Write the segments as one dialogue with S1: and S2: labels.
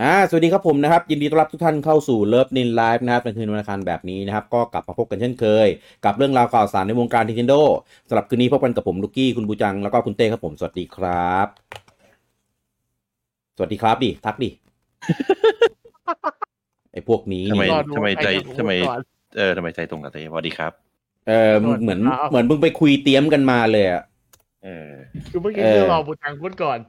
S1: อ่าสวัสดีครับผมนะครับ ยินดีต้อนรับทุกท่านเข้าสู่เลิฟนินไลฟ์นะครับในคืนวันอังคารแบบนี้นะครับ ก็กลับมาพบกันเช่นเคย กับเรื่องราวข่าวสารในวงการ Nintendo สำหรับคืนนี้พบกันกับผมลูกี้คุณบูจัง แล้วก็คุณเต้ครับผม สวัสดีครับ สวัสดีครับดิทักดิ ไอ้พวกนี้
S2: ทำไม
S1: นี่
S3: รอดู
S2: ทำไมใจ
S3: ใครจะรู้
S2: ทำไม
S3: ก่อน
S2: เออทำไมใจตรงกับเต้สวัสดีครับ
S1: เออเหมือน
S3: สวัสดีครับ
S1: เหมือนมึงไปคุยเตรียมกันมาเลยอะ
S2: เออ
S3: คือเมื่อกี้
S1: เออ
S3: เรารอบูตังพูดก่อน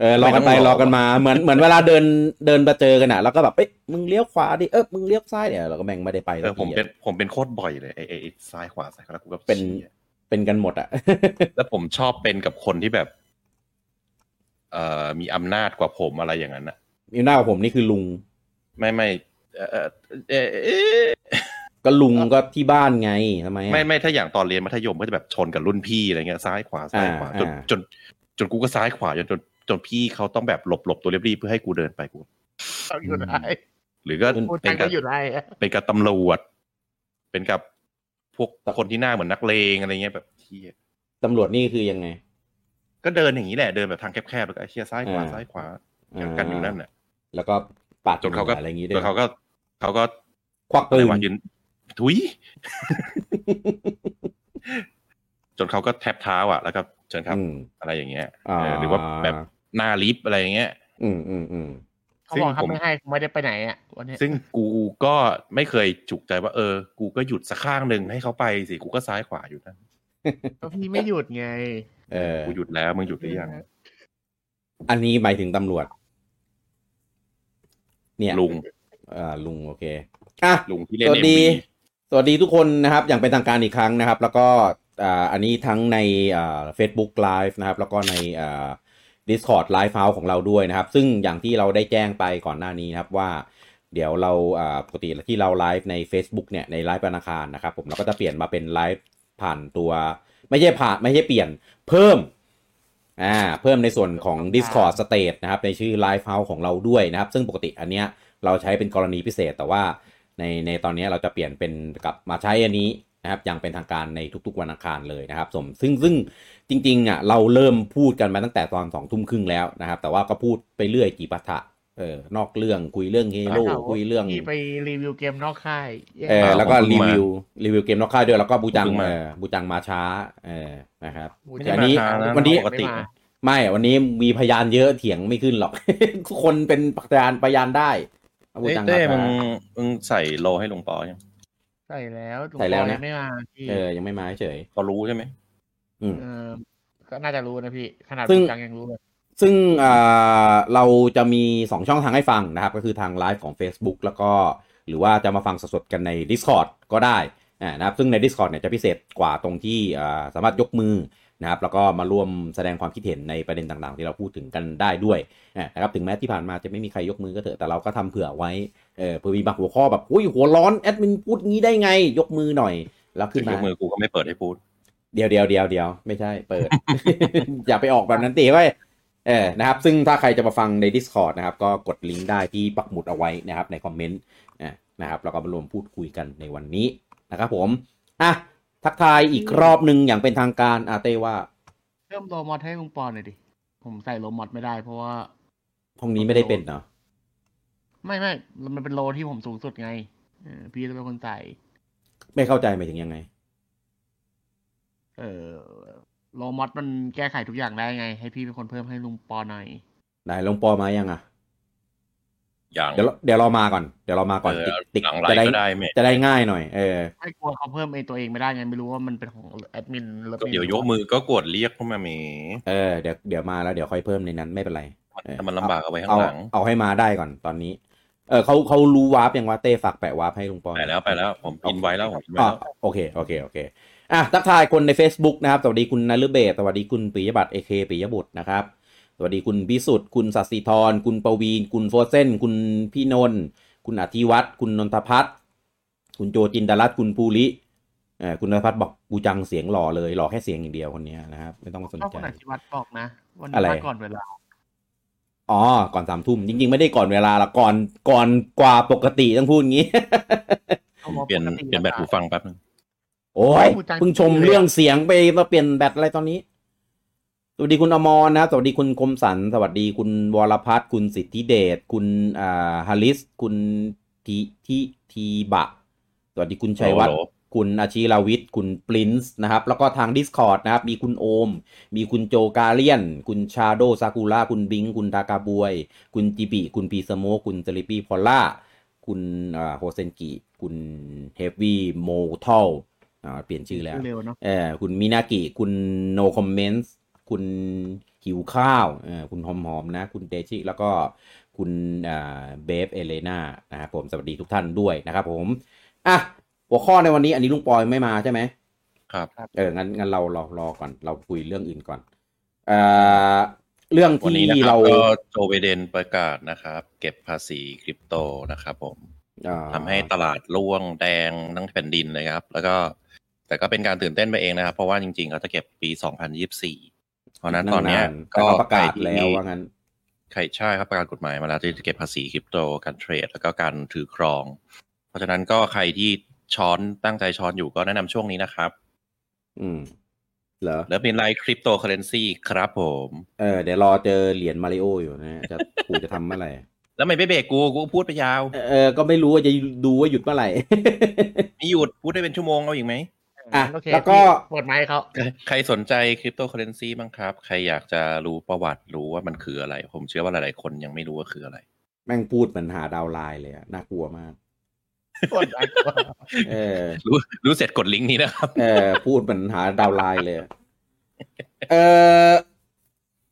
S1: เออรอกันไป
S2: ไม่ต้อ
S1: ร
S2: งร
S1: อ
S2: อ
S1: กันมาเหมือนเหมือนเวลาเดินเดินมาเจอกันอะแล้วก็แบบเอ้ยมึงเลี้ยวขวาดิเออมึงเลี้ยวซ้ายเนี่ยเราก็แม่งไม่ได้ไป
S2: เอ
S1: สัก
S2: อ
S1: ที
S2: ผม
S1: อะ
S2: เป็นผมเป็นโคตรบ่อยเลยไอ้ไอ้ไอ้ซ้ายขวาซ้ายขวาแล้วกูก็
S1: เป็น
S2: ชี้อะ
S1: เป็นกันหมดอะ
S2: แล้วผมชอบเป็นกับคนที่แบบ เอ่อมีอำนาจกว่าผมอะไรอย่างนั้นอ่ะ
S1: นิ้วหน้าของผมนี่คือลุง
S2: ไม่ไม่เอ่อเอ่อเอ่อเอ่อ
S1: ก็ลุงก็ที่บ้านไงทำไมอะ
S2: ไม่ไม่ถ้าอย่างตอนเรียนมัธยมก็จะแบบชนกับรุ่นพี่อะไรเงี้ยซ้ายขวาซ้ายขวา
S1: อ่า
S2: จน
S1: อ่า
S2: จนจนกูก็ซ้ายขวาจนจนจนพี่เขาต้องแบบหลบหลบตัวเรียบรีบเพื่อให้กูเดินไปกู
S3: เราอยู่ไหน
S2: หรือก็
S1: อืม
S3: บู
S2: เป็
S3: ตั
S2: น
S3: ง
S2: กั
S3: ก็
S2: บ
S3: อยู่ไหนอะ
S2: เป็นกับตำรวจ เป็นกับพวกคนที่หน้าเหมือนนักเลงอะไรเงี้ยแบบเหีย
S1: ตำรวจนี่คือยังไง
S2: ก็เดินอย่างนี้แหละเดินแบบทางแคบๆแล้วก็ไอ้เชียซ้ายขวา
S1: อ่า
S2: ซ้ายขวา
S1: อ่า
S2: กันอยู่นั่นแหละ
S1: แล้วก็ปาด
S2: จนเขาก็
S1: อะไรอย่างงี้ด้ว
S2: แล้
S1: ยว
S2: เขาก็เขาก็
S1: ควักปื
S2: อะไร
S1: น
S2: วะยืนทุย จนเขาก็แทบเท้าอ่ะ แล้วก็เชิญครับ
S1: อืม
S2: อะไรอย่างเงี้ย
S1: อ่า
S2: เออหรือว่าแบบหน้าลิฟต์อะไรอย่างเงี้ย
S1: อืมอืมอืม
S3: เขาบอก
S2: ซึ่ง
S3: ทำ
S2: ผม
S3: ไม่ให้กูไม่ได้ไปไหนอ่ะวันเนี้ย
S2: ซึ่งกูก็ไม่เคยจุกใจว่าเออ กูก็หยุดสักข้างหนึ่งให้เขาไปสิกูก็ซ้ายขวาอยู่นะ
S3: แล้วพี่ไม่หยุดไง
S1: เออ
S2: กูหยุดแล้วมึงหยุดหรือยัง
S1: อันนี้หมายถึงตำรวจ เนี่ย
S2: ลุง
S1: อ่าลุงโอเคอ่ะ
S2: ลุงที่เล่น
S1: สวั
S2: เอ็
S1: ส
S2: ม
S1: ดี
S2: วี
S1: สวัสดีทุกคนนะครับ อย่างเป็นทางการอีกครั้งนะครับ แล้วก็อ่าอันนี้ทั้งในอ่า Facebook Live นะครับ แล้วก็ในอ่า Discord Live House ของเราด้วยนะครับ ซึ่งอย่างที่เราได้แจ้งไปก่อนหน้านี้นะครับว่า เดี๋ยวเราอ่าปกติที่เราไลฟ์ใน Facebook เนี่ยในไลฟ์ธนาคารนะครับ ผมเราก็จะเปลี่ยนมาเป็นไลฟ์ผ่านตัว ไม่ใช่ผ่านไม่ใช่เปลี่ยนเพิ่มอ่าเพิ่มในส่วนของ Discord State นะครับ ในชื่อ Live House ของเราด้วยนะครับ ซึ่งปกติอันเนี้ยเราใช้เป็นกรณีพิเศษแต่ว่า ในในตอนนี้เราจะเปลี่ยนเป็นกลับมาใช้อันนี้นะครับอย่างเป็นทางการในทุกๆวันอังคารเลยนะครับสมซึ่งซึ่งจริงๆอ่ะเราเริ่มพูดกันมาตั้งแต่ตอนสองทุ่มครึ่งแล้วนะครับ แต่ว่าก็พูดไปเรื่อยกี่ปัทะเออนอกเรื่องคุยเรื่องเฮโร่คุยเรื่อง
S3: พี่ไปรีวิวเกมนอกค่ายแย่
S1: เออ
S2: ครับ
S1: แล้วก็
S2: ผมเพิ่
S1: รี
S2: งมา
S1: วิวรีวิวเกมนอกค่ายด้วยแล้วก็บูจัง
S2: ผมเพิ่งมา
S1: เออบูจังมาช้าเออนะครับ
S3: บู
S1: แต่
S3: จัง
S1: อันนี้
S2: ไม่มาะ
S1: วันนี้
S2: ปกติ
S3: ไม่มา
S2: นะ
S1: ไม่วันนี้มีพยานเยอะเถียงไม่ขึ้นหรอก ทุกคนเป็นพยานพยานได้บู
S2: เอ้ย
S1: จัง
S2: เต้
S1: มาช้า
S2: มึงมึงใส่โลให้ลุงปอยัง
S3: ใส่แล้วถุง
S1: ใส่แล้ว
S3: ปอ
S1: นะ
S3: ยังไม่มาพี่
S1: เออยังไม่มาเฉย
S2: พอรู้ใช่ไหม
S3: เออก็น่าจะรู้นะพี่ขนาด
S1: ซึ่ง
S3: บูจังยังรู้เลย
S1: ซึ่งอ่าเราจะมี 2 ช่องทางให้ฟังนะครับ ก็คือทางไลฟ์ของ Facebook แล้วก็หรือว่าจะมาฟังสดๆกันใน Discord ก็ได้อ่านะครับซึ่งใน Discord เนี่ยจะพิเศษกว่าตรงที่อ่าสามารถยกมือนะครับแล้วก็มาร่วมแสดงความคิดเห็นในประเด็นต่างๆ ที่เราพูดถึงกันได้ด้วยอ่านะครับถึงแม้ที่ผ่านมาจะไม่มีใครยกมือก็เถอะแต่เราก็ทำเผื่อไว้เออเผื่อมีบางหัวข้อแบบอุ้ยหัวร้อนแอดมินพูดงี้ได้ไง ยกมือหน่อยแล้วขึ้น
S2: ย
S1: มาย
S2: กมือกูก็ไม่เปิดให้พูด
S1: เดียวเดียวเดียวเดียวไม่ใช่เปิด อย่าไปออกแบบนั้นตีไว้ยเออนะครับ ซึ่งถ้าใครจะมาฟังใน Discord นะครับ ก็กดลิงก์ได้ที่ปักหมุดเอาไว้นะครับในคอมเมนต์อ่ะนะครับแล้วก็มารวมพูดคุยกันในวันนี้นะครับผม อ่ะ ทักทายอีกรอบหนึ่งอย่างเป็นทางการอาเต้ว่า
S3: เพิ่มโรมอดให้ลุงปอนหน่อยดิผมใส่โรมอดไม่ได้เพราะว่า
S1: ห้องนี้ไม่ได้เป็นเนาะ
S3: ไม่ไม่มันเป็นโลที่ผมสูงสุดไงเออพี่ต้องเป็นคนใส่
S1: ไม่เข้าใจหมายถึงยังไง
S3: เออโลมอสมันแก้ไขทุกอย่างได้ไง ให้พี่เป็นคนเพิ่มให้ลุงปอหน่อย
S1: ได้ลงปอมายังอ่ะ
S2: อย่าง
S1: เดี๋ยวเราเดี๋ยวเรามาก่อน เดี๋ยวเรามาก่อน
S2: เออ
S1: ติ๊กติ๊ก
S2: หลังไล
S1: จะ
S2: น์
S1: ได้
S2: ก็ได้แม่
S1: จะได้ง่ายหน่อย เออ
S3: ไอ้กลัวเขาเพิ่มเองตัวเองไม่ได้ไงไม่รู้ว่ามันเป็นของแอดมินหรือ
S2: ก็เดี๋ยวยกมือก็กดเรียกเข้ามาเม
S1: เออเดี๋ยวเดี๋ยวมาแล้วเดี๋ยวค่อยเพิ่มในนั้นไม่เป็นไร เออ
S2: ถ้ามันลำบากเอาไว้ข้า
S1: เอา
S2: งหลัง
S1: เอาให้มาได้ก่อนตอนนี้ เออเขาเขารู้วาร์ปยังว่าเต้ฝากแปะวาร์ปให้ลุงปอ
S2: ไปแล้วไปแล้ว ผม
S1: เอา
S2: อินไว้แล้วผมอินไว้
S1: อ่ะ
S2: แล้ว
S1: โอเค โอเค โอเค อ่ะ ทักทายคนใน Facebook นะครับ สวัสดีคุณนฤเบศสวัสดีคุณปิยบัตรเอเคปิยบุตรนะครับ สวัสดีคุณพิสุทธิ์ คุณสัสิธร คุณปวีน คุณโฟเซน คุณพี่นนท์ คุณอธิวัตรคุณนนทพัฒน์ คุณโจจินดารัตน์คุณภูริเอ่อคุณนนทพัฒน์บอกกูจังเสียงหล่อเลย หล่อแค่เสียงอย่างเดียวคนเนี้ยนะครับ ไม่ต้องสน
S3: ชอบ
S1: ใจ
S3: คนอธิวัตรบอกนะ วัน
S1: อะ
S3: นี้
S1: ไร
S3: มาก่อนเวลา
S1: อ๋อ ก่อนสามทุ่ม จริง ๆ ไม่ได้ก่อนเวลาละก่อน ก่อนกว่าปกติต้องพูดอย่างงี้
S3: อามา
S2: เปลี่ยน
S3: กติ
S2: เปลี่ยนแบตหูฟังแป๊บนึง
S1: โอ้ยเพิ่งชมเรื่องเสียงไปมาเปลี่ยนแบตอะไรตอนนี้ สวัสดีคุณอมรนะครับ สวัสดีคุณคมสัน สวัสดีคุณวรพัฒน์คุณสิทธิเดช คุณอ่าฮาริส คุณทีทีทีบะ สวัสดีคุณชัยวัฒน์
S2: โอ้โห
S1: คุณอาชีราวิทย์ คุณปรินซ์นะครับ แล้วก็ทาง Discord นะครับ มีคุณโอม มีคุณโจกาเลียน คุณชาโดซากุระคุณบิง คุณทากาบวย คุณจิบิ คุณปีสโมคคุณสลิปปี้พอลล่า คุณอ่าโฮเซนกิ คุณเฮฟวี่โมทัลอ่าเปลี่ยนชื่อแล้ว
S3: เร็วเนาะ
S1: เออคุณมินากิคุณ no comments คุณหิวข้าวเออคุณหอมหอมๆนะ คุณเดชิ แล้วก็คุณเบฟเอเลนานะครับผมสวัสดีทุกท่านด้วยนะครับผม อ่ะ หัวข้อในวันนี้อันนี้ลุงปอยไม่มาใช่ไหม
S2: ครับ
S1: เออ งั้นงั้นเรารอรอก่อน เราคุยเรื่องอื่นก่อนเอ่อเรื่อง
S2: วัน
S1: ที่
S2: นี้นะครับ
S1: เรา
S2: ก็โจไบเดนประกาศนะครับ เก็บภาษีคริปโตนะครับผม
S1: เอ่อ
S2: ทำให้ตลาดร่วงแดงทั้งแผ่นดินเลยครับ แล้วก็แต่ก็เป็นการตื่นเต้นไปเองนะครับ เพราะว่าจริงๆเขาจะเก็บปี 2024 เพราะฉะนั้นตอนเนี้ย
S1: งๆแต่เขาประกาศ
S2: ใคที่
S1: แล้วว่างั้น
S2: ใครใช่ครับประกาศกฎหมายมาแล้วที่จะเก็บภาษีคริปโตการเทรด แล้วก็การถือครอง เพราะฉะนั้นก็ใครที่ช้อนตั้งใจช้อนอยู่ก็แนะนำช่วงนี้นะครับ
S1: อืม เหรอ
S2: แล้วเป็นไลน์คริปโตเคอเรนซีครับผม
S1: เออ เดี๋ยวรอเจอเหรียญมาริโออยู่นะฮะจะ กูจะทำเมื่อไหร่
S2: แล้วไม่ไปเบรกกูกูพูดไปยาว
S1: เออ ก็ไม่รู้ว่าจะดูว่าหยุดเมื่อไหร่
S2: มีหยุดพูดได้เป็นชั่วโมงเอาอีกไหม
S1: อ่ะ
S3: โเค
S1: แล้วก็
S3: พี่เปิดไมค์เขา
S2: ใครสนใจคริปโตเคอเรนซีบ้างครับ ใครอยากจะรู้ประวัติรู้ว่ามันคืออะไร ผมเชื่อว่าหลายๆคนยังไม่รู้ว่าคืออะไร
S1: แม่งพูดเหมือนหาดาวไลน์เลยอะน่ากลัวมาก
S3: เปิดไมค์เขา
S1: เออ
S2: รู้รู้เสร็จกดลิงก์นี้นะครับ
S1: เออพูดเหมือนหาดาวไลน์เลยอะเออ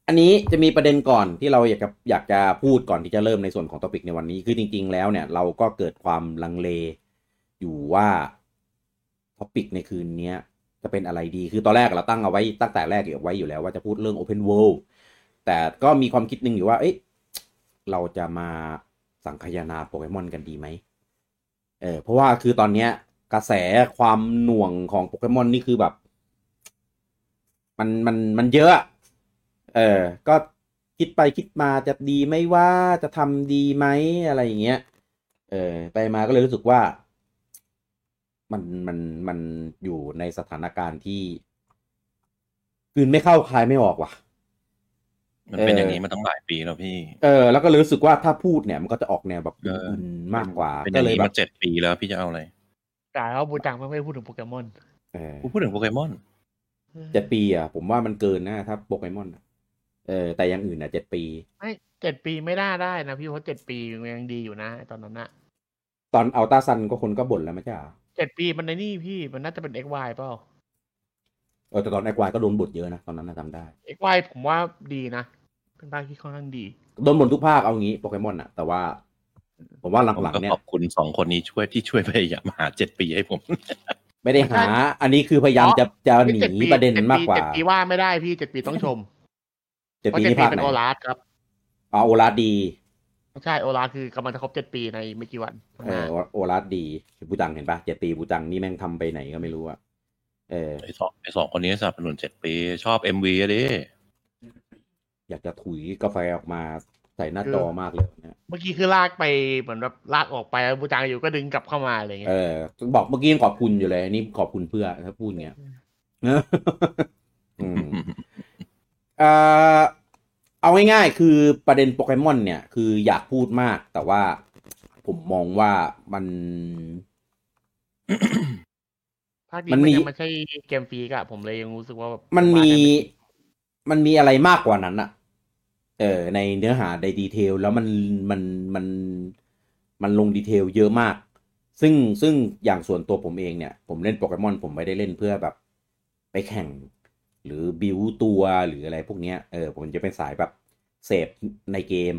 S1: อันนี้จะมีประเด็นก่อนที่เราอยากจะอยากจะพูดก่อนที่จะเริ่มในส่วนของตอปิกในวันนี้ คือจริง ๆ แล้วเนี่ย เราก็เกิดความลังเลอยู่ว่าท็อปิกในคืนเนี้ย จะเป็นอะไรดี คือตอนแรกเราตั้งเอาไว้ตั้งแต่แรกเอาไว้อยู่แล้วว่าจะพูดเรื่อง Open World แต่ก็มีความคิดหนึ่งอยู่ว่า เอ๊ะเราจะมาสังคายนาโปเกมอนกันดีไหม เออเพราะว่าคือตอนเนี้ย กระแสความหน่วงของโปเกมอนนี่คือแบบ มันมันมันเยอะอะเออ ก็คิดไปคิดมาจะดีไหมว่าจะทำดีไหมอะไรอย่างเงี้ย เออ ไปมาก็เลยรู้สึกว่า มันมันมันอยู่ในสถานการณ์ที่กลืนไม่เข้าคายไม่ออกว่ะ
S2: มันเป็น
S1: เออ
S2: อ
S1: อ
S2: ย่างนี้มาตั้งหลายปีแล้วพี่
S1: เออ แล้วก็เลยรู้สึกว่าถ้าพูดเนี่ย มันก็จะออกแนวแบบ
S2: เอออุ่
S1: อุ่นๆมากกว่า
S2: เป็นอ
S1: ก็
S2: ย่าง
S1: เลย
S2: นี้
S1: แบ
S2: มา
S1: บ
S2: เจ็ดปีแล้วพี่จะเอาอะไร
S3: จ่ายเขาบูจังไม่ไม่พูดถึงโปเกมอน
S1: เออ
S2: กูพูดถึงโปเกมอน
S1: เจ็ดปีอ่ะผมว่ามันเกินนะถ้าโปเกมอนอะเออแต่อย่างอื่นอ่ะเจ็ดปี
S3: ไม่เจ็ดปีไม่น่าได้นะพี่เพราะเจ็ดปีมันยังดีอยู่นะไอ้ตอนนั้นอะ
S1: ตอนอัลตาซันก็คนก็บ่นแล้วไม่ใช่เหรอ
S3: เจ็ดปีมันในนี่พี่มันน่าจะเป็น XY เปล่า
S1: เออแต่ตอนไอควายก็โดนบ่นเยอะนะ ตอนนั้นนะจำได้
S3: XY ผมว่าดีนะเป็นภาคที่ค่อนข้างดี
S1: โดนบ่นทุกภาคเอางี้โปเกมอนอ่ะ แต่ว่า ผมว่า
S2: ผม
S1: หลัง
S2: ก็
S1: ๆเนี่ย
S2: ขอบคุณสองคนนี้ช่วยที่ช่วยพยายามหาเจ็ดปีให้ผม
S1: ไม่ได้หา อันนี้คือพยายามจะจะหนี
S3: จ็ปี
S1: ประเด็นมากกว่า
S3: เจ็ดปีว่าไม่ได้พี่เจ็ดปีต้องชม
S1: เจ็ด
S3: เพราะ
S1: ปี
S3: เจ็ด
S1: นี่
S3: ปี
S1: ภาค
S3: เป็
S1: ไหน
S3: นโอลาสครับ
S1: อ๋อโอลาสดี
S3: ไม่ใช่ โอลาสคือกำลังจะครบเจ็ดปีในไม่กี่วัน
S1: เออโอโอลาสดีบูจังเห็นปะเจ็ดปีบูจังนี่แม่งทำไปไหนก็ไม่รู้อ่ะเออ
S2: ไอสองไอสองคนนี้สนับสนุนเจ็ดปี ชอบเอ็มวีดิ
S1: อยากจะถุยกาแฟออกมาใส่หน้าจอมากเลยเนี่ย
S3: เมื่อกี้คือลากไปเหมือนแบบลากออกไปแล้วบูจังอยู่ก็ดึงกลับเข้ามาอะไรเงี้
S1: เอยอบอกเมื่อกี้ยังขอบคุณอยู่เลยอันนี่ขอบคุณเพื่อถ้าพูดอย่างเงี้ยนะอืมเอ่อเอาง่ายๆ คือประเด็นโปเกมอนเนี่ย คืออยากพูดมาก แต่ว่าผมมองว่ามัน
S3: ภาคนี้
S1: มั
S3: มัน น
S1: มี
S3: ยังไม่ใช่เกมฟรีกอะผมเลยยังรู้สึกว่าแบบ
S1: มันมีมันมีอะไรมากกว่านั้นอะเออ ในเนื้อหาในดีเทล แล้วมันมันมันมันลงดีเทลเยอะมาก ซึ่งซึ่งอย่างส่วนตัวผมเองเนี่ย ผมเล่นโปเกมอนผมไม่ได้เล่นเพื่อแบบ ไปแข่ง หรือบิวตัวหรืออะไรพวกเนี้ยเออผมจะเป็นสายแบบเสพในเกม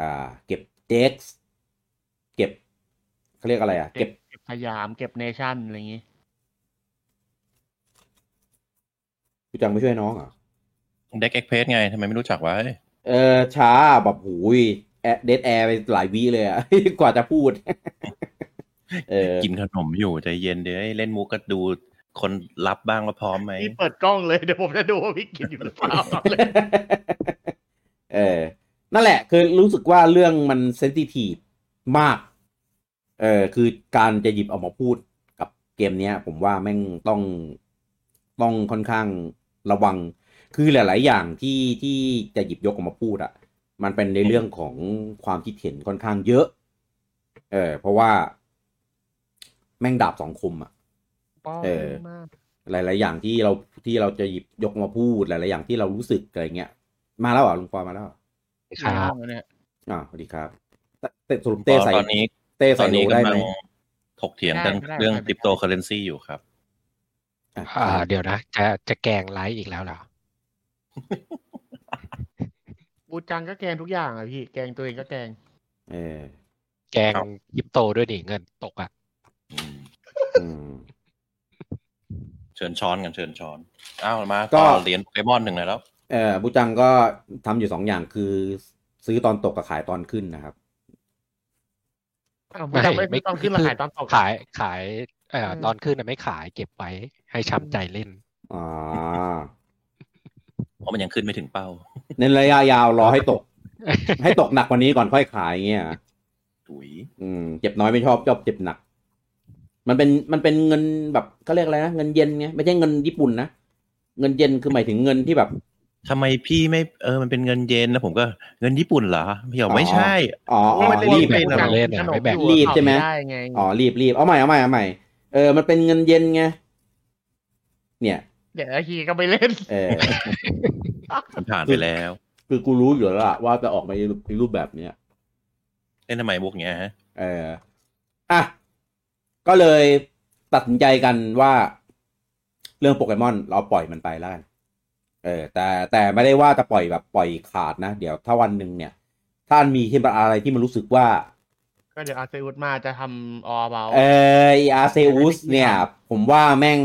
S1: อ่า เก็บเด็กเก็บเขาเรียกอะไรอะเก็บ
S3: เก็บสยามเก็บเนชั่นอะไรอย่างงี้
S1: กูจังไม่ช่วยน้องเหรอ่ะ
S2: เด็กเอ็กเพสไงทำไมไม่รู้จักวะเฮ้ย
S1: เออช้าแบบหูยแอเดดแอร์ไปหลายวีเลยอะ กว่าจะพูด เออ
S2: กินขนมอยู่ใจเย็นเดี๋ยวเล่นมุกก็ดูคนรับบ้างว่าพร้อมไหม
S3: พี่เปิดกล้องเลยเดี๋ยวผมจะดูว่าพี่กินอยู่หรือเปล่า
S1: เออ นั่นแหละ คือรู้สึกว่าเรื่องมันเซนซิทีฟมาก เออคือการจะหยิบออกมาพูดกับเกมเนี้ย ผมว่าแม่งต้องต้องค่อนข้างระวัง คือหลาย ๆ อย่างที่ที่จะหยิบยกออกมาพูดอะมันเป็นในเรื่องของความคิดเห็นค่อนข้างเยอะ เออเพราะว่าแม่งดาบสองคมอะ
S3: ป้อ
S1: เออ
S3: มาก
S1: หลาย ๆ อย่างที่เราที่เราจะหยิบยกมาพูดหลาย ๆ อย่างที่เรารู้สึกอะไรเงี้ย มาแล้วเหรอลุงปอมาแล้วเหรอ
S3: ไม่ห้ามแล้วเนี่ย
S1: อ่าสวัสดีครับแต่แต่สรุปเต้ใส่
S2: ตอนนี้
S1: เต้
S2: ตอ
S1: ใส่
S2: น
S1: โล
S2: นี้
S1: ได้
S2: กำลั
S1: ไหม
S2: งถกเถียงกันเรื่องคริปโตเคอเรนซีอยู่ครับ
S1: อ่ะ
S4: อ่าเดี๋ยวนะ จะจะแกล้งไลฟ์อีกแล้วเหรอ
S3: บูจังก็แกงทุกอย่างอะพี่ แกงตัวเองก็แกง
S1: เออ
S4: แกล้ง
S2: ครับ
S4: ยิปโตด้วยดิเงินตกอ่ะ
S2: อืม
S1: อืม
S2: เชิญช้อนกันเชิญช้อนอ้าวมา
S1: ก็
S2: ต่อเหรียญโปเกมอนหนึ่งหน่อยแล้ว
S1: เออบูจังก็ทำอยู่สองอย่างคือซื้อตอนตกกับขายตอนขึ้นนะครับ
S3: อ้าวบูจังไม่
S4: ไม่
S3: ไม่ต้องขึ้นมาขายตอนตก
S4: ขายขายเอ่อ
S3: เออ
S4: ตอนขึ้นน่ะไม่ขายเก็บไว้ให้ช้ำใจเล่น
S1: อ่ า
S2: เพราะมันยังขึ้นไม่ถึงเป้า
S1: ในระยะยาวรอให้ตก ให้ตกหนักกว่านี้ก่อนค่อยขายเงี้ย
S2: ถุย
S1: อืมเจ็บน้อยไม่ชอบชอบเจ็บหนัก มันเป็นมันเป็นเงินแบบเขาเรียกอะไรนะเงินเย็นไงไม่ใช่เงินญี่ปุ่นนะเงินเย็นคือหมายถึงเงินที่แบบ
S2: ทำไมพี่ไม่เออมันเป็นเงินเย็นนะผมก็เงินญี่ปุ่นเหรอพี่บอกไม่ใช่
S1: อ๋อ
S3: อ๋อ
S1: อ๋อ
S3: มันเป็น
S1: รีบ
S4: แบ่ง
S3: บูจัง
S4: เล่น
S3: ข
S4: อะ
S3: น
S4: ไม่
S3: ม
S4: แบ่ง
S3: อยู่
S1: รีบใช่ไหม
S3: ด้ไง
S1: อ๋อรีบรีบเอาใหม่เอาใหม่เอาใหม่เออมันเป็นเงินเย็นไงเนี่ย
S3: เดี๋ยวไอ้ฮีก็ไปเล่น
S1: เอ อ
S2: มันผ่านไปแล้ว
S1: คือกูรู้อยู่แล้วล่ะว่าจะออกมาในรูปแบบเนี้ย
S2: เล่นทำไมพวกเนี้ยฮะ
S1: เอออ่ะ ก็เลยตัดสินใจกันว่าเรื่องโปเกมอนเราปล่อยมันไปแล้วกันเออ แต่แต่ไม่ได้ว่าจะปล่อยแบบปล่อยขาดนะ เดี๋ยวถ้าวันหนึ่งเนี่ย ถ้ามีที่มันอะไรที่มันรู้สึกว่า
S3: ก็เดี๋ยวอาเซอุดมาจะทำออเบา
S1: เอออาเซอุสเนี่ย ผมว่าแม่ง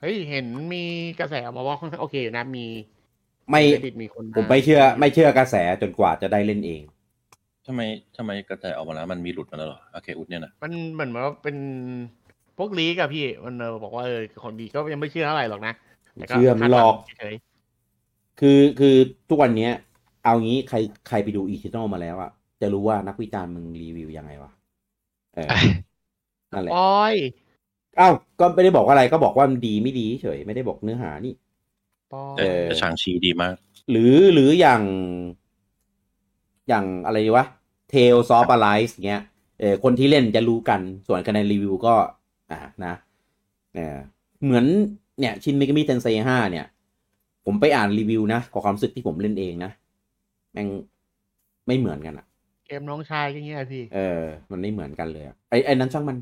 S3: เฮ้ยเห็นมีกระแสออกมาว่าค่อนข้างโอเคอยู่นะมี
S1: ไม่
S3: ดิตมีคน
S1: ผมไม่เชื่อ ไม่เชื่อกระแสจนกว่าจะได้เล่นเอง
S2: ทำไมทำไมกระแสออกมาแล้วมันมีหลุดมาแล้วเหรออาเคอุดเนี่ยนะ
S3: มันเหมือนว่าเป็นพวกลีกอะพี่มันเออบอกว่าเออคนดีก็ยังไม่เชื่อเท่าไหร่หรอกนะแต่ก็
S1: เชื่อไม่หลอก
S3: เฉย
S1: คือคือทุกวันเนี้ย เอางี้ใครใครไปดูอีเทนอลมาแล้วอะจะรู้ว่านักวิจารณ์มึงรีวิวยังไงวะเออนั่นแหละ
S3: ๆอ้อย
S1: อ้าวก็ไม่ได้บอกว่าอะไรก็บอกว่ามันดีไม่ดีเฉยไม่ได้บอกเนื้อหานี่
S3: ป้อ
S1: เออ
S2: แต่ชางชีดีมาก
S1: หรือหรืออย่างอย่างอะไรดีวะ Tales of Arise เงี้ยเออคนที่เล่นจะรู้กันส่วนคะแนนรีวิวก็ อ่านะเออเหมือนเนี่ยชินมิกามิเทนเซห้าเนี่ย ผมไปอ่านรีวิวนะของความรู้สึกที่ผมเล่นเองนะแม่งไม่เหมือนกันอะ
S3: เกมน้องชายก็เงี้ยพี่
S1: เออ มันไม่เหมือนกันเลยอะไอไอนั้นช่างมัน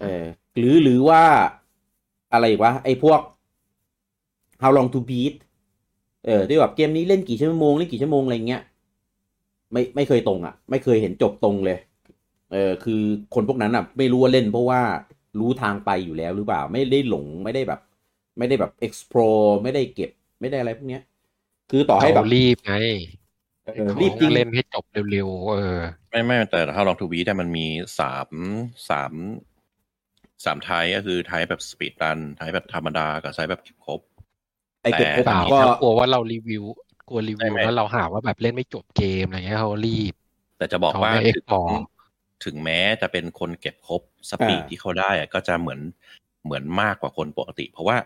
S1: เออ หรือหรือว่าอะไรอีกวะไอพวก How long to beat เออที่แบบเกมนี้เล่นกี่ชั่วโมงเล่นกี่ชั่วโมงอะไรเงี้ยไม่ไม่เคยตรงอะ่ะ ไม่เคยเห็นจบตรงเลย เออคือคนพวกนั้นอะ่ะ ไม่รู้ว่าเล่นเพราะว่ารู้ทางไปอยู่แล้วหรือเปล่า ไม่ได้หลงไม่ได้แบบ ไม่ได้แบบ explore ไม่ได้เก็บ ไม่ได้อะไรพวกเนี้ย คือต่อให้แบบ
S4: เขารีบไง
S1: เออรีบจริง
S4: เล่นให้จบเร็วๆเออ
S2: ไม่ไม่แต่ถ้าลองทูบีแต่ยมันมีสามสามสามไทยก็คือไทยแบบสปีดรันไทยแบบธรรมดากับไทยแบบเก็บครบ
S1: ไอเก็บครบ
S4: เปล่า
S1: ก็
S4: ก็กลัวว่าเรารีวิวกลัวรีวิว
S2: ใช่ไหม
S4: แล้วเราหาว่าแบบเล่นไม่จบเกมอะไรเงี้ยเขารีบ
S2: แต่จะบอกว่า
S4: เขาไม่
S2: ถึง
S4: explore
S2: ถึงแม้จะเป็นคนเก็บครบสปีด
S1: อ่า
S2: ที่เขาได้อะก็จะเหมือนเหมือนมากกว่าคนปกติ เพราะว่า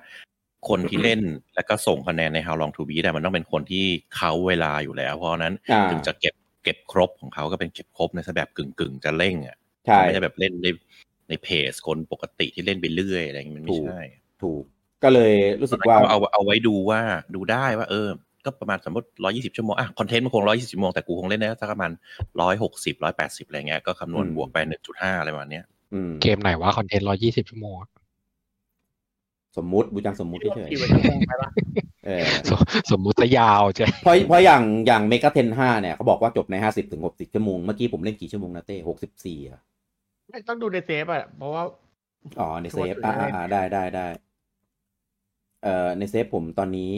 S2: คนที่เล่นแล้วก็ส่งคะแนนใน How Long to Beat ได้มันต้องเป็นคนที่เขาเวลาอยู่แล้ว เพราะฉะนั้น
S1: อ่า
S2: ถึงจะเก็บเก็บครบของเขาก็เป็นเก็บครบในแบบกึ่งกึ่งๆจะเร่งอ่ะ
S1: ใช่
S2: ไม่ใช่แบบเล่นในในเพจคนปกติที่เล่นไปเรื่อยอะไรอย่างงี้มัน
S1: ถูก
S2: ไม่ใช่
S1: ถูก ก็เลยรู้สึกว่า
S2: เอาเอาเอาไว้ดูว่าดูได้ว่าเออ ก็ประมาณสมมติร้อยี่สิบชั่วโมงอ่ะคอนเทนต์มันคงร้อยี่สิบชั่วโมงแต่กูคงเล่นได้สักประมาณร้อยหกสิบร้อยแปดสิบอะไรเงี้ยก็คำนวณ
S1: อืม
S2: บวกไปหนึ่งจุดห้าอะไรประมาณเนี้ย
S1: อืม
S4: เกมไหนว่าคอนเทนต์ร้อยี่สิบชั่วโมงอะ
S1: สมมุติบูจังสมมุติเฉย
S3: พี่ว่าจะงงไปปะ
S1: ๆเออ
S4: สมสมมุติยาวใช่
S1: เพราะเพราะอย่างอย่างเมกาเทนห้าเนี่ยเขาบอกว่าจบในห้าสิบถึงหกสิบชั่วโมง เมื่อกี้ผมเล่นกี่ชั่วโมงนะเต้หกสิบสี่อะ
S3: ไม่ต้องดูในเซฟอะเพราะว่า
S1: อ๋อ ในเซฟอ่าอ่าอ่าได้ได้ได้เอ่อในเซฟผมตอนนี้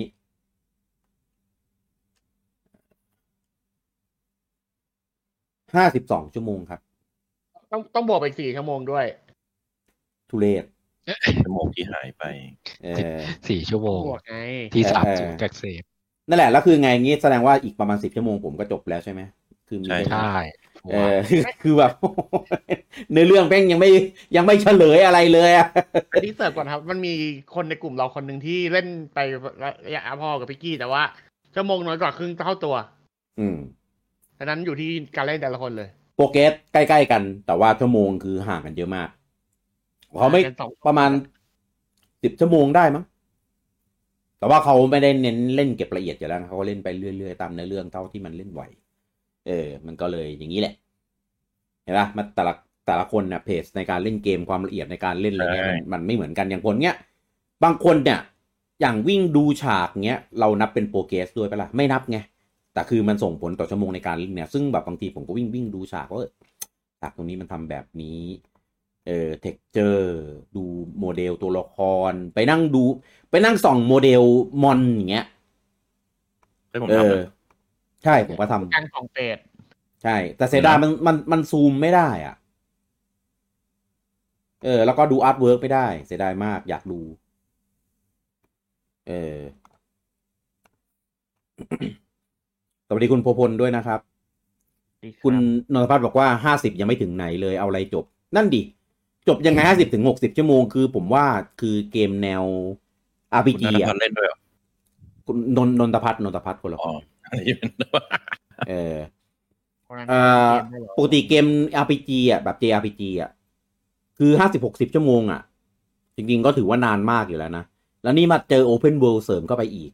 S1: ห้าสิบสองชั่วโมงครับ
S3: ต้องต้องบวกไปอีกสี่ชั่วโมงด้วย
S1: ทุเรศ
S2: ชั่วโมงที่หายไป
S1: เออ
S4: สี่ชั่วโมง
S3: บวกไง
S4: ที่
S1: เออ
S4: สาม
S1: เออ
S4: ศูนย์จากเซฟ
S1: นั่นแหละ แล้วคือไงงี้แสดงว่าอีกประมาณสิบชั่วโมงผมก็จบแล้วใช่ไหม คือมี
S2: ใช่
S1: เวลา
S4: ใช่
S1: เออ คือแบบ ในอเรื่องแม่งยังไม่ยังไม่เฉลยอะไรเลยอะ
S3: อันนี้เสิร์ฟก่อนครับมันมีคนในกลุ่มเราคนหนึ่งที่เล่นไประยะพอกับพิกกี้ แต่ว่าชั่วโมงน้อยกว่าครึ่งเท่าตัว
S1: อืม
S3: ดังนั้นอยู่ที่การเล่นแต่ละคนเลย
S1: โปรเกรสใกล้ๆกัน แต่ว่าชั่วโมงคือห่างกันเยอะมากเขาไม่
S3: ป็นสอง
S1: ประมาณสิบชั่วโมงได้มั้งแต่ว่าเขาไม่ได้เน้นเล่นเก็บละเอียดอยู่แล้วนะเขาก็เล่นไปเรื่อยๆตามเนื้อเรื่องเท่าที่มันเล่นไหว เออ มันก็เลยอย่างนี้แหละ เห็นปะมันแต่ละแต่ละคนนะเพจในการเล่นเกมความละเอียดในการเล่นอะไรเงี้ย
S2: ใช่
S1: มันมันไม่เหมือนกันอย่างคนเนี้ยบางคนเนี่ย อย่างวิ่งดูฉากเงี้ยเรานับเป็นโปรเกรสด้วยปะล่ะไม่นับไงแต่คือมันส่งผลต่อชั่วโมงในการเล่นเนี่ยซึ่งแบบบางทีผมก็วิ่งวิ่งดูฉากว่าเออฉากตรงนี้มันทำแบบนี้เออเท็กเจอร์ดูโมเดลตัวละคร ไปนั่งดู ไปนั่งส่องโมเดลมอนอย่างเงี้ย
S2: ให้ผม
S1: เอ
S2: ทำ
S1: อ
S2: เลย
S1: ใช่ผมก็ทำ
S3: การสองเฟส
S1: ใช่ แต่เสียดาย
S2: นะ
S1: มันมันมันซูมไม่ได้อ่ะ เออ แล้วก็ดูอาร์ตเวิร์กไม่ได้ เสียดายมากอยากดู เออ สวัสดีคุณโพพลด้วยนะครับ คุณนนทพัฒน์บอกว่าห้าสิบยังไม่ถึงไหนเลยเอาอะไรจบ นั่นดิ จบยังไงห้าสิบถึงหกสิบชั่วโมงคือผมว่าคือเกมแนว
S2: คุณ
S1: RPG
S2: นันท
S1: อ่ะ
S2: พัฒน์เล่นด้วยเหรอ
S1: คุณนนนนทพัฒน์นนทพัฒน์คนละค
S2: อ๋อน อันนี้เป็น
S1: เออ
S3: คนนั้น
S1: เอ่อ
S3: เกมด้วยเหรอ
S1: ปกติเกม RPG อ่ะแบบ JRPG อ่ะคือห้าสิบหกสิบชั่วโมงอ่ะ จริงๆก็ถือว่านานมากอยู่แล้วนะ แล้วนี่มาเจอ Open World เสริมเข้าไปอีก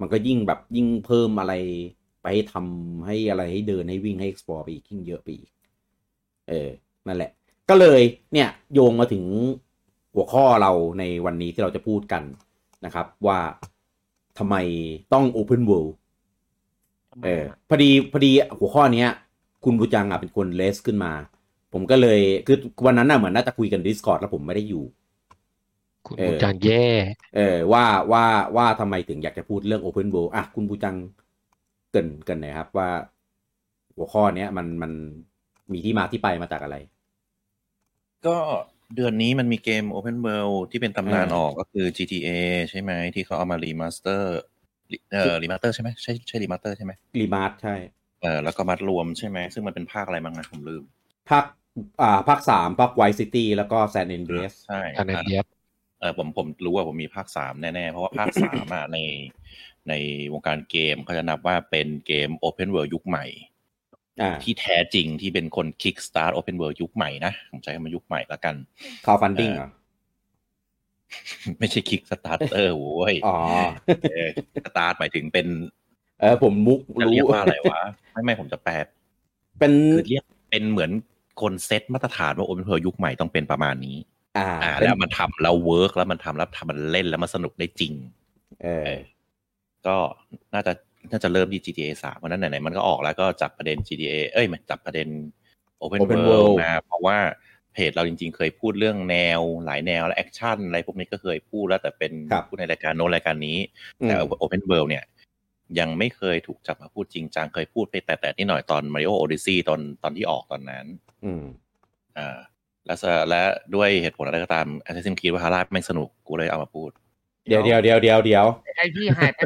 S1: มันก็ยิ่งแบบยิ่งเพิ่มอะไรไปให้ทำให้อะไรให้เดินให้วิ่งให้ explore ไปอีกยิ่งเยอะไปอีก เออ นั่นแหละ ก็เลยเนี่ยโยงมาถึงหัวข้อเราในวันนี้ที่เราจะพูดกันนะครับ ว่าทำไมต้อง Open World
S3: ทำไม
S1: เออ
S3: อะ
S1: พอดีพอดีหัวข้อเนี้ย คุณบูจังอ่ะเป็นคนเลสขึ้นมา ผมก็เลยคือวันนั้นน่ะเหมือนน่าจะคุยกัน Discord แล้วผมไม่ได้อยู่
S4: คุณ
S1: เออ
S4: บุญจังแย่
S1: เออว่าว่าว่าทำไมถึงอยากจะพูดเรื่อง Open World อ่ะคุณบูจังเกรินเกรินหน่อยครับว่า หัวข้อเนี้ยมันมันมีที่มาที่ไปมาจากอะไร
S2: ก็เดือนนี้มันมีเกม Open World ที่เป็นตำนาน
S1: เออ
S2: ออกก็คือ GTA ใช่ไหมที่เขาเอามารีมาสเตอร์เออรีมาสเตอร์ใช่ไหมใช่ใช่รีมาสเตอร์ใช่ไหม
S1: รีมาร์ทใช่
S2: เออแล้วก็มัดรวมใช่ไหมซึ่งมันเป็นภาคอะไรบ้างนะผมลืม
S1: ภาคอ่าภาคสามภาคไวซิตี้แล้วก็แซน d อนเดรส
S2: ใช่
S4: อันนั้น
S2: อ่ะ
S4: เดียบ
S2: เออผมผมรู้ว่าผมมีภาคสามแน่ ๆ เพราะว่าภาค สามอ่ะ ในในวงการเกมเขาจะนับว่าเป็นเกม Open World ยุคใหม่
S1: อ่า
S2: ที่แท้จริงที่เป็นคน Kickstart Open World ยุคใหม่นะ ผมใช้คำว่ายุคใหม่ละกัน
S1: คาวฟันดิ้งเหรอ
S2: ไม่ใช่ Kickstarter โว้ย
S1: อ๋อ
S2: เออ Kickstart หมายถึงเป็น
S1: เออผมมุก
S2: จะ
S1: รู้
S2: เรียกว่าอะไร วะ ไม่ไม่ผมจะแปล
S1: เป็น
S2: คือเรียกเป็นเหมือนคนเซตมาตรฐานว่า Open World ยุคใหม่ต้องเป็นประมาณนี้
S1: อ่า
S2: อ่า
S1: เป็น
S2: แล้วมันทำแล้วเวิร์กแล้วมันทำแล้วทำมันเล่นแล้วมันสนุกได้จริง
S1: เออ
S2: ก็น่าจะน่าจะเริ่มที่ GTA 3วันนั้นไหนๆมันก็ออกแล้วก็จับประเด็น GTA เอ้ยไม่จับประเด็น Open,
S1: Open
S2: World,
S1: World
S2: นะเพราะว่าเพจเราจริงๆเคยพูดเรื่องแนวหลายแนวและแอคชั่นอะไรพวกนี้ก็เคยพูดแล้วแต่เป็น
S1: ครับ
S2: พูดในรายการโน้นรายการนี้
S1: อืม
S2: แต่ Open World เนี่ย ยังไม่เคยถูกจับมาพูดจริงจังเคยพูดไปแต่แต่นิดหน่อยตอน Mario Odyssey ตอนตอนที่ออกตอนนั้น
S1: อืม
S2: อ่าและสและด้วยเหตุผลอะไรก็ตาม Assassin's Creed Valhalla แม่งสนุกกูเลยเอามาพูด
S1: เดี๋ยวเดี๋ยวเดี๋ยวเดี๋ยวเดี๋ยว
S3: ไอที่หายไป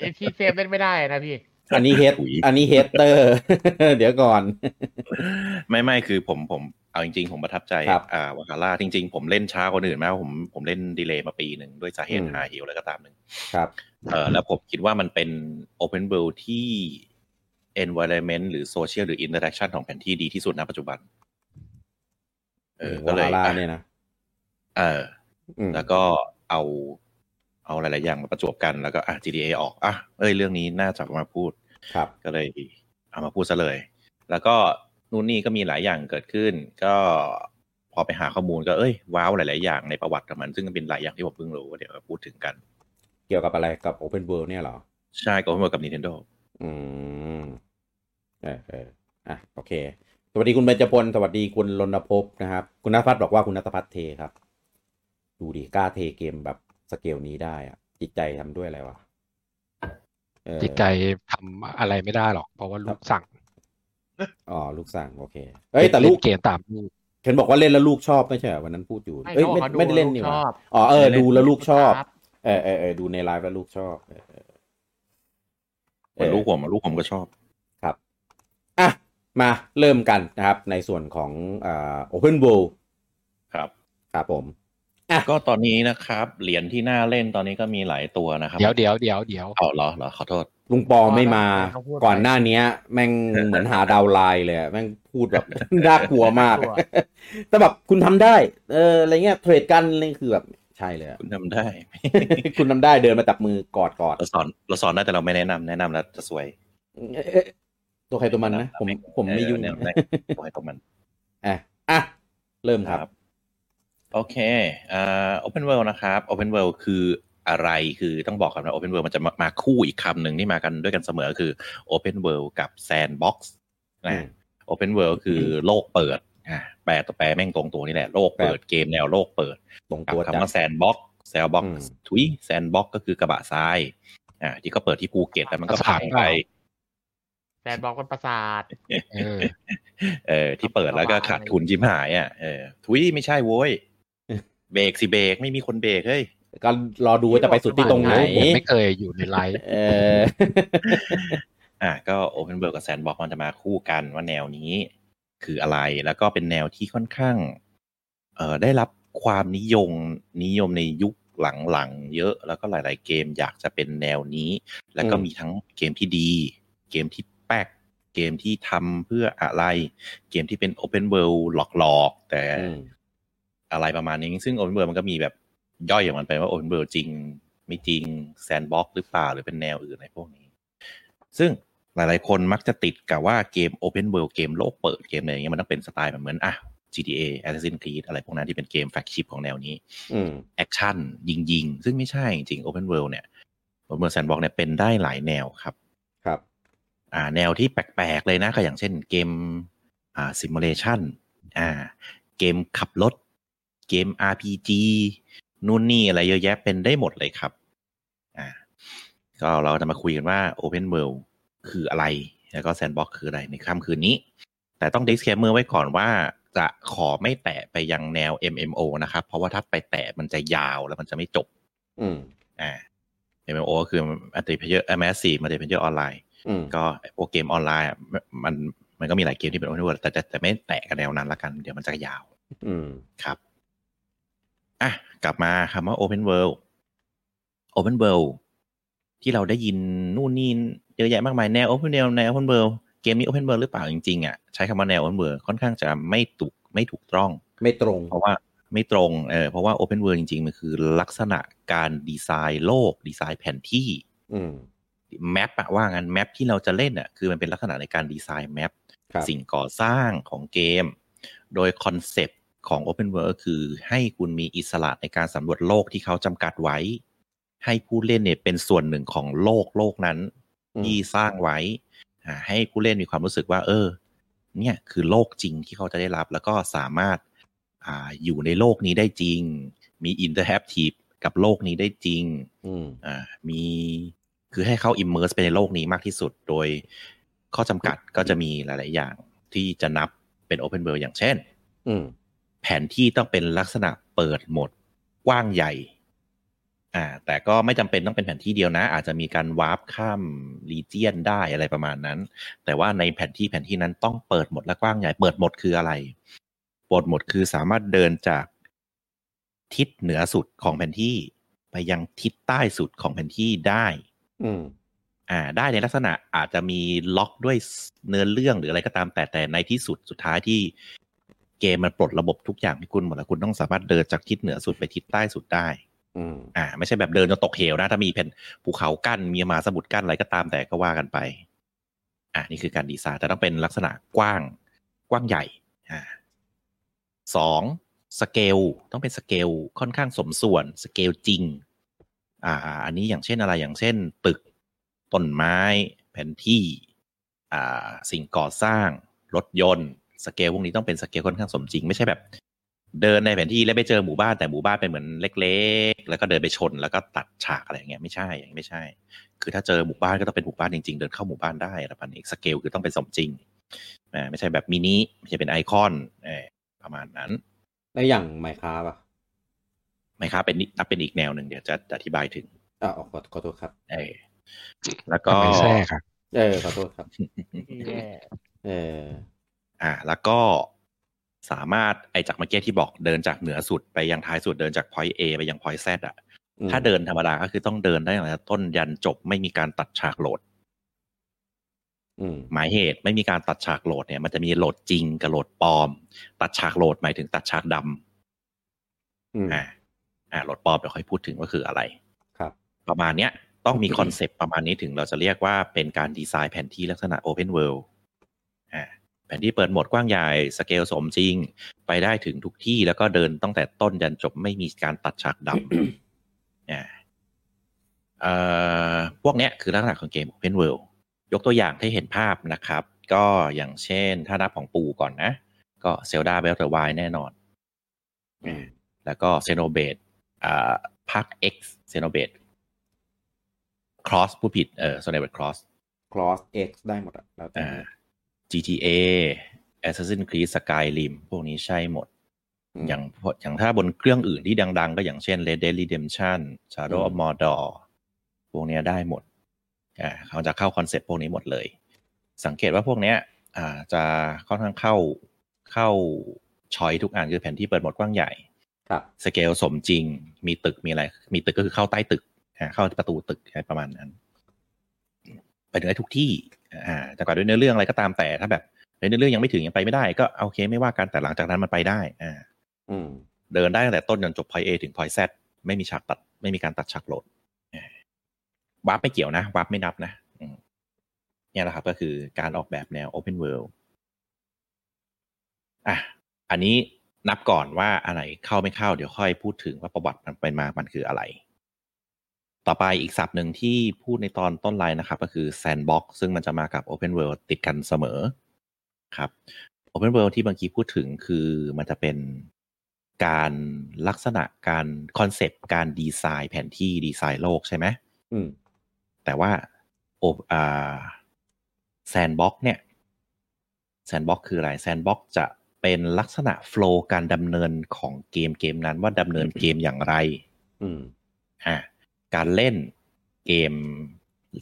S3: ไอที่เซฟเล่นไม่ได้นะพี่
S1: อันนี้เฮด
S2: อุ๊ย
S1: อันนี้เฮดเตอร์ เดี๋ยวก่อน
S2: ไม่ไม่คือผมผมเอาจริง ๆ ผมประทับใจ
S1: ครับ
S2: อ่าวาคาร่าจริง ๆ ผมเล่นช้ากว่าคนอื่นมากผมผมเล่นดีเลย์มาปีหนึ่งด้วยสาเห
S1: อื
S2: ตุ
S1: ม
S2: หาหิวแล้วก็ตามหนึ่ง
S1: ครับ
S2: เออแล้วผมคิดว่ามันเป็น Open World ที่ Environment หรือ Social หรือ Interaction ของแผนที่ดีที่สุดณปัจจุบันเออก็เลย
S1: ลา
S2: อ่ะ
S1: เนี่ยนะ
S2: เออ
S1: อืม
S2: แล้วก็เอาเอาหลาย ๆ อย่างมาประจวบกันแล้วก็อ่ะ GTA ออกอ่ะเอ้ยเรื่องนี้น่าจะมาพูด
S1: ครับ
S2: ก็เลยเอามาพูดซะเลย แล้วก็นู่นนี่ก็มีหลายอย่างเกิดขึ้น ก็พอไปหาข้อมูลก็เอ้ยว้าวหลาย ๆ อย่างในประวัติของมัน ซึ่งเป็นหลายอย่างที่ผมเพิ่งรู้เดี๋ยวมาพูดถึงกัน
S1: เกี่ยวกับอะไรกับ Open World เนี่ยเหรอ
S2: ใช่ก็เหมือนกับ Nintendo
S1: อืมเออเอออ่ะโอเค สวัสดีคุณเบญจพล สวัสดีคุณรณภพนะครับ คุณนัทพัฒน์บอกว่าคุณนัทพัฒน์เทครับ ดูดิกล้าเทเกมแบบสเกลนี้ได้อะจิตใจทำด้วยอะไรวะเออ
S4: จิตใจทำอะไรไม่ได้หรอก เพราะว่าลูกสั่ง
S1: อ๋อลูกสั่งโอเคเอ้ยแต่ลูก
S4: นเกมตามลูก
S1: เห็นบอกว่าเล่นแล้วลูกชอบไม่ใช่เหรอวันนั้นพูดอยู่
S3: ไม่
S1: เอ้ย
S3: เขา
S1: ไม่
S3: บอกเขา
S1: ไม่ได้เล่น
S3: ดู
S1: นี่
S3: แล้ว
S1: ห
S3: ช
S1: ว่า
S3: อบ
S1: อ๋อเออ
S2: ไม่ได้เล่น
S1: ดูแล้วลูกชอบ
S3: ครับ
S1: เออเออเออดูในไลฟ์แล้วลูกชอบเออเออ
S2: เหมือนลูกผมอะลูกผมก็ชอบ
S1: อ่ะ มาเริ่มกันนะครับ ในส่วนของเอ่อ Open World
S2: ครับ
S1: ครับผม
S2: ก็ตอนนี้นะครับ เหรียญที่น่าเล่นตอนนี้ก็มีหลายตัวนะครับ
S4: เดี๋ยวเดี๋ยวเดี๋ยวเดี๋ยว
S2: เอาเหรอเหรอขอโทษ
S1: ลุงปอไม่มา
S3: เขาพูดไป
S1: ก่อนหน้าเนี้ย แม่งเหมื อนหาดาวน์ไลน์เลยอะแม่งพูดแบบ น่ากลัวมาก แต่แบบคุณทำได้ เอออะไรเงี้ยเทรดกันอะไรคือแบบใช่เลยอะ
S2: คุณทำได้
S1: คุณทำได้เดินมาจับมือกอดกอด
S2: เราสอนเราสอนได้แต่เราไม่แนะนำแนะนำแล้วจะสวย
S1: เอ๊ะตัวใครตัวมันนะ ผมผมไม่ยุ่ง
S2: เนี่
S1: นะ
S2: ตวให้ตรงมัน
S1: อ่ะอ่ะเริ่มครับ
S2: โอเคอ่า open world นะครับ open world คืออะไร คือต้องบอกกันนะ open world มันจะมามาคู่อีกคำหนึ่งที่มากันด้วยกันเสมอคือ open world กับ sandbox นะ
S1: อืม
S2: open world คือโลกเปิดอ่ะแปลตัวแปลแม่งตรงตัวนี่แหละ โลกเปิดเกมแนวโลกเปิด
S1: ตรง
S2: กับ
S1: ตัวจัด
S2: คำว่าแซนบ็อกแซนบ็อก
S1: อืม
S2: ทุยแซนบ็อกก็คือกระบะทรายอ่าที่เขาเปิดที่ภูเก็ตแล้วมันก็ผ่านไป
S3: แฟนบอกกันประสาท
S4: เออ
S2: เออที่เปิดแล้วก็ขาดทุนจิมหายอ่ะเออทุยไม่ใช่โว้ยเบรกสิเบรกไม่มีคนเบรกเฮ้ย
S1: ก็รอดูว่าจะไปสุดที่ตรงไหน
S4: ผมไม่เคยอยู่ในไลฟ์
S1: เออ
S2: อ่ะก็ Open World กับ Sandbox มันจะมาคู่กันว่าแนวนี้คืออะไรแล้วก็เป็นแนวที่ค่อนข้างเอ่อได้รับความนิยมนิยมในยุคหลังๆ เยอะแล้วก็หลายๆเกมอยากจะเป็นแนวนี้ แล้วก็
S1: อืม
S2: มีทั้งเกมที่ดี เกมที่แป๊ก เกมที่ทำเพื่ออะไร เกมที่เป็น Open World หลอกๆ แต่
S1: อืม
S2: อะไรประมาณนี้ซึ่ง Open World มันก็มีแบบย่อยอย่างมันไปว่า Open World จริง ไม่จริง Sandbox หรือเปล่าหรือเป็นแนวอื่นอะไรพวกนี้ ซึ่งหลายๆ คนมักจะติดกับว่าเกม Open World เกมโลกเปิดเกมอะไรอย่างเงี้ยมันต้องเป็นสไตล์แบบเหมือนอ่ะ GTA Assassin's Creed อะไรพวกนั้นที่เป็นเกมแฟคชิพของแนวนี้
S1: อืม
S2: แอคชั่นยิงยิงๆ ซึ่งไม่ใช่จริง Open World เนี่ยบนเมืองแซนบ็อกเนี่ยเป็นได้หลายแนวครับ
S1: ครับ
S2: อ่าแนวที่แปลกๆ เลยนะก็อย่างเช่นเกมอ่าซิมูเลชันอ่าเกมขับรถ เกม RPG นู่นนี่อะไรเยอะแยะเป็นได้หมดเลยครับอ่าก็เราจะมาคุยกันว่า Open World คืออะไร แล้วก็ Sandbox คืออะไรในค่ำคืนนี้ แต่ต้อง disclaimer ไว้ก่อนว่าจะขอไม่แตะไปยังแนว MMO นะครับ เพราะว่าถ้าไปแตะมันจะยาวแล้วมันจะไม่จบ
S1: อืม
S2: อ่า MMO ก็คือ multiplayer massive multiplayer ออนไลน์
S1: อืม
S2: ก็พวกเกมออนไลน์อะมันมันก็มีหลายเกมที่เป็นโอเพนเวิลด์แต่แต่แต่ไม่แตะกันแนวนั้นละกันเดี๋ยวมันจะยาว
S1: อืม
S2: ครับอ่ะกลับมาคำว่า Open World Open World ที่เราได้ยินนู่นนี่เยอะแยะมากมายแนว Open แนวแนว Open World เกมนี้ Open World หรือเปล่าจริงๆอ่ะใช้คำว่าแนว Open World ค่อนข้างจะไม่ถูกไม่ถูกต้อง
S1: ไม่ตรง
S2: เพราะว่าไม่ตรงเออเพราะว่า Open World จริงๆ มันคือลักษณะการดีไซน์โลก ดีไซน์แผนที่
S1: อืม
S2: แมปอะว่างั้นแมปที่เราจะเล่นอะคือมันเป็นลักษณะในการดีไซน์แมป
S1: ครับ
S2: สิ่งก่อสร้างของเกม โดยคอนเซปต์ของ Open World ก็คือให้คุณมีอิสระในการสำรวจโลกที่เขาจำกัดไว้ ให้ผู้เล่นเนี่ยเป็นส่วนหนึ่งของโลกโลกนั้น ที่สร้างไว้อ่าให้ผู้เล่นมีความรู้สึกว่า เออ เนี่ยคือโลกจริงที่เขาจะได้รับ แล้วก็สามารถอ่าอยู่ในโลกนี้ได้จริง มีอินเตอร์แอคทีฟกับโลกนี้ได้จริง
S1: อืม
S2: อ่ามีคือให้เขาอิมเมอร์สไปในโลกนี้มากที่สุด โดยข้อจำกัดก็จะมีหลาย ๆ อย่างที่จะนับเป็น Open World อย่างเช่น
S1: อืม
S2: แผนที่ต้องเป็นลักษณะเปิดหมดกว้างใหญ่ อ่า แต่ก็ไม่จำเป็นต้องเป็นแผนที่เดียวนะ อาจจะมีการวาร์ปข้ามรีเจียนได้อะไรประมาณนั้น แต่ว่าในแผนที่แผนที่นั้นต้องเปิดหมดและกว้างใหญ่ เปิดหมดคืออะไร เปิดหมดคือสามารถเดินจากทิศเหนือสุดของแผนที่ ไปยังทิศใต้สุดของแผนที่ได้
S1: อืม
S2: อ่าได้ในลักษณะอาจจะมีล็อกด้วยเนื้อเรื่องหรืออะไรก็ตามแต่แต่ในที่สุดสุดท้ายที่เกมมันปลดระบบทุกอย่างให้คุณหมดแล้วคุณต้องสามารถเดินจากทิศเหนือสุดไปทิศใต้สุดได้
S1: อืม
S2: อ่า ไม่ใช่แบบเดินจนตกเหวนะ ถ้ามีเป็นภูเขากั้นมีมหาสมุทรกั้นอะไรก็ตามแต่ก็ว่ากันไป อ่านี่คือการดีไซน์แต่ต้องเป็นลักษณะกว้างกว้างใหญ่อ่าสองสเกลต้องเป็นสเกลค่อนข้างสมส่วนสเกลจริง อ่า อันนี้อย่างเช่นอะไรอย่างเช่น ตึกต้นไม้ แผนที่ อ่า สิ่งก่อสร้าง รถยนต์ สเกลพวกนี้ต้องเป็นสเกลค่อนข้างสมจริง ไม่ใช่แบบ เดินในแผนที่แล้วไปเจอหมู่บ้านแต่หมู่บ้านเป็นเหมือนเล็ก ๆ แล้วก็เดินไปชนแล้วก็ตัดฉากอะไรอย่างเงี้ยไม่ใช่อย่างนี้ไม่ใช่ คือถ้าเจอหมู่บ้านก็ต้องเป็นหมู่บ้านจริงๆ เดินเข้าหมู่บ้านได้อะไรประมาณนี้สเกลคือต้องเป็นสมจริงอ่าไม่ใช่แบบมินิไม่ใช่เป็นไอคอนเออประมาณนั้น
S1: แล้วอย่างไมค้าป่ะ
S2: ไหมครับเป็นนินับเป็นอีกแนวหนึ่งเดี๋ยวจะจะอธิบายถึง
S1: อ่ะอ๋อขอขอโทษครับ
S2: เออแล้วก็
S4: ไม่แทรกอะ
S1: เออขอโทษครับ
S3: แย่
S1: เออ
S2: อ่าแล้วก็สามารถไอจากเมื่อกี้ที่บอกเดินจากเหนือสุดไปยังท้ายสุดเดินจาก point A ไปยัง point Z อ่ะ
S1: อืม
S2: ถ้าเดินธรรมดาก็คือต้องเดินได้ตั้งแต่ต้นยันจบไม่มีการตัดฉากโหลด
S1: อืม
S2: หมายเหตุไม่มีการตัดฉากโหลดเนี่ยมันจะมีโหลดจริงกับโหลดปลอม ตัดฉากโหลดหมายถึงตัดฉากดำ
S1: อืม
S2: อ่าอ่าโหลดปลอมเดี๋ยวค่อยพูดถึงว่าคืออะไร
S1: ครับ
S2: ประมาณเนี้ยต้องมีคอนเซปต์ประมาณนี้ถึงเราจะเรียกว่าเป็นการดีไซน์แผนที่ลักษณะ Open World อ่าแผนที่เปิดโหมดกว้างใหญ่สเกลสมจริง ไปได้ถึงทุกที่แล้วก็เดินตั้งแต่ต้นยันจบไม่มีการตัดฉากดำ อ่าเอ่อพวกเนี้ยคือลักษณะของเกม Open World ยกตัวอย่างให้เห็นภาพนะครับ ก็อย่างเช่น ถ้านับของปู่ก่อนนะ ก็เซลดาเบลต์วายแน่นอน
S1: อืม
S2: แล้วก็เซโนเบดอ่าภาค X เซโนเบดครอสผู้ผิดเออโซเนเบดครอส
S1: cross x ได้หมดอะแล้วแต่
S2: อ่า GTA Assassin's Creed Skyrim พวกนี้ใช่หมด
S1: อืม
S2: อย่างพวกอย่างถ้าบนเครื่องอื่นที่ดังๆ ก็อย่างเช่น Red Dead Redemption Shadow of Mordor พวกเนี้ยได้หมดอ่าเขาจะเข้าคอนเซปต์พวกนี้หมดเลย สังเกตว่าพวกเนี้ยอ่าจะค่อนข้างเข้าเข้าชอยทุกอันคือแผนที่เปิดโหมดกว้างใหญ่
S1: ครับ
S2: สเกลสมจริง มีตึกมีอะไร มีตึกก็คือเข้าใต้ตึกอ่าเข้าประตูตึกอะไรประมาณนั้น ไปถึงได้ทุกที่ อ่าแต่กว่าด้วยเนื้อเรื่องอะไรก็ตามแต่ถ้าแบบเนื้อเรื่องยังไม่ถึงยังไปไม่ได้ก็โอเคไม่ว่ากันแต่หลังจากนั้นมันไปได้ อ่า
S1: อืม
S2: เดินได้ตั้งแต่ต้นจนจบ point A ถึง point Z ไม่มีฉากตัด ไม่มีการตัดฉากโหลดเอ่อวาร์ปไม่เกี่ยวนะวาร์ปไม่นับนะอืมเนี่ยแหละครับก็คือการออกแบบแนว Open World อ่ะอันนี้นับก่อนว่าอะไรเข้าไม่เข้า เดี๋ยวค่อยพูดถึงว่าประวัติมันเป็นมามันคืออะไร ต่อไปอีกศัพท์หนึ่งที่พูดในตอนต้นไลน์นะครับ ก็คือ Sandbox ซึ่งมันจะมากับ Open World ติดกันเสมอครับ Open World ที่บางทีพูดถึงคือมันจะเป็นการลักษณะการคอนเซปต์การดีไซน์แผนที่ดีไซน์โลกใช่ไหม
S1: อืม
S2: แต่ว่าโอบอ่าแซนบ็อกเนี่ยแซนบ็อกคืออะไรแซนบ็อกจะเป็นลักษณะโฟล์การดำเนินของเกมเกมนั้นว่าดำเนินเกมอย่างไร
S1: อืม
S2: อ่ะการเล่นเกม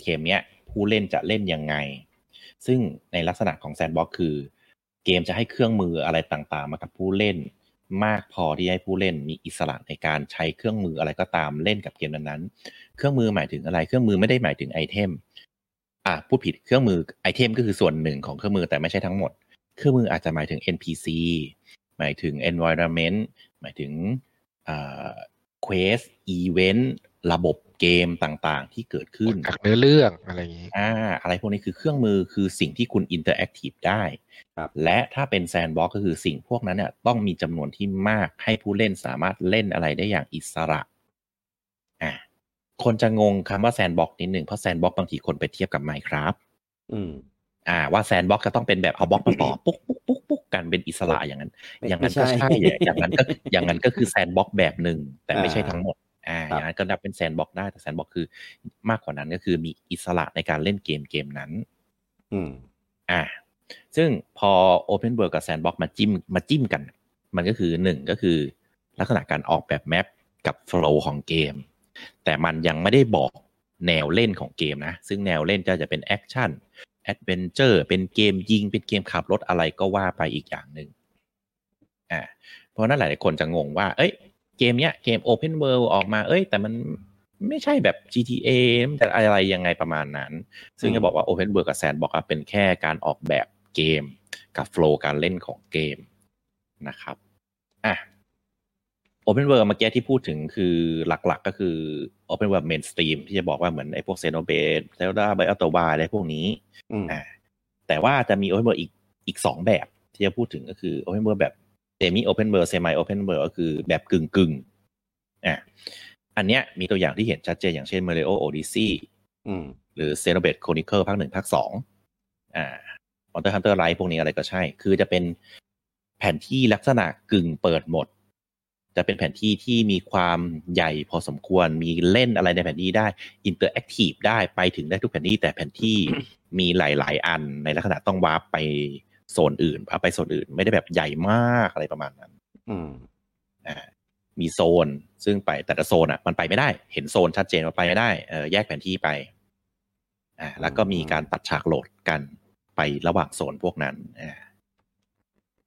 S2: เกมเนี้ยผู้เล่นจะเล่นยังไง ซึ่งในลักษณะของแซนบ็อกคือ เกมจะให้เครื่องมืออะไรต่างๆ มากับผู้เล่น มากพอที่ให้ผู้เล่นมีอิสระในการใช้เครื่องมืออะไรก็ตามเล่นกับเกมนั้นๆ เครื่องมือหมายถึงอะไร เครื่องมือไม่ได้หมายถึงไอเทมอ่ะพูดผิดเครื่องมือไอเทมก็คือส่วนหนึ่งของเครื่องมือแต่ไม่ใช่ทั้งหมด เครื่องมืออาจจะหมายถึง NPC หมายถึง environment หมายถึง เควสอีเวนต์ระบบเกมต่างๆ ที่เกิดขึ้น
S4: จากเนื้อเรื่องอะไรอย่างงี้
S2: อ่า อะไรพวกนี้คือเครื่องมือคือสิ่งที่คุณอินเตอร์แอคทีฟได้
S1: ครับ
S2: และถ้าเป็นแซนบ็อกก็คือสิ่งพวกนั้นเนี่ยต้องมีจำนวนที่มากให้ผู้เล่นสามารถเล่นอะไรได้อย่างอิสระอ่าคนจะงงคำว่าแซนบ็อกนิดหนึ่งเพราะแซนบ็อกบางทีคนไปเทียบกับ Minecraft
S1: อืม
S2: อ่าว่าแซนบ็อกจะต้องเป็นแบบเอาบล็อกมาต่อปุ๊กปุ๊กปุ๊กปุ๊กกันเป็นอิสระอย่างนั้น
S1: ไม่
S2: อย่างนั้นก็
S1: ไม่ใช่
S2: ใช่อย่างนั้นก็อย่างนั้นก็คือแซนบ็อกแบบหนึ่งแต่ไม่ใช่
S1: อ่า
S2: ทั้งหมด อ่า
S1: ครั
S2: อบ ย่างนั้นก็นับเป็นแซนบ็อกได้แต่แซนบ็อกคือมากกว่านั้นก็คือมีอิสระในการเล่นเกมเกมนั้น
S1: อืม
S2: อ่า ซึ่งพอ Open World กับ Sandbox มาจิ้มมาจิ้มกัน มันก็คือหนึ่งก็คือ ลักษณะการออกแบบแมปกับโฟล์ของเกม แต่มันยังไม่ได้บอกแนวเล่นของเกมนะ ซึ่งแนวเล่นก็จะเป็นแอคชั่นแอดเวนเจอร์เป็นเกมยิง เป็นเกมขับรถอะไรก็ว่าไปอีกอย่างหนึ่งอ่าเพราะฉะนั้นหลาย ๆ คนจะงงว่า เอ้ย เกมเนี้ยเกม Open World ออกมา เอ้ย แต่มันไม่ใช่แบบ GTA มันจะอะไรยังไงประมาณนั้น ซึ่งจะบอกว่า Open World กับ Sandbox อะเป็นแค่การออกแบบเกมกับโฟล์การเล่นของเกมนะครับอ่ะ Open World เมื่อกี้ที่พูดถึงคือหลักๆก็คือ Open World Mainstream ที่จะบอกว่าเหมือนไอ้พวก x e n o b a t e Zelda b i o t o w a อะไรพวกนี้
S1: อืม
S2: อ่าแต่ว่าจะมี Open World อีกอีกสองแบบที่จะพูดถึงก็คือ Open World แบบ Semi Open World Semi Open World ก็คือแบบกึ่งกึ่งๆอ่ะอันเนี้ยมีตัวอย่างที่เห็นชัดเจนอย่างเช่น Mario Odyssey
S1: อืม
S2: หรือ c e n o b a t e Chronicle ภาคหนึ่งภาคสองอ่า Monster Hunter Rise พวกนี้อะไรก็ใช่ คือจะเป็นแผนที่ลักษณะกึ่งเปิดหมด จะเป็นแผนที่ที่มีความใหญ่พอสมควร มีเล่นอะไรในแผนที่ได้ อินเตอร์แอคทีฟได้ ไปถึงได้ทุกแผนที่ แต่แผนที่ มีหลาย ๆ อันในลักษณะต้องวาร์ปไปโซนอื่นวาร์ปไปโซนอื่น ไม่ได้แบบใหญ่มากอะไรประมาณนั้น
S1: อืม
S2: อ่ามีโซนซึ่งไปแต่ละโซนอ่ะมันไปไม่ได้ เห็นโซนชัดเจนว่าไปไม่ได้เออแยกแผนที่ไปอ่าแล้วก็มีการตัดฉากโหลดกันไป ไประหว่างโซนพวกนั้นอ่า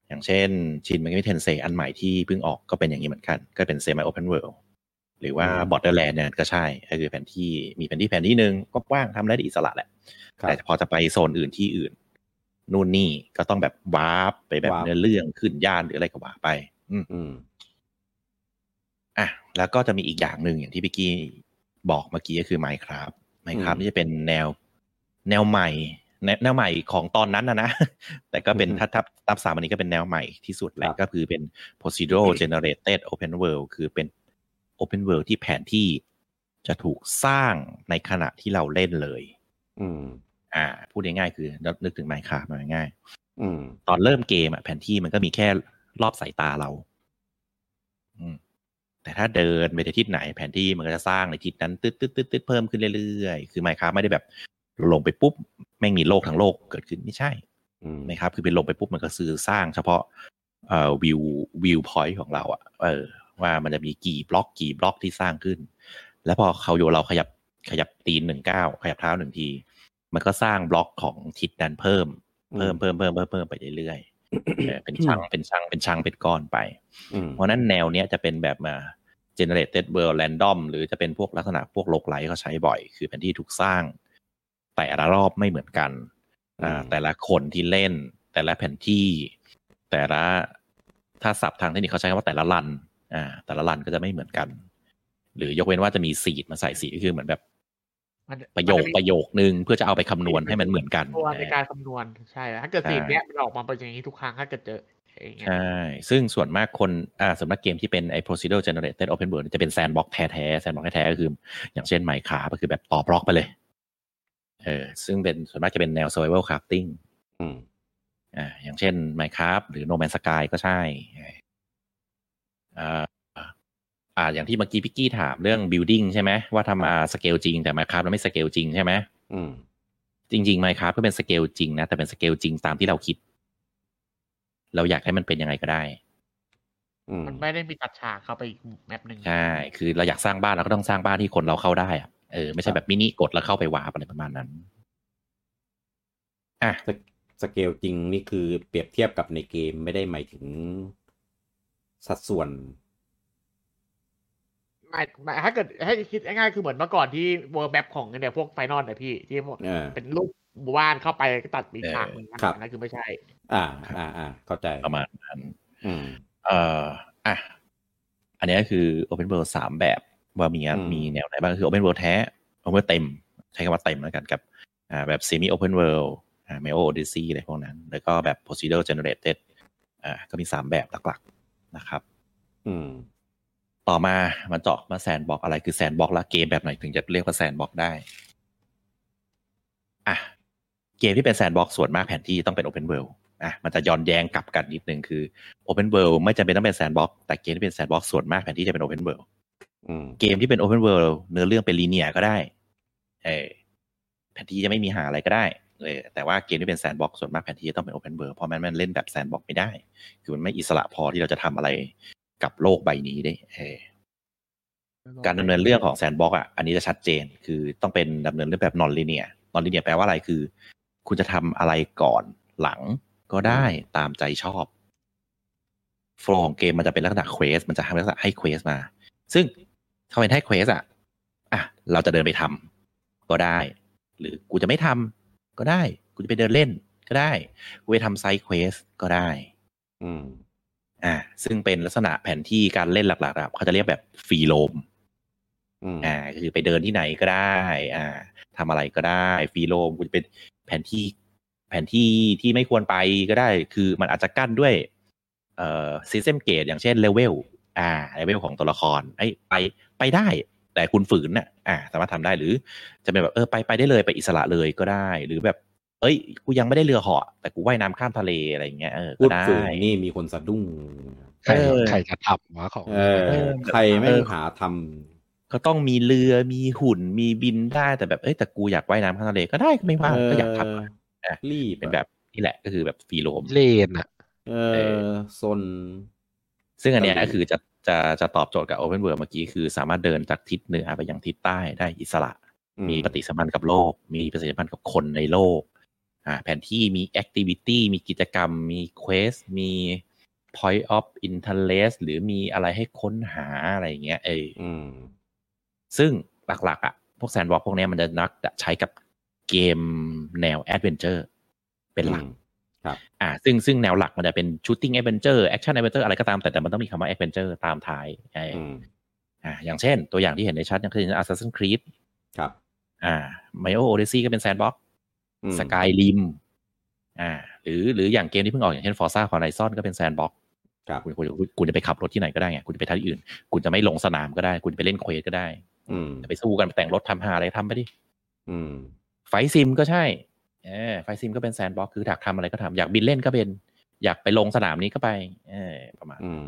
S2: อย่างเช่นชินมันก็มีเทนเซอันใหม่ที่เพิ่งออกก็เป็นอย่างนี้เหมือนกัน ก็เป็นเซมิโอเพนเวิลด์หรือว่า
S1: อืม
S2: บอ r เดอร์แลนด์เนี่ยก็ใช่ก็คือแผนที่มีแผนที่แผนที่หนึ่งก็กว้างทำได้อิสระแหละ
S1: ครับ
S2: แต่พอจะไปโซนอื่นที่อื่น นู่นนี่ก็ต้องแบบวาร์ปไปแบบ
S1: วาร์ป
S2: เนื้อเรื่องขึ้นย่านหรืออะไรก็ว่าไป อืม
S1: อืม
S2: อ่ะแล้วก็จะมีอีกอย่างหนึ่งอย่างที่พี่กี้บอกเมื่อกี้ก็คือ Minecraft Minecraft
S1: อืม
S2: นี่จะเป็นแนวแนวใหม่ แนวแนวใหม่ของตอนนั้นนะนะ แต่ก็เป็น
S1: อืม
S2: ถ้าทับทับสามอันนี้ก็เป็นแนวใหม่ที่สุด
S1: ค
S2: แหละ
S1: รับ
S2: ก็คือเป็น procedural generated open world คือเป็น open world ที่แผนที่จะถูกสร้างในขณะที่เราเล่นเลย
S1: อืม
S2: อ่า พูดง่ายๆคือนึกถึง Minecraft มาง่ายๆ
S1: อืม
S2: ตอนเริ่มเกมอะแผนที่มันก็มีแค่รอบสายตาเรา อืม แต่ถ้าเดินไปในทิศไหนแผนที่มันก็จะสร้างในทิศนั้น ตึ๊ดตึ๊ดตึ๊ดตึ๊ดเพิ่มขึ้นเรื่อยๆ คือไมค้าไม่ได้แบบ ลงไปปุ๊บ แม่งมีโลกทั้งโลกเกิดขึ้นไม่ใช่
S1: อืม
S2: นะครับ คือเป็นลงไปปุ๊บมันก็ซื้อสร้างเฉพาะเอ่อวิววิวพอยต์ของเราอะเออ ว่ามันจะมีกี่บล็อกกี่บล็อกที่สร้างขึ้น แล้วพอเขาโยนเราขยับขยับตีนหนึ่งก้าวขยับเท้าหนึ่งที มันก็สร้างบล็อกของทิศนั้นเพิ่ม เพิ่มเพิ่มเพิ่มเพิ่มเพิ่มไปเรื่อยๆเออเป็นช่างเป็นช่างเป็นช่างเป็นก้อนไป
S1: อืม
S2: เพราะฉะนั้นแนวเนี้ยจะเป็นแบบมา generated world random หรือจะเป็นพวกลักษณะพวกโลกไลท์เขาใช้บ่อย คือเป็นที่ถูกสร้าง แต่ละรอบไม่เหมือนกันอ่าแต่ละคนที่เล่น แต่ละแผนที่ แต่ละถ้าศัพท์ทางเทคนิคเขาใช้คำว่าแต่ละรันอ่าแต่ละรันก็จะไม่เหมือนกัน หรือยกเว้นว่าจะมีสีดมาใส่สีดก็คือเหมือนแบบ
S3: มัน
S2: ประโยค
S3: มันจมี
S2: ประโยคนึงเพื่อจะเอาไปคำนวณให้มันเหมือนกัน
S3: ตัวในการคำนวณใช่ถ้าเกิดสีเนี้ยมันออกมาเป็นอย่างนี้ทุกครั้งถ้าเกิดเจออย่างเงี้ย
S2: ใช่ ซึ่งส่วนมากคน อ่าส่วนมากเกมที่เป็นไอ้ procedural generated open world เนี่ยจะเป็น sandbox แท้ๆ sandbox แท้ๆ ก็คือ อย่างเช่น Minecraft ก็คือแบบต่อบล็อกไปเลย เออ ซึ่งเป็นส่วนมากจะเป็นแนว survival crafting
S1: อืม
S2: อ่า อย่างเช่น Minecraft หรือ No Man's Sky ก็ใช่ อ่า อ่า อย่างที่เมื่อกี้พี่กี้ถามเรื่อง building ใช่ไหม ว่าทำมาสเกลจริงแต่ Minecraft มันไม่สเกลจริงใช่ไหม
S1: อืม
S2: จริง ๆ Minecraft ก็เป็นสเกลจริงนะ แต่เป็นสเกลจริงตามที่เราคิด เราอยากให้มันเป็นยังไงก็ได้
S1: อืม
S3: มันไม่ได้มีตัดฉากเข้าไปอีกแมปหนึ่ง
S2: ใช่ คือเราอยากสร้างบ้านเราก็ต้องสร้างบ้านที่คนเราเข้าได้อะเออ ไม่ใช่แบบมินิกดแล้วเข้าไปวาร์ปอะไรประมาณนั้น อ่ะ
S1: สเกสเกลจริงนี่คือเปรียบเทียบกับในเกมไม่ได้หมายถึง สัดส่วน
S3: ไม่ไม่ถ้าเกิดให้คิดง่ายๆคือเหมือนเมื่อก่อนที่เวอร์แมปของเนี่ยพวกไฟนอลเนี่ยพี่ที่พวก
S1: เออ
S3: เป็นรูปหมู่บ้านเข้าไปก็ตัดอีกฉากหนึ่ง
S1: ครับ
S3: อันนั่นคือไม่ใช่
S1: อ่า อ่าอ่าเข้าใจ
S2: ประมาณนั้น
S1: อืม
S2: เอ่อ อ่ะ อันนี้ก็คือ Open World สามแบบ ว่ามีอะ
S1: อืม
S2: มีแนวไหนบ้างก็คือ Open World แท้ Open World เต็ม ใช้คำว่าเต็มแล้วกันกับ อ่า แบบ Semi Open World อ่า Mario Odyssey อะไรพวกนั้น แล้วก็แบบ Procedural Generated อ่า ก็มีสามแบบหลักๆ นะครับ
S1: อืม
S2: ต่อมามันเจาะมาแซนบอกอะไรคือแซนบอกและเกมแบบไหนถึงจะเรียกว่าแซนบอกได้ อ่ะ เกมที่เป็นแซนบอกส่วนมากแผนที่ต้องเป็นโอเพนเวิลด์อ่ะมันจะย้อนแย้งกลับกันนิดนึงคือโอเพนเวิลด์ไม่จำเป็นต้องเป็นแซนบอกแต่เกมที่เป็นแซนบอกส่วนมากแผนที่จะเป็นโอเพนเวิลด์
S1: อืม
S2: เกมที่เป็นโอเพนเวิลด์เนื้อเรื่องเป็นลีเนียก็ได้เออแผนที่จะไม่มีหาอะไรก็ได้เออแต่ว่าเกมที่เป็นแซนบอกส่วนมากแผนที่จะต้องเป็นโอเพนเวิลด์เพราะมันมันเล่นแบบแซนบอกไม่ได้ คือมันไม่อิสระพอที่เราจะทำอะไรกับโลกใบนี้ได้เออ การดำเนินเรื่องของแซนบ็อกอ่ะ อันนี้จะชัดเจน คือต้องเป็นดำเนินเรื่องแบบนอนล i เนียนอนล i เนียแปลว่าอะไรคือ คุณจะทำอะไรก่อนหลังก็ได้ตามใจชอบโฟล์ของเกมมันจะเป็นลักษณะเควส มันจะทำลักษณะให้เควสมา ซึ่งถ้าเป็นให้เควสอ่ะ อ่ะ เราจะเดินไปทำก็ได้ หรือกูจะไม่ทำก็ได้ กูจะไปเดินเล่นก็ได้ กูไปทำไซด์เควสก็ได้
S1: อืม
S2: อ่า ซึ่งเป็นลักษณะแผนที่การเล่นหลักๆอะเขาจะเรียกแบบฟรีโลม
S1: อืม
S2: อ่าก็คือไปเดินที่ไหนก็ได้ อ่าทำอะไรก็ได้ฟรีโลมมันเป็นแผนที่แผนที่ที่ไม่ควรไปก็ได้ คือมันอาจจะกั้นด้วยเอ่อซิสเต็มเกตอย่างเช่นเลเวลอ่าเลเวลของตัวละครไอ้ยไปไปได้ แต่คุณฝืนน่ะอ่า สามารถทำได้หรือจะเป็นแบบเออไปไปได้เลยไปอิสระเลยก็ได้ หรือแบบ เอ้ย กูยังไม่ได้เรือเหาะแต่กูว่ายน้ำข้ามทะเลอะไรอย่างเงี้ยเออ
S1: พู
S2: ก็
S1: ด
S2: ได้
S1: ถึงนี่มีคนสะดุ้ง
S4: ใคร
S2: เออ
S4: ใครจะทำวะของ
S1: เออ ใครไม่งหาท
S2: ก็ต้องมีเรือมีหุ่นมีบินได้แต่แบบเอ้ยแต่กูอยากว่ายน้ำข้ามทะเลก็ได้ก็ไม่
S1: ำ
S2: ว่า
S1: เ
S2: ก็อยากทำ
S1: รีบ
S2: เป็นแบบนี่แหละก็คือแบบฟรีโรม
S4: เลนอ่ะ
S1: เอ
S2: เอ
S1: อ
S2: อ
S1: ซน
S2: ซึ่งอันเนี้ย
S1: เกาหลี
S2: ก็คือจะจะจะตอบโจทย์กับ Open World เมื่อกี้คือสามารถเดินจากทิศเหนือไปยังทิศใต้ได้อิสระ
S1: อื
S2: มีปฏิสัมพันธ์กับโลก มีปฏิสัมพันธ์กับคนในโลก อ่าแผนที่มี Activity มีกิจกรรม มี Quest มี Point of Interest หรือมีอะไรให้ค้นหาอะไรอย่างเงี้ยเออ
S1: อืม
S2: ซึ่งหลักๆ อ่ะ พวกแซนด์บ็อกซ์พวกเนี้ยมันจะนักจะใช้กับเกมแนวแอดเวนเจอร์เป็นหลัก
S1: อืมครับ
S2: อ่า ซึ่งซึ่งแนวหลักมันจะเป็นชูตติ้งแอดเวนเจอร์แอคชั่นแอดเวนเจอร์อะไรก็ตามแต่แต่มันต้องมีคำว่าแอดเวนเจอร์ตามท้ายไอ้
S1: อืม
S2: อ่าอย่างเช่น ตัวอย่างที่เห็นในชัดอย่างเช่น Assassin's Creed
S1: ครับ
S2: อ่า Mario Odyssey ก็เป็นแซนด์บ็อกซ์
S1: อืม
S2: สกายริมอ่า หรือหรืออย่างเกมที่เพิ่งออกอย่างเช่น Forza Horizon ก็เป็นแซนด์บ็อกซ์
S1: ครับ
S2: คุณคุณคุณคุณจะไปขับรถที่ไหนก็ได้ไงคุณจะไปทางที่อื่น คุณจะไม่ลงสนามก็ได้ คุณจะไปเล่นเควสก็ได้
S1: อืม
S2: จะไปสู้กันไปแต่งรถทำหาอะไรทำไปดิ
S1: อืม
S2: ไฟท์ซิมก็ใช่เออไฟท์ซิมก็เป็นแซนด์บ็อกซ์คืออยากทำอะไรก็ทำอยากบินเล่นก็เป็น อยากไปลงสนามนี้ก็ไปเออประมาณ
S1: อืม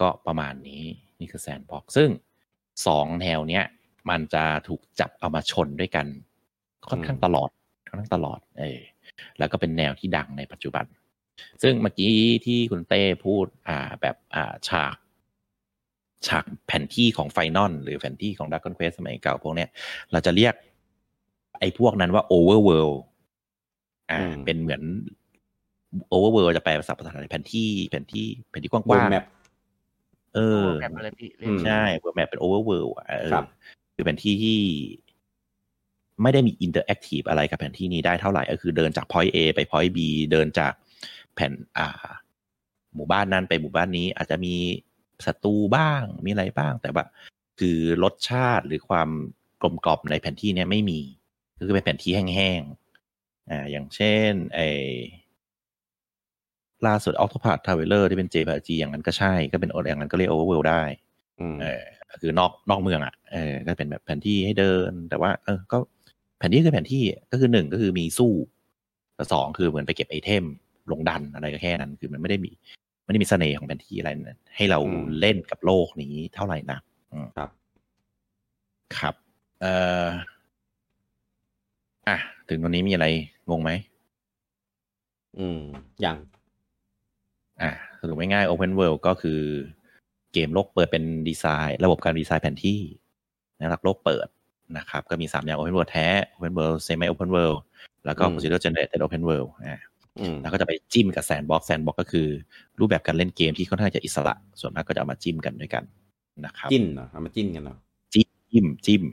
S2: ก็ประมาณนี้นี่คือแซนด์บ็อกซ์ซึ่งสองแนวเนี้ย มันจะถูกจับเอามาชนด้วยกัน ค่อนข้างตลอดค่อนข้างตลอดเออแล้วก็เป็นแนวที่ดังในปัจจุบัน ซึ่งเมื่อกี้ที่คุณเต้พูด อ่าแบบอ่าฉาก ฉากแผนที่ของไฟนอลหรือแผนที่ของดักคอนเควสสมัยเก่าพวกเนี้ย เราจะเรียกไอ้พวกนั้นว่าโอเวอร์เวลอ่า เป็นเหมือนโอเวอร์เวลจะแปลภาษาภาษาไทยแผนที่แผนที่แผนที่
S1: บ
S2: ก
S1: น
S2: ว้าง
S1: แมป
S2: ๆเออ
S3: แบบอะไรพี่เรีย
S1: อื
S3: ก
S1: ม
S2: ใช่เวิร์แมปเป็นโอเวอร์เวิลด์
S1: ครับ
S2: คือเป็นที่ที่ ไม่ได้มีอินเตอร์แอคทีฟอะไรกับแผนที่นี้ได้เท่าไหร่ก็คือเดินจาก point A ไป point B เดินจากแผ่นอ่า หมู่บ้านนั้นไปหมู่บ้านนี้ อาจจะมีศัตรูบ้างมีอะไรบ้าง แต่ว่าคือรสชาติหรือความกลมกล่อมในแผนที่เนี่ยไม่มี ก็คือเป็นแผนที่แห้งๆอ่าอย่างเช่นไอล่าสุดออ t ต p a า h ท r เวลเลอร์ที่เป็น JPG อย่างนั้นก็ใช่ก็เป็นอย่างนั้นก็เรียกโอเวอร์เวลได้
S1: อืม
S2: เออคือนอกนอกเมืองอ่ะเออก็เป็นแบบแผนที่ให้เดิน แต่ว่า เออ ก็แผนที่คือแผนที่ก็คือหนึ่งก็คือมีสู้แล้วสองคือเหมือนไปเก็บไอเทมลงดันอะไรก็แค่นั้น คือมันไม่ได้มีไม่ได้มีเสน่ห์ของแผนที่อะไรนะให้เราเล่นกับโลกนี้เท่าไหร่นะอืม
S1: ครับ
S2: ครับ เอ่ออ่ะถึงตรงนี้มีอะไรงงไหม
S1: อืมอย่าง
S2: อ่ะสรุปง่ายๆ Open World ก็คือเกมโลกเปิดเป็นดีไซน์ ระบบการดีไซน์แผนที่นะหลักโลกเปิดนะครับ ก็มี 3 อย่าง Open World แท้ Open World Semi Open World แล้วก็
S1: อืม
S2: Procedural Generated Open World อ่ะ
S1: อืม
S2: แล้วก็จะไปจิ้มกับ Sandbox Sandbox ก็คือรูปแบบการเล่นเกมที่ค่อนข้างจะอิสระ ส่วนมากก็จะเอามาจิ้มกันด้วยกันนะครับ
S1: จิ้นเหรอเอามาจิ้นกันเหรอ
S2: จิ้มจิ้ม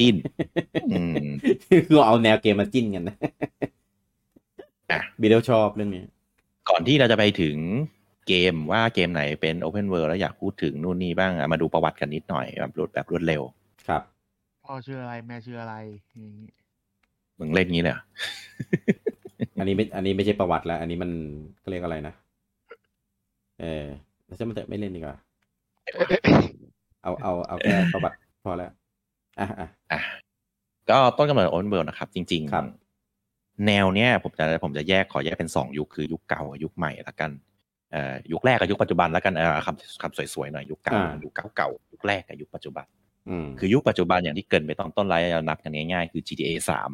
S2: จิ้น อืม
S1: คือเอาแนวเกมมาจิ้นกันนะ
S2: อ่ะ
S1: บีเดลชอบเรื่องนี้
S2: ก่อนที่เราจะไปถึงเกมว่าเกมไหนเป็น Open World แล้วอยากพูดถึงนู่นนี่บ้างอ่ะมาดูประวัติกันนิดหน่อยแบบรวดแบบรวดเร็ว
S1: ครับ
S3: พ่อชื่ออะไรแม่ชื่ออะไรอย่างงี้
S2: มึงเล่นงี้เลยเหรอ
S1: อันนี้ไม่ อันนี้ไม่ใช่ประวัติแล้ว อันนี้มันเขาเรียกอะไรนะ เออแล้วจะไม่ไม่เล่นดีกว่า เอาเอาเอาแค่ประวัติพอแล้ว อ่ะอ่ะ
S2: อ่ะก็ต้นกำเนิดโอเ n นเวิลด์นะครับ จริง
S1: ครับ
S2: แนวเนี้ยผมจะผมจะแยกขอแยกเป็นสองยุคคือยุคเก่ากับยุคใหม่ละกันเอ่อยุคแรกกับยุคปัจจุบันละกันเอ่อคำคำสวยๆหน่อยยุคเก่ายุคเก่าๆยุคแรกกับยุคปัจจุบัน
S1: อืม
S2: คือยุคปัจจุบันอย่างที่เกรินไปตอนต้นไลฟ์เรานับกันง่ายๆคือ GTA สาม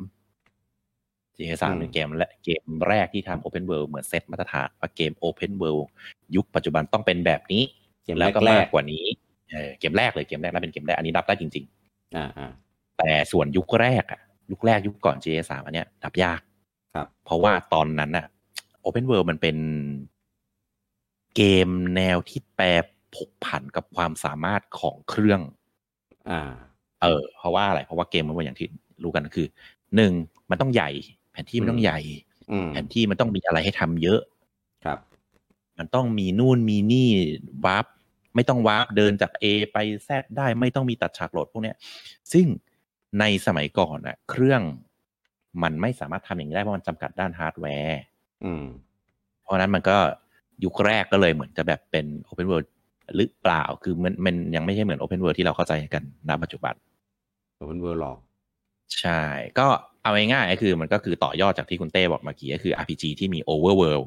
S2: GTA สาม
S1: อืม
S2: เป็นเกมและเกมแรกที่ทำ Open World เหมือนเซตมาตรฐานว่าเกม Open World ยุคปัจจุบันต้องเป็นแบบนี้
S1: เกม
S2: แล้วก็
S1: แร
S2: มาก
S1: ก
S2: กว่านี้เออเกมแรกเลยเกมแรกแล้วเป็นเกมแรกอันนี้นับได้จริง ๆ
S1: ๆอ่าอ่า
S2: แต่ส่วนยุคแรกอะยุคแรกยุคก่อน GTA 3อันเนี้ยดับยาก
S1: ครับ
S2: เพราะว่าตอนนั้นอะ Open World มันเป็นเกมแนวที่แปรผกผันกับความสามารถของเครื่อง
S1: อ่า
S2: เออ เพราะว่าอะไร เพราะว่าเกมมันเป็นอย่างที่รู้กันคือหนึ่งมันต้องใหญ่ แผนที่มันต้องใหญ่
S1: อืม
S2: แผนที่มันต้องมีอะไรให้ทำเยอะ
S1: ครับ
S2: มันต้องมีนู่นมีนี่วาร์ปไม่ต้องวาร์ปเดินจาก A ไป Z ได้ไม่ต้องมีตัดฉากโหลดพวกเนี้ย ซึ่งในสมัยก่อนอะเครื่องมันไม่สามารถทำอย่างนี้ได้เพราะมันจำกัดด้านฮาร์ดแวร์
S1: อืม
S2: เพราะฉะนั้นมันก็ยุคแรกก็เลยเหมือนจะแบบเป็น Open World หรือเปล่าคือมันมันยังไม่ใช่เหมือน Open World ที่เราเข้าใจกันณปัจจุบัน
S1: โอเปนเวิร์หลอก
S2: ใช่ ก็เอาง่ายๆก็คือมันก็คือต่อยอดจากที่คุณเต้บอกเมื่อกี้ก็คือ RPG ที่มี Overworld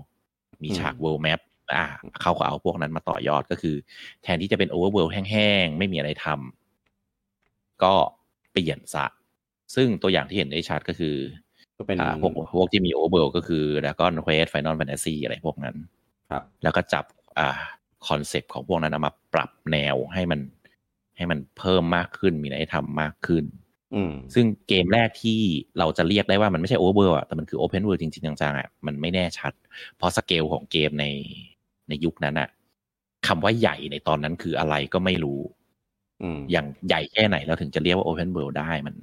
S2: มีฉาก
S1: อืม
S2: World Map อ่าเขาก็เอาพวกนั้นมาต่อยอดก็คือ แทนที่จะเป็น Overworld แห้งๆ ไม่มีอะไรทำก็เปลี่ยนซะ ซึ่งตัวอย่างที่เห็นได้ชัดก็คือ
S1: ก็เป็น
S2: อ่าพวกพวกที่มี Overworld ก็คือ Dragon Quest Final Fantasy อะไรพวกนั้น
S1: ครับ
S2: แล้วก็จับอ่าคอนเซปต์ของพวกนั้นเอามาปรับแนวให้มันให้มันเพิ่มมากขึ้นมีอะไรให้ทำมากขึ้น
S1: อืม
S2: ซึ่งเกมแรกที่เราจะเรียกได้ว่ามันไม่ใช่โอเวอร์อะแต่มันคือโอเพนเวิร์จริงๆจังๆอะมันไม่แน่ชัด เพราะสเกลของเกมในในยุคนั้นอะคำว่าใหญ่ในตอนนั้นคืออะไรก็ไม่รู้
S1: อืม
S2: อย่างใหญ่แค่ไหนเราถึงจะเรียกว่า Open World ได้มัน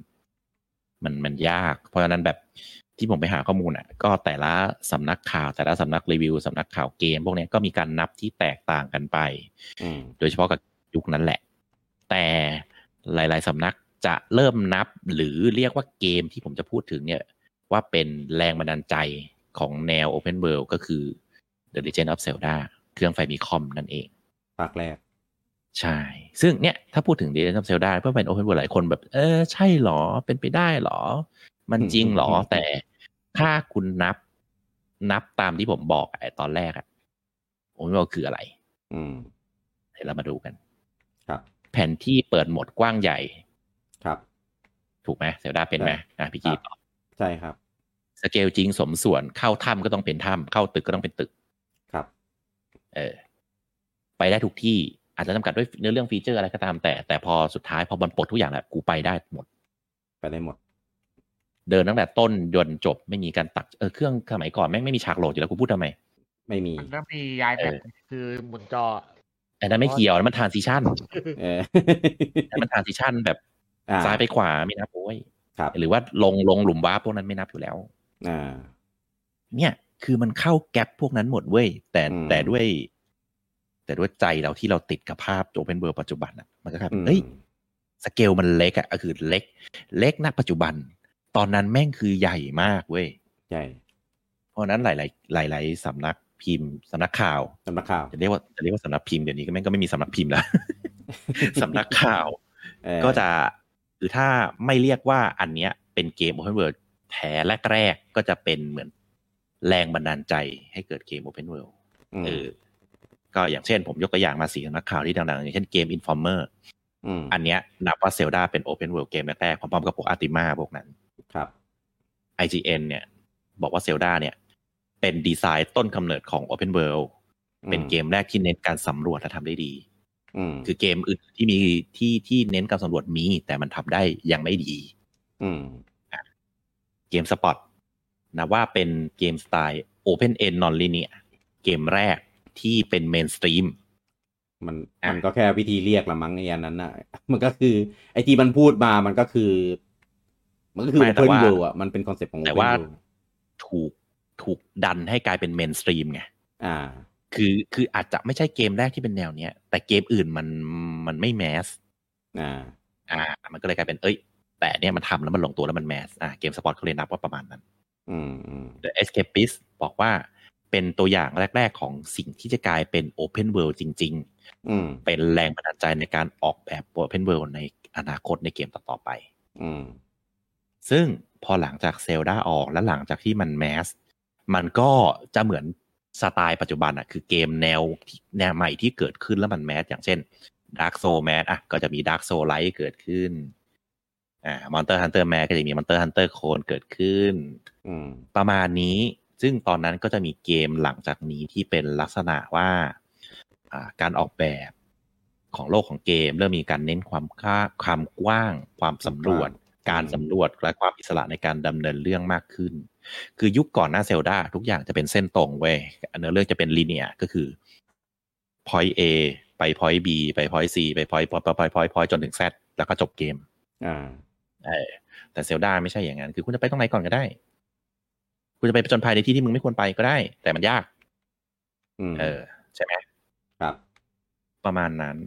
S2: มันมันยาก เพราะฉะนั้นแบบที่ผมไปหาข้อมูลอ่ะ ก็แต่ละสำนักข่าว แต่ละสำนักรีวิวสำนักข่าวเกม พวกเนี้ยก็มีการนับที่แตกต่างกันไป
S1: อืม
S2: โดยเฉพาะกับยุคนั้นแหละ แต่หลาย ๆสำนักจะเริ่มนับหรือเรียกว่าเกมที่ผมจะพูดถึงเนี่ย ว่าเป็นแรงบันดาลใจของแนว Open World ก็คือ The Legend of Zelda เครื่องไฟมีคอมนั่นเอง
S1: ภาคแรก
S2: ใช่ ซึ่งเนี่ย ถ้าพูดถึง The Legend of Zelda เพื่อเป็น Open World หลายคนแบบ เออ ใช่เหรอ เป็นไปได้เหรอ มันจริงเหรอ
S1: อืม
S2: แต่ถ้าคุณนับ นับตามที่ผมบอกไอ้ตอนแรกอะ Open World คืออะไร
S1: อืม
S2: เดี๋ยวเรามาดูกัน
S1: ครับ
S2: แผนที่เปิดโหมดกว้างใหญ่
S1: ครับ
S2: ถูกไหมเซลดาเป็นไหมอ่ะพี่กี
S1: ครับ ใช่ครับ
S2: สเกลจริงสมส่วนเข้าถ้ำก็ต้องเป็นถ้ำเข้าตึกก็ต้องเป็นตึก
S1: ครับ
S2: เออ ไปได้ทุกที่อาจจะจำกัดด้วยเนื้อเรื่องฟีเจอร์อะไรก็ตามแต่ แต่พอสุดท้ายพอมันปลดทุกอย่างแล้วกูไปได้หมด
S1: ไปได้หมด
S2: เดินตั้งแต่ต้นยนจบไม่มีการตัดเออเครื่องสมัยก่อนแม่งไม่มีฉากโหลดอยู่แล้วกูพูดทำไม
S1: ไม่มี
S3: มันก็มีย้ายแพทคือหมุนจอ
S2: อันนั้นไม่เกี่ยวอันนั้นมันทรานซิชัน
S1: เออ
S2: อันนั้นมันทรานซิชันแบบ
S1: อ่า
S2: ซ้ายไปขวาไม่นับโอ้ย
S1: ครับ
S2: หรือว่าลงลงหลุมว้าร์ปพวกนั้นไม่นับอยู่แล้ว
S1: อ่า
S2: เนี่ยคือมันเข้าแก๊ปพวกนั้นหมดเว้ยแต่
S1: อืม
S2: แต่ด้วย แต่ด้วยใจเราที่เราติดกับภาพโอเพนเบอร์ปัจจุบันอ่ะมันก็ครับ
S1: อืม
S2: เอ้ยสเกลมันเล็กอ่ะก็คือเล็ก เล็กณปัจจุบัน ตอนนั้นแม่งคือใหญ่มากเว้ย
S1: ใช่
S2: เพราะฉะนั้นหลาย ๆ หลาย ๆสำนักพิมพ์สำนักข่าว
S1: สำนักข่าว
S2: จะเรียกว่าจะเรียกว่าสำนักพิมพ์เดี๋ยวนี้ก็แม่งก็ไม่มีสำนักพิมพ์แล้ว สำนักข่าว
S1: เออ
S2: ก็จะคือถ้าไม่เรียกว่าอันเนี้ยเป็นเกม Open World แท้แรกๆก็จะเป็นเหมือนแรงบันดาลใจให้เกิดเกม Open World
S1: อืม
S2: เออก็อย่างเช่นผมยกตัวอย่างมาสีสำนักข่าวที่ดังๆ อย่างเช่นเกม Informer
S1: อืม
S2: อันเนี้ยนับว่าเซลดาเป็น Open World เกมแรกๆพร้อมๆกับพวกอาร์ติมาพวกนั้น
S1: ครับ
S2: IGN เนี่ย บอกว่าเซลดาเนี่ย เป็นดีไซน์ต้นกำเนิดของ Open World เป็นเกมแรกที่เน้นการสำรวจและทำได้ดี
S1: อืม
S2: คือเกมอื่นที่มีที่ที่เน้นการสำรวจมี แต่มันทำได้ยังไม่ดี
S1: อืม
S2: เกมสปอตนะว่าเป็นเกมสไตล์ Open End Non Linear เกมแรกที่เป็นเมนสตรีม
S1: มัน
S2: อ่ะ
S1: มันก็แค่วิธีเรียกละมั้งไอ้อันนั้นน่ะ มันก็คือ ไอ้ที่มันพูดมามันก็คือ มันก็คือ
S2: ไม่แต่
S1: open
S2: ว่า
S1: world อ่ะมันเป็นคอนเซ็ปต์ของ
S2: แต่
S1: open
S2: ว่า
S1: world
S2: ถูกถูกดันให้กลายเป็นเมนสตรีมไง
S1: อ่า
S2: คือคืออาจจะไม่ใช่เกมแรกที่เป็นแนวเนี้ย แต่เกมอื่นมันมันไม่แมส
S1: อ่า
S2: อ่า มันก็เลยกลายเป็นเอ้ย แต่เนี่ยมันทำแล้วมันลงตัวแล้วมันแมส อ่า เกมสปอร์ตเขาเลยนับว่าประมาณนั้น
S1: อืมอืม
S2: The Escapist บอกว่าเป็นตัวอย่างแรก ๆ ของสิ่งที่จะกลายเป็น Open World จริง
S1: อืม
S2: ๆ เป็นแรงบันดาลใจในการออกแบบ Open World ในอนาคตในเกมต่อๆไป
S1: อืม
S2: ซึ่งพอหลังจากเซลดาออกและหลังจากที่มันแมส มันก็จะเหมือนสไตล์ปัจจุบันอะคือเกมแนวที่แนวใหม่ที่เกิดขึ้นแล้วมันแมส อย่างเช่น Dark Soul m a s อะก็จะมี Dark Soul Light เกิดขึ้นอ่า Monster Hunter m a s ก็จะมี Monster Hunter Clone เกิดขึ้น
S1: อืม
S2: ประมาณนี้ ซึ่งตอนนั้นก็จะมีเกมหลังจากนี้ที่เป็นลักษณะว่าอ่าการออกแบบของโลกของเกม เริ่มมีการเน้นความค่าความกว้าง ความสำรวจ การสำรวจและความอิสระในการดำเนินเรื่องมากขึ้น คือยุคก่อนหน้าเซลดาทุกอย่างจะเป็นเส้นตรงเว้ยเนื้อเรื่องจะเป็นลิเนียก็คือ point A ไป point B ไป point C ไป point ไป point point point จนถึง Z แล้วก็จบเกม
S1: อ่า
S2: เออแต่เซลดาไม่ใช่อย่างนั้น คือคุณจะไปตรงไหนก่อนก็ได้ คุณจะไปผจญภัยในที่ที่มึงไม่ควรไปก็ได้ แต่มันยาก
S1: อืม
S2: เออ ใช่ไหม
S1: ครับ
S2: ประมาณนั้น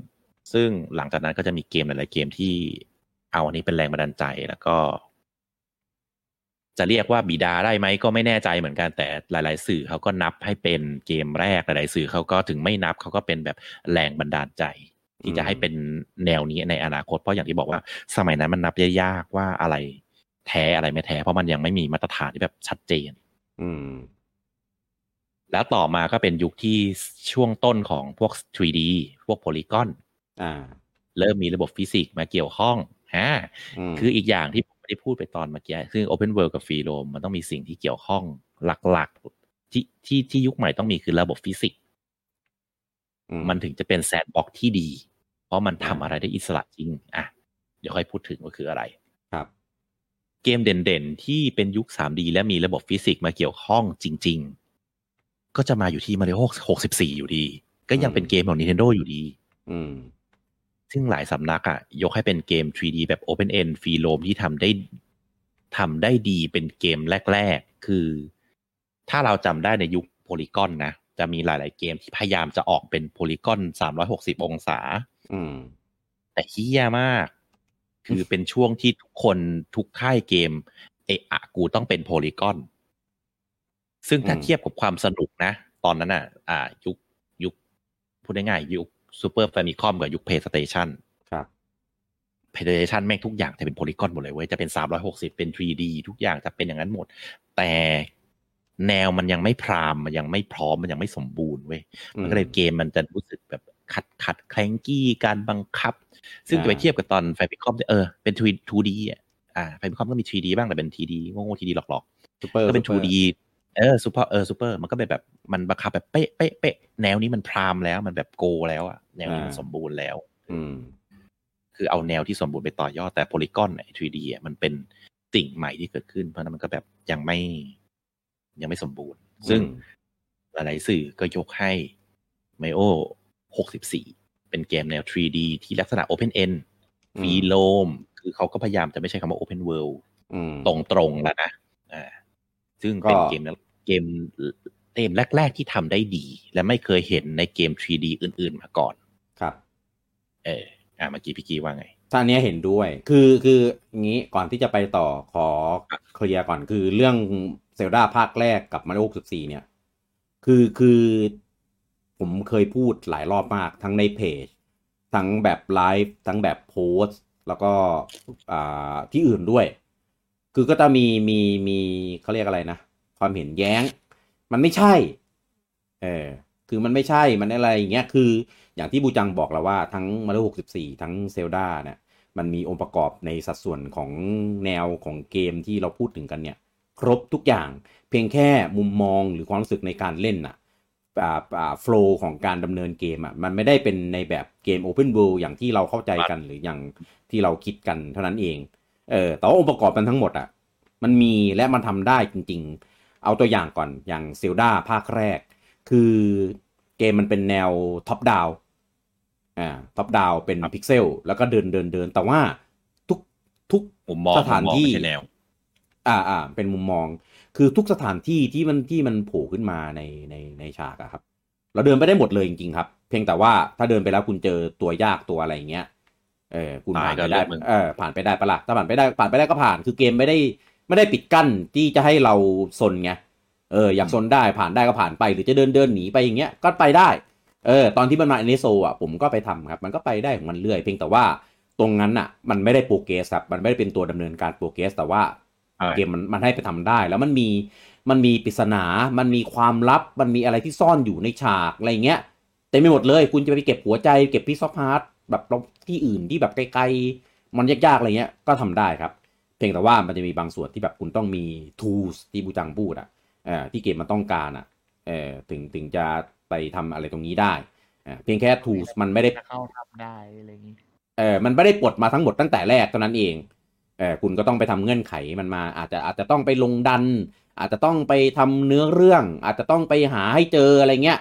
S2: ซึ่งหลังจากนั้นก็จะมีเกมหลาย ๆ เกมที่เอาอันนี้เป็นแรงบันดาลใจแล้วก็ จะเรียกว่าบิดาได้ไหมก็ไม่แน่ใจเหมือนกันแต่หลาย ๆ สื่อเขาก็นับให้เป็นเกมแรกหลาย ๆ สื่อเขาก็ถึงไม่นับเขาก็เป็นแบบแรงบันดาลใจ ที่จะให้เป็นแนวนี้ในอนาคตเพราะอย่างที่บอกว่า สมัยนั้นมันนับได้ยากว่าอะไรแท้อะไรไม่แท้เพราะมันยังไม่มีมาตรฐานที่แบบชัดเจน
S1: อืม
S2: แล้วต่อมาก็เป็นยุคที่ช่วงต้นของพวก 3D พวกโพลีกอน
S1: อ่า
S2: เริ่มมีระบบฟิสิกส์มาเกี่ยวข้องฮะ
S1: ม
S2: คืออีกอย่างที่ผมไม่ได้พูดไปตอนเมื่อกี้คือ Open World กับ Free Roam มันต้องมีสิ่งที่เกี่ยวข้องหลักๆที่ที่ที่ยุคใหม่ต้องมีคือระบบฟิสิกส์มันถึงจะเป็นแซนด์บ็อกที่ดี เพราะมันทำอะไรได้อิสระจริงอ่ะเดี๋ยวค่อยพูดถึงว่าคืออะไร
S1: ครับ
S2: เกมเด่นๆ ที่เป็นยุค 3D และมีระบบฟิสิกส์มาเกี่ยวข้องจริง ๆ ก็จะมาอยู่ที่ Mario 64 อยู่ดี ก็ยังเป็นเกมของ Nintendo อยู่ดี
S1: อืม
S2: ซึ่งหลายสำนักอะยกให้เป็นเกม 3D แบบ Open End ฟรีโรมที่ทำได้ทำได้ดีเป็นเกมแรก ๆ คือ ถ้าเราจำได้ในยุคโพลีกอนนะ จะมีหลาย ๆ เกมที่พยายามจะออกเป็นโพลีกอน 360 องศา
S1: อืม
S2: แต่เฮี้ยมาก คือเป็นช่วงที่ทุกคนทุกค่ายเกม เอะอะกูต้องเป็นโพลีกอน ซึ่งถ้า
S1: อืม
S2: เทียบกับความสนุกนะ ตอนนั้นอ่ะ อ่า ยุคยุคพูดง่ายๆยุคซูเปอร์แฟมิคอมกับยุคเพย์สเตชัน
S1: ครับ
S2: เพย์สเตชันแม่งทุกอย่างจะเป็นโพลีกอนหมดเลยเว้ย จะเป็น 360 เป็น 3D ทุกอย่างจะเป็นอย่างนั้นหมด แต่แนวมันยังไม่พรามมันยังไม่พร้อมมันยังไม่สมบูรณ์เว้ย มันก็เลยเกมมันจะรู้สึกแบบขัดขัดแคลงกี้การบังคับ ซึ่งจะไป
S1: อ่า
S2: เทียบกับตอนแฟมิคอมเออเป็น 2D 2D อ่ะอ่าแฟมิคอมก็มี 3D บ้างแต่เป็น 2D โง่ๆ 3D หลอก
S1: ซูเปอ
S2: ๆ
S1: ร์
S2: ก็เป็น
S1: ซูปอร์
S2: 2D เออซูเปอร์เออซูเปอร์มันก็เป็นแบบมันบังคับแบบเป๊ะเป๊ะเป๊ะแนวนี้มันพรามแล้วมันแบบโกแล้วอ่ะแนวนี้มัน
S1: อ่า
S2: สมบูรณ์แล้ว
S1: อืม
S2: คือเอาแนวที่สมบูรณ์ไปต่อยอดแต่โพลีกอนไอ้ 3D อ่ะมันเป็นสิ่งใหม่ที่เกิดขึ้น เพราะฉะนั้นมันก็แบบยังไม่ยังไม่สมบูรณ์ ซึ่ง หลายๆสื่อก็ยกให้ m มโอ64 เป็นเกมแนว 3D ที่ลักษณะ Open End
S1: อืม
S2: ฟีโลม คือเขาก็พยายามจะไม่ใช้คำว่า Open World
S1: อืม
S2: ตรงๆแล้วนะอ่าซึ่งเป็น
S1: ก็
S2: เกมนะเกมเกมแรก ๆ ที่ทำได้ดี และไม่เคยเห็นในเกม 3D อื่น ๆ มาก่อน
S1: ครับ
S2: เอออ่าเมื่อกี้พี่กีว่าไง
S1: ท่านเนี้ยเห็นด้วย คือคืออย่างนี้ก่อนที่จะไปต่อขอเคลียร์ก่อนคือเรื่องเซลดาภาคแรกกับมาริโอ64เนี่ย คือคือผมเคยพูดหลายรอบมากทั้งในเพจ ทั้งแบบไลฟ์ทั้งแบบโพสต์ แล้วก็อ่าที่อื่นด้วย คือก็จะมีมีมีเขาเรียกอะไรนะ ความเห็นแย้ง มันไม่ใช่ เออ คือมันไม่ใช่ มันอะไรอย่างเงี้ย คือ อย่างที่บูจังบอกแล้วว่าทั้งมาริโอ64 ทั้งเซลดาเนี่ย มันมีองค์ประกอบในสัดส่วนของแนวของเกมที่เราพูดถึงกันเนี่ย ครบทุกอย่าง เพียงแค่มุมมองหรือความรู้สึกในการเล่นน่ะ อ่า อ่า โฟลของการดำเนินเกมอ่ะ มันไม่ได้เป็นในแบบเกม Open World อย่างที่เราเข้าใจกันหรืออย่างที่เราคิดกันเท่านั้นเอง เออ แต่ว่าองค์ประกอบมันทั้งหมดอ่ะ มันมีและมันทำได้จริง ๆ เอาตัวอย่างก่อน อย่างเซลดาภาคแรก คือเกมมันเป็นแนวท็อปดาวอ่า ท็อปดาวเป็นพิกเซล แล้วก็เดินเดินเดิน แต่ว่าทุกทุก
S2: ผมมอง
S1: สถาน
S2: ผมมอง
S1: ที่
S2: ไม่ใช่แนว
S1: อ่าอ่า เป็นมุมมอง คือทุกสถานที่ที่มันที่มันโผล่ขึ้นมาในในในฉากอะครับ เราเดินไปได้หมดเลยจริงๆครับ เพียงแต่ว่าถ้าเดินไปแล้วคุณเจอตัวยากตัวอะไรอย่างเงี้ย เออ คุณผ่านไปได้
S2: ตายก็เลือกมึง
S1: เออ ผ่านไปได้ปะล่ะ ถ้าผ่านไปได้ ผ่านไปได้ก็ผ่าน คือเกมไม่ได้ไม่ได้ปิดกั้นที่จะให้เราสนไง เออ อยากสนได้ผ่านได้ก็ผ่านไป หรือจะเดินเดินหนีไปอย่างเงี้ย ก็ไปได้ เออ ตอนที่มันมาเอเนโซอ่ะ ผมก็ไปทำครับ มันก็ไปได้ของมันเรื่อย เพียงแต่ว่าตรงนั้นอ่ะ มันไม่ได้โปรเกรสครับ มันไม่ได้เป็นตัวดำเนินการโปรเกรส แต่ว่า
S2: อ่า
S1: เกมมันมันให้ไปทำได้ แล้วมันมีมันมีปริศนา มันมีความลับ มันมีอะไรที่ซ่อนอยู่ในฉากอะไรเงี้ยเต็ไมไปหมดเลย คุณจะไปเก็บหัวใจ เก็บพี่ซอฟฮาร์ดแบบที่อื่นที่แบบไกลๆ มันยากๆอะไรเงี้ย ก็ทำได้ครับ เพียงแต่ว่ามันจะมีบางส่วนที่แบบคุณต้องมี tools ที่บูจังพูดอะเอ่อที่เกมมันต้องการอะเอ่อถึงถึงจะไปทำอะไรตรงนี้ได้อ่ะเพียงแค่ tools มันไม่ได้
S3: จะเข้าทำได้อะไรอย่างงี้
S1: เออมันไม่ได้ปลดมาทั้งหมดตั้งแต่แรกเท่านั้นเอง เออคุณก็ต้องไปทำเงื่อนไขมันมา อาจจะอาจจะต้องไปลงดัน อาจจะต้องไปทำเนื้อเรื่อง อาจจะต้องไปหาให้เจออะไรเงี้ย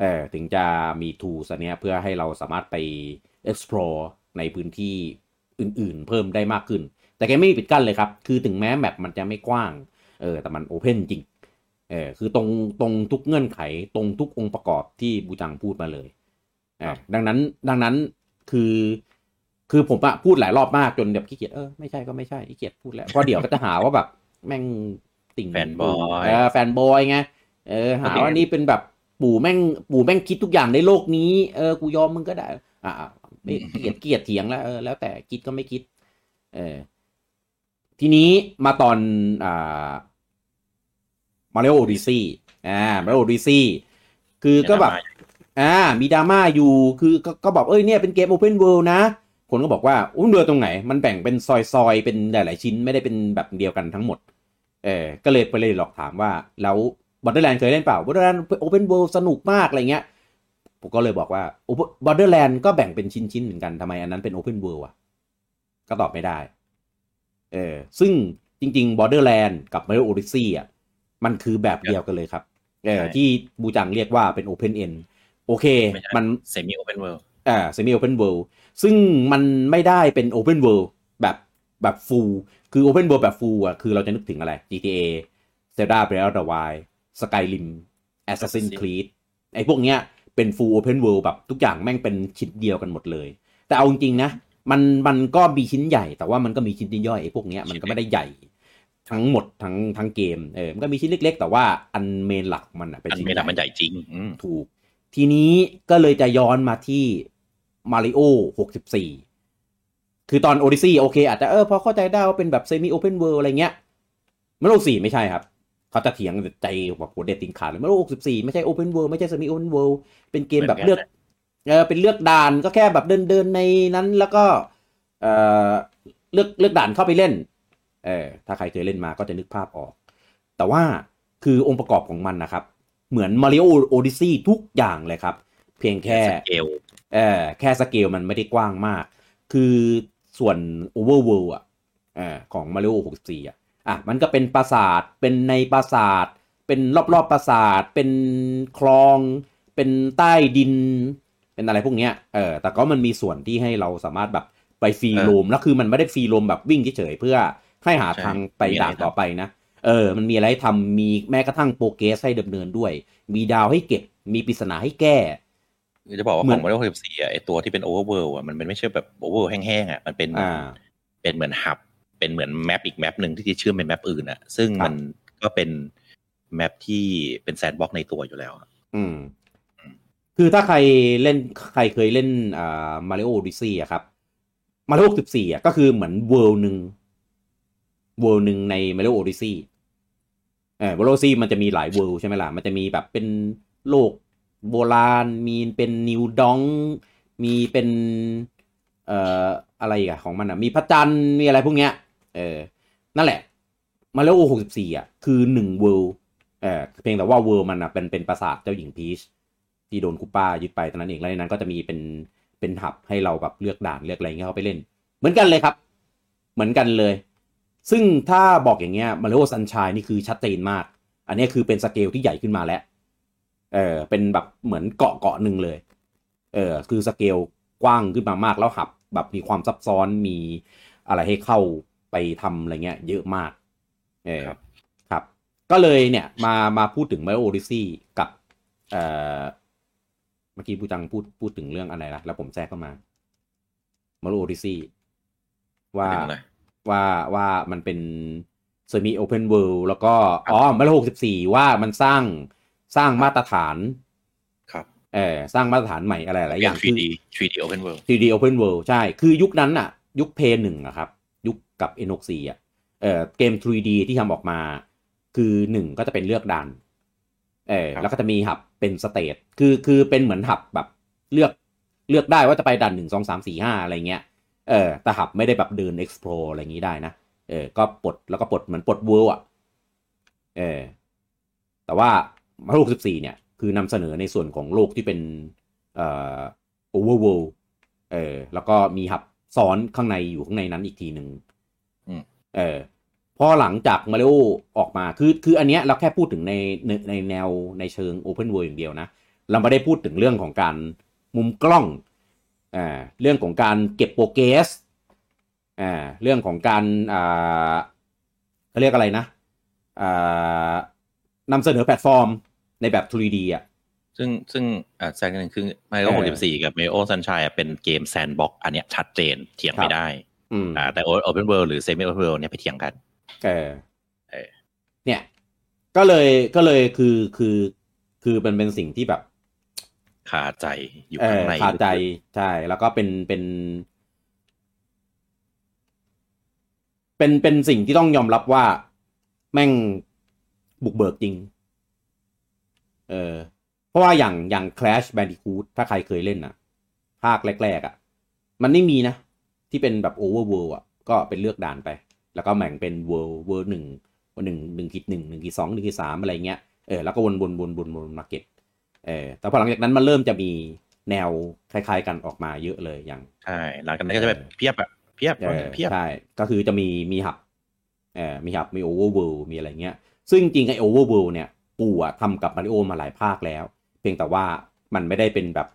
S1: เออถึงจะมี tools อันเนี้ยเพื่อให้เราสามารถไป explore ในพื้นที่อื่นๆ เพิ่มได้มากขึ้น แต่แกไม่มีปิดกั้นเลยครับ คือถึงแม้แมปมันจะไม่กว้าง เออ แต่มันโอเพนจริง เออ คือตรงตรงทุกเงื่อนไข ตรงทุกองค์ประกอบที่บูจังพูดมาเลยเออดังนั้น ดังนั้น คือ คือผมอะพูดหลายรอบมากจนแบบขี้เกียจ เออ ไม่ใช่ก็ไม่ใช่ ขี้เกียจพูดแล้ว เพราะเดี๋ยวก็จะหาว่าแบบ แม่งติ่ง
S2: แฟนบอย
S1: เออ แฟนบอยไง เออ หาว่านี่เป็นแบบปู่แม่ง ปู่แม่งคิดทุกอย่างในโลกนี้ เออ กูยอมมึงก็ได้ อ่าไม่เกลียดเกลียดเถียงแล้วเออแล้วแต่คิดก็ไม่คิด เออ ทีนี้มาตอนอ่ามาริโอดิซี่อ่ามาริโอดิซี่คือก็แบบ อ่า มีดราม่าอยู่ คือก็ก็บอกเอ้ยเนี่ยเป็นเกมโอเพนเวิลด์นะ คนก็บอกว่าอุ้มเรือตรงไหน มันแบ่งเป็นซอยๆ เป็นหลาย ๆ ชิ้นไม่ได้เป็นแบบเดียวกันทั้งหมด เออก็เลยไปเลยหลอกถามว่า แล้วบัตเ e อร์แลนด์เคยเล่นเปล่าบัตเ e อร์แลนด์โอเพนเวิลด์สนุกมากอะไรเงี้ย ผมก็เลยบอกว่าบัตเ e อร์แลนด์ก็แบ่งเป็นชิ้น ๆ เหมือนกันทำไมอันนั้นเป็นโอเพนเวิลด์อ่ะ ก็ตอบไม่ได้ เออซึ่งจริง ๆ Borderland กับ Mario Odyssey อ่ะมันคือแบบเดียวกันเลยครับเออ
S2: ใช่
S1: ที่บูจังเรียกว่าเป็น Open End โอเค มัน
S2: เซมิโอเ n นเวิลด์
S1: อ่า semi open world ซึ่งมันไม่ได้เป็น open world แบบแบบ full คือ open world แบบ full อ่ะ คือเราจะนึกถึงอะไร GTA Zelda Breath of the Wild Skyrim Assassin's Creed ไอ้พวกเนี้ยเป็น full open world แบบทุกอย่างแม่งเป็นชิ้นเดียวกันหมดเลย แต่เอาจริงๆนะ มันมันก็มีชิ้นใหญ่ แต่ว่ามันก็มีชิ้นย่อยๆไอ้พวกเนี้ยมันก็ไม่ได้ใหญ่ ทั้งหมดทั้งทั้งเกมเออมันก็มีชิ้นเล็ก ๆ แต่ว่าอันเมนหลักมันอ่ะเป็น
S2: อัน
S1: ชิ้น
S2: เม
S1: ให
S2: ดา
S1: ญ่
S2: มันใหญ่จริงอืม
S1: ถูก ทีนี้ก็เลยจะย้อนมาที่มาริโอ64 คือตอนโอดิซี่โอเค อาจจะเออพอเข้าใจได้ว่าเป็นแบบเซมิโอเพนเวิ d อะไรเงี้ยมาริโอ4ไม่ใช่ครับ เขาจะเถียงใจแบบหัวเด็ดติงขาดเลยมาริโอ64 ไม่ใช่โอเพนเวิ d ไม่ใช่เซมิโอเพนเวิ d เป็นเกมแบบเลือกเออเป็นเลือกด่านก็แค่แบบเดินเดินๆในนั้นแล้วก็เออเลือกเลือกด่านเข้าไปเล่นเออถ้าใครเคยเล่นมาก็จะนึกภาพออก แต่ว่าคือองค์ประกอบของมันนะครับ เหมือนมาริโอโอดิซีทุกอย่างเลยครับ เพียงแค่
S2: สเกล
S1: เออแค่สเกลมันไม่ได้กว้างมาก คือส่วน Overworld อ่ะเออของ Mario 64 อ่ะ อ่ะ มันก็เป็นปราสาท เป็นในปราสาท เป็นรอบๆปราสาท เป็นคลอง เป็นใต้ดิน เป็นอะไรพวกเนี้ย เออ แต่ก็มันมีส่วนที่ให้เราสามารถแบบไปฟรีโรม แล้วคือมันไม่ได้ฟรีโรมแบบวิ่งเฉยๆเพื่อให้หาทางไปด่านต่อไปนะ เออ มันมีอะไรให้ทำมีแม้กระทั่งโปรเกรสให้ดำเนินด้วย มีดาวให้เก็บ มีปริศนาให้แก้
S2: จะบอกว่า
S1: เหมื
S2: ข
S1: อ
S2: อน งมาริโอ64อ่ะไอตัวที่เป็นโอเวอร์เวิลด์อ่ะมันไม่ใช่แบบโอเวอร์แห้งๆอ่ะมันเป็น
S1: อ่า
S2: เป็นเหมือนฮับ เป็นเหมือนแมปอีกแมปหนึ่งที่จะเชื่อมเป็นแมปอื่นอะซึ่งมันก็เป็นแมปที่เป็นแซนด์บ็อกซ์ในตัวอยู่แล้วอะ
S1: อืม คือถ้าใครเล่นใครเคยเล่นอ่ามาริโอดิซี่อะครับมาริโอสิบสี่อะก็คือเหมือนเวิลด์หนึ่งเวิลด์หนึ่งในมาริโอดิซี่เออมาริโอซี่มันจะมีหลายเวิลด์ใช่ไหมล่ะ มันจะมีแบบเป็นโลกโบราณ มีเป็นนิวดอง มีเป็น เอ่ออะไรอีกอะของมันอะมีพระจันทร์มีอะไรพวกเนี้ย เออ นั่นแหละมาริโอหกสิบสี่อะคือหนึ่งเวิลด์ เออเพียงแต่ว่าเวิร์มันนะเป็นเป็นปราสาทเจ้าหญิงพีชที่โดนคูป้ายึดไปตอนนั้นเองแล้วในนั้นก็จะมีเป็นเป็นหับให้เราแบบเลือกด่านเลือกอะไรเงี้ยเข้าไปเล่น เหมือนกันเลยครับ เหมือนกันเลย ซึ่งถ้าบอกอย่างเงี้ยมาริโอซันชายนี่คือชัดเจนมาก อันนี้คือเป็นสเกลที่ใหญ่ขึ้นมาแล้วเออเป็นแบบเหมือนเกาะเกาะหนึ่งเลยเออคือสเกลกว้างขึ้นมามากแล้วหับแบบมีความซับซ้อนมีอะไรให้เข้าไปทำอะไรเงี้ย เยอะมากเออ ครับ ก็เลยเนี่ยมามาพูดถึง Mario Odyssey กับเอ่อเมื่อกี้ผู้จังพูดพูดถึงเรื่องอะไรนะแล้วผมแทรกเข้ามา Mario Odyssey ว่า
S2: เรียกว่าอะไร
S1: ว่าว่ามันเป็น semi open world แล้วก็อ๋อมาริโอ64 ว่ามันสร้างสร้างมาตรฐาน
S2: ครับ
S1: เออสร้างมาตรฐานใหม่อะไรหลาย
S2: เป็น
S1: อย่างคือ
S2: 3D 3D Open World
S1: 3D Open World ใช่ คือยุคนั้นอะยุคเพย์หนึ่งอะครับ ยุคกับ N64 อะเอ่อเกม 3D ที่ทำออกมา คือหนึ่งก็จะเป็นเลือกดันเออ
S2: ครับ
S1: แล้วก็จะมีหับเป็นสเตทคือคือเป็นเหมือนหับแบบเลือกเลือกได้ว่าจะไปดันหนึ่งสองสามสี่ห้าอะไรเงี้ย เออแต่หับไม่ได้แบบเดิน explore อะไรอย่างนี้ได้นะ เออ ก็ปลดแล้วก็ปลดเหมือนปลดเวิร์อะเออ แต่ว่ามารูกสิบสี่เนี่ย คือนำเสนอในส่วนของโลกที่เป็น เอ่อโอเวอร์เวิลด์เออ แล้วก็มีหับซ้อนข้างในอยู่ข้างในนั้นอีกทีหนึ่ง
S2: อืม
S1: เออ พอหลังจากมาริโอออกมา คือ คืออันเนี้ยเราแค่พูดถึงในในในแนวในเชิงโอเพนเวิ d อย่างเดียวนะ เราไม่ได้พูดถึงเรื่องของการมุมกล้อง อ่า เรื่องของการเก็บโปรเกรส อ่า เรื่องของการ อ่าเขาเรียกอะไรนะ อ่านำเสนอแพลตฟอร์มในแบบ 3D อ่ะ
S2: ซึ่งซึ่งอ่าแซงกันหนึ่งคือ
S1: เอ
S2: Mario
S1: อ
S2: 64 กับ Mario Sunshine อ่ะเป็นเกมแซนด์บ็อกซ์อันเนี้ยชัดเจนเถียง
S1: ครั
S2: ไม่
S1: บ
S2: ได้
S1: อืม
S2: อ่าแต่ Open World หรือ Semi Open World เนี่ยไปเถียงกัน
S1: เออ
S2: เออ
S1: เนี่ย ก็เลยก็เลยคือคือคือมันเป็นสิ่งที่แบบ
S2: คาใจอยู่
S1: เอ
S2: ข้า
S1: อง
S2: ใน
S1: คาใจใช่ แล้วก็เป็นเป็น เป็นเป็นสิ่งที่ต้องยอมรับว่าแม่งบุกเบิกจริง เออ เพราะว่าอย่างอย่าง Clash Bandicoot ถ้าใครเคยเล่นนะภาคแรก ๆอะ่ะ มันไม่มีนะ ที่เป็นแบบ Overworld อะ่ะ ก็เป็นเลือกด่านไป แล้วก็แบ่งเป็น World World หนึ่งหนึ่งหนึ่งขีดหนึ่งหนึ่งขีดสองหนึ่งขีดสามอะไรเงี้ยเออแล้วก็วนวนวนวนวนมาเก็บเออแต่พอหลังจากนั้นมันเริ่มจะมีแนวคล้าย ๆ กันออกมาเยอะเลยอย่าง
S2: ใช่หลังจากนั้นก็จะเป็นเพียบอะ เพียบ
S1: เออ
S2: เพียบ
S1: ใช่ ก็คือจะมีมีหับเออมีหับมีโอเวอร์เวิลมีอะไรเงี้ย ซึ่งจริงไอโอเวอร์เวิลเนี่ย ปู่อะทำกับมาริโอมาหลายภาคแล้ว เพียงแต่ว่ามันไม่ได้เป็นแบบ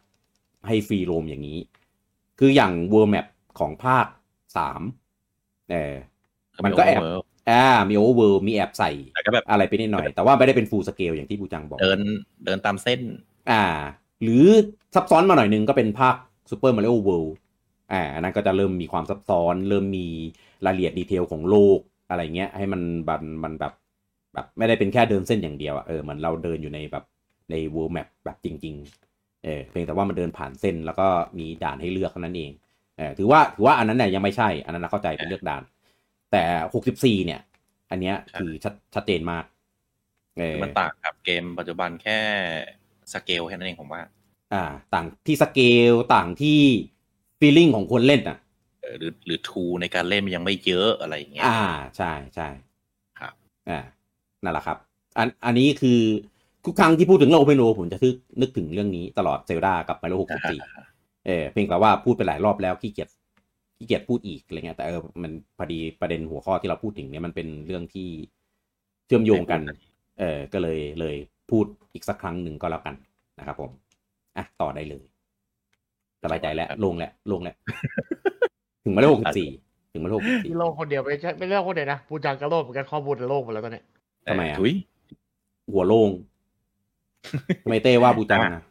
S1: ให้ฟรีโรมอย่างนี้ คืออย่างเวอร์แมปของภาคสามเออมันก็แอบ
S2: overworld
S1: อ่ามีโอเวอร์เวิลมีแอบใส่
S2: แต่ก็แบบ
S1: อะไรไปนิดหน่อย แต่ว่าไม่ได้เป็นฟูลสเกลอย่างที่ปูจังบอก
S2: เดินเดินตามเส้น
S1: อ่า หรือซับซ้อนมาหน่อยหนึงก็เป็นภาคซูเปอร์มาริโอเวิลด์อ่าอันนั้นก็จะเริ่มมีความซับซ้อน เริ่มมีรายละเอียดดีเทลของโลกอะไรเงี้ย ให้มันบันมันแบบแบบไม่ได้เป็นแค่เดินเส้นอย่างเดียวอะเออเหมือนเราเดินอยู่ในแบบในเวิลด์แมปแบบจริง ๆ เออเพียงแต่ว่ามันเดินผ่านเส้นแล้วก็มีด่านให้เลือกเท่านั้นเอง เออถือว่าถือว่าอันนั้นเนี่ยยังไม่ใช่ อันนั้นนะเข้าใจเป็นเลือกด่าน แต่หกสิบสี่เนี่ย อันเนี้ยคือชัดชัดเจนมากเออ
S2: มันต่างกับเกมปัจจุบันแค่สเกลแค่นั้นเองผมว่า
S1: อ่าต่างที่สเกลต่างที่ฟีลลิ่งของคนเล่นอ่ะ
S2: เออหรือหรือทูในการเล่นมันยังไม่เยอะอะไรอย่างเงี้ย
S1: อ่าใช่ใช่
S2: ครับ
S1: อ่านั่นแหละครับ อันอันนี้คือทุกครั้งที่พูดถึงเรื่องโอเปนโผมจะทึกนึกถึงเรื่องนี้ตลอดเซลดากับมาริโอ64 เออเพียงแต่ว่าพูดไปหลายรอบแล้วขี้เกียจขี้เกียจพูดอีกอะไรเงี้ยแต่เออมันพอดีประเด็นหัวข้อที่เราพูดถึงเนี่ยมันเป็นเรื่องที่เชื่อมโยงกัน เออก็เลยเลยพูดอีกสักครั้งหนึ่งก็แล้วกันนะครับผมอ่ะต่อได้เลยสบายใจแล้วโลงแล้วโลงแล้ว ถึงมาโลกสี่ถึงมาโลกสี่
S3: ที่โลกคนเดียวไม่ใช่ไม่ใช่โลกคนเดียวนะปูจังกระโลกเหมือนกันข้อมูลในโลกหมดแล้วตอนเนี้ย
S1: ทำไมอะ
S2: ทุย
S1: หัวโล งทำไมเต้ว่าบูจังอะ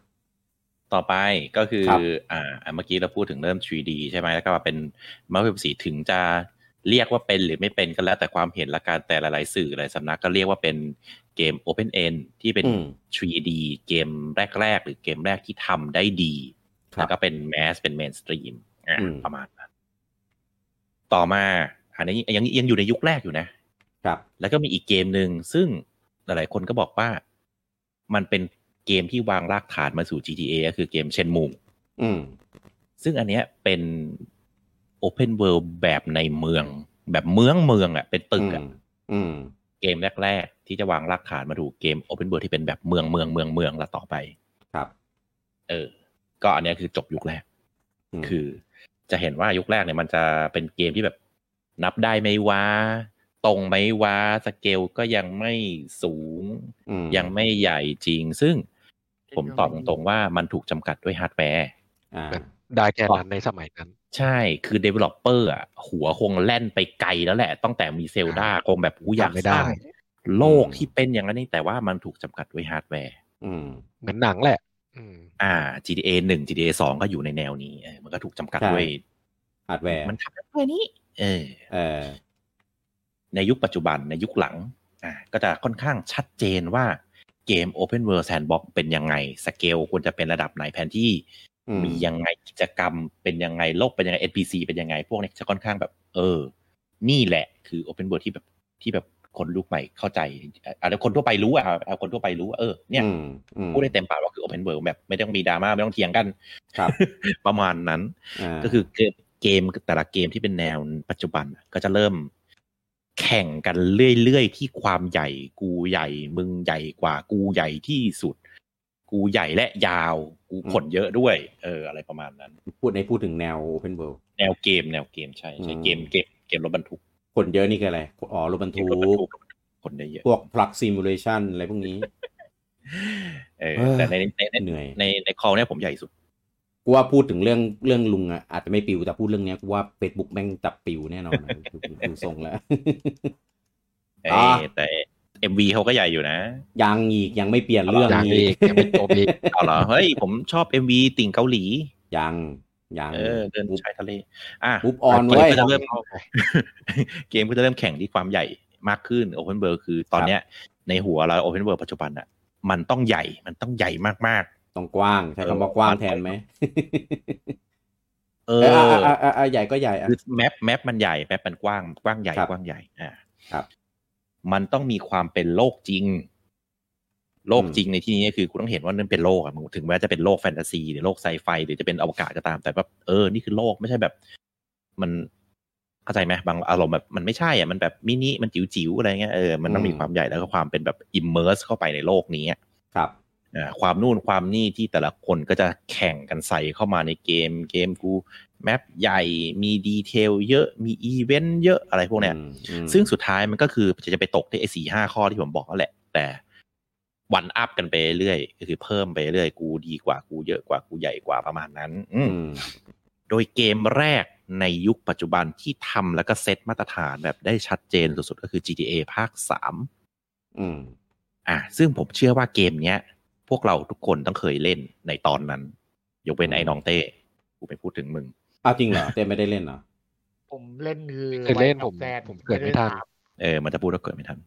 S2: ต่อไปก็คือ
S1: ครับ
S2: อ่าอ่ะเมื่อกี้เราพูดถึงเริ่ม 3D ใช่ไหมแล้วก็มาเป็นมาเว็บสีถึงจะเรียกว่าเป็นหรือไม่เป็นก็แล้วแต่ความเห็นละกันแต่หลาย ๆ สื่อหลายสำนักก็เรียกว่าเป็นเกม Open End ที่เป็น
S1: อืม
S2: 3D เกมแรก ๆ หรือเกมแรกที่ทำได้ดี
S1: ครั
S2: แล้ว
S1: บ
S2: ก็เป็นแมสเป็นเมนสตรีมอ่ะ
S1: อืม
S2: ประมาณนั้น ต่อมา อันนี้ยังยังอยู่ในยุคแรกอยู่นะ
S1: ครับ
S2: แล้วก็มีอีกเกมหนึ่งซึ่งหลาย ๆ คนก็บอกว่ามันเป็นเกมที่วางรากฐานมาสู่ GTA ก็คือเกมเชนมู
S1: อืม
S2: ซึ่งอันเนี้ยเป็น Open World แบบในเมือง แบบเมืองเมืองอ่ะเป็นตึกอ่ะ
S1: อืมอืม
S2: เกมแรก ๆ ที่จะวางรากฐานมาถูกเกม Open World ที่เป็นแบบเมืองเมืองเมืองเมืองละต่อไป
S1: ครับ
S2: เออ ก็อันเนี้ยคือจบยุคแรก
S1: ม
S2: คือจะเห็นว่ายุคแรกเนี่ยมันจะเป็นเกมที่แบบนับได้ไหมวะตรงไหมวะสเกลก็ยังไม่สูง
S1: ม
S2: ยังไม่ใหญ่จริง ซึ่งผมตอบตรงๆว่ามันถูกจำกัดด้วยฮาร์ดแวร์
S1: อ่า
S4: ได้แค่นั้นในสมัยนั้น
S2: ใช่คือ Developer อ่ะหัวคงแล่นไปไกลแล้วแหละ ตั้งแต่มีเซลดาคงแบบกูอยาก
S4: ทำไม่
S2: ส
S4: ได้
S2: ร้างโลกที่เป็นอย่างนั้นนี่แต่ว่ามันถูกจำกัดด้วยฮาร์ดแวร์
S1: อืม
S4: เหมือนหนังแหละ อืม
S2: อ่า GTA 1 GTA 2 ก็อยู่ในแนวนี้เออมันก็ถูกจำกัด
S1: ใช่
S2: ด้วย
S1: ฮาร์ดแวร์
S2: มันทำได้ด้วยนี้ เออ
S1: เออ
S2: ในยุคปัจจุบันในยุคหลังอ่าก็จะค่อนข้างชัดเจนว่าเกม Open World Sandbox เป็นยังไง สเกลควรจะเป็นระดับไหนแผนที่
S1: อืม
S2: มียังไงกิจกรรมเป็นยังไงโลกเป็นยังไง NPC เป็นยังไง พวกนี้จะค่อนข้างแบบ เออ นี่แหละคือ Open World ที่แบบที่แบบคนรุ่นใหม่เข้าใจอาจจะคนทั่วไปรู้อ่ะเอาเอาคนทั่วไปรู้ว่าเออเนี่ย
S1: อืมอืม
S2: พูดได้เต็มปากว่าคือ Open World แบบไม่ต้องมีดราม่าไม่ต้องเถียงกัน
S1: ครับ
S2: ประมาณนั้น
S1: า
S2: ก็คือเกมเกมแต่ละเกมที่เป็นแนวปัจจุบันน่ะก็จะเริ่มแข่งกันเรื่อยๆ ที่ความใหญ่กูใหญ่ มึงใหญ่กว่า กูใหญ่ที่สุด กูใหญ่และยาว กูขนเยอะด้วย เออ อะไรประมาณนั้น
S1: พูดในพูดถึงแนว Open World
S2: แนวเกมแนวเกมใช่ใช่
S1: อืม
S2: เกมเกมเกมรถบรรทุก
S1: คนเยอะนี่คืออะไร อ๋อรถบรร
S2: เก
S1: ทุ
S2: มรถบรรทุ
S1: ก
S2: กคนเยอะ
S1: พวก plug simulation อะไรพวกนี้
S2: ๆเออ
S1: เอ้ย
S2: แต่ในในใน
S1: เหนื่อย
S2: ในในคอเนี่ยผมใหญ่สุด
S1: กูว่าพูดถึงเรื่องเรื่องลุงอ่ะอาจจะไม่ปิวแต่พูดเรื่องเนี้ยกูว่า Facebook แม่งจับปิวแน่นอนอะ ดูดูทรงแล้ว
S2: เอ
S1: อ่า
S2: อแต่เอ็มวีเขาก็ใหญ่อยู่นะ
S1: ยังอีกยังไม่เปลี่ยนเรื่อง
S4: ยัง
S1: นี้
S4: อีกยังไม่จบอีก
S2: เอา เหรอเฮ้ยผมชอบเอ็มวีติ่งเกาหลี
S1: ยังยัง
S2: เออ เดินชายทะเล อ่ะ
S1: ปุ๊บออนเว้ย
S2: จะเริ่ม เกมก็จะเริ่มแข่งที่ความใหญ่มากขึ้น Open World คือตอนเนี้ย ในหัวเรา Open World ปัจจุบันอะมันต้องใหญ่มันต้องใหญ่มาก
S1: ต้องกว้างใช้คำว่ากว้างแทนไหม
S2: ๆ เอ
S1: เอ
S2: อ
S1: ออ่ะอ่ะอ่ะใหญ่ก็ใหญ่อ่ะ
S2: คือแมปแมปมันใหญ่แมปมันกว้างกว้างใหญ่
S1: ครับ
S2: กว้างใหญ่อ่า
S1: ครับ
S2: มันต้องมีความเป็นโลกจริง โลกจริงในที่นี้คือคุณต้องเห็นว่านั่นเป็นโลกอะมึงถึงแม้จะเป็นโลกแฟนตาซีหรือโลกไซไฟหรือจะเป็นอวกาศก็ตามแต่แบบเออนี่คือโลกไม่ใช่แบบ มันเข้าใจไหมบางอารมณ์แบบมันไม่ใช่อ่ะมันแบบมินิมันจิ๋วๆอะไรเงี้ยเออมันต้องมี
S1: อืม
S2: ความใหญ่แล้วก็ความเป็นแบบอิมเมอร์สเข้าไปในโลกนี้อะ
S1: ครับ
S2: อ่าความนู่นความนี่ที่แต่ละคนก็จะแข่งกันใส่เข้ามาในเกมเกมกู แมปใหญ่มีดีเทลเยอะมีอีเวนต์เยอะอะไรพวกเนี้ย
S1: อืมอืม
S2: ซึ่งสุดท้ายมันก็คือจะไปตกที่ไอ้สี่ห้าข้อที่ผมบอกนั่นแหละ แต่วันอัพกันไปเรื่อยก็คือเพิ่มไปเรื่อยกูดีกว่ากูเยอะกว่ากูใหญ่กว่าประมาณนั้น อื
S1: อื
S2: ม
S1: ม
S2: โดยเกมแรกในยุคปัจจุบันที่ทำแล้วก็เซตมาตรฐานแบบได้ชัดเจนสุดๆ ก็คือ GTA ภาค
S1: อืม
S2: 3 อ่ะซึ่งผมเชื่อว่าเกมเนี้ย พวกเราทุกคนต้องเคยเล่นในตอนนั้น ยกเว้นไอ้น้องเต้กูไม่พูดถึงมึง
S1: เอาจริงเหรอเต้ไม่ได้เล่นเหรอ
S3: ผมเล่นคือ
S4: เคยเล่น
S3: ไวท์
S4: ผม
S3: แซด
S4: ผมเกิดไม่ทัน
S2: เออ มันจะพูดแล้วเกิดไม่ทัน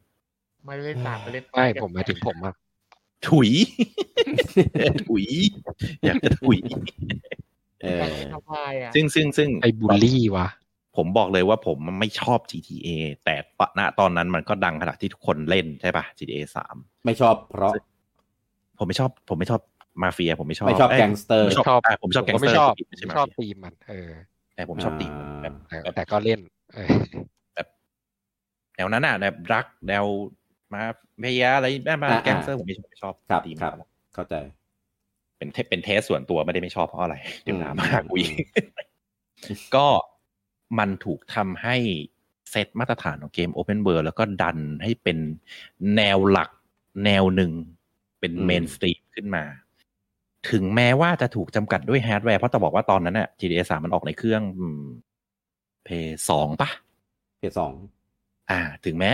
S3: ไม่ได้เล่นสามไม่เล่น
S4: ไม่ผมหมายถึงผมอะ
S2: ถุย ถุย อยากจะถุย
S1: เออ
S3: ทำไมอ่ะ
S2: ซึ่งซึ่งซึ่ง
S4: ไอ้บูลลี่วะ
S2: ผมบอกเลยว่าผมไม่ชอบ GTA แต่ณตอนนั้นมันก็ดังขนาดที่ทุกคนเล่นใช่ปะ GTA สาม
S1: ไม่ชอบเพราะ
S2: ผมไม่ชอบ ผมไม่ชอบมาเฟีย ผมไม่ชอบ
S1: ไม่ชอบ
S2: เย
S1: แก๊งสเตอร์
S2: ไม่ช
S4: ช
S2: อ
S4: อ
S2: บบ อ่ะผมชอบ
S4: ผ
S2: แก๊ง
S4: ม
S2: ส
S4: ก็
S2: เตอ
S4: ไม่
S2: ร์
S4: ชอบ
S2: ไม่ใช่มา
S4: ชอบ
S2: เฟีย
S4: ตีมมัน เออ
S2: แต่ผมชอบตีมแบบ
S4: แต่แต่ก็เล่น เออ
S2: แนวนั้นอ่ะแบบรักแนวมาเฟียอะไรแม่มา
S1: อ่า
S2: แก๊งสเตอร์ผมไม่ชอบไม่ชอบ
S1: ครับ
S2: ตีม
S1: ครับ เข้าใจ
S2: เป็นเทเป็นเทสส่วนตัวไม่ได้ไม่ชอบเพราะอะไร เดี๋ยว
S1: อืม
S2: หามากูอีก
S1: อื
S2: ก็มันถูกทำให้เซตมาตรฐานของเกม Open World แล้วก็ดันให้เป็นแนวหลักแนวหนึ่งเป็น
S1: อืม
S2: เมนสตรีมขึ้นมา ถึงแม้ว่าจะถูกจำกัดด้วยฮาร์ดแวร์เพราะต้องบอกว่าตอนนั้นน่ะ GTA 3มันออกในเครื่องเพย์สองปะ
S1: เพจสอง
S2: อ่า ถึงแม้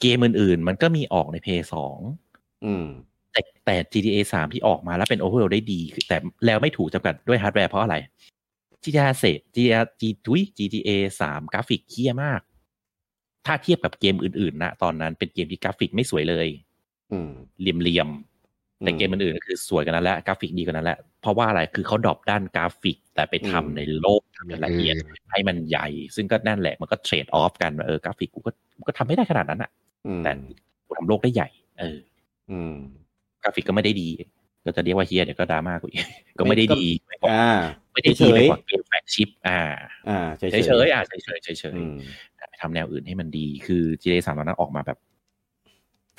S2: เกมอื่นๆ มันก็มีออกในเพย์สอง
S1: อืม
S2: แต่แต่ GTA สามที่ออกมาแล้วเป็นโอเวอร์ได้ดีคือแต่แล้วไม่ถูกจำกัดด้วยฮาร์ดแวร์เพราะอะไร GTA เสร็จ GTA G ทุย GTA สามกราฟิกเคี้ยมาก ถ้าเทียบกับเกมอื่นๆนะตอนนั้นเป็นเกมที่กราฟิกไม่สวยเลย
S1: อืม
S2: เหลี่ยมๆ แต่เกมอื่นๆก็คือสวยกันนั้นแหละกราฟิกดีกันนั้นแหละ เพราะว่าอะไรคือเขาดรอปด้านกราฟิก แต่ไปทำ
S1: อืม
S2: ในโลกทำอย่างละเอียด ให้มันใหญ่ ซึ่งก็นั่นแหละมันก็เทรดออฟกันว่าเออกราฟิกกูก็กูก็ทำไม่ได้ขนาดนั้นอะ
S1: อืม
S2: แต่กูทำโลกได้ใหญ่ เออ
S1: อืม
S2: กราฟิกก็ไม่ได้ดี ก็จะเรียกว่าเฮียเดี๋ยวก็ดราม่ากูอี ก ก็ไม่ได้ดีไม่กว่า
S1: อ่า
S2: ไม่ได้ดีไปกว่าเกมแฟลกชิป อ่า
S1: อ่าเฉย
S2: เฉยเฉยๆอ่าเฉยเฉยๆเฉยเฉย
S1: อืม
S2: ทำแนวอื่นให้มันดี คือ GTA สามตอนนั้นออกมาแบบ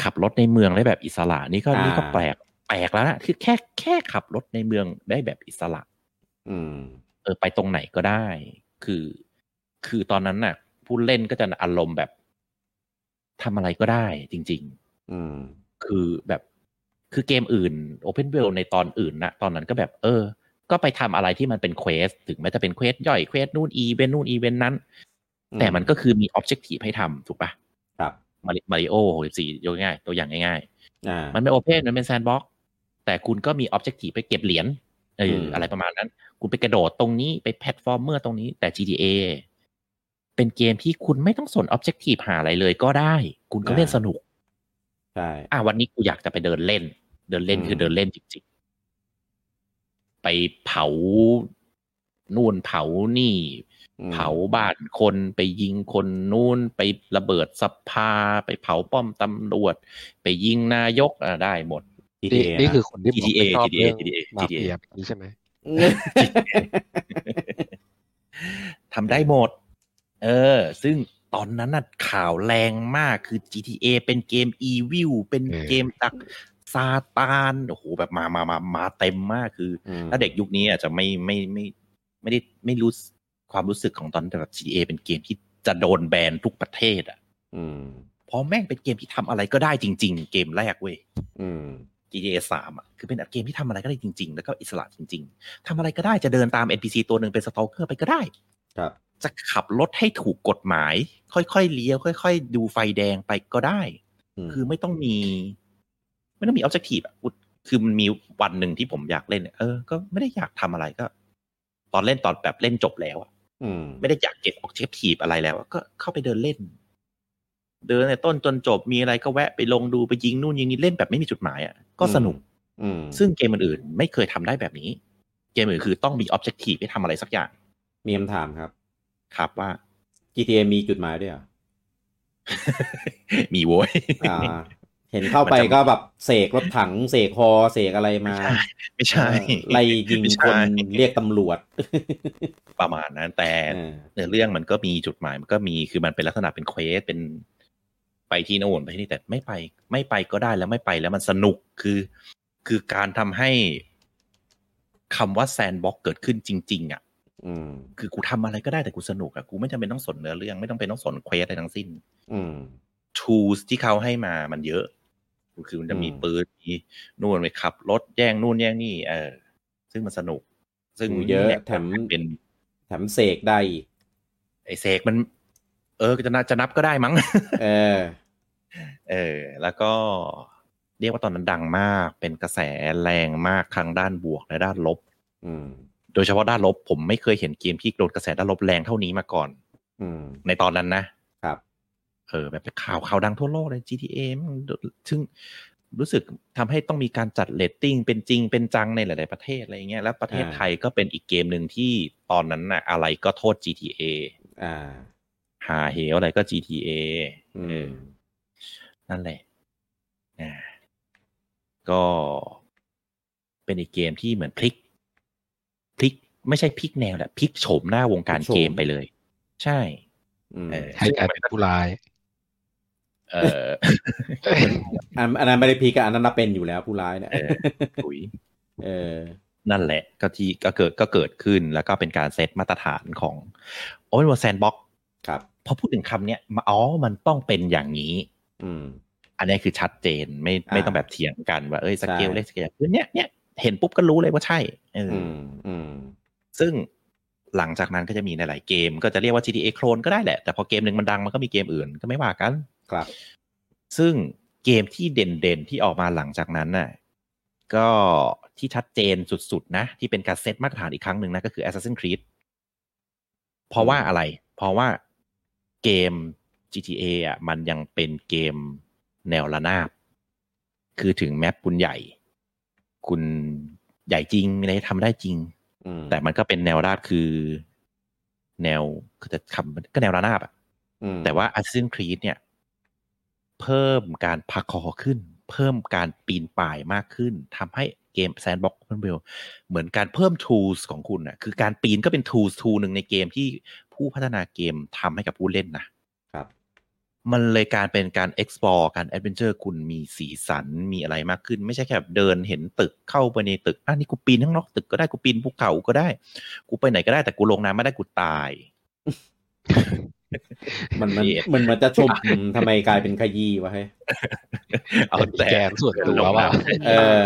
S2: ขับรถในเมืองได้แบบอิสระ นี่ก็
S1: อ่านี่
S2: นี่ก็แปลก แปลกแล้วนะ คือแค่แค่ขับรถในเมืองได้แบบอิสระ
S1: อืม
S2: เออไปตรงไหนก็ได้ คือ คือตอนนั้นน่ะ ผู้เล่นก็จะอารมณ์แบบทำอะไรก็ได้จริง ๆ
S1: อืม
S2: คือแบบคือเกมอื่น Open World ในตอนอื่นนะตอนนั้นก็แบบ เออ ก็ไปทำอะไรที่มันเป็นเควสถึงแม้จะเป็นเควสย่อยเควสนู่นอีเวนต์นู่นอีเวนต์นั้น
S1: อืม
S2: แต่มันก็คือมีออบเจกตีให้ทำถูกปะ
S1: ครับ
S2: มาริมาริโอ64ยกง่ายๆตัวอย่างง่าย
S1: อ่า
S2: ๆ มันเป็นโอเพนมันเป็นแซนด์บ็อกแต่คุณก็มีออบเจกตีไปเก็บเหรียญเออ
S1: ม
S2: ออะไรประมาณนั้น คุณไปกระโดดตรงนี้ไปแพลตฟอร์มเมอร์ตรงนี้แต่ GTA เป็นเกมที่คุณไม่ต้องสนออบเจกตีหาอะไรเลยก็ได้ คุณก็เล่นสนุก
S1: ใช่
S2: อ่ะวันนี้กูอยากจะไปเดินเล่น เดินเล่น
S1: อืม
S2: คือเดินเล่นจริงๆ ไปเผานู่นเผานี่
S1: อืม
S2: เผาบ้านคนไปยิงคนนู่น ไประเบิดสภา ไปเผาป้อมตำรวจ ไปยิงนายกอ่ะได้หมด
S4: นี่
S1: GTA
S4: นี่คือคนที่ผม
S2: GTA
S4: ไม่ชอบเรื่อง
S2: GTA
S4: มาเฟียแบบนี้ใช่ไหม
S1: นะ
S2: ทำได้หมด เออ ซึ่งตอนนั้นน่ะข่าวแรงมากคือ GTA เป็นเกม Evil เป็นเกมตักซาตานโอ้โหแบบมามามามาเต็มมากคือ
S1: อืม
S2: ถ้าเด็กยุคนี้อาจจะไม่ไม่ไม่ไม่ได้ไม่รู้ความรู้สึกของตอนแบบ GTA เป็นเกมที่จะโดนแบนทุกประเทศอ่ะ
S1: อืม
S2: เพราะแม่งเป็นเกมที่ทำอะไรก็ได้จริง ๆ เกมแรกเว้ย
S1: อืม
S2: GTA สามอ่ะคือเป็นเกมที่ทำอะไรก็ได้จริง ๆ แล้วก็อิสระจริง ๆทำอะไรก็ได้จะเดินตาม NPC ตัวหนึ่งเป็นสตอเกอร์ไปก็ได้
S1: ครับ
S2: จะขับรถให้ถูกกฎหมาย ค่อยๆเลี้ยวค่อย ๆ ดูไฟแดงไปก็ได้ คือไม่ต้องมี ไม่ต้องมีออบเจกตีฟอะอุ๊ยคือมันมีวันหนึ่งที่ผมอยากเล่นเนี่ยเออ ก็ไม่ได้อยากทำอะไรก็ ตอนเล่นตอนแบบเล่นจบแล้วอะ
S1: อืม
S2: ไม่ได้อยากเก็บออบเจกตีฟอะไรแล้วอะก็เข้าไปเดินเล่น เดินในต้นจนจบมีอะไรก็แวะไปลงดูไปยิงนู่นยิงนี่เล่นแบบไม่มีจุดหมายอะก็สนุก
S1: อืม
S2: ซึ่งเกมอื่นๆไม่เคยทำได้แบบนี้ เกมอื่นคือต้องมีออบเจกตีฟให้ทำอะไรสักอย่าง
S1: มีคำถามครับ
S2: ครับว่า
S1: GTA มีจุดหมายด้วยเหรอ
S2: มีโว้ย
S1: อ่า เห็นเข้าไป
S2: มันจะ
S1: ก็แบบเสกรถถัง เสกฮอเสกอะไรมา
S2: ไม่ใช่
S1: ไล่ยิง
S2: ไม่
S1: ค
S2: ใช่
S1: นเรียกตำรวจ
S2: ประมาณนั้นแต่
S1: เออ
S2: เนื้อเรื่องมันก็มีจุดหมายมันก็มีคือมันเป็นลักษณะเป็นเควสเป็นไปที่โน่นไปที่นี่แต่ไม่ไป ไม่ไปก็ได้แล้วไม่ไปแล้วมันสนุกคือ คือการทำให้คำว่าแซนบ็อกเกิดขึ้นจริง ๆ อ่ะ
S1: อืม
S2: คือกูทำอะไรก็ได้แต่กูสนุกอะกูไม่จำเป็นต้องสนเนื้อเรื่อง ไม่ต้องเป็นต้องสนเควสอะไรทั้งสิ้น
S1: อืม
S2: tools ที่เขาให้มามันเยอะ คือมันจะมี
S1: อืม
S2: ปืนมีนู่นไปขับรถแย่งนู่นแย่งนี่ เออ ซึ่งมันสนุก ซึ่ง
S1: โอ้เยอะ
S2: นี่
S1: แถม
S2: เป็น
S1: แถมเสกได้อีก
S2: ไอเสกมัน เออจะนับจะนับก็ได้มั้ง
S1: เออ
S2: เออ แล้วก็เรียกว่าตอนนั้นดังมาก เป็นกระแสแรงมากทั้งด้านบวกและด้านลบ
S1: อืม
S2: โดยเฉพาะด้านลบ ผมไม่เคยเห็นเกมที่โดนกระแสด้านลบแรงเท่านี้มาก่อน
S1: อืม
S2: ในตอนนั้นนะครับ เออ แบบข่าวข่าวดังทั่วโลกเลย GTA มันซึ่งรู้สึกทำให้ต้องมีการจัดเลตติ้งเป็นจริงเป็นจังในหลาย ๆ ประเทศอะไรอย่างเงี้ยแล้วประเทศ
S1: อ่า
S2: ไทยก็เป็นอีกเกมหนึ่งที่ตอนนั้นน่ะ อะไรก็โทษ GTA
S1: อ่า
S2: หาเหวอะไรก็ GTA
S1: อื
S2: เอ
S1: ม
S2: อ นั่นแหละอ่าก็เป็นอีกเกมที่เหมือนพลิก พลิก ไม่ใช่พลิกแนวแหละพลิกโฉมหน้าวงการ
S1: พลิกโฉม
S2: เกมไปเลย ใช่
S1: อืม
S2: เออ
S4: ให้กลายเป็นผู้ร้าย
S2: เออ
S1: อันอันนั้นไม่ได้พีกอันนั้นนับเป็นอยู่แล้วผู้ร้ายเนี่ย
S2: เออ อุ๊ย
S1: เออ
S2: นั่นแหละก็ที่ก็เกิดก็เกิดขึ้นแล้วก็เป็นการเซตมาตรฐานของ Open World Sandbox
S1: ครับ
S2: พอพูดถึงคำเนี้ยมาอ๋อมันต้องเป็นอย่างนี้
S1: อืม
S2: อันนี้คือชัดเจนไม่
S1: อ่า
S2: ไม่ต้องแบบเถียงกันว่าเอ้ยสเกล
S1: ใช่
S2: เล็กสเกลเนี้ยเนี้ยเห็นปุ๊บก็รู้เลยว่าใช่เอออ
S1: อืม อืม
S2: ซึ่งหลังจากนั้นก็จะมีในหลายเกม ก็จะเรียกว่า GTA โคลนก็ได้แหละ แต่พอเกมหนึ่งมันดังมันก็มีเกมอื่นก็ไม่ว่ากัน
S1: ครับ
S2: ซึ่งเกมที่เด่นๆ ที่ออกมาหลังจากนั้นน่ะก็ที่ชัดเจนสุดๆ นะ ที่เป็นการเซตมาตรฐานอีกครั้งหนึ่งนะก็คือ Assassin's Creed เพราะว่าอะไร เพราะว่าเกม GTA อ่ะมันยังเป็นเกมแนวระนาบ คือถึงแมปคุณใหญ่ คุณใหญ่จริงอะไรทำได้จริง
S1: อืม
S2: แต่มันก็เป็นแนวราบคือแนวคือจะคำมันก็แนวระนาบอ่ะ
S1: อืม
S2: แต่ว่า Assassin's Creed เนี่ย เพิ่มการพักคอขึ้น เพิ่มการปีนป่ายมากขึ้นทำให้เกม Sandbox Open World เหมือนการเพิ่ม tools ของคุณนะคือการปีนก็เป็น tools tool หนึ่งในเกมที่ผู้พัฒนาเกมทำให้กับผู้เล่นนะ
S1: ครับ
S2: มันเลยการเป็นการ explore การ adventure คุณมีสีสันมีอะไรมากขึ้น ไม่ใช่แค่แบบเดินเห็นตึกเข้าไปในตึกอ่ะนี่กูปีนข้างนอกตึกก็ได้กูปีนภูเขาก็ได้ กูไปไหนก็ได้แต่กูลงน้ำไม่ได้กู ตาย
S1: มันมัน
S2: เอ๊ะ
S1: มันมันจะชมอืมทำไมกลายเป็นขยี้วะเฮ้ย
S2: เอา
S4: เป็น
S2: แต่
S4: แกนส่วนตัวว่า
S1: เออ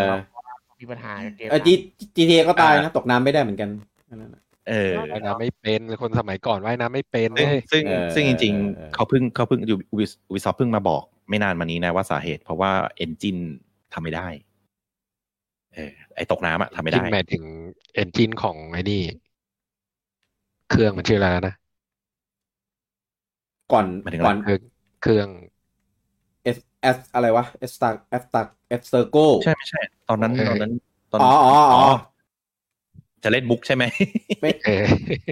S3: มีปัญหากับเกม
S1: เออจีจีเทก็ตายนะ ตกน้ำไม่ได้เหมือนกันอันนั้นน่ะ
S2: เออ
S4: ว่ายน้ำไม่เป็นคนสมัยก่อนว่ายน้ำไม่เป็น
S2: ซึ่ง
S4: เว้ย
S2: ซึ่ง
S1: เออ
S2: ซึ่งจริง
S1: เออเออ
S2: ๆ เขาเพิ่งเขาเพิ่งอยู่วิซอฟเพิ่งมาบอกไม่นานมานี้นะว่าสาเหตุ เพราะว่าเอนจินทำไม่ได้ เออ ไอตกน้ำอะทำไม่
S4: จริ
S2: ได้
S4: งหมายถึงเอนจินของไอ้นี่ เครื่องมันชื่ออะไรนะ
S1: ก่อน
S2: หมายถึงอะไร
S1: ก่อน
S4: เครื่องเครื่อง
S1: เอสเอสอะไรวะเอสตาเอสตาเอสเซอร์โก
S2: ใช่ไม่ใช่ ตอนนั้น
S4: เออ
S2: ตอนนั้นตอน
S1: อ๋ออ๋ออ๋อ
S2: จะเล่นมุกใช่ไหม
S4: เออ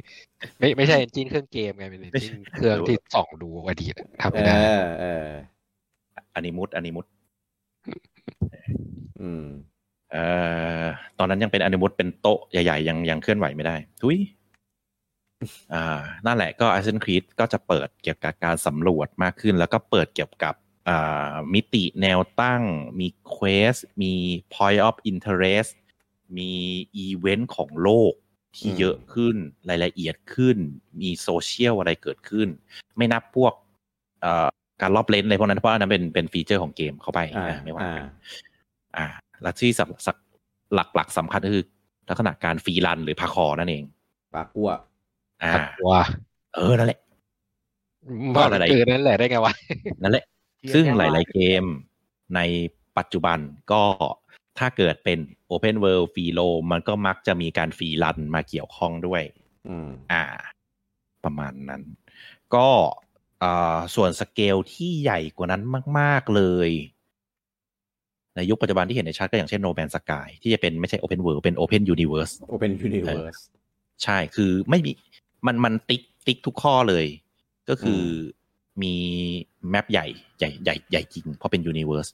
S4: ไม่ไม่ใช่เอนจินเครื่องเกมไงเป็นเอนจินเครื่องที่ส่องดูอดีตทำ
S1: เอ
S4: ไม่ได้
S1: อเออ
S2: อันนี้มุดอันนี้มุด
S1: อืม
S2: เอ่อตอนนั้นยังเป็นอันนี้มุดเป็นโต๊ะใหญ่ๆ ยังยังเคลื่อนไหวไม่ได้ ทุยอ่านั่นแหละก็ Assassin's Creed ก็จะเปิดเกี่ยวกับการสำรวจมากขึ้น แล้วก็เปิดเกี่ยวกับอ่ามิติแนวตั้ง มีเควส มี point of interest มีอีเวนต์ของโลกที่
S1: อืม
S2: เยอะขึ้น รายละเอียดขึ้น มีโซเชียลอะไรเกิดขึ้น ไม่นับพวกเอ่อการลอบเลนส์อะไรพวกนั้นเพราะอันนั้นเป็นเป็นฟีเจอร์ของเกมเข้าไป
S1: อ่า
S2: อ่ะไม่ว่ากัน
S1: อ่า
S2: อ่าแล้วที่สำสักหลักหลักๆสำคัญก็คือลักษณะการฟรีรันหรือพาคอนั่นเอง
S1: ปากกั้ว
S2: อ่า
S4: ขัดว่า
S2: เออ นั่นแหละ
S4: บ้าเกินนั่นแหละได้ไงวะ
S2: นั่นแหละ ซึ่งหลาย ๆ เกมในปัจจุบันก็ถ้าเกิดเป็น Open World ฟรีโลมันก็มักจะมีการฟรีรันมาเกี่ยวข้องด้วย
S1: อืม
S2: อ่า ประมาณนั้น ก็อ่าส่วนสเกลที่ใหญ่กว่านั้นมาก ๆ เลย ในยุคปัจจุบันที่เห็นในชาร์ตก็อย่างเช่นโนแมนสกายที่จะเป็นไม่ใช่ Open World เป็น Open Universe
S1: Open Universe
S2: ใช่คือไม่มีมันมันติ๊กติ๊กทุกข้อเลย ก็คืออมีแมปใหญ่ใหญ่ใหญ่ใหญ่จริง เพราะเป็นยูนิเวอร์ส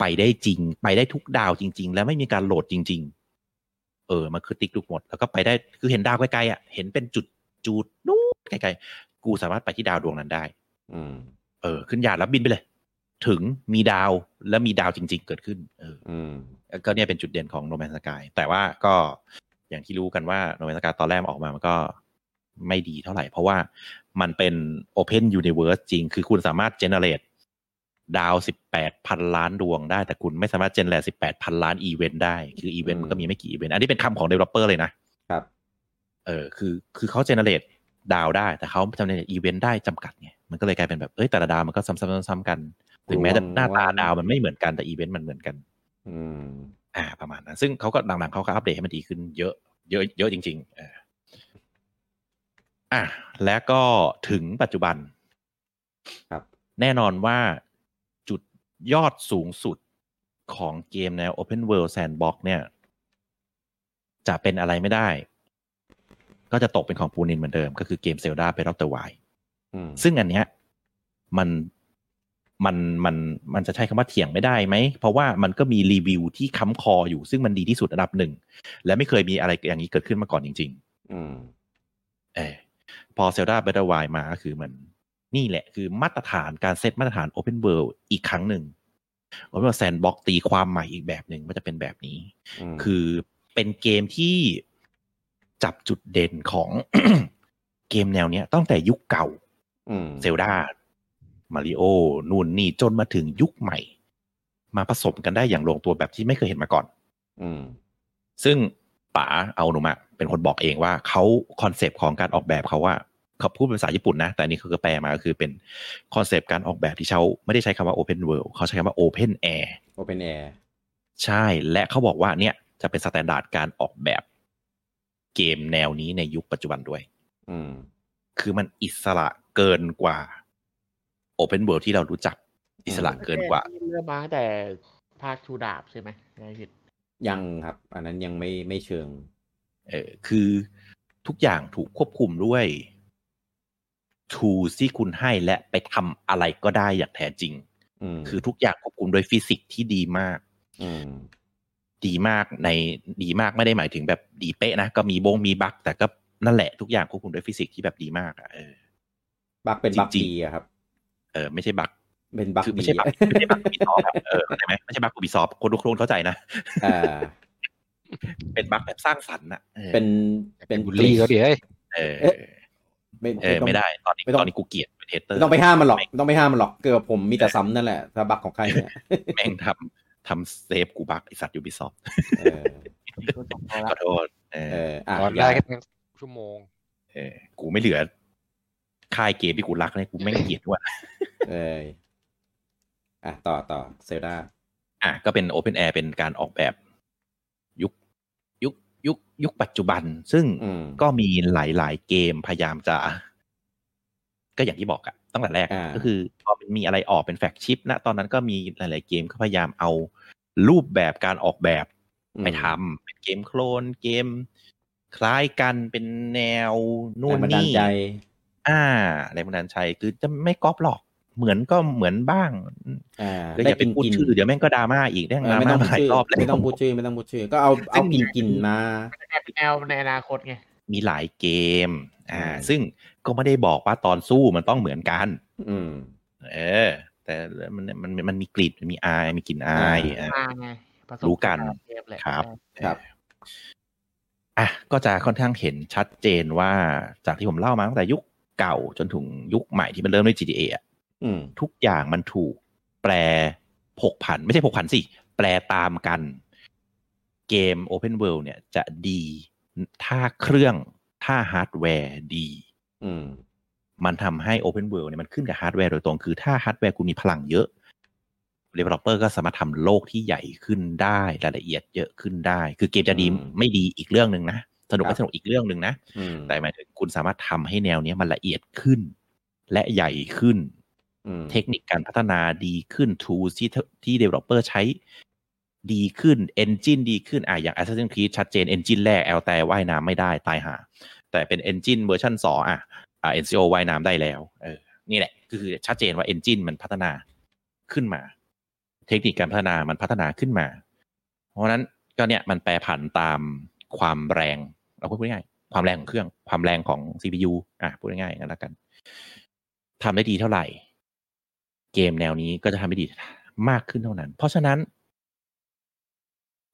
S2: ไปได้จริง ไปได้ทุกดาวจริง ๆ แล้วไม่มีการโหลดจริง ๆ เออ มันคือติ๊กทุกหมด แล้วก็ไปได้คือเห็นดาวไกลๆอ่ะเห็นเป็นจุดจูดนู้นไกลๆ กูสามารถไปที่ดาวดวงนั้นได้
S1: อืม
S2: เออ ขึ้นยานแล้วบินไปเลย ถึงมีดาวแล้วมีดาวจริง ๆ เกิดขึ้นเออ
S1: อืม
S2: ก็เนี่ยเป็นจุดเด่นของโนแมนสกายแต่ว่าก็อย่างที่รู้กันว่าโนแมนสกายตอนแรกออกมามันก็ ไม่ดีเท่าไหร่ เพราะว่ามันเป็น Open Universe จริง คือคุณสามารถ generate ดาว 18 พันล้านดวงได้ แต่คุณไม่สามารถ generate 18 พันล้านอีเวนต์ได้ คืออีเวนต์
S1: อืม
S2: มันก็มีไม่กี่อีเวนต์ อันนี้เป็นคำของ developer เลยนะ
S1: ครับ
S2: เออ คือ คือเขา generate ดาวได้ แต่เขา generate อีเวนต์ได้จำกัดไง มันก็เลยกลายเป็นแบบ เอ้ย แต่ละดาวมันก็ซ้ำๆๆๆกัน ถึงแม้จะหน้าตาดาวมันไม่เหมือนกัน แต่อีเวนต์มันเหมือนกัน
S1: อืม
S2: อ่าประมาณนั้น ซึ่งเขาก็หลังๆเขาก็อัปเดตให้มันดีขึ้นเยอะ เยอะ เยอะจริงๆเอออ่ะแล้วก็ถึงปัจจุบัน
S1: ครับ
S2: แน่นอนว่าจุดยอดสูงสุดของเกมแนว Open World Sandbox เนี่ย จะเป็นอะไรไม่ได้ ก็จะตกเป็นของปูนินเหมือนเดิม ก็คือเกมเซลดาไปรอบตัววาย
S1: อืม
S2: ซึ่งอันเนี้ยมันมันมันมันจะใช้คำว่าเถียงไม่ได้ไหม เพราะว่ามันก็มีรีวิวที่ค้ำคออยู่ ซึ่งมันดีที่สุดอันดับหนึ่ง และไม่เคยมีอะไรอย่างนี้เกิดขึ้นมาก่อนจริง
S1: อืม
S2: ๆ เออพอเซลดาเบตาวายมาก็คือมัน นี่แหละคือมาตรฐานการเซตมาตรฐาน Open World อีกครั้งหนึ่งผมว่าแซนบ็อกตีความใหม่อีกแบบหนึ่งว่าจะเป็นแบบนี้
S1: ม
S2: คือเป็นเกมที่จับจุดเด่นของ เกมแนวเนี้ยตั้งแต่ยุคเก่า
S1: ม
S2: เซลดา มาริโอ นู่นนี่จนมาถึงยุคใหม่ มาผสมกันได้อย่างลงตัวแบบที่ไม่เคยเห็นมาก่อน
S1: อืม
S2: ซึ่งป๋าเอาหนุมะเป็นคนบอกเองว่าเขาคอนเซปต์ของการออกแบบเขาว่าเขาพูดเป็นภาษาญี่ปุ่นนะ แต่อันนี้เขาก็แปลมาก็คือเป็นคอนเซปต์การออกแบบที่เขาไม่ได้ใช้คำว่า Open World เขาใช้คำว่า Open Air
S1: Open Air
S2: ใช่ และเขาบอกว่าเนี่ยจะเป็นสแตนดาร์ดการออกแบบเกมแนวนี้ในยุคปัจจุบันด้วย
S1: อืม
S2: คือมันอิสระเกินกว่า Open World ที่เรารู้จักอิสระเกินกว่า
S3: เรือมาแต่ภาคชูดาบใช่ไหมไม่ผิด
S1: ยังครับ อันนั้นยังไม่ไม่เชิง
S2: เออคือทุกอย่างถูกควบคุมด้วยทูที่คุณให้และไปทำอะไรก็ได้อย่างแท้จริง
S1: อืม
S2: คือทุกอย่างควบคุมโดวยฟิสิกส์ที่ดีมาก
S1: อืม
S2: ดีมากในดีมากไม่ได้หมายถึงแบบดีเป๊ะนะ ก็มีบงมีบักแต่ก็นั่นแหละทุกอย่างควบคุมโดวยฟิสิกส์ที่แบบดีมากอะเออ
S1: บักเป็นบัก
S2: จริงๆ
S1: ดีอะครับ
S2: เออไม่ใช่บัก
S1: เป็นบัก
S2: คือไม่
S1: ดี
S2: ใช่บักไม่ใช่บักอุบิซอฟเออเข้าใจไหมไม่ใช่บักอุบิซอฟคนทุกคนเข้าใจนะ
S1: อ่า
S2: เป็นบักแบบสร้างสรรค์นะออ
S1: เป็นเป็น
S4: บุลลี่เขาดิเอ้ย
S2: เออ
S1: ไม่
S2: เออ
S1: ต้อง
S2: ไม่ได้ตอนนี้
S1: ไม่ต้อง
S2: ตอนนี้กูเกลียดเป็นเฮเตอร์
S1: ไม่ต้องไปห้ามมันหรอกไม่ต้องไปห้ามมันหรอกเกือบผมมีแต่ซ้ำนั่นแหละถ้าบักของใครเนี่ย
S2: แม่งทำทำเซฟกูบักไอสัตว์ยูบิซอฟ
S1: เออ
S2: ขอโทษเอ
S1: เอ
S2: อ
S1: ออ่ะ
S4: นอนได้แค่ตั้งชั่วโมง
S2: เออกูไม่เหลือ ค่ายเกมที่กูรักเนี่ยกูแม่งเกลียดด้วย
S1: เอออ่ะต่อต่อเซลดา
S2: อ่ะก็เป็น Open Air เป็นการออกแบบยุคยุคยุคยุคปัจจุบัน ซึ่ง
S1: อืม
S2: ก็มีหลาย ๆ เกมพยายามจะ ก็อย่างที่บอกอะตั้งแต่แรก
S1: อ่า
S2: ก็คือพอมันมีอะไรออกเป็นแฟกชิปนะตอนนั้นก็มีหลาย ๆ เกมก็พยายามเอารูปแบบการออกแบบ ไปทำเป็นเกมโคลนเกม คล้ายกันเป็นแนว
S1: นู่
S2: นู่น
S1: นนี่
S2: นี่
S1: ใจ
S2: อ่าแรงบันดาลใจคือจะไม่ก๊อปหรอก เหมือนก็เหมือนบ้าง
S1: อ่า
S2: ก็อย่าไปพูด
S1: กินๆ
S2: ชื่อเดี๋ยวแม่งก็ดราม่าอีกเรื่อง
S1: เอ
S2: ด
S1: อ
S2: รา
S1: ไม่
S2: ม่า
S1: ต้องพูด
S2: มาหลาย
S1: ชื่อ
S2: รอบแล้ว
S1: ไม่ต้องพูดชื่อไม่ต้องพูดชื่อ ก็เอาเอา
S2: ซึ่
S1: กิน
S2: ง
S1: กินๆมา
S3: มันจะเป็นแนวในอนาคตไง
S2: มีหลายเกม อ่า
S1: อืม
S2: ซึ่งก็ไม่ได้บอกว่าตอนสู้มันต้องเหมือนกัน
S1: อืม
S2: เออ แต่มันมันมันมีกลิ่นมันมีอายมีกลิ่นอาย
S1: อ่า
S2: อ่า
S3: มาไงผสม
S2: รู้กัน
S3: สำหบเทปแหละ
S2: ครับ
S1: ครับ
S2: อ่ะก็จะค่อนข้างเห็นชัดเจนว่าจากที่ผมเล่ามาตั้งแต่ยุคเก่าจนถึงยุคใหม่ที่มันเริ่มด้วย GTA อะ
S1: อืม
S2: ทุกอย่างมันถูกแปลผกผัน ไม่ใช่ผกผันสิ แปลตามกัน เกม Open World เนี่ยจะดีถ้าเครื่องถ้าฮาร์ดแวร์ดี
S1: อืม
S2: มันทำให้ Open World เนี่ยมันขึ้นกับฮาร์ดแวร์โดยตรง คือถ้าฮาร์ดแวร์คุณมีพลังเยอะ Developer ก็สามารถทำโลกที่ใหญ่ขึ้นได้รายละเอียดเยอะขึ้นได้ คือเกมจะดี
S1: อืม
S2: ไม่ดีอีกเรื่องหนึ่งนะ สนุก
S1: ครั
S2: ไม่
S1: บ
S2: สนุกอีกเรื่องหนึ่งนะ
S1: อืม
S2: แต่หมายถึงคุณสามารถทำให้แนวเนี้ยมันละเอียดขึ้น และใหญ่ขึ้น
S1: อืม
S2: เทคนิคการพัฒนาดีขึ้น tools ที่ที่ developer ใช้ดีขึ้น engine ดีขึ้นอ่ะอย่าง Assassin's Creed ชัดเจน engine แรก l อลแต่ว่ายน้ำไม่ได้ตายหา แต่เป็น engine เวอร์ชัน2อ่ะอ่า NCO ว่ายน้ำได้แล้วเออนี่แหละ ก็คือชัดเจนว่า engine มันพัฒนาขึ้นมา เทคนิคการพัฒนามันพัฒนาขึ้นมา เพราะฉะนั้นก็เนี่ยมันแปรผันตามความแรง เราพูดง่ายๆความแรงของเครื่องความแรงของ CPU อ่ะพูดง่ายๆนั่นละกันทำได้ดีเท่าไหร่ เกมแนวนี้ก็จะทำได้ดีมากขึ้นเท่านั้น เพราะฉะนั้น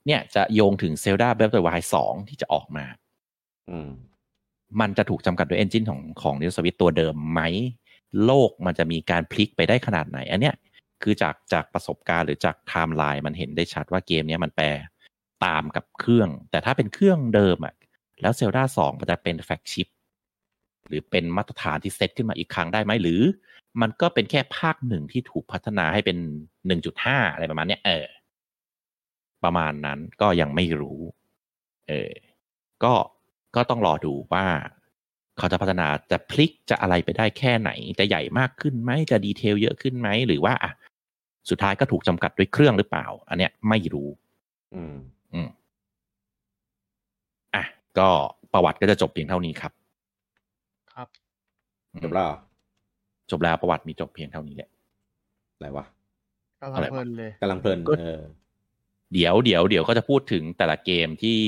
S2: เนี่ยจะโยงถึง Zelda Breath of the Wild 2 ที่จะออกมา
S1: อืม
S2: มันจะถูกจำกัดด้วยเอนจินของของนิวสวิตตัวเดิมไหม โลกมันจะมีการพลิกไปได้ขนาดไหน อันเนี้ยคือจากจากประสบการณ์หรือจากไทม์ไลน์มันเห็นได้ชัดว่าเกมเนี้ยมันแปลตามกับเครื่อง แต่ถ้าเป็นเครื่องเดิมอ่ะแล้วเซลดาสองมันจะเป็นแฟกชิปหรือเป็นมาตรฐานที่เซตขึ้นมาอีกครั้งได้ไหมหรือ มันก็เป็นแค่ภาคหนึ่งที่ถูกพัฒนาให้เป็นหนึ่งจุดห้าอะไรประมาณเนี้ยเออ ประมาณนั้นก็ยังไม่รู้ เออ ก็ก็ต้องรอดูว่า เขาจะพัฒนาจะพลิกจะอะไรไปได้แค่ไหน จะใหญ่มากขึ้นไหมจะดีเทลเยอะขึ้นไหม หรือว่าอ่ะสุดท้ายก็ถูกจำกัดด้วยเครื่องหรือเปล่า อันเนี้ยไม่รู้
S1: อืม
S2: อ่ะ ก็ประวัติก็จะจบเพียงเท่านี้ครับ
S3: ครับ
S2: อืม
S1: จบแล้วเหรอ
S2: จบแล้วประวัติมีจบเพียงเท่านี้แหละ
S1: อะไรวะ
S3: กำลังเพลินเลย
S1: กำลังเพลิน
S2: ก็
S1: เออ
S2: เดี๋ยวเดี๋ยวเดี๋ยวก็จะพูดถึงแต่ละเกมที่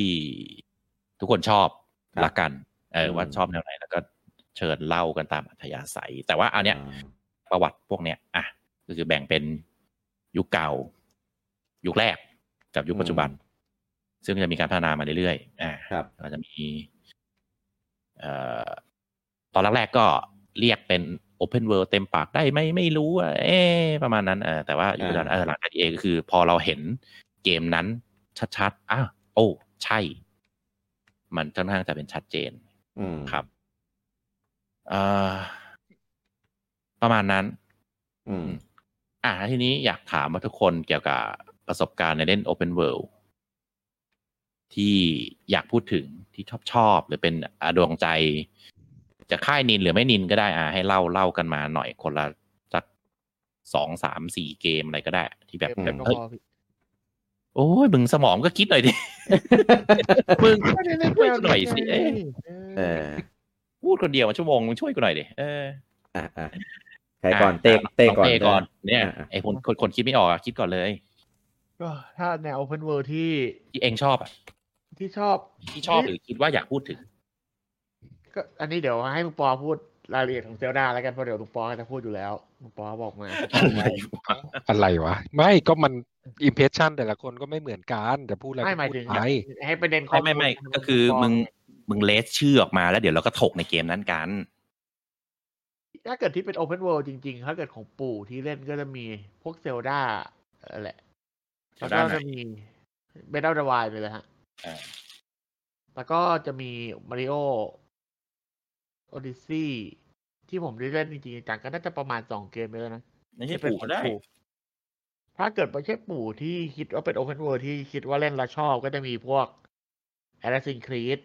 S2: ทุกคนชอบละกัน เออว่าชอบแนวไหนแล้วก็เชิญเล่ากันตามอัธยาศัย แต่ว่าอันเนี้ย
S1: อ่า
S2: ประวัติพวกเนี้ยอ่ะก็คือแบ่งเป็นยุคเก่า ยุคแรกกับยุคปัจจุบัน ซึ่งจะมีการพัฒนามาเรื่อยๆอ่า
S1: ครับ
S2: ก็จะมีเอ่อตอนแรกๆก็เรียกเป็น Open World เต็มปากได้ไหม่ไม่รู้อ่ะเอ๊ะประมาณนั้นเออแต่ว่ายุคปัจจุบัน
S1: อ่า
S2: เออหลังจากเอก็คือ พอเราเห็นเกมนั้นชัดๆอ้าวโอ้ ใช่ มันค่อนข้างจะเป็นชัดเจน
S1: อืม
S2: ครับเอ่อประมาณนั้น
S1: อืม
S2: อ่าทีนี้อยากถามว่าทุกคนเกี่ยวกับประสบการณ์ในเล่น Open World ที่อยากพูดถึงที่ชอบชอบหรือเป็นอ่ะดวงใจ จะค่ายนินหรือไม่นินก็ได้อ่าให้เล่าเล่ากันมาหน่อยคนละสักสองสามสี่เกมอะไรก็ได้ ที่แบบ
S3: เกม
S2: แบบ
S3: ก็
S2: เอ้ย
S3: พอพี่
S2: โอ้ยมึงสมองก็คิดหน่อยดิ มึง
S3: ไม่ได้เล่น
S2: ช่วยกูหน่อยสิเอ๊ะ
S1: เออ
S2: พูดคนเดียวมาชั่วโมงมึงช่วยกูหน่อยดิเออ
S1: อ่ะอ่ะใครก่อนเตะเตะ
S2: ลง
S1: ก่อน
S2: เต้ก่อนเนี่ย
S1: อ่า
S2: ไอคนคนคนคิดไม่ออกอะคิดก่อนเลย
S3: ก็ถ้าแนว Open World ที่
S2: ที่เองชอบอะ
S3: ที่ชอบ
S2: ที่ชอบหรือคิดว่าอยากพูด ถึง
S3: ก็อันนี้เดี๋ยวให้ลุงปอพูดรายละเอียดของเซลดาแล้วกันเพราะเดี๋ยวลุงปอก็จะพูดอยู่แล้วลุงปอบอกมา
S4: อะไรวะ ไม่ก็มันอิมเพรสชันแต่ละคนก็ไม่เหมือนกันจะพูดอะไร
S3: ไม่
S4: ก็
S3: หมาย
S4: พู
S3: ถึ
S4: ด
S3: ง
S4: ไป
S3: ให้ประเด็นข้อ
S2: ไม่ไม่ไม่
S3: ล
S2: ก็คือ
S3: ลุป
S2: มึงมึงเลสชื่อออกมาแล้วเดี๋ยวเราก็ถกในเกมนั้นกัน
S3: ถ้าเกิดที่เป็น Open World จริง ๆ ถ้าเกิดของปู่ที่เล่นก็จะมีพวกเซลดาแหละ แล้วก็
S2: Zelda ไหน
S3: จะมีเบดเดอร์วายไปเลยฮะ
S2: อ่า
S3: แล้วก็จะมีมาริโอโอดิซี่ที่ผมได้เล่นจริงๆจังก็น่าจะประมาณสองเกมไปแล้วนะ
S2: ไม่ใช่ปู่ก็ได้
S3: ถ้าเกิดไม่ใช่ปู่ที่คิดว่าเป็นโอเพนเวิลด์ที่คิดว่าเล่นแล้วชอบก็จะมีพวกแอร์ซินครีด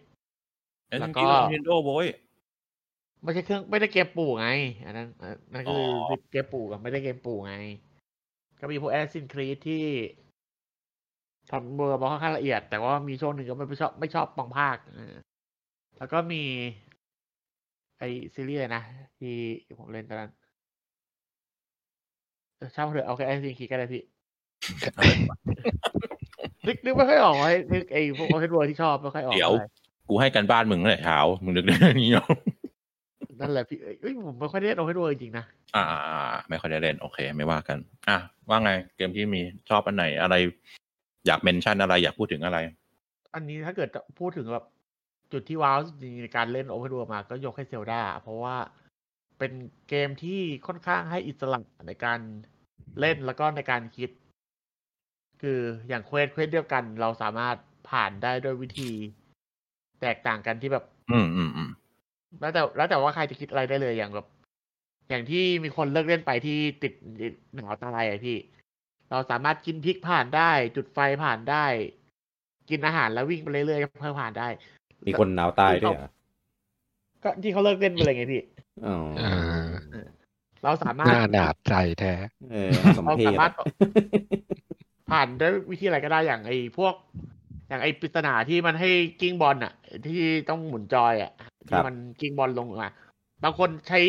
S3: แล้
S2: แล้ว ว
S3: ก็
S2: ก็ Nintendo โว้ย
S3: ไม่ใช่เครื่องไม่ได้เกมปู่ไง อันนั้นอันนั่นคือ
S2: อ
S3: อเกมปู่กับไม่ได้เกมปู่ไง ก็มีพวกแอสซินครีดที่ทำเบอร์มาค่อนข้างละเอียด แต่ว่ามีช่วงหนึ่งก็ไม่ชอบไม่ชอบบางภาคเออแล้วก็มี ไอซีรีส์อะไรนะ ที่ผมเล่นตอนนั้นเออช่างมันเถอะเอาแค่แอสซินครีดก็ได้พี่ นึกนึกไม่ค่อยออกไอ้ยนึกไอ้พวกเทนเวอร์ที่ชอบไม่ค่อยออก
S2: เดี๋ยว
S3: อะไร
S2: กูให้กันบ้านมึงตั้งแต่เช้ามึงนึกเรื่อง นี้เนาะ
S3: นั่นแหละพี่เอ้ยเอ้ยผมไม่ค่อยได้เล่นโอเพนเวิร์จริงๆนะ
S2: อ่าไม่ค่อยได้เล่นโอเค ไม่ว่ากัน อ่ะว่าไงเกมที่มีชอบอันไหนอะไร อยากเมนชั่นอะไรอยากพูดถึงอะไร
S3: อันนี้ถ้าเกิดจะพูดถึงแบบจุดที่ว้าวจริงๆในการเล่นโอเพน o ว l ์มาก็ยกให้เซลดาเพราะว่าเป็นเกมที่ค่อนข้างให้อิสระในการเล่น แล้วก็ในการคิด คืออย่างเควสเควสเดียวกัน เราสามารถผ่านได้ด้วยวิธีแตกต่างกันที่แบบ
S2: อืมอืมอืม
S3: แล้วแต่แล้วแต่ว่าใครจะคิดอะไรได้เลยอย่างแบบ อย่างที่มีคนเลิกเล่นไปที่ติดหนาวตายอะพี่ เราสามารถกินพริกผ่านได้ จุดไฟผ่านได้ กินอาหารแล้ววิ่งไปเรื่อยๆเพื่อผ่านได้
S1: มีคนหนาวตายด้วยเหรอ
S3: ก็ที่เขาเลิกเล่นไปเลยไงพี่
S1: อ๋อ
S4: เออ
S3: เราสามารถ
S4: น่าหนาดใจแท้
S1: เออสม
S3: เรา
S1: เพศ
S3: สามารถผ่านด้วยวิธีอะไรก็ได้อย่างไอ้พวก อย่างไอ้ปริศนาที่มันให้กิ้งบอลอ่ะ ที่ต้องหมุนจอยอ่ะที่มันกิ้งบอลลงมาบางคนใช้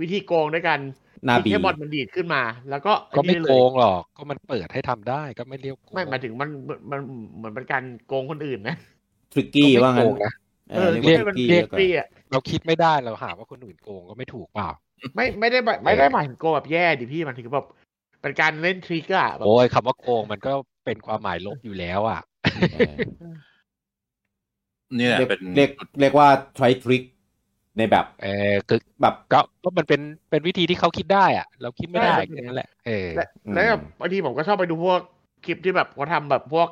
S3: วิธีโกงด้วยกัน
S1: หนาบี
S3: ให้บอลมันดีดขึ้นมา แล้วก็
S4: ก็ไม่
S3: นี่เลย
S4: โกงหรอก ก็มันเปิดให้ทำได้ก็ไม่เรียกโกง
S3: ไม่หมายถึงมันมันมันเหมือนเป็นการโกงคนอื่นนะ
S1: ทริกกี้ว่างั้น
S4: ก็ไม่โกงนะ
S1: เออ
S4: เรี
S1: เรีย
S4: ย
S1: ก
S4: ก
S1: ว่าทริกกี้
S3: เรีย
S1: แล้วก็
S3: กเรียก
S4: เราคิดไม่ได้เราหาว่าคนอื่นโกงก็ไม่ถูกเปล่า
S3: ไม่ไม่ได้แบบไม่ได้หมายถึงโกงแบบแย่ดิพี่มันถึงแบบเป็นการเล่นทริกอะแบบ
S4: โอ้ยคำว่าโกงมันก็เป็นความหมายลบอยู่แล้วอ่ะ
S1: เออ
S2: นี่แหละ
S1: เรียก
S2: เป็น
S1: เรียกเรียกว่า try trick ในแบบ
S4: เออคือ
S1: แบบ
S4: ก็ก็มันเป็นเป็นวิธีที่เขาคิดได้อะเราคิดไม่ได้
S3: ใช่
S4: แค่นั้นแหละเออ
S3: และแล้วแบบบางทีผมก็ชอบไปดูพวกคลิปที่แบบเขาทำแบบพวก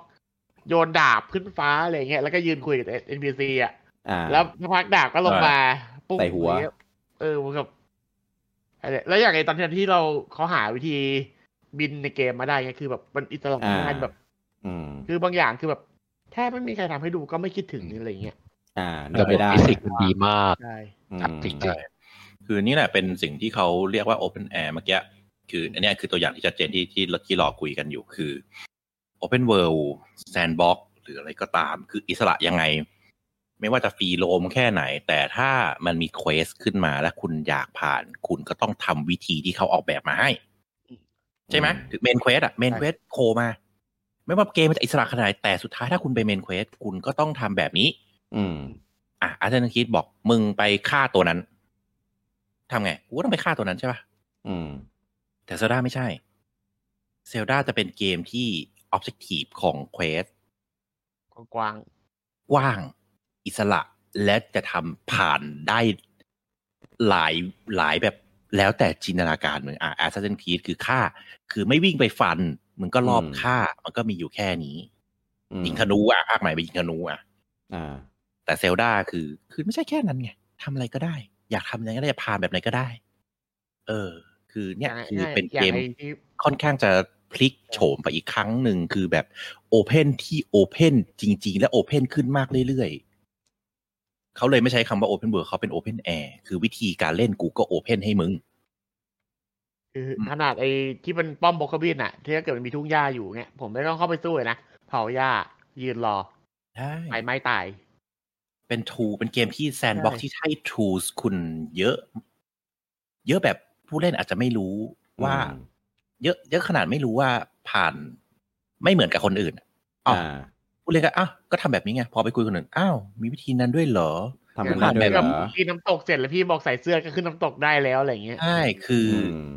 S3: โยนดาบขึ้นฟ้าอะไรเงี้ยแล้วก็ยืนคุยกับ NPC อ่ะ
S1: อ่า
S3: แล้วสักพักดาบก็ลงมาปุ๊บ
S1: ใส่หัว
S3: อย่างเงี้ยเออผมกับอะไรแล้วอย่างไอตอนที่ที่เราเขาหาวิธีบินในเกมมาได้ไงคือแบบมันอิสระ
S1: อ่า
S3: มันแบบ
S1: อืม
S3: คือบางอย่างคือแบบถ้าไม่มีใครทำให้ดูก็ไม่คิดถึงอะไรเงี้ย
S1: อ่า
S4: ระ
S1: เดา
S4: บบ
S1: ไม่ได้
S4: ฟิสิกส์มันดีมาก
S3: ใช่
S1: อืม
S4: จริง
S2: ใช่ คือนี่แหละเป็นสิ่งที่เขาเรียกว่า Open Air เมื่อกี้คืออันเนี้ยคือตัวอย่างที่ชัดเจนที่ที่ที่รอคุยกันอยู่คือ Open World Sandbox หรืออะไรก็ตาม คืออิสระยังไง ไม่ว่าจะฟรีโลมแค่ไหน แต่ถ้ามันมีเควสขึ้นมาและคุณอยากผ่าน คุณก็ต้องทำวิธีที่เขาออกแบบมาให้ ใช่ไหม
S1: อืม
S2: ถึงเมนเควสอะเมนเควสโคมา ไม่ว่าเกมมันจะอิสระขนาดไหนแต่สุดท้ายถ้าคุณไปเมนเควสคุณก็ต้องทำแบบนี้
S1: อืม
S2: อ่ะอาจารย์คิดบอกมึงไปฆ่าตัวนั้นทำไงกูก็ต้องไปฆ่าตัวนั้นใช่ปะ
S1: อืม
S2: แต่เซลดาไม่ใช่เซลดาจะเป็นเกมที่ออบเจกตีฟของเควส
S3: กว้าง
S2: กว้างอิสระและจะทำผ่านได้หลายหลายแบบแล้วแต่จินตนาการมึงอ่ะอาจารย์คีดคือฆ่า คือไม่วิ่งไปฟัน มึงก็รอบ
S1: อืม
S2: ฆ่า มันก็มีอยู่แค่นี้
S1: อืม
S2: ยิงธนูอ่ะภาคใหม่ไปยิงธนูอ่ะ
S1: อ่า
S2: แต่เซลดาคือคือไม่ใช่แค่นั้นไงทำอะไรก็ได้ อยากทำอะไรก็ได้อยากผ่านแบบไหนก็ได้ เออ คือ
S3: ๆอ
S2: เนี่ย
S3: ย่าง
S2: คือ
S3: ง่าย
S2: เป็น
S3: ๆอย่า
S2: เก
S3: ง
S2: ม
S3: ไอที่
S2: ค่อนข้างจะพลิกโฉมไปอีกครั้งหนึ่งคือแบบโอเพนที่โอเพนจริง ๆ และโอเพนขึ้นมากเรื่อยๆเขาเลยไม่ใช้คำว่าโอเพนเวิร์เขาเป็นโอเพนแอร์คือวิธีการเล่นกูก็โอเพนให้มึง
S3: คือ
S2: ม
S3: ขนาดไอ้ที่มันป้อมบล็อกเกอร์บินอะที่ถ้าเกิดมันมีทุ่งหญ้าอยู่เนี่ยผมไม่ต้องเข้าไปสู้เลยนะเผาหญ้ายืนรอ
S2: ใช่
S3: ไฟไหม้ตาย
S2: เป็นทูเป็นเกมที่แซนบ็อก
S3: ใช่
S2: ที่ให้ทูสคุณเยอะ เยอะแบบผู้เล่นอาจจะไม่รู้ว่า
S1: อืม
S2: เยอะเยอะขนาดไม่รู้ว่าผ่านไม่เหมือนกับคนอื่นอะอ้าว
S1: อ่า
S2: ผู้เล่นก็อ้าวก็ทำแบบนี้ไง พอไปคุยกับคนอื่น อ้าว มีวิธีนั้นด้วยเหรอ
S1: ทำ
S3: เอ
S1: มั
S3: อน
S1: ได้ด้วยเหรอ
S3: พี่น้ำตกเสร็จแล้วพี่บอกใส่เสื้อก็ขึ้นน้ำตกได้แล้วอะไรเงี้ย
S2: ใช่ คือ
S1: อื
S2: อ
S1: ม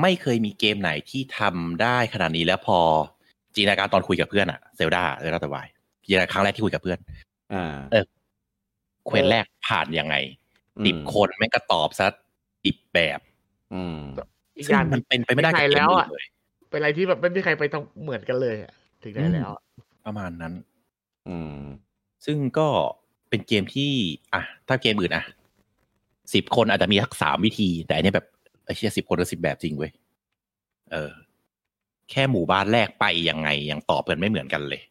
S2: ไม่เคยมีเกมไหนที่ทำได้ขนาดนี้แล้วพอจินตนาการตอนคุยกับเพื่อนอะเซลดาเซลดาแต่วายจินตนาการครั้งแรกที่คุยกับเพื่อน
S1: อ่า
S2: เควสแรกผ่านยังไง
S1: อืม
S2: ติบคนแม่งก็ตอบซะติบแบบ
S1: อืม
S3: อีก
S2: ซึ่
S3: อง ย่าง
S2: มันเป็นไปไม่ได้กับเกมอื่นเลย
S3: เป็นอะไรที่แบบไม่มีใครไปทำเหมือนกันเลยอะถึงได้แล้วอะ
S2: ประมาณนั้น
S1: อืม
S2: ซึ่งก็เป็นเกมที่ อ่ะ ถ้าเกมอื่นอ่ะสิบคนอาจจะมีทักสามวิธี แต่อันเนี้ยแบบไอ้เชี่ยสิบคนหรือสิบแบบจริงเว้ย เออ แค่หมู่บ้านแรกไปยังไง ยังตอบกันไม่เหมือนกันเลย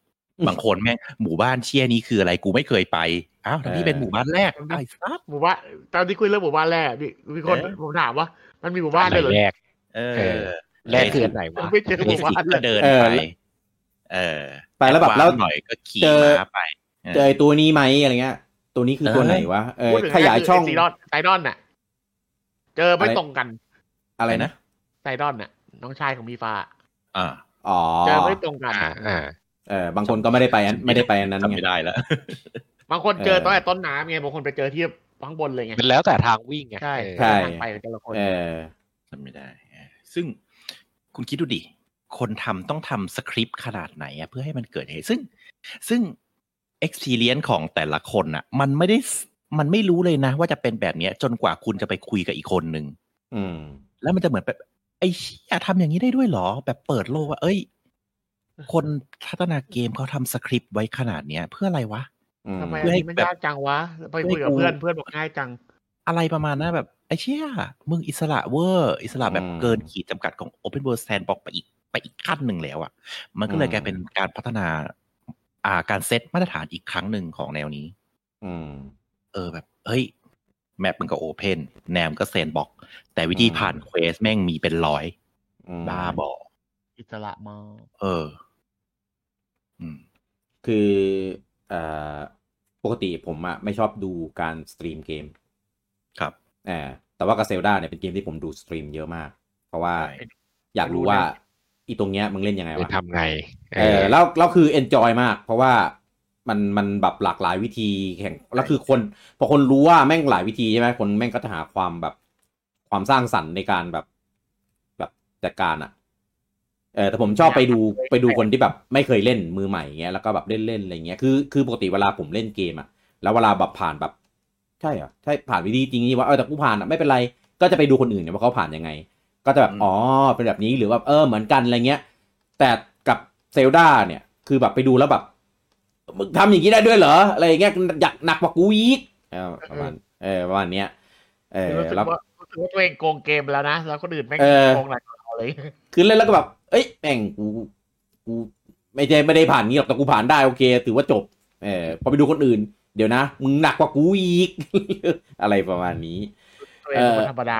S2: บางคนแม่งหมู่บ้านเชี่ยนี้คืออะไรกูไม่เคยไป อ้าวแต่นี่เป็นหมู่บ้านแรกไอ้สัส
S3: หมู่บ้านตอนที่คุยเรื่องหมู่บ้านแรกมีมีคน
S2: เออ
S3: ผมถามว่า มันมีหมู่บ้านด้วยเหรอ
S4: แรก
S2: เอ
S4: เอ
S2: อ
S4: อ แรกคืออันไหนวะ
S3: ไม่เจอ
S2: เบสิกก็เดิน
S1: เออ
S2: ไป เออ
S1: ไปแล้วแบบ
S2: าง
S1: แล้ว
S2: หน่อยก็ขี่
S1: เจอ
S2: ม้าไป
S1: เจอไอ้ตัวนี้ไหมอะไรเงี้ย ตัวนี้คือตัวไหนวะ เออ
S3: พูดถึง
S1: ขยายช่อง
S3: ไซีดอนไซดอนน่ะ เจอไม่
S1: อะไร
S3: ตรงกัน
S1: อะไรนะ
S3: ไซดอนน่ะ น้องชายของมีฟ้า
S2: อ่า
S1: อ๋อ
S3: เจอไม่ตรงกัน
S4: อ่าอ่า
S1: เออ บางคนก็ไม่ได้ไปอันไม่ได้ไปอันนั้น
S2: จำ
S1: ไง
S2: ไม่ได้แล้ว
S3: บางคนเจอ
S1: เออ
S3: ตั้งแต่ต้นน้ำไงบางคนไปเจอที่ข้างบนเลยไง
S4: มันแล้วแต่ทางวิ่งไง
S3: ใช่
S4: เออ
S1: ใช่
S3: ทางไปแต่ละคน
S1: เออ
S2: จำไม่ได้เออซึ่งคุณคิดดูดิ คนทำต้องทำสคริปต์ขนาดไหนอะเพื่อให้มันเกิดเหตุ ซึ่งซึ่ง experience ของแต่ละคนอะมันไม่ได้สมันไม่รู้เลยนะ ว่าจะเป็นแบบเนี้ย จนกว่าคุณจะไปคุยกับอีกคนหนึ่ง
S1: อืม
S2: แล้วมันจะเหมือนแบบไอ้เชี่ยทำอย่างนี้ได้ด้วยเหรอ แบบเปิดโลกว่า เอ้ย คนพัฒนาเกมเขาทำสคริปต์ไว้ขนาดเนี้ย เพื่ออะไรวะ
S1: อืม
S3: ทำไมอันนี้มันยากจังวะไปคุยกับเพื่อนเพื่อนบอกง่ายจัง
S2: อะไรประมาณนั้นแบบ ไอ้เชี่ยมึงอิสระเวอร์ อิสระแบบ
S1: อืม
S2: เกินขีดจำกัดของ Open World Sandbox ไปอีกไปอีกขั้นหนึ่งแล้วอะ่ะ มันก็เลย
S1: อืม
S2: กลายเป็นการพัฒนา อ่าการเซตมาตรฐานอีกครั้งหนึ่งของแนวนี้
S1: อืม
S2: เออแบบ เฮ้ย แมปมันก็โอเพนแนมก็แซนบ็อกแต่วิธี
S1: อืม
S2: ผ่านเควสแม่งมีเป็นร้อย
S1: อืม
S2: บ้าบอ
S3: อิสระมาก
S2: เออ อืม
S1: คือเอ่อปกติผมอะไม่ชอบดูการสตรีมเกม
S2: ครับ
S1: เออแต่ว่ากับเซลดาเนี่ยเป็นเกมที่ผมดูสตรีมเยอะมาก เพราะว่า
S2: ใช่
S1: อยากรู้ว่าอีตรงเนี้ยมึงเล่นยังไง
S4: ไป
S1: วะ
S4: ทำไง
S1: เออแล้วแล้วคือ enjoy มาก เพราะว่ามันมันแบบหลากหลายวิธีแข่งแล้วคือคนพอคนรู้ว่าแม่งหลายวิธีใช่ไหมคนแม่งก็จะหาความแบบความสร้างสรรค์ในการแบบ แบบจัดการอะ่ะเออแต่ผมชอบไปดูไปดูคนที่แบบ ไม่เคยเล่นมือใหม่เงี้ยแล้วก็แบบเล่นเล่นๆอะไรเงี้ยคือคือปกติเวลาผมเล่นเกมอะ่ะแล้วเวลาแบบผ่านแบบ ใช่เหรอใช่ผ่านวิธีจริงนี่ว่าเออแต่กูผ่านอะไม่เป็นไรก็จะไปดูคนอื่นเนี่ยว่าเขาผ่านยังไง ก็จะแบบ
S2: อืม
S1: อ๋อเป็นแบบนี้หรือว่าเออเหมือนกันอะไรเงี้ย แต่กับเซลดาเนี่ยคือแบบไปดูแล้วแบบมึงทำอย่างนี้ได้ด้วยเหรออะไรเงี้ยอยากหนักกว่ากูอีกเออประมาณเออประมาณเนี้ยเออ
S3: รู้สึก
S1: แล้ว
S3: ว่ารู้สึกว่าตัวเองโกงเกมไปแล้วนะ แล้วคนอื่นแม่ง
S1: เออ
S3: โกงหนักกว่าเราเลย
S1: คือเล่นแล้วก็แบบ เอ้ยแม่งกูกูไม่ใช่ไม่ได้ผ่านนี้หรอกแต่กูผ่านได้โอเค ถือว่าจบ เออพอไปดูคนอื่น เดี๋ยวนะ มึงหนักกว่ากูอีก อะไรประมาณนี้
S3: ตัวเองเป็นคนธรรมดา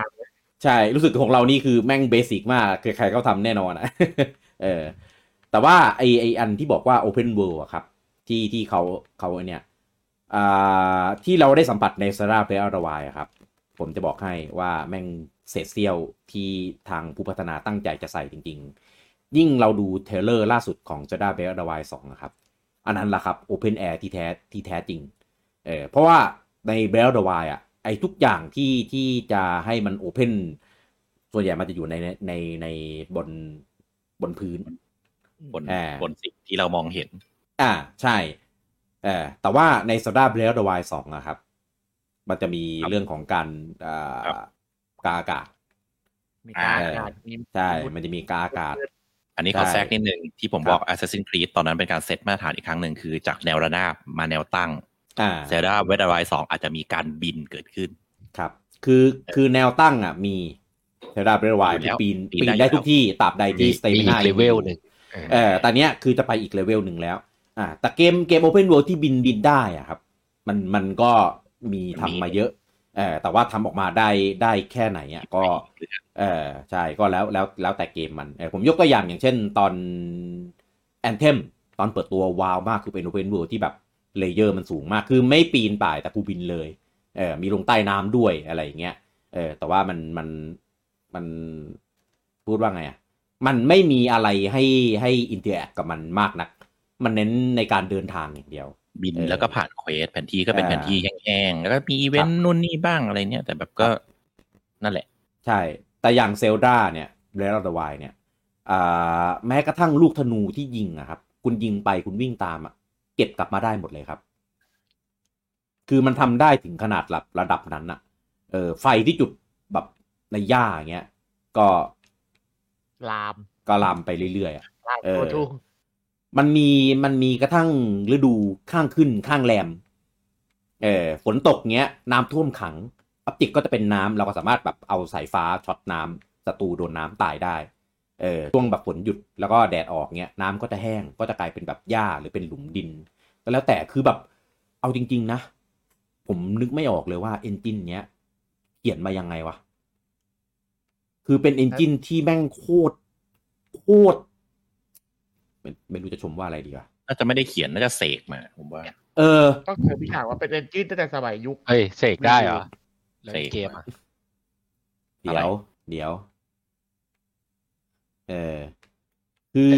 S1: ใช่ รู้สึกของเรานี่คือแม่งเบสิกมากใครๆเขาทำแน่นอนอะ เออ แต่ว่าไอไออันที่บอกว่า Open World อะครับ ที่ที่เขาเขาไอ้เนี่ยอ่าที่เราได้สัมผัสในซาร่าเพลย์อารวายครับ ผมจะบอกให้ว่าแม่งเศษเสี้ยวที่ทางผู้พัฒนาตั้งใจจะใส่จริง ๆ ยิ่งเราดูเทรลเลอร์ล่าสุดของซาร่าเพลย์อารวายสองนะครับ อันนั้นแหละครับ Open Air ที่แท้ที่แท้จริง เออเพราะว่าในเบลดวายอ่ะไอ้ทุกอย่างที่ที่จะให้มันโอเพนส่วนใหญ่มันจะอยู่ในในในในบนบนพื้น
S2: บน
S1: อ่า
S2: บนสิ่งที่เรามองเห็น
S1: อ่าใช่เออแต่ว่าในสตาร์เบลดวายสองนะครับ มันจะมี
S2: ครับ
S1: เรื่องของการอ่า
S2: ครับ
S1: กาอากาศ
S3: มีการ
S1: อ่า
S3: การมี
S1: ใช่มันจะมีกาอากาศ
S2: อันนี้ขอ
S1: ใช่
S2: แทรกนิดนึงที่ผม
S1: ครับ
S2: บอก Assassin's Creed ตอนนั้นเป็นการเซตมาตรฐานอีกครั้งหนึ่งคือจากแนวระนาบมาแนวตั้ง
S1: อ่า
S2: เซราเวดารายสองอาจจะมีการบินเกิดขึ้น
S1: ครับ คือ คือแนวตั้งอ่ะ มีเทราเบรวาย
S2: อยู่แล้ว
S1: ปีน
S2: ปีน
S1: ปีน
S2: ได้
S1: ได้
S2: อยู่แล้ว
S1: ทุกที่ ตราบใดที่สเตมิ
S4: มี
S1: นา
S4: เลเวลหนึ่ง
S1: เออแต่เนี้ยคือจะไปอีกเลเวลหนึ่งแล้ว อ่า แต่เกม เกมโอเพนเวิลด์ที่บิน บินได้อ่ะครับ มัน มันก็มีทำมาเยอะ เออแต่ว่าทำออกมาได้ ได้แค่ไหนอ่ะ ก็ เออใช่ ก็แล้ว แล้ว แล้วแต่เกมมัน เออผมยกตัวอย่างอย่างเช่นตอนแอนเทมตอนเปิดตัววาวมาก คือเป็นโอเพนเวิลด์ที่แบบเลเยอร์มันสูงมาก คือไม่ปีนป่ายแต่กูบินเลย เออมีลงใต้น้ำด้วยอะไรอย่างเงี้ย เออแต่ว่ามันมันมันพูดว่าไงอ่ะ มันไม่มีอะไรให้ให้อินเตอร์แอคกับมันมากนัก มันเน้นในการเดินทางอย่างเดียว
S2: บิน
S1: เออ
S2: แล้วก็ผ่านเควสแผนที่ก็เป็น
S1: อ่า
S2: แผนที่แห้งๆ แล้วก็มีอีเวนต์นู่นนี่บ้างอะไรเนี่ย แต่แบบก็
S1: ครับ
S2: นั่นแหละ
S1: ใช่ แต่อย่างเซลดาเนี่ยเรลดวายเนี่ยอ่าแม้กระทั่งลูกธนูที่ยิงอะครับ คุณยิงไปคุณวิ่งตามอะเก็บกลับมาได้หมดเลยครับ คือมันทำได้ถึงขนาดระระดับนั้นอะเออไฟที่จุดแบบในหญ้าอย่างเงี้ย ก็
S3: ลาม
S1: ก็ลามไปเรื่อยๆอะ
S3: ลาม
S1: เออ
S3: ตัวทุ่ง
S1: มันมีมันมีกระทั่งฤดูข้างขึ้นข้างแรม เออฝนตกเงี้ย น้ำท่วมขังออปติกก็จะเป็นน้ำเราก็สามารถแบบเอาสายฟ้าช็อตน้ำศัตรูโดนน้ำตายได้ เออช่วงแบบฝนหยุดแล้วก็แดดออกเงี้ยน้ำก็จะแห้งก็จะกลายเป็นแบบหญ้าหรือเป็นหลุมดินก็แล้วแต่คือแบบเอาจริง ๆ นะ ผมนึกไม่ออกเลยว่าเอนจินเนี้ยเขียนมายังไงวะ คือเป็นเอนจินที่แม่งโคตรโคตรไม่ไม่รู้จะชมว่าอะไรดีวะ
S2: น่าจะไม่ได้เขียนน่าจะเสกมาผมว่า
S1: เออ
S3: ต้องเคยพิจารณาว่าเป็นเอนจินตั้งแต่สมัยยุค
S4: เอ้ยเสกได้เหรอแล้ว
S2: เสก
S4: เกมอ่ะ
S1: เดี๋ยว
S2: อะไร
S1: เดี๋ยว เออ คือ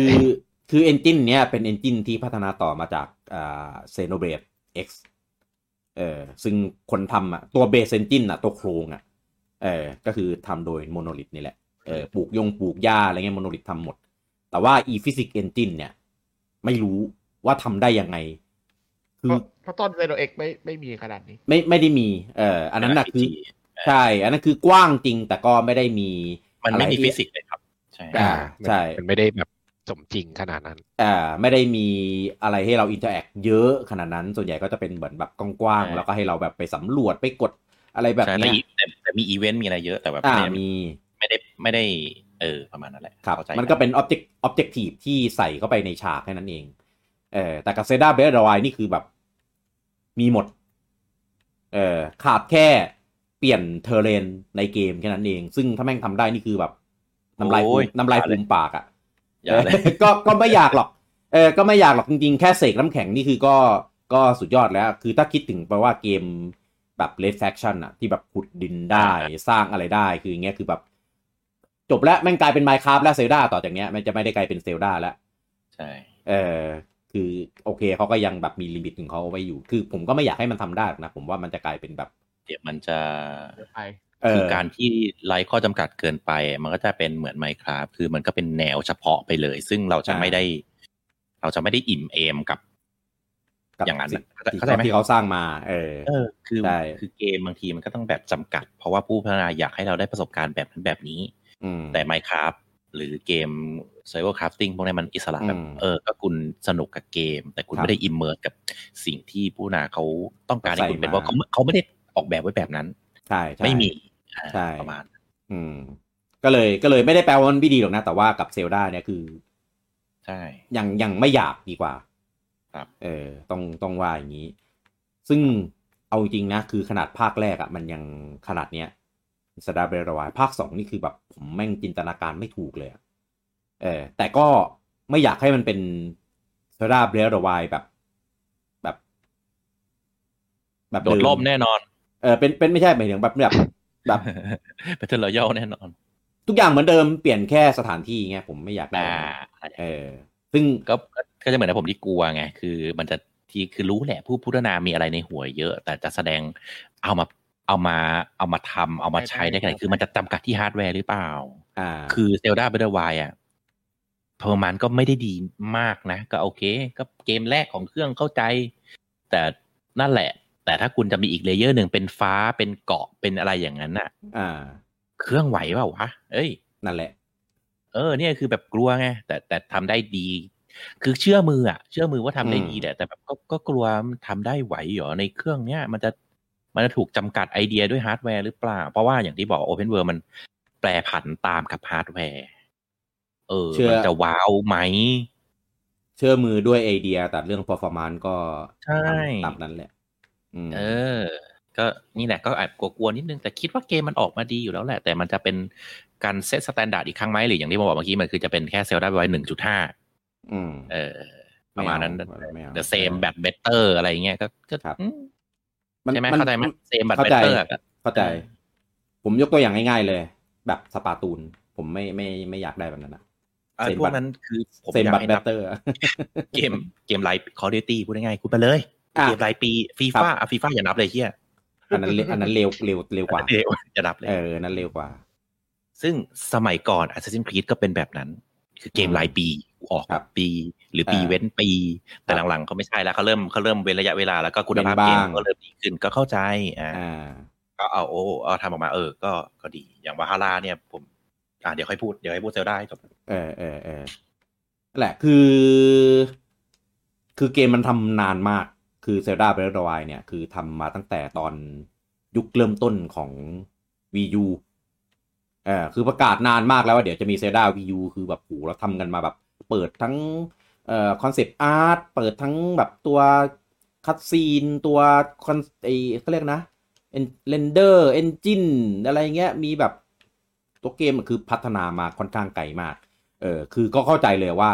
S1: คือเอนจินเนี้ยเป็นเอนจินที่พัฒนาต่อมาจากอ่าเซโนเบรด X เออ ซึ่งคนทำอ่ะ ตัวเบสเอนจินอ่ะ ตัวโครงอ่ะ เออ ก็คือทำโดยโมโนลิทนี่แหละ เออ ปลูกยงปลูกหญ้าอะไรเงี้ยโมโนลิททำหมด แต่ว่าอีฟิสิกเอนจินเนี่ย ไม่รู้ว่าทำได้ยังไง คื
S3: เพ
S1: อ
S3: ราะเพราะตอนเซโนเอกไม่ไม่มีขนาดนี้
S1: ไม่ไม่ได้มี เออ อันนั้นน่ะคือ
S2: RPG
S1: ใช่ อันนั้นคือกว้างจริง แต่ก็ไม่ได้มี
S2: มันไม่มี
S1: อะไรที่
S2: ฟิสิกส์เลยครับ ใช่
S1: อ่าใช่
S4: มันไม่ได้แบบสมจริงขนาดนั้น
S1: อ่าไม่ได้มีอะไรให้เราอินเ r อร์แอคเยอะขนาดนั้นส่วนใหญ่ก็จะเป็นเหมือนแบบกว้างๆ
S2: ใช่
S1: แล้วก็ให้เราแบบไปสำรวจไปกดอะไรแบบ
S2: ใช่แต่
S1: เนี้ย
S2: อีแต่แต่มีอีเวนต์มีอะไรเยอะแต่แบบ
S1: อ่า
S2: ไม่ได้
S1: มี
S2: ไม่ได้ไม่ได้ เออประมาณนั้นแหละ
S1: ครับ
S2: เข้าใจ
S1: มันก็เป็นออบเจกต์ออบเจกตีที่ใส่เข้าไปในฉากแค่นั้นเองเออแต่กับเซดาเบลดวายนี่คือแบบมีหมดเออขาดแค่เปลี่ยนเทอร์เรนในเกมแค่นั้นเอง ซึ่งถ้าแม่งทำได้นี่คือแบบน้ำลายฟูมน้ำลายฟูมปากอะ
S2: อย่าเลย
S1: ก็ก็ไม่อยากหรอก เออก็ไม่อยากหรอกจริงๆ แค่เสกน้ำแข็งนี่คือก็ก็สุดยอดแล้ว คือถ้าคิดถึงแปลว่าเกมแบบ Red Faction อะที่แบบขุดดิน ได้สร้างอะไรได้คืออย่างเงี้ยคือแบบ จบแล้วแม่งกลายเป็นไมค r a f t และเซลดาต่อจากเนี้ยมันจะไม่ได้กลายเป็นเซลดาแล้ว
S2: ใช่
S1: เออคือโอเคเขาก็ยังแบบมีลิมิตของเขาเอาไว้อยู่ คือผมก็ไม่อยากให้มันทำได้หรอกนะ ผมว่ามันจะกลายเป็นแบบ
S2: เดี๋ยวมันจะ
S3: เดี๋ยวไป
S1: เอ
S2: คือ
S1: อ
S2: การที่ไร้ข้อจำกัดเกินไป มันก็จะเป็นเหมือนไมคราฟคือมันก็เป็นแนวเฉพาะไปเลย ซึ่งเราจะไม่ได้ เราจะไม่ได้อิ่มเอมกับ
S1: กับ
S2: อย่างนั้น
S1: สิ่งที่
S2: เข้าใจเข้าใจไหม
S1: ที่เขาสร้างมา เออ
S2: เออคือ
S1: ใช่
S2: คือเกมบางทีมันก็ต้องแบบจำกัด เพราะว่าผู้พัฒนาอยากให้เราได้ประสบการณ์แบบนั้นแบบนี้
S1: ม
S2: แต่ Minecraft หรือเกม Survival Crafting พวกนี้มันอิสระแบบ
S1: อืม
S2: เออ ก็คุณสนุกกับเกม แต่คุณ
S1: ครับ
S2: ไม่ได้อิมเมอร์กับสิ่งที่ผู้นาเขาต้องการให้คุณเป็น
S1: ใส่มา
S2: ว่าเขาเขาไม่ได้ออกแบบไว้แบบนั้น
S1: ใช่ใช่
S2: ไม่มีอ่า
S1: ใช่
S2: ประมาณ
S1: อืม ก็เลยก็เลยไม่ได้แปลว่ามันไม่ดีหรอกนะ แต่ว่ากับเซลดาเนี่ยคือ
S2: ใช่
S1: ยังยังไม่อยากดีกว่า
S2: ครับ
S1: เออ ต้องต้องว่าอย่างนี้ ซึ่งเอาจริงนะ คือขนาดภาคแรกอะ่ะ มันยังขนาดเนี้ยสดาเบรวายภาคสองนี่คือแบบผมแม่งจินตนาการไม่ถูกเลยอะเออ แต่ก็ไม่อยากให้มันเป็นสดาเบรวายแบบ แบบ แบบ
S2: โดดล่มแน่นอน
S1: เออเป็นเป็นไม่ใช่หมายถึงแบบแบบ แบบ
S2: เป็นเทอร์รอยแน่นอน
S1: ทุกอย่างเหมือนเดิมเปลี่ยนแค่สถานที่ไงผมไม่อยากได้
S2: อ่า
S1: เออ ซึ่ง
S2: ก็ก็จะเหมือนกับผมที่กลัวไง คือมันจะที่คือรู้แหละผู้พัฒนามีอะไรในหัวเยอะ แต่จะแสดงเอามาเอามาเอามาทำเอามาใช้ได้ขนาดไหนคือมันจะจำกัดที่ฮาร์ดแวร์หรือเปล่า
S1: อ่า
S2: คือเซลดาเบ t ร์วายอ่ะเพอร์มันก็ไม่ได้ดีมากนะ ก็โอเค ก็เกมแรกของเครื่องเข้าใจ แต่นั่นแหละ แต่ถ้าคุณจะมีอีกเลเยอร์หนึ่งเป็นฟ้าเป็นเกาะเป็นอะไรอย่างนั้นน่ะ
S1: อ่า
S2: เครื่องไหวเปล่าวะ เอ้ย
S1: นั่นแหละ
S2: เออเนี่ยคือแบบกลัวไงแต่แต่ทำได้ดี คือเชื่อมืออ่ะ เชื่อมือว่าทำได้ดี
S1: อืม
S2: แหละแต่แบบก็ก็กลัวมันทำได้ไหวเหรอในเครื่องเนี้ยมันจะมันจะถูกจำกัดไอเดียด้วยฮาร์ดแวร์หรือเปล่า เพราะว่าอย่างที่บอก Open World มันแปรผันตามกับฮาร์ดแวร์เออมันจะว้าวไหม
S1: เชื่อมือด้วยไอเดียแต่เรื่อง performance ก็
S2: ใช่
S1: ตามนั้นแหละ อืม
S2: เออ ก็นี่แหละก็แอบกลัวๆนิดนึงแต่คิดว่าเกมมันออกมาดีอยู่แล้วแหละ แต่มันจะเป็นการเซตสแตนดาร์ดอีกครั้งไหมหรืออย่างที่ผมบอกเมื่อกี้มันคือจะเป็นแค่เซลด้าไว้หนึ่งจุดห้า
S1: อืม
S2: เออ ประมาณนั้น
S1: ไเอาไม่อา
S2: the same but better อะไรเงี้ยก็ก็
S1: ครับ
S2: อืม
S1: น
S2: ใช่ไหม
S1: น
S2: เข้าใจไหม same but
S1: เข้าใจ
S2: better อะก็
S1: เข้าใจ
S2: เออ
S1: ผมยกตัวอย่างง่ายๆเลย แบบสปาตูน ผมไม่ไม่ไม่อยากได้แบบนั้นนะ
S2: เอ่อ
S1: same
S2: พวก
S1: but-
S2: นั้นคือผม
S1: เซม
S2: อยาก
S1: บัต
S2: ให้
S1: แบ
S2: นับ
S1: ตเตอร์
S2: เกมเกมรายคอร์ดิตี้พูดง่ายๆคุณไปเลย
S1: อ่ะ
S2: เกมรายปีฟี
S1: ครับ
S2: ฟ่าอ่ะฟีฟ่าอย่านับเลยเฮีย
S1: อันนั้นเลอันนั้นเร็วเร็วเร็วกว่า
S2: เร็วอย่านับเลย
S1: เอออันนั้นเร็วกว่า
S2: ซึ่งสมัยก่อน Assassin's Creed ก็เป็นแบบนั้น คือเกมรายปีออก
S1: ครับ
S2: ปี หรือปี
S1: อ่า
S2: เว้นปี แต่
S1: ครับ
S2: หลังๆเขาไม่ใช่แล้วเขาเริ่มเขาเริ่มเว้นระยะเวลาแล้วก็คุณภาพ
S1: เว้
S2: เก
S1: น
S2: ม
S1: บ้าง
S2: ก็เริ่มดีขึ้นก็เข้าใจอ่า
S1: อ่า
S2: ก็เอาโอ้เอาทำออกมาเออ ก็ก็ดีอย่างวาฮาร่าเนี่ย ผม อ่าเดี๋ยวค่อยพูดเดี๋ยวให้พูดเซลได้จบ
S1: เออเออเออนั่นแหละคือ คือเกมมันทำนานมาก คือ Zelda Breath of the Wild เนี่ย คือทำมาตั้งแต่ตอนยุคเริ่มต้นของ Wii U เออคือประกาศนานมากแล้วว่าเดี๋ยวจะมี Zelda Wii U คือแบบโหเราทำกันมาแบบ เปิดทั้ง เอ่อคอนเซปต์อาร์ตเปิดทั้งแบบตัวคัตซีน ตัวคอนไอเขาเรียกนะเรนเดอร์เอนจินอะไรเงี้ย มีแบบตัวเกมมันคือพัฒนามาค่อนข้างไกลมาก เออคือก็เข้าใจเลยว่า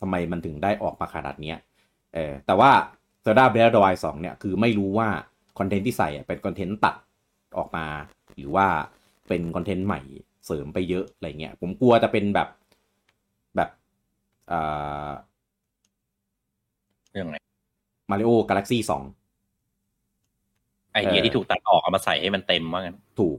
S1: ทำไมมันถึงได้ออกมาขนาดเนี้ยเออแต่ว่า s ซดาเบลดอยสองเนี่ย คือไม่รู้ว่า คอนเทนต์ที่ใส่อะเป็นคอนเทนต์ตัดออกมา หรือว่าเป็นคอนเทนต์ใหม่เสริมไปเยอะอะไรเงี้ย ผมกลัวจะเป็นแบบแบบเอ่อ
S2: เรื่องไง
S1: มาริโอ กาแล็กซี่สอง
S2: ไอเดีย
S1: เออ
S2: ที่ถูกตัดออกเอามาใส่ให้มันเต็มว่างั้น
S1: ถูก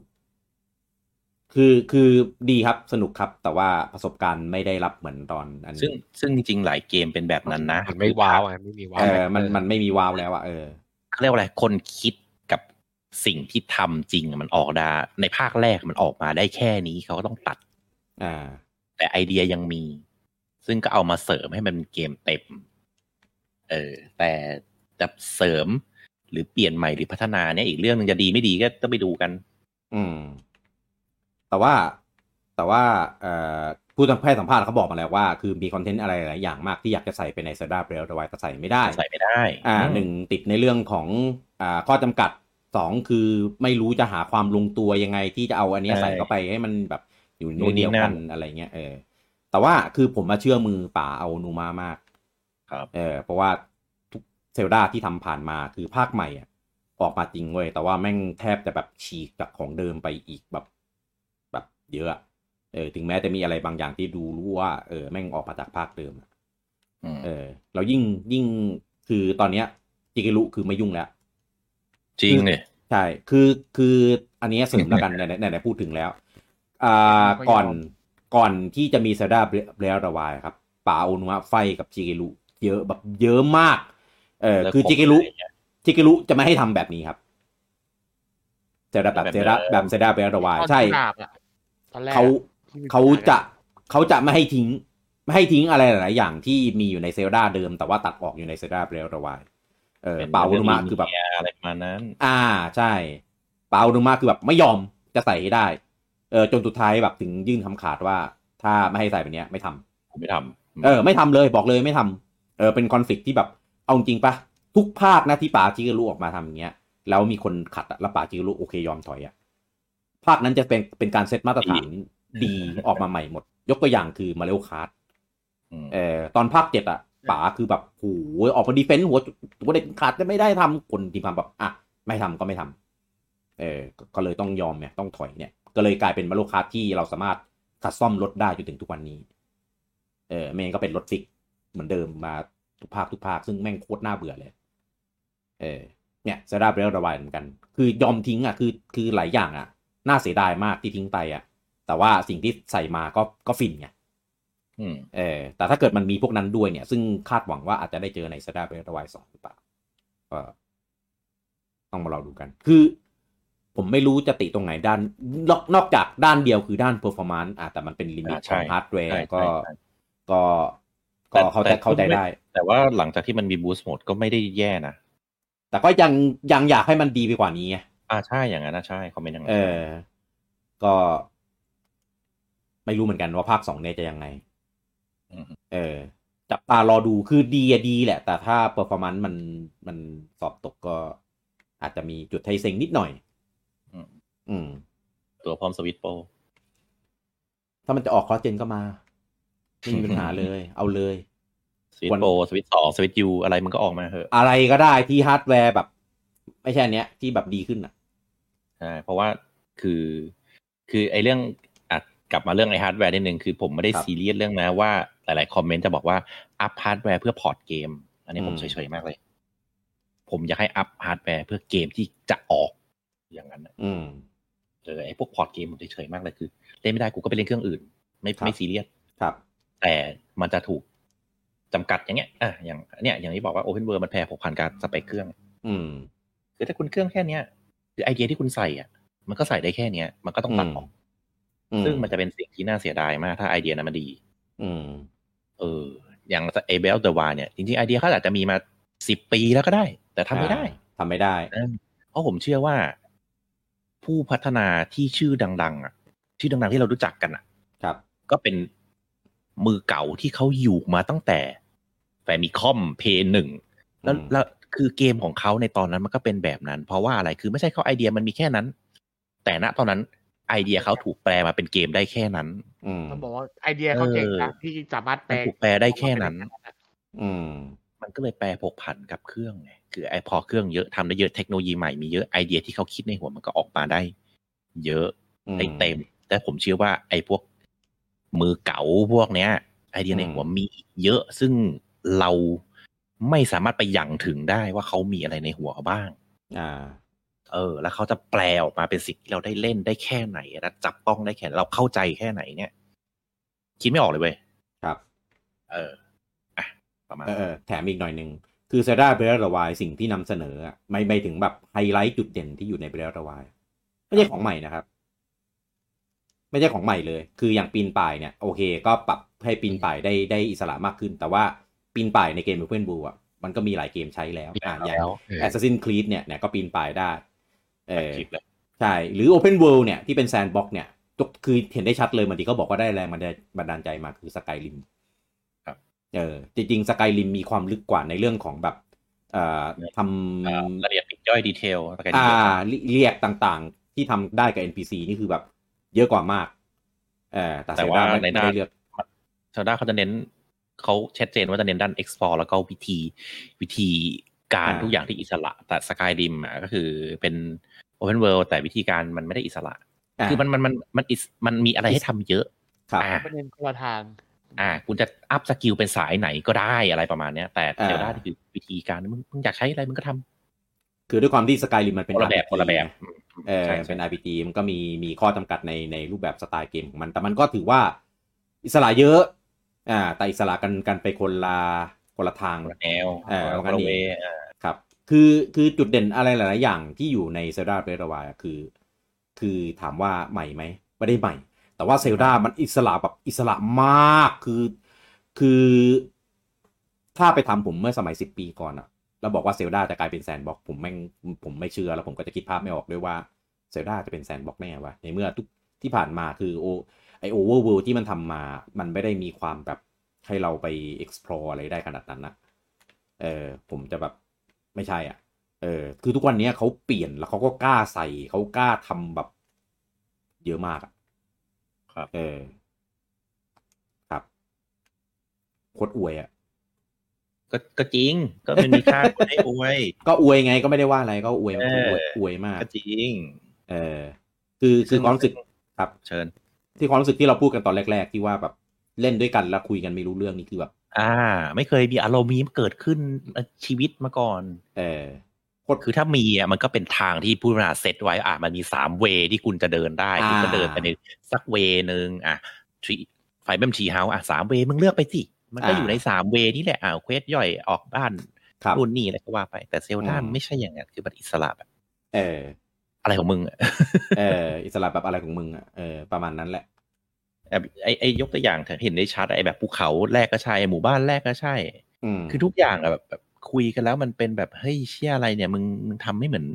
S1: คือคือดีครับสนุกครับ แต่ว่าประสบการณ์ไม่ได้รับเหมือนตอนอัน
S2: ซึ่งซึ่งจริงๆหลายเกมเป็นแบบนั้นนะ
S4: มันไม่ว้าวอ่ะไม่มีว้าว
S1: เออมันมันไม่มีว้าวแล้วอะเออ
S2: เขาเรียกว่าอะไรคนคิดกับสิ่งที่ทำจริงอะมันออกได้ในภาคแรกมันออกมาได้แค่นี้เขาก็ต้องตัด
S1: อ่า
S2: แต่ไอเดียยังมี ซึ่งก็เอามาเสริมให้มันเป็นเกมเต็ม เออ แต่จะเสริมหรือเปลี่ยนใหม่หรือพัฒนาเนี่ยอีกเรื่องหนึงจะดีไม่ดีก็ต้องไปดูกัน
S1: อืม แต่ว่าแต่ว่าเอ่อผู้ทำแพทย์สัมภาษณ์เขาบอกมาแล้วว่า คือมีคอนเทนต์อะไรหลายอย่างมากที่อยากจะใส่ไปในเซดาเบลดไวแต่ใส่ไม่ได้
S2: ใส่ไม่ได้
S1: อ่าม หนึ่งติดในเรื่องของอ่าข้อจำกัดสองคือไม่รู้จะหาความลงตัวยังไงที่จะเอาอันเนี้ย
S2: ใช่
S1: ใส่เข้าไปให้มันแบบอยู่ใน
S2: นู่นนี่
S1: เดียว
S2: นั่
S1: กัน นอะไรเงี้ยเออ แต่ว่าคือผมมาเชื่อมือป่าเอานูมามาก
S2: ครับ
S1: เออเพราะว่าทุกเซลดาที่ทำผ่านมาคือภาคใหม่อะออกมาจริงเว้ยแต่ว่าแม่งแทบจะแบบฉีกจากของเดิมไปอีกแบบแบบเยอะอะเออถึงแม้จะมีอะไรบางอย่างที่ดูรู้ว่าเออแม่งออกมาจากภาคเดิมอะ
S2: ม
S1: เออเรายิ่งยิ่งคือตอนเนี้ยจิกิรุคือไม่ยุ่งแล้ว
S2: จริงเนี่ย
S1: ใช่ คือคืออันเนี้ยเสริมแล้วกัน ไหนไหนไหนพูดถึงแล้ว อ่า
S3: ไม่ยอม
S1: ก่อนก่อนที่จะมีเซดาเบลดาวายครับป่าโอนุมะไฟกับจิกิรุเยอะแบบเยอะมาก เออคือจิกิรุจิกิรุจะไม่ให้ทำแบบนี้ครับเซดาแบบเซดาแบบเซดาเบรวายใช่
S3: ตอนที่ดาบอะตอนแรกอะ
S1: เขา
S3: ที่มีปัญห
S1: เขา
S3: กั
S1: จะ
S3: น
S1: เขาจะไม่ให้ทิ้ง ไม่ให้ทิ้งอะไรหลาย ๆ อย่างที่มีอยู่ในเซลดาเดิม แต่ว่าตัดออกอยู่ในเซลดาเบลดาวายเออปาอุนุมะคือแบบ
S2: อะไรประมาณนั้น
S1: อ่าใช่ปาอุนุมะคือแบบไม่ยอมจะใส่ให้ได้เออจนสุดท้ายแบบถึงยื่นคำขาดว่า ถ้าไม่ให้ใส่แบบเนี้ยไม่ทำ
S2: ผมไม่ทำ
S1: เออไม่ทำเลยบอกเลยไม่ทำเออเป็นคอนฟ lict ที่แบบเอาจริงปะทุกภาคนะที่ป่าจิการุออกมาทำอย่างเงี้ยแล้วมีคนขัดอะแล้วป่าจิการุโอเคยอมถอยอะภาคนั้นจะเป็นเป็นการเซตมาตรฐาน ดีออกมาใหม่หมด ยกตัวอย่างคือมาเ i ลคาร์ด
S2: ม
S1: เอ่อตอนภาคเจ็ดอะป๋าคือแบบโอ้โหออกมาดีเฟนต์หัวหัวเด็ดขาดจะไม่ได้ทำคนทีมทำแบบอ่ะไม่ทำก็ไม่ทำเออก็ก็เลยต้องยอมเนี่ยต้องถอยเนี่ย ก็เลยกลายเป็นมาเ i ลคาร์ดที่เราสามารถคัดซ่อมรถได้จนถึงทุกวันนี้ เออเมนก็เป็นรถฟิกเหมือนเดิมมาทุกภาคทุกภาคซึ่งแม่งโคตรน่าเบื่อเลย เออเนี่ยเซราเบลระบายเหมือนกัน คือยอมทิ้งอ่ะคือคือหลายอย่างอ่ะ น่าเสียดายมากที่ทิ้งไปอ่ะ แต่ว่าสิ่งที่ใส่มาก็ก็ฟินไง
S2: อืม
S1: เออแต่ถ้าเกิดมันมีพวกนั้นด้วยเนี่ย ซึ่งคาดหวังว่าอาจจะได้เจอในซ a ดาเบลตวายสองหรือเปล่าก็ต้องมาเราดูกัน คือ ผมไม่รู้จะติตรงไหนด้าน นอกนอกจากด้านเดียวคือด้านเพอร์ฟอร์มนซ์อ่ะแต่มันเป็นลิมิตของฮาร์ดแวร์ก็ ก็ก็เข้าใจเข้าใจได้
S2: แต่ว่าหลังจากที่มันมีบูสต์โหมดก็ไม่ได้แย่นะ
S1: แต่ก็ยังยังอยากให้มันดีไปกว่านี้ไง
S2: อ่าใช่อย่างนั้นนะใช่คอมเมนต์อย่างนั้
S1: เอน อ ก็ ไม่รู้เหมือนกันว่าภาคสองเนี่ยจะยังไง เออ จับตารอดูคือดีอะดีแหละ แต่ถ้าเปอร์ฟอร์มนซ์มันมันสอบตกก็ อาจจะมีจุดไทเซ็งนิดหน่อย อืม
S2: ตัวพร้อมสวิตโป
S1: ถ้ามันจะออกคอสเจนก็มา ไม่มีปัญหาเลย เอาเลย
S2: สวิต
S1: วัน
S2: โปสวิตสองสวิตยูอะไรมันก็ออกมาเถอะ
S1: อะไรก็ได้ที่ฮาร์ดแวร์แบบ ไม่ใช่อันเนี้ย ที่แบบดีขึ้นอ่ะ
S2: อ่าเพราะว่าคือ คือไอ้เรื่องอ่ะกลับมาเรื่องไอ้ฮาร์ดแวร์นิดนึงคือผมไม่ได้
S1: ครับ
S2: ซีเรียสเรื่องนะว่าหลาย ๆ คอมเมนต์จะบอกว่า อัพฮาร์ดแวร์เพื่อพอร์ตเกม อันนี้ผมเฉยๆมากเลย ผมอยากให้อัพฮาร์ดแวร์เพื่อเกมที่จะออกอย่างนั้นน่ะ
S1: อืม
S2: เออไอ้พวกพอร์ตเกมผมเฉยๆมากเลยคือ เล่นไม่ได้กูก็ไปเล่นเครื่องอื่น ไม่
S1: ครับ
S2: ไม่ซีเรียส
S1: ครับ
S2: แต่มันจะถูกจำกัดอย่างเงี้ยอ่ะอย่างเนี้ยอย่างที่บอกว่า Open World มันแพร่ผูกพันกับสเปคเครื่อง
S1: อืม
S2: คือถ้าคุณเครื่องแค่เนี้ยคือไอเดียที่คุณใส่อ่ะ มันก็ใส่ได้แค่เนี้ย มันก็ต้องตัดออก
S1: อื
S2: ซึ่งมันจะเป็นสิ่งที่น่าเสียดายมาก ถ้าไอเดียนั้นมันดี
S1: อืม
S2: เออ อย่างไอเบลเดวาเนี่ย จริงๆ ไอเดียเขาอาจจะมีมาสิบปีแล้วก็ได้ แต่ทำไม่ได้
S1: อ่าทำไม่ได้
S2: เพราะผมเชื่อว่า ผู้พัฒนาที่ชื่อดัง ๆ อ่ะ ชื่อดัง ๆ ที่เรารู้จักกันอ่ะ
S1: ครับ
S2: ก็เป็นมือเก่าที่เขาอยู่มาตั้งแต่แฟมิคอมเพย์หนึ่งแล้ว
S1: อืม
S2: แล้วคือเกมของเขาในตอนนั้นมันก็เป็นแบบนั้น เพราะว่าอะไรคือไม่ใช่เขาไอเดียมันมีแค่นั้น แต่ณตอนนั้นไอเดียเขาถูกแปลมาเป็นเกมได้แค่นั้น
S1: อืม
S3: ต้องบอกว่าไอเดียเขาเก่งนะที่สามารถแปล
S2: มันถูกแปลได้แค่นั้น
S1: อืม
S2: มันก็เลยแปลผกผันกับเครื่องไงคือไอพอเครื่องเยอะทำได้เยอะเทคโนโลยีใหม่มีเยอะไอเดียที่เขาคิดในหัวมันก็ออกมาได้ เยอะ
S1: อืม
S2: ได้เต็ม แต่ผมเชื่อว่าไอ้พวกมือเก่าพวกเนี้ย ไอเดียใน
S1: อืม
S2: หัวมีอีกเยอะ ซึ่งเราไม่สามารถไปหยั่งถึงได้ว่าเขามีอะไรในหัวบ้าง
S1: อ่า
S2: เออ แล้วเขาจะแปลออกมาเป็นสิ่งที่เราได้เล่นได้แค่ไหนนะจับต้องได้แค่ไหนเราเข้าใจแค่ไหนเนี่ย คิดไม่ออกเลยเว้ย
S1: ครับ
S2: เอออ่ะประมาณ
S1: เออเออแถมอีกหน่อยหนึ่งคือเซดาเบรดวายสิ่งที่นำเสนออะไม่ไม่ถึงแบบไฮไลท์จุดเด่นที่อยู่ในเบรดวายไม่ใช่ของใหม่นะครับ ไม่ใช่ของใหม่เลย คืออย่างปีนป่ายเนี่ย โอเค ก็ปรับให้ปีนป่ายได้ได้อิสระมากขึ้น แต่ว่าปีนป่ายในเกมเพื่อนบูอ่ะมันก็มีหลายเกมใช้แล้วอ่ะอย่าง
S4: แล้วเออ
S1: Assassin's Creed เนี่ยเนี่ยก็ปีนป่ายได้ เออ
S2: คลิปเลย
S1: ใช่ หรือ Open World เนี่ย ที่เป็นแซนด์บ็อกเนี่ยยกคือเห็นได้ชัดเลยบางทีก็บอกว่าได้แรงบันดาลบันดาลใจมาคือสกายริมเออ จริงๆสกายริมมีความลึกกว่าในเรื่องของแบบ เอ่อท
S2: เอ่อ
S1: ำ
S2: รายละเอียดปลีกย่อยดีเทลอะไรกัน
S1: อ่า
S2: เยอะ
S1: เรียกต่างๆ ที่ทำได้กับ NPC นี่คือแบบ เยอะกว่ามาก เออแต่
S2: แต่
S1: เซ
S2: ว่า
S1: ดาไม่
S2: ใน
S1: ไม่
S2: ด้าน
S1: ได้เลือก
S2: ชาวด้าเขาจะเน้นเขาชัดเจนว่าจะเน้นด้าน explore แล้วก็วิธีวิธีการ
S1: อ่า
S2: ทุกอย่างที่อิสระ แต่สกายริมอ่ะก็คือเป็น open world แต่วิธีการมันไม่ได้อิสระ
S1: อ่ะ
S2: คือมันมันมันมันอิสมันมีอะไรให้ทำเยอะ
S1: ครับ
S2: อ่า
S3: ประเด็นคนละทาง
S2: อ่า คุณจะอัพสกิลเป็นสายไหนก็ได้อะไรประมาณเนี้ย แต่
S1: อ่า
S2: เซลด้านี่คือวิธีการมึงมึงอยากใช้อะไรมึงก็ทำ
S1: คือด้วยความที่สกายริมมันเป็น
S2: คนละแบบ
S1: RPG
S2: คนละแบบ
S1: เออ
S2: ใช่
S1: เป็
S2: ใช่
S1: น RPG มันก็มีมีข้อจำกัดในในรูปแบบสไตล์เกมของมัน แต่มันก็ถือว่าอิสระเยอะ อ่า แต่อิสระกันกันไปคนละ คนละทาง
S2: แนว
S1: เออ
S2: แล้ว
S1: มั
S2: ก็
S1: นก็หนี
S2: เว
S1: ครับ คือคือจุดเด่นอะไรหลาย ๆ อย่างที่อยู่ในเซลดาเบรดวายคือ คือถามว่าใหม่ไหมไม่ได้ใหม่ แต่ว่าเซลดามันอิสระแบบอิสระมากคือคือ ถ้าไปทำผมเมื่อสมัยสิบปีก่อนอะแล้วบอกว่าเซลดาจะกลายเป็นแซนด์บ็อกซ์ผมแม่งผมไม่เชื่อแล้วผมก็จะคิดภาพไม่ออกด้วยว่าเซลดาจะเป็นแซนด์บ็อกซ์แน่วะในเมื่อทุกที่ผ่านมาคือโอ ไอโอเวอร์เวิลด์ที่มันทำมา มันไม่ได้มีความแบบให้เราไป explore อะไรได้ขนาดนั้นนะเออ ผมจะแบบไม่ใช่อ่ะ เออ คือทุกวันเนี้ยเขาเปลี่ยนแล้วเขาก็กล้าใส่ เขากล้าทำแบบ เยอะมากอะ
S2: ครับ
S1: เออ ครับโคตรอวยอ่ะ
S2: ก็ก็จริง ก็มันมีค่าคนให้อวย
S1: ก็อวยไงก็ไม่ได้ว่าอะไรก็อวย
S2: เออ
S1: อวยอวยมาก
S2: ก็จริง
S1: เออ คือคือความรู้สึก ครับ
S2: เชิญ
S1: ที่ความรู้สึกที่เราพูดกันตอนแรก ๆ ที่ว่าแบบเล่นด้วยกันแล้วคุยกันไม่รู้เรื่องนี่คือแบบ
S2: อ่า ไม่เคยมีอารมณ์นี้เกิดขึ้นในชีวิตมาก่อน
S1: เออ
S2: คือถ้ามีอ่ะมันก็เป็นทางที่ผู้พัฒนาเซตไว้อ่ะมันมีสามเวที่คุณจะเดินได้
S1: อ่า
S2: คุณก็เดินไปในสักเวนึงอ่ะทรีไฟเบมทีเฮาอ่ะสามเวมึงเลือกไปสิ มันก็อยู่ในสามเวนี่แหละอ่าเควสย่อยออกบ้าน
S1: ครับ
S2: นู่นนี่อะไรก็ว่าไป แต่เซลดา
S1: อืม
S2: ไม่ใช่อย่างนั้นคือมันอิสระแบบ
S1: เออ
S2: อะไรของมึงอ่ะ
S1: เอออิสระแบบอะไรของมึงอ่ะเออประมาณนั้นแหละ
S2: แบบไอ้ไอ้ยกตัวอย่างเห็นได้ชัดไอ้แบบภูเขาแรกก็ใช่หมู่บ้านแรกก็ใช่
S1: อืม
S2: คือทุกอย่างอะแบบแบบคุยกันแล้วมันเป็นแบบเฮ้ยเชี่ยอะไรเนี่ยมึงมึงทำไม่เหมือน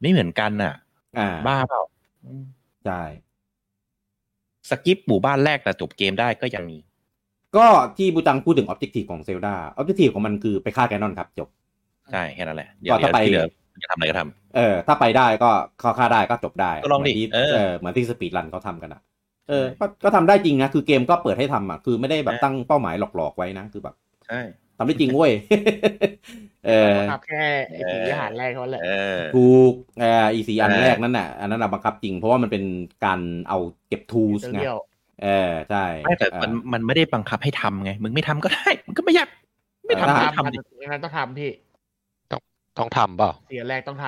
S2: ไม่เหมือนกันอ่ะ
S1: อ่า
S2: บ้าเปล่า
S1: ใช่
S2: สกิปหมู่บ้านแรกแต่จบเกมได้ก็ยังมี
S1: ก็ที่บูตังพูดถึงออบเจกตีฟของเซลดาออบเจกตีฟของมันคือไปฆ่าแกนนอนครับจบ
S2: ใช่แค่นั้นแหละ
S1: ก็ถ้าไป
S2: ที่เหลือจะทำอะไรก็ทำ
S1: เออ ถ้าไปได้ก็เข้าฆ่าได้ก็จบได้
S2: ก็ลองดิ
S1: เหมืนที่
S2: เออ
S1: เออเหมือนที่สปีดรันเขาทำกันอ่ะเออ
S2: ใช่
S1: ก็ก็ทำได้จริงนะ คือเกมก็เปิดให้ทำอ่ะคือไม่ได้แบบตั้งเป้าหมายหลอกๆไว้นะ คือแบบ
S2: ใช่
S1: ทำได้จริงเว้ย เออ
S3: ครับแค่ไอ้ผีอาหารแรกเขาแหละ
S2: เออ
S1: ถูกเอออีสีอัน
S2: เออ
S1: แรกนั้นน่ะอันนั้นน่ะบังคับจริงเพราะว่ามันเป็นการเอาเก็บทูสไง
S3: Tutorial
S1: เออใช่
S2: ไม่แต่มัน
S1: เออ
S2: มันไม่ได้บังคับให้ทำไง มึงไม่ทำก็ได้มึงก็ไม่อยากไม่
S1: เออ
S2: ทำก็
S3: ทำ
S2: ทำดิ
S3: อันนั้นต้องทำพี่
S4: ต้องทำเปล่า
S3: เสียแรกต้องท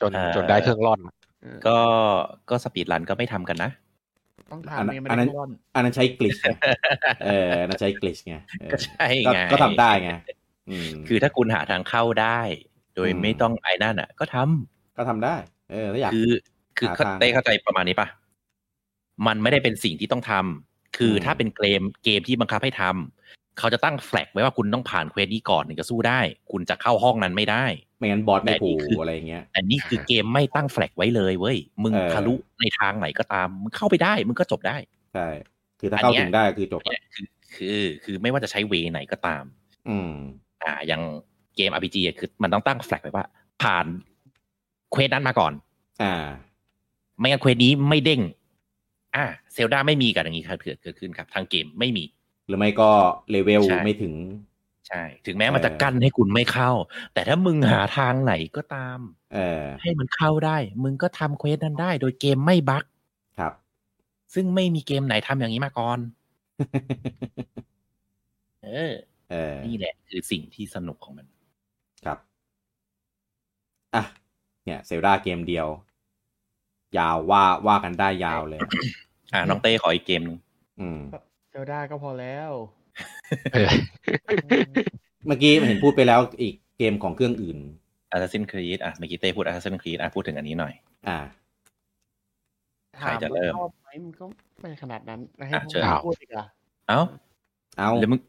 S4: จน
S2: เออ
S4: จนได้เครื่องร่อน
S3: ำ
S2: ก็ก็สปีดรันก็ไม่ทำกันนะ
S3: ต้อง
S1: อัน
S3: ทำ
S1: นั้น
S3: เนี่ยมัน
S1: อันนั้
S3: ได้
S1: น
S3: ร่อน
S1: อันนั้นใช้กลิช ไงเอออันนั้นใช้กลิชไงเออ
S2: ก็ใช่
S1: ก็
S2: ไง
S1: ก็ทำได้ไงอืม
S2: คือถ้าคุณหาทางเข้าได้ โดย
S1: อืม
S2: ไม่ต้องไอ้นั่นอ่ะ ก็ทำ
S1: ก็ทำได้ เออถ้าอยาก
S2: คือคือ
S1: หาทาง
S2: ได้เข้าใจประมาณนี้ปะมันไม่ได้เป็นสิ่งที่ต้องทำคืออ
S1: ม
S2: ถ้าเป็นเกมเกมที่บังคับให้ทำเขาจะตั้งแฟลกไว้ว่าคุณต้องผ่านเควสนี้ก่อนถึงจะสู้ได้ คุณจะเข้าห้องนั้นไม่ได้
S1: ไม่งั้นบอสไม่
S2: แต่นี่
S1: โผู
S2: คือ
S1: อะไรอย่างเงี้ย
S2: แต่นี่คือเกมไม่ตั้งแฟลกไว้เลยเว้ยมึง
S1: เออ
S2: ทะลุในทางไหนก็ตามมึงเข้าไปได้มึงก็จบได้
S1: ใช่คือถ้า
S2: อัน
S1: เข้า
S2: เนี้ย
S1: ถึงได้คือจบอะ
S2: คือคือไม่ว่าจะใช้เวไหนก็ตาม
S1: อืม
S2: อ่าอย่างเกม RPG อะคือมันต้องตั้งแฟลกไว้ว่า ผ่านเควสนั้นมาก่อน
S1: อ่า
S2: ไม่งั้นเควสนี้ไม่เด้ง อ่าเซลดาไม่มีกันอย่างนี้ครับเกิดเกิดขึ้นครับ ทางเกมไม่มี
S1: หรือไม่ก็เลเวล
S2: ใช่
S1: ไม่ถึง
S2: ใช่ ถึงแม้มัน
S1: เออ
S2: จะกั้นให้คุณไม่เข้า แต่ถ้ามึงหาทางไหนก็ตาม
S1: เออ
S2: ให้มันเข้าได้ มึงก็ทำเควสนั้นได้ โดยเกมไม่บั๊ก
S1: ครับ
S2: ซึ่งไม่มีเกมไหนทำอย่างนี้มาก่อน เออ
S1: เออ
S2: นี่แหละ คือสิ่งที่สนุกของมัน
S1: ครับอ่ะเนี่ยเซลดาเกมเดียว ยาวว่าว่ากันได้ยาว เลย
S2: อ่าน้องเต้ขออีกเกมหนึง
S1: อืม
S3: เซลดาก็พอแล้ว
S4: เออ
S1: เมื่อกี้เห็นพูดไปแล้วอีกเกมของเครื่องอื่น
S2: อาร์เซนครีดอ่ะเมื่อกี้เต้พูดอาร์เซนครีดอ่ะพูดถึงอันนี้หน่อย
S1: อ่า
S2: ใครจะเริ่ม
S3: ถาว่าชอบไหมมันก็ไม่ขนาดนั้นให้
S2: อ่ะ
S3: พวกเรา
S2: เชิญ
S3: พูดดีกว่า
S2: เอ้า
S1: เอา
S2: เดี๋ยวมึง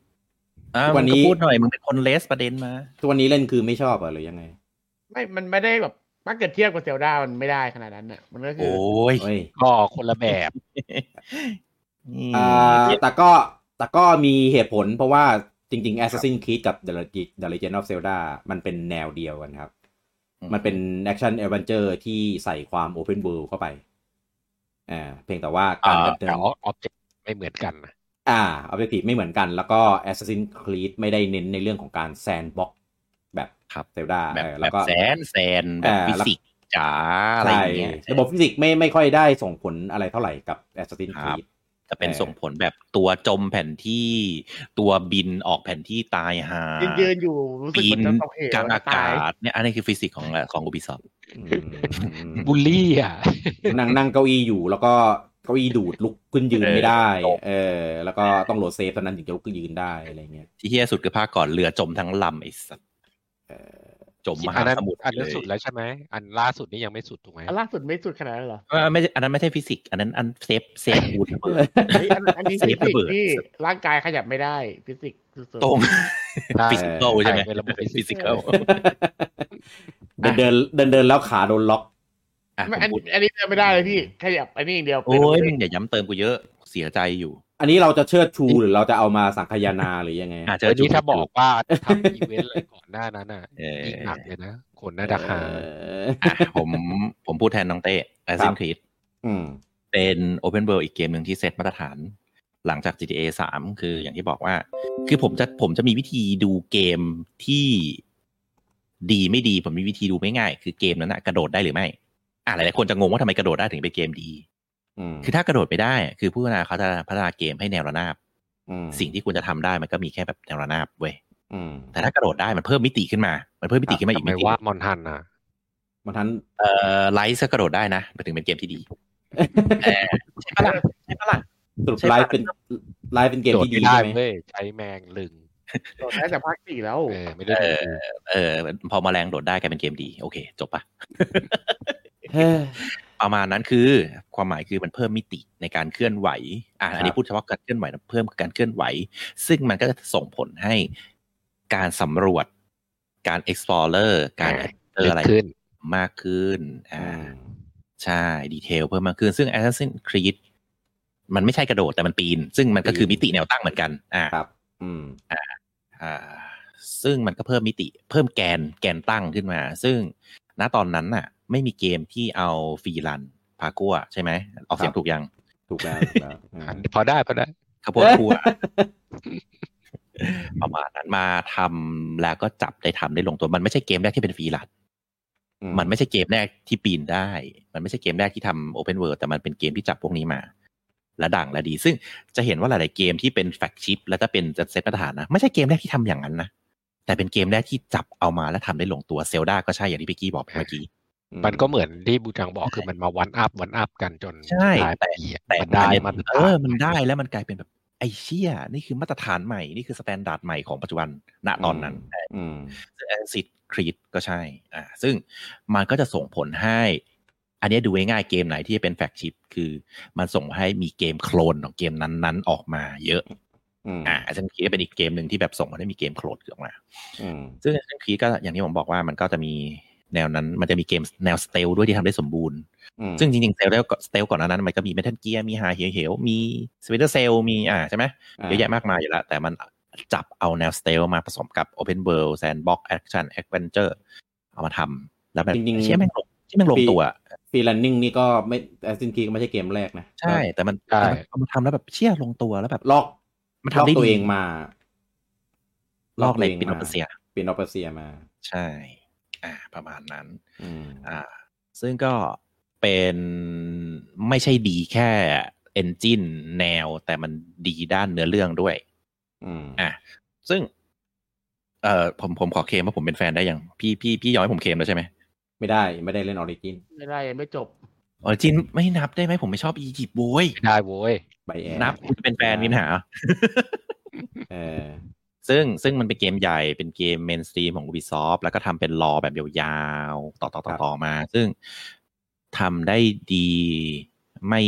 S2: อ้าว
S1: วั
S2: มึ
S1: น
S2: ง
S1: นี้
S2: ก็พูดหน่อยมึงเป็นคนเลสประเด็นมา
S1: ตัวนนี้เล่นคือไม่ชอบเหรอหรือยังไง
S3: ไม่ มันไม่ได้แบบถ้าเกิดเทียบกับเซลดามันไม่ได้ขนาดนั้นน่ะ มันก็คือ
S2: โอ้ย
S1: เอ้ย
S4: ก็คนละแบบ
S2: นี่
S1: อ่าแต่ก็แต่ก็มีเหตุผลเพราะว่าจริง ๆ Assassin's Creed กับ The Legend- The Legend of Zelda มันเป็นแนวเดียวกันครับ มันเป็นแอคชั่นแอดเวนเจอร์ที่ใส่ความ Open World เข้าไปอ่าเพียงแต่ว่า
S4: อ่า
S1: การดำ
S4: แต่
S1: เนิน
S4: ออบเจกต์ไม่เหมือนกันนะ
S1: อ่า Objective ไม่เหมือนกัน แล้วก็ Assassin's Creed ไม่ได้เน้นในเรื่องของการ Sandbox แบบ
S2: ครับ
S1: Zelda
S2: แบบ
S1: เออ
S2: แบ
S1: แล้ว
S2: บ
S1: ก็
S2: แสนแสนแบบ
S1: อ่า
S2: ฟิสิกส์จ๋าอะไรอ
S1: ใช่
S2: ย่างเงี้ย
S1: ระบบฟิสิกส์ไม่ไม่ค่อยได้ส่งผลอะไรเท่าไหร่กับ Assassin's Creed
S2: จะเป็นส่งผลแบบตัวจมแผ่นที่ตัวบินออกแผ่นที่ตายหา
S3: ยืนยืนๆอยู่รู้สึก
S2: บิ
S3: เหมือน นจะตกเหว
S2: กลางอา
S3: ตย
S2: กาศเนี่ยอันนี้คือฟิสิกส์ของของ Ubisoft
S1: อืม
S4: บูลลี่อ่ะ
S1: นั่งนั่งเก้าอี้อยู่แล้วก็ เก้าอี้ดูดลุกขึ้นยืนไม่ได้
S2: เออ
S1: เออ แล้วก็ต้องโหลดเซฟเท่านั้นถึงจะลุกขึ้นยืนได้อะไรเงี้ย
S2: ที่เฮี้ยสุดคือภาคก่อนเรือจมทั้งลำไอ้สัส
S1: เออ
S2: จมม
S4: อั
S2: หาน
S4: นั้น
S2: สมุทร
S4: อันนั้น
S2: เลย
S4: สุดแล้วใช่ไหมอันล่าสุดนี่ยังไม่สุดถูกไหม
S3: อันล่าสุดไม่สุดขนาดนั้นเหรอ
S2: เออไม่ใช่อันนั้นไม่ใช่ฟิสิกส์อันนั้นอันเซฟเซฟบูทเบิร์ด
S3: เฮ้ยอันอันนี้
S2: เสี
S3: ฟิ
S2: ยง
S3: สิ
S2: ระ
S3: ก
S2: เบิด
S3: ส์ที่ร่างกายขยับไม่ได้ฟิสิกส์สุดๆ
S2: ตรง
S4: ใช่
S2: ฟิสิกอลใช่ไหม
S4: ใช่เป็นระบบ
S2: ฟิสิกอล
S1: เดินเดินเดินเดินแล้วขาโดนล็อก
S2: อ่ะ
S3: ไม่
S2: ผ
S3: อัน
S2: มพูด
S3: อันนี้เดินไม่ได้เลยพี่ ขยับอันนี้อย่างเดียว
S2: โอ้ย
S3: เป็น
S2: มึงอย่าย้ำเติมกูเยอะเสียใจอยู่
S1: อันนี้เราจะเชิด ชูหรือเราจะเอามาสังคายนาหรือยังไง
S2: อาจจะ
S4: เดี๋ยวนี้ถ้าบอกว่าทำอีเวนต์อะไรก่อนหน้านั้นน่ะ
S2: เออ
S4: ยิ่งหนักเลยนะคนน่าจะหา
S1: เออ
S2: อ่ะผมผมพูดแทนน้องเต้แอส
S1: ครั
S2: ซิ
S1: บ
S2: นครีด
S1: อืม
S2: เป็น Open World อีกเกมหนึ่งที่เซตมาตรฐาน หลังจาก GTA 3 คืออย่างที่บอกว่า คือผมจะผมจะมีวิธีดูเกมที่ดีไม่ดี ผมมีวิธีดูไม่ง่าย คือเกมนั้นนะกระโดดได้หรือไม่อ่ะหลายๆคนจะงงว่าทำไมกระโดดได้ถึงเป็นเกมดี
S1: อืม
S2: คือถ้ากระโดดไม่ได้ คือผู้พัฒนาเขาจะพัฒนาเกมให้แนวระนาบ
S1: อืม
S2: สิ่งที่คุณจะทำได้มันก็มีแค่แบบแนวระนาบเว้ย
S1: อืม
S2: แต่ถ้ากระโดดได้มันเพิ่มมิติขึ้นมา มันเพิ่มมิติขึ้นมาอีก
S4: ทำไม
S2: มิติ
S4: ว่ามอนทันอ่ะ
S1: มันทัน
S2: เอ่อไลท์ก็กระโดดได้นะมันถึงเป็นเกมที่ดีเออใช่ปะล่ะใช่ปะล่ะ
S1: สรุป
S2: ใช่ปะ
S1: ไลฟ์เป็นไลฟ์เป็นเกม
S4: โจท
S1: ที่
S4: ย์
S1: ดี
S4: ไม่
S1: ใช่ไหม
S4: ได้เว้ยใช้แมงลึง
S3: โดดได้แต่ภาคสี่แล้ว
S4: เออไม่ได้
S2: เอ
S4: ดู
S2: อเออพอมาแรงโดดได้กลายเป็นเกมดี โอเค จบปะ
S1: เฮ้ย
S2: ประมาณนั้นคือ ความหมายคือมันเพิ่มมิติในการเคลื่อนไหวอ่ะอันนี้พูดเฉพาะการเคลื่อนไหวนะเพิ่มการเคลื่อนไหว ซึ่งมันก็จะส่งผลให้การสำรวจ การ explorer การ actor
S4: ลึก
S2: อะไร
S4: ขึ้น
S2: มากขึ้นอ่า ใช่ ดีเทลเพิ่มมากขึ้น ซึ่ง Assassin Creed มันไม่ใช่กระโดดแต่มันปีน ซึ่งมันก็
S1: ปีน
S2: คือมิติแนวตั้งเหมือนกัน อ่า
S1: ครับ อืม
S2: อ่า ซึ่งมันก็เพิ่มมิติ เพิ่มแกนแกนตั้งขึ้นมา ซึ่งณตอนนั้นน่ะ ไม่มีเกมที่เอาฟรีรันพากัวใช่ไหมออกเสีย
S1: ค
S2: ง
S1: รับ
S2: ถูกยัง
S1: ถูกแล้วถูกแล้วอืม
S4: พอได้พอได้
S2: ข้าวโพดคั่ว ประมาณนั้นมาทำแล้วก็จับได้ทำได้ลงตัวมันไม่ใช่เกมแรกที่เป็นฟรีรัน มันไม่ใช่เกมแรกที่ปีนได้ มันไม่ใช่เกมแรกที่ทำ Open World แต่มันเป็นเกมที่จับพวกนี้มา และดังและดี ซึ่งจะเห็นว่าหลาย ๆ เกมที่เป็นแฟกชิปแล้วจะเป็นจะเซตมาตรฐานนะ ไม่ใช่เกมแรกที่ทำอย่างนั้นนะ แต่เป็นเกมแรกที่จับเอามาและทำได้ลงตัวเซลดาก็ใช่ อย่างที่พี่กี้บอกไปเมื่อกี้
S4: มันก็เหมือนที่บูจังบอกคือมันมาวันอัพวันอัพกันจน
S2: ใช่
S4: สุดท้าย
S2: แต่
S4: ปีอะ
S2: แต่
S4: มันได้
S2: อันเนี้ย
S4: มัน
S2: เออมันได้แล้วมันกลายเป็นแบบไอ้เชี่ยนี่คือมาตรฐานใหม่นี่คือสแตนดาร์ดใหม่ของปัจจุบันณตอนนั้น
S1: อืม
S2: แอซิดครีดก็ใช่ อ่า ซึ่งมันก็จะส่งผลให้ อันเนี้ยดูง่ายๆเกมไหนที่จะเป็นแฟกชิป คือมันส่งให้มีเกมโคลนของเกมนั้นๆ ออกมาเยอะ
S1: อืม
S2: อ่าอาจารย์คีก็เป็นอีกเกมหนึ่งที่แบบส่งมาได้มีเกมโคลนออกมา
S1: อืม
S2: ซึ่งอาจารย์คีก็อย่างที่ผมบอกว่ามันก็จะมีแนวนั้น มันจะมีเกมแนวสเตลด้วยที่ทำได้สมบูรณ์
S1: อืม
S2: ซึ่งจริงๆสเตลแล้วสเตลก่อนหน้านั้น มันก็มีเมทัลเกียร์มีหาเหวเหวมีสเปเดอร์เซลมีอ่าใช่ไหม เยอะแยะมากมายอยู่แล้ว แต่มันจับเอาแนวสเตลมาผสมกับ Open World Sandbox Action Adventure เอามาทำแล้วแบบ
S1: จริงๆ
S2: เชี่ยแม่งลงที่แม่งลงตัว
S1: ฟรีแลนนิ่งนี่ก็ไม่แอสซินคีก็ไม่ใช่เกมแรกนะ
S2: ใช่ แต่มันแต่มันเอามาทำแล้วแบบเชี่ยลงตัวแล้วแบบ
S1: ลอก
S2: มัน
S1: ลอ
S2: ทำ
S1: ก
S2: ได้
S1: ตัว
S2: ดี
S1: เองมา
S2: ลอกใน
S1: ตัวง
S2: ปินอปเซีย
S1: ปินอปเซียมา
S2: ใช่ อ่า ประมาณนั้น
S1: อืม
S2: อ่า ซึ่งก็เป็นไม่ใช่ดีแค่ Engine แนว แต่มันดีด้านเนื้อเรื่องด้วย
S1: อืม
S2: อ่ะซึ่ง เอ่อผมผมขอเคลมว่าผมเป็นแฟนได้ยังพี่พี่พี่ย้อยผมเคลมแล้วใช่ไหม
S1: ไม่ได้ไม่ได้เล่นออริจิน
S3: ไม่ได้ยังไม่จบ
S2: ออริจินไม่นับได้ไหมผมไม่ชอบอียิปต์โว้ย
S4: ไม่ได้โว้ย
S1: ไปแอ
S2: นับเป็นแฟนมินหา
S1: เออ
S2: ซึ่งซึ่งมันเป็นเกมใหญ่เป็นเกมเมนสตรีมของ Ubisoft แล้วก็ทำเป็นรอแบบยาวๆ ต่อต่อต่อต่อมา ซึ่งทำได้ดีไม่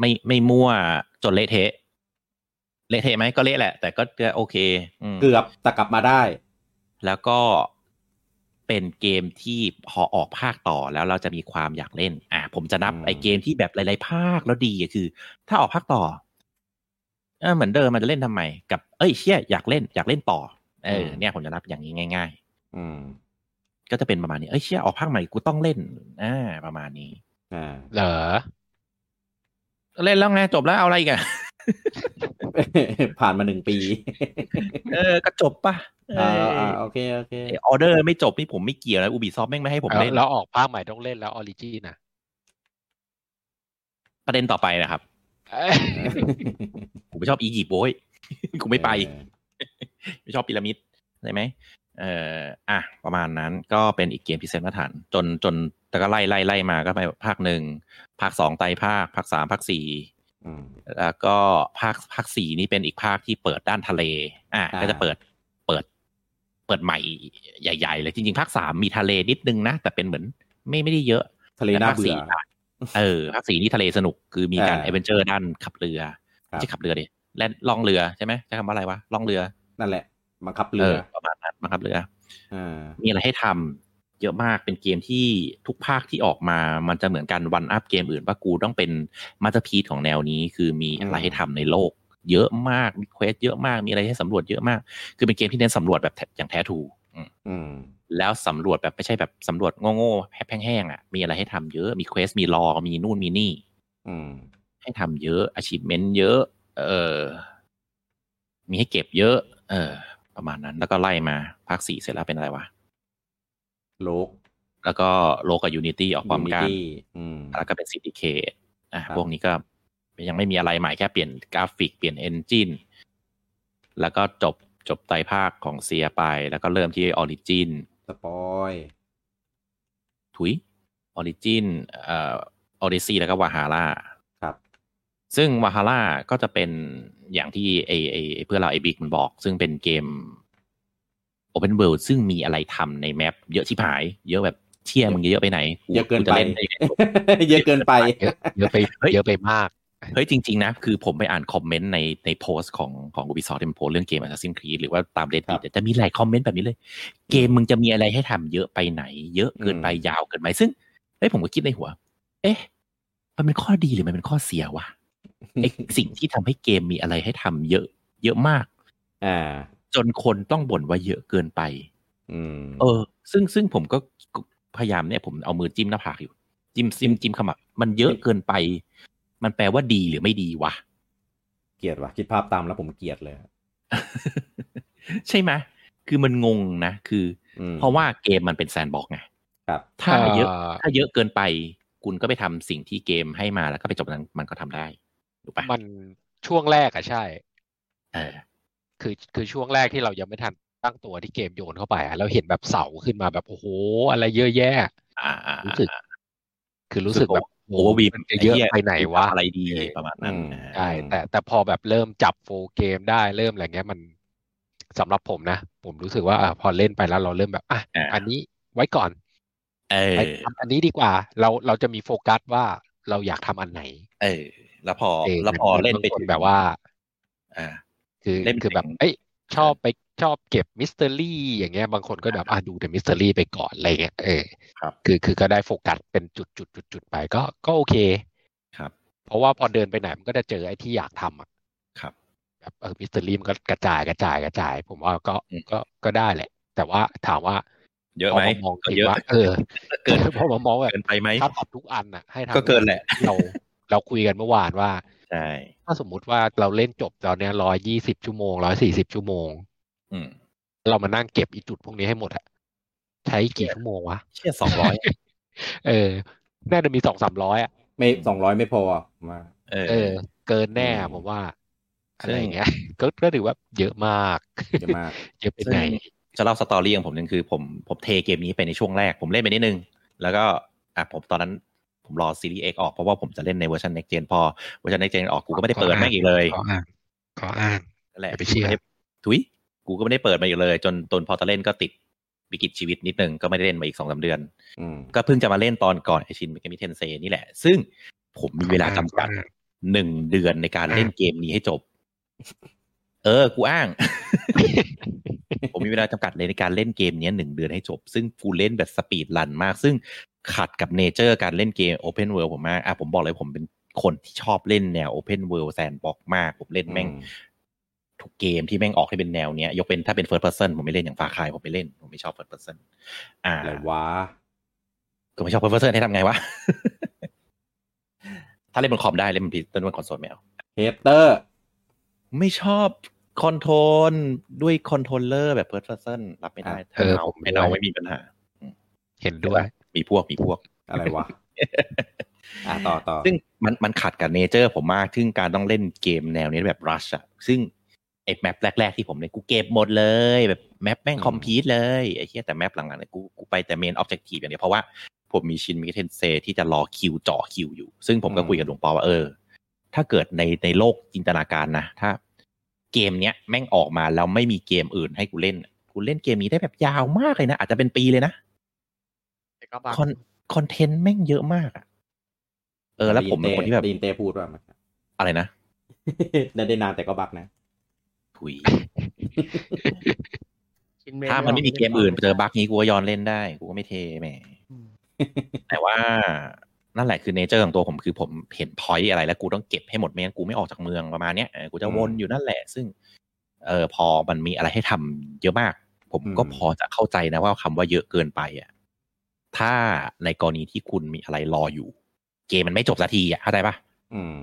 S2: ไม่ไม่มั่วจนเละเทะ เละเทะไหมก็เละแหละ แต่ก็ก็โอเคอืม
S1: เกือบแต่กลับมาได้
S2: แล้วก็เป็นเกมที่พอออกภาคต่อแล้วเราจะมีความอยากเล่น อ่ะผมจะนับ
S1: อืม
S2: ไอเกมที่แบบหลาย ๆ ภาคแล้วดีอะคือ ถ้าออกภาคต่อเออเหมือนเดิมมันจะเล่นทำไม กับเอ้ยเชี่ยอยากเล่นอยากเล่นต่อเออเนี่ยผมจะนับอย่างนี้ง่าย
S1: อืม
S2: ๆ ก็จะเป็นประมาณนี้เอ้ยเชี่ยออกภาคใหม่กูต้องเล่นอ่าประมาณนี้
S1: อ่า
S4: เหรอ
S2: เล่นแล้วไงจบแล้วเอาอะไรอีกัน
S1: ผ่านมาหนึ่งปี
S2: เออก็จบปะเอ
S1: อ่า
S2: อ
S1: อ่าโอเค โอเค
S2: ออเดอร์ไม่จบนี่ผมไม่เกี่ยวนะอูบีซอฟแม่งไม่ให้ผมเล่น
S4: แล้วออกภาคใหม่ต้องเล่นแล้วออริจินนะ
S2: ประเด็นต่อไปนะครับ
S4: เอ้ย
S2: ผมไม่ชอบอียิปต์โว้ย กูไม่ไป ไม่ชอบพีระมิดใช่ไหมเอ่ออ่ะ ประมาณนั้นก็เป็นอีกเกมที่เซนมาตรฐาน จนจน แต่ก็ไล่ไล่ไล่มาก็ไปภาคหนึ่งภาคสองไตรภาคภาคสามภาคสี่
S1: อืม
S2: แล้วก็ภาคภาคสี่นี่เป็นอีกภาคที่เปิดด้านทะเล อ่า
S1: อ่า
S2: ก็จะเปิดเปิด เปิดใหม่ใหญ่ ๆ เลยจริงๆ ภาคสามมีทะเลนิดนึงนะ แต่เป็นเหมือนไม่ไม่ได้เยอะ
S1: ทะเลน่า
S2: แต่ภค
S1: เบื่
S2: สี่
S1: อ
S2: เออภาคสี่นี่ทะเลสนุกคือมีการ
S1: อ่า
S2: เอเวนเจอร์ด้านขับเรือ
S1: ครับ
S2: ไม่ใช่ขับเรือดิแล่นล่องเรือใช่ไหมใช้คำว่าอะไรวะล่องเรือ
S1: นั่นแหละบังคับเรือ
S2: ประมาณนั้นมาขับเรือ
S1: อ่า
S2: มีอะไรให้ทำเยอะมากเป็นเกมที่ทุกภาคที่ออกมา มันจะเหมือนกันวันอัพเกมอื่นว่ากูต้องเป็นมาสเตอร์พีซของแนวนี้ คือมีอะไรให้ทำในโลก เยอะมากมีเควสเยอะมากมีอะไรให้สำรวจเยอะมาก คือเป็นเกมที่เน้นสำรวจแบบแท้อย่างแท้ถูกอืม
S1: อืม
S2: แล้วสำรวจแบบไม่ใช่แบบสำรวจโง่ๆแพ้งแห้งๆอ่ะมีอะไรให้ทำเยอะมีเควสมีรอมีนู่นมีนี่
S1: อืม
S2: ให้ทำเยอะอาชีพเมนเยอะ เออ มีให้เก็บเยอะ เออ ประมาณนั้นแล้วก็ไล่มาภาคสี่เสร็จแล้วเป็นอะไรวะ
S1: โลก
S2: แล้วก็โลกับยูนิตี้ออกพร้อมกัน
S1: ตี้อืม
S2: แล้วก็เป็นซิติเคตอ่ะ
S1: ครับ
S2: พวกนี้ก็ยังไม่มีอะไรใหม่แค่เปลี่ยนกราฟิกเปลี่ยนเอนจินแล้วก็จบจบไตรภาคของเซียไป แล้วก็เริ่มที่ออริจิน
S1: สปอย
S2: ถุยออริจินเอ่อออริซีแล้วก็วาฮาร่า
S1: ครับ
S2: ซึ่งวาฮาร่าก็จะเป็นอย่างที่ไอไอไอ้เพื่อนเราไอบิ๊กมันบอก ซึ่งเป็นเกม Open World ซึ่งมีอะไรทำในแมปเยอะชิบหาย เยอะแบบเชี่ยมึงเยอะไปไหน
S1: เยอะเกิน
S2: จะ
S1: ไป
S2: ล่ด้ง
S1: เยอะเกินไป
S4: เยอะเยอะไป
S2: เฮ้ย
S4: เยอะไปมาก
S2: เฮ้ยจริง ๆ นะ คือผมไปอ่านคอมเมนต์ในในโพสต์ของของ Ubisoft ที่มันโพสต์เรื่องเกม Assassin's Creed หรือว่าตาม Reddit เนี่ยจะมีหลายคอมเมนต์แบบนี้เลย เกมมึงจะมีอะไรให้ทำเยอะไปไหน เยอะเกินไป
S1: อืม
S2: ยาวเกินไปซึ่งเฮ้ยผมก็คิดในหัว เอ๊ะ มันเป็นข้อดีหรือมันเป็นข้อเสียวะไอสิ่งที่ทำให้เกมมีอะไรให้ทำเยอะ เยอะมาก
S1: อ่า
S2: จนคนต้องบ่นว่าเยอะเกินไป
S1: อืม
S2: เออ ซึ่งซึ่งผมก็พยายามเนี่ยผมเอามือจิ้มหน้าผากอยู่ จิ้มจิ้มจิ้มขมับมันเยอะเกินไป มันแปลว่าดีหรือไม่ดีวะ
S1: เกลียดว่ะคิดภาพตามแล้วผมเกลียดเลย
S2: ใช่ไหมคือมันงงนะ คืออ
S1: อืม
S2: เพราะว่าเกมมันเป็นแซนด์บ็อกซ์ไง
S1: ครับ
S2: ถ้าเยอะ
S4: เอ่อ
S2: ถ้าเยอะเกินไป คุณก็ไปทำสิ่งที่เกมให้มาแล้วก็ไปจบนั้นมันก็ทำได้ ถูกปะ
S4: มันช่วงแรกอะใช่
S2: เออ
S4: คือคือช่วงแรกที่เรายังไม่ทันตั้งตัวที่เกมโยนเข้าไปอะเราเห็นแบบเสาขึ้นมาแบบโอ้โห อะไรเยอะแยะ
S2: อ่าอ่า
S4: รู้สึก คือรู้สึกแบบ
S2: โอเวอร์วี
S4: มันจะเยอะไปไหนวะ
S2: อะไรดีประมาณนั้น
S4: ใช่แต่แต่พอแบบเริ่มจับโฟเกมได้เริ่มอะไรเงี้ยมันสำหรับผมนะ ผมรู้สึกว่าอ่ะพอเล่นไปแล้วเราเริ่มแบบอ่ะ
S2: อ่า
S4: อันนี้ไว้ก่อน
S2: เออ
S4: ไปทำอันนี้ดีกว่า เราเราจะมีโฟกัสว่าเราอยากทำอันไหน
S2: เออ แล้วพอ
S4: เอง
S2: แล้วพอเล่นไป
S4: บางคน
S2: ถึง
S4: แบบว่า
S2: อ่า
S4: คือ
S2: เล่น
S4: คือแบบ
S2: ถึง
S4: เอ้ยชอบไปชอบเก็บมิสเตอรี่อย่างเงี้ยบางคนก็แบบอ่ะดูแต่มิสเตอรี่ไปก่อนอะไรเงี้ยเออ
S2: ครับ
S4: คือคือก็ได้โฟกัสเป็นจุดจุดจุดจุดไปก็ก็โอเค
S2: ครับ
S4: เพราะว่าพอเดินไปไหนมันก็จะเจอไอ้ที่อยากทำอ่ะ
S2: ครับ
S4: แบบเออมิสเตอรี่มันก็กระจายกระจายกระจาย ผมว่าก็
S2: อืม
S4: ก็ก็ได้แหละ แต่ว่าถามว่า
S2: เยอะ
S4: พอ
S2: ไหม
S4: มามอง
S2: ก็
S4: คิด
S2: เยอะ
S4: ว่าเออ
S2: เกิน
S4: พอมามองแบบ
S2: เกินไปไหม
S4: ถ้าทำทุกอันอ่ะ ให้ทำ
S2: ก็เกินแหละ
S4: เราเราคุยกันเมื่อวานว่า
S2: ใช่
S4: ถ้าสมมุติว่าเราเล่นจบตอนเนี้ยร้อยยี่สิบชั่วโมงร้อยสี่สิบชั่วโมง
S2: อืม
S4: เรามานั่งเก็บอีจุดพวกนี้ให้หมดอะใช้กี่ชั่วโมงวะ
S2: เชี่ยสองร้อย
S4: เออ น่าจะมีสองสามร้อยอะ
S1: ไม่สองร้อยไม่พอมา
S2: เอ
S4: เอ
S2: อ
S4: อ เกินแน่
S1: อืม
S4: ผมว่าอะ
S2: ซึ่
S4: ไรง อย่างเงี้ย ก็ก็ถือว่าเยอะมาก
S1: เยอะมาก
S4: เยอะไปไหน
S2: จะเล่าสตอรี่ของผมนึงคือผมผมเทเกมนี้ไปในช่วงแรก ผมเล่นไปนิดนึง แล้วก็อ่ะผมตอนนั้นผมรอซีรีส์ X ออกเพราะว่าผมจะเล่นในเวอร์ชัน next gen พอเวอร์ชัน next gen ออกกูก็ไม่ได้เปิด
S4: ขออ่าน
S2: แม่งอีกเลย
S4: ขออ้างขออ้าง
S2: นั่นแหละ
S4: อย่าไปเชื่อ
S2: ถุยกูก็ไม่ได้เปิดมาอีกเลย จนตนพอจะเล่นก็ติดวิกฤตชีวิตนิดนึงก็ไม่ได้เล่นมาอีกสองสาเดือน
S1: อืม
S2: ก็เพิ่งจะมาเล่นตอนก่อนไอชินเมกามิเทนเซนี่แหละ ซึ่งผมมีเวลาจำกัด
S4: ขออ้าง
S2: หนึ่งเดือนในการเล่นเกมนี้ให้จบ เออ กูอ้าง ผมมีเวลาจำกัดในการเล่นเกมเนี้ยหนึ่งเดือนให้จบ ซึ่งกูเล่นแบบสปีดรันมาก ซึ่งขัดกับเนเจอร์การเล่นเกม Open World ผมมากอ่ะผมบอกเลยผมเป็นคนที่ชอบเล่นแนว Open World Sandbox มาก ผมเล่นแม่ง ทุกเกมที่แม่งออกให้เป็นแนวเนี้ย ยกเป็นถ้าเป็น First Person ผมไม่เล่นอย่างฟาคายผมไม่เล่น ผมไม่ชอบ First Person อ่า
S1: อะไรวะ
S2: ก็ไม่ชอบ First Person ให้ทำไงวะ ถ้าเล่นบนคอมได้เล่นบนพีเล่นบนคอนโซลไม่เอา
S1: เฮเตอร์
S2: ไม่ชอบคอนโทรลด้วยคอนโทรลเลอร์แบบเพิร์ p เ r อร์เซนรับไม่ได้
S1: อ่ะ
S2: ถ้า
S4: เออ
S2: เอา
S4: ผม
S2: ไม่เอา
S4: ด้วย
S2: ไม่มีปัญหา
S4: เห็นด้วย
S2: มีพวกมีพวก
S1: อะไรวะ อ่ะต่อต่อ
S2: ซึ่งมันมันขัดกับเนเจอร์ผมมาก ซึ่งการต้องเล่นเกมแนวนี้แบบรัชอะซึ่งไอ้แมปแรก ๆ ที่ผมเนี่ยกูเก็บหมดเลย แบบแมปแม่งคอมพีทเลยไอ้เหี้ยแต่แมปหลังๆเนี่ยกูกูไปแต่เมนออบเจกตีฟอย่างเดียวเพราะว่า ผมมีชินมิเทนเซที่จะรอคิวเจ่อคิวอยู่ ซึ่งผมก็
S1: อืม
S2: คุยกับหลวงปอว่าเออ ถ้าเกิดในในโลกจินตนาการนะ ถ้าเกมเนี้ยแม่งออกมาแล้วไม่มีเกมอื่นให้กูเล่น กูเล่นเกมนี้ได้แบบยาวมากเลยนะ อาจจะเป็นปีเลยนะ
S3: แต่ก็บาง
S2: คอนคอนเทนต์แม่งเยอะมากอะเออ แล้วผมเป็นคนที่แบบ
S1: ได้ยินเต้พู ดว่ามัน
S2: อะไรนะ
S1: ได้นานแต่ก็บักนะ
S2: ถุย
S3: ชิ้เด
S2: ถ้ามันไม่มีเกมอื่นเจอบั๊กนี้กูก็ย้อนเล่นได้กูก็ไม่เทแหม
S3: อืม
S2: แต่ว่านั่นแหละคือเนเจอร์ของตัวผมคือผมเห็นพอยต์อะไรแล้วกูต้องเก็บให้หมดไม่งั้นกูไม่ออกจากเมืองประมาณเนี้ยเออกูจะวน
S1: อืม
S2: อยู่นั่นแหละ ซึ่ง เออพอมันมีอะไรให้ทำเยอะมาก ผม
S1: อืม
S2: ก็พอจะเข้าใจนะว่าคำว่าเยอะเกินไปอ่ะถ้าในกรณีที่คุณมีอะไรรออยู่ เกมมันไม่จบสักทีอ่ะเข้าใจปะ
S1: อืม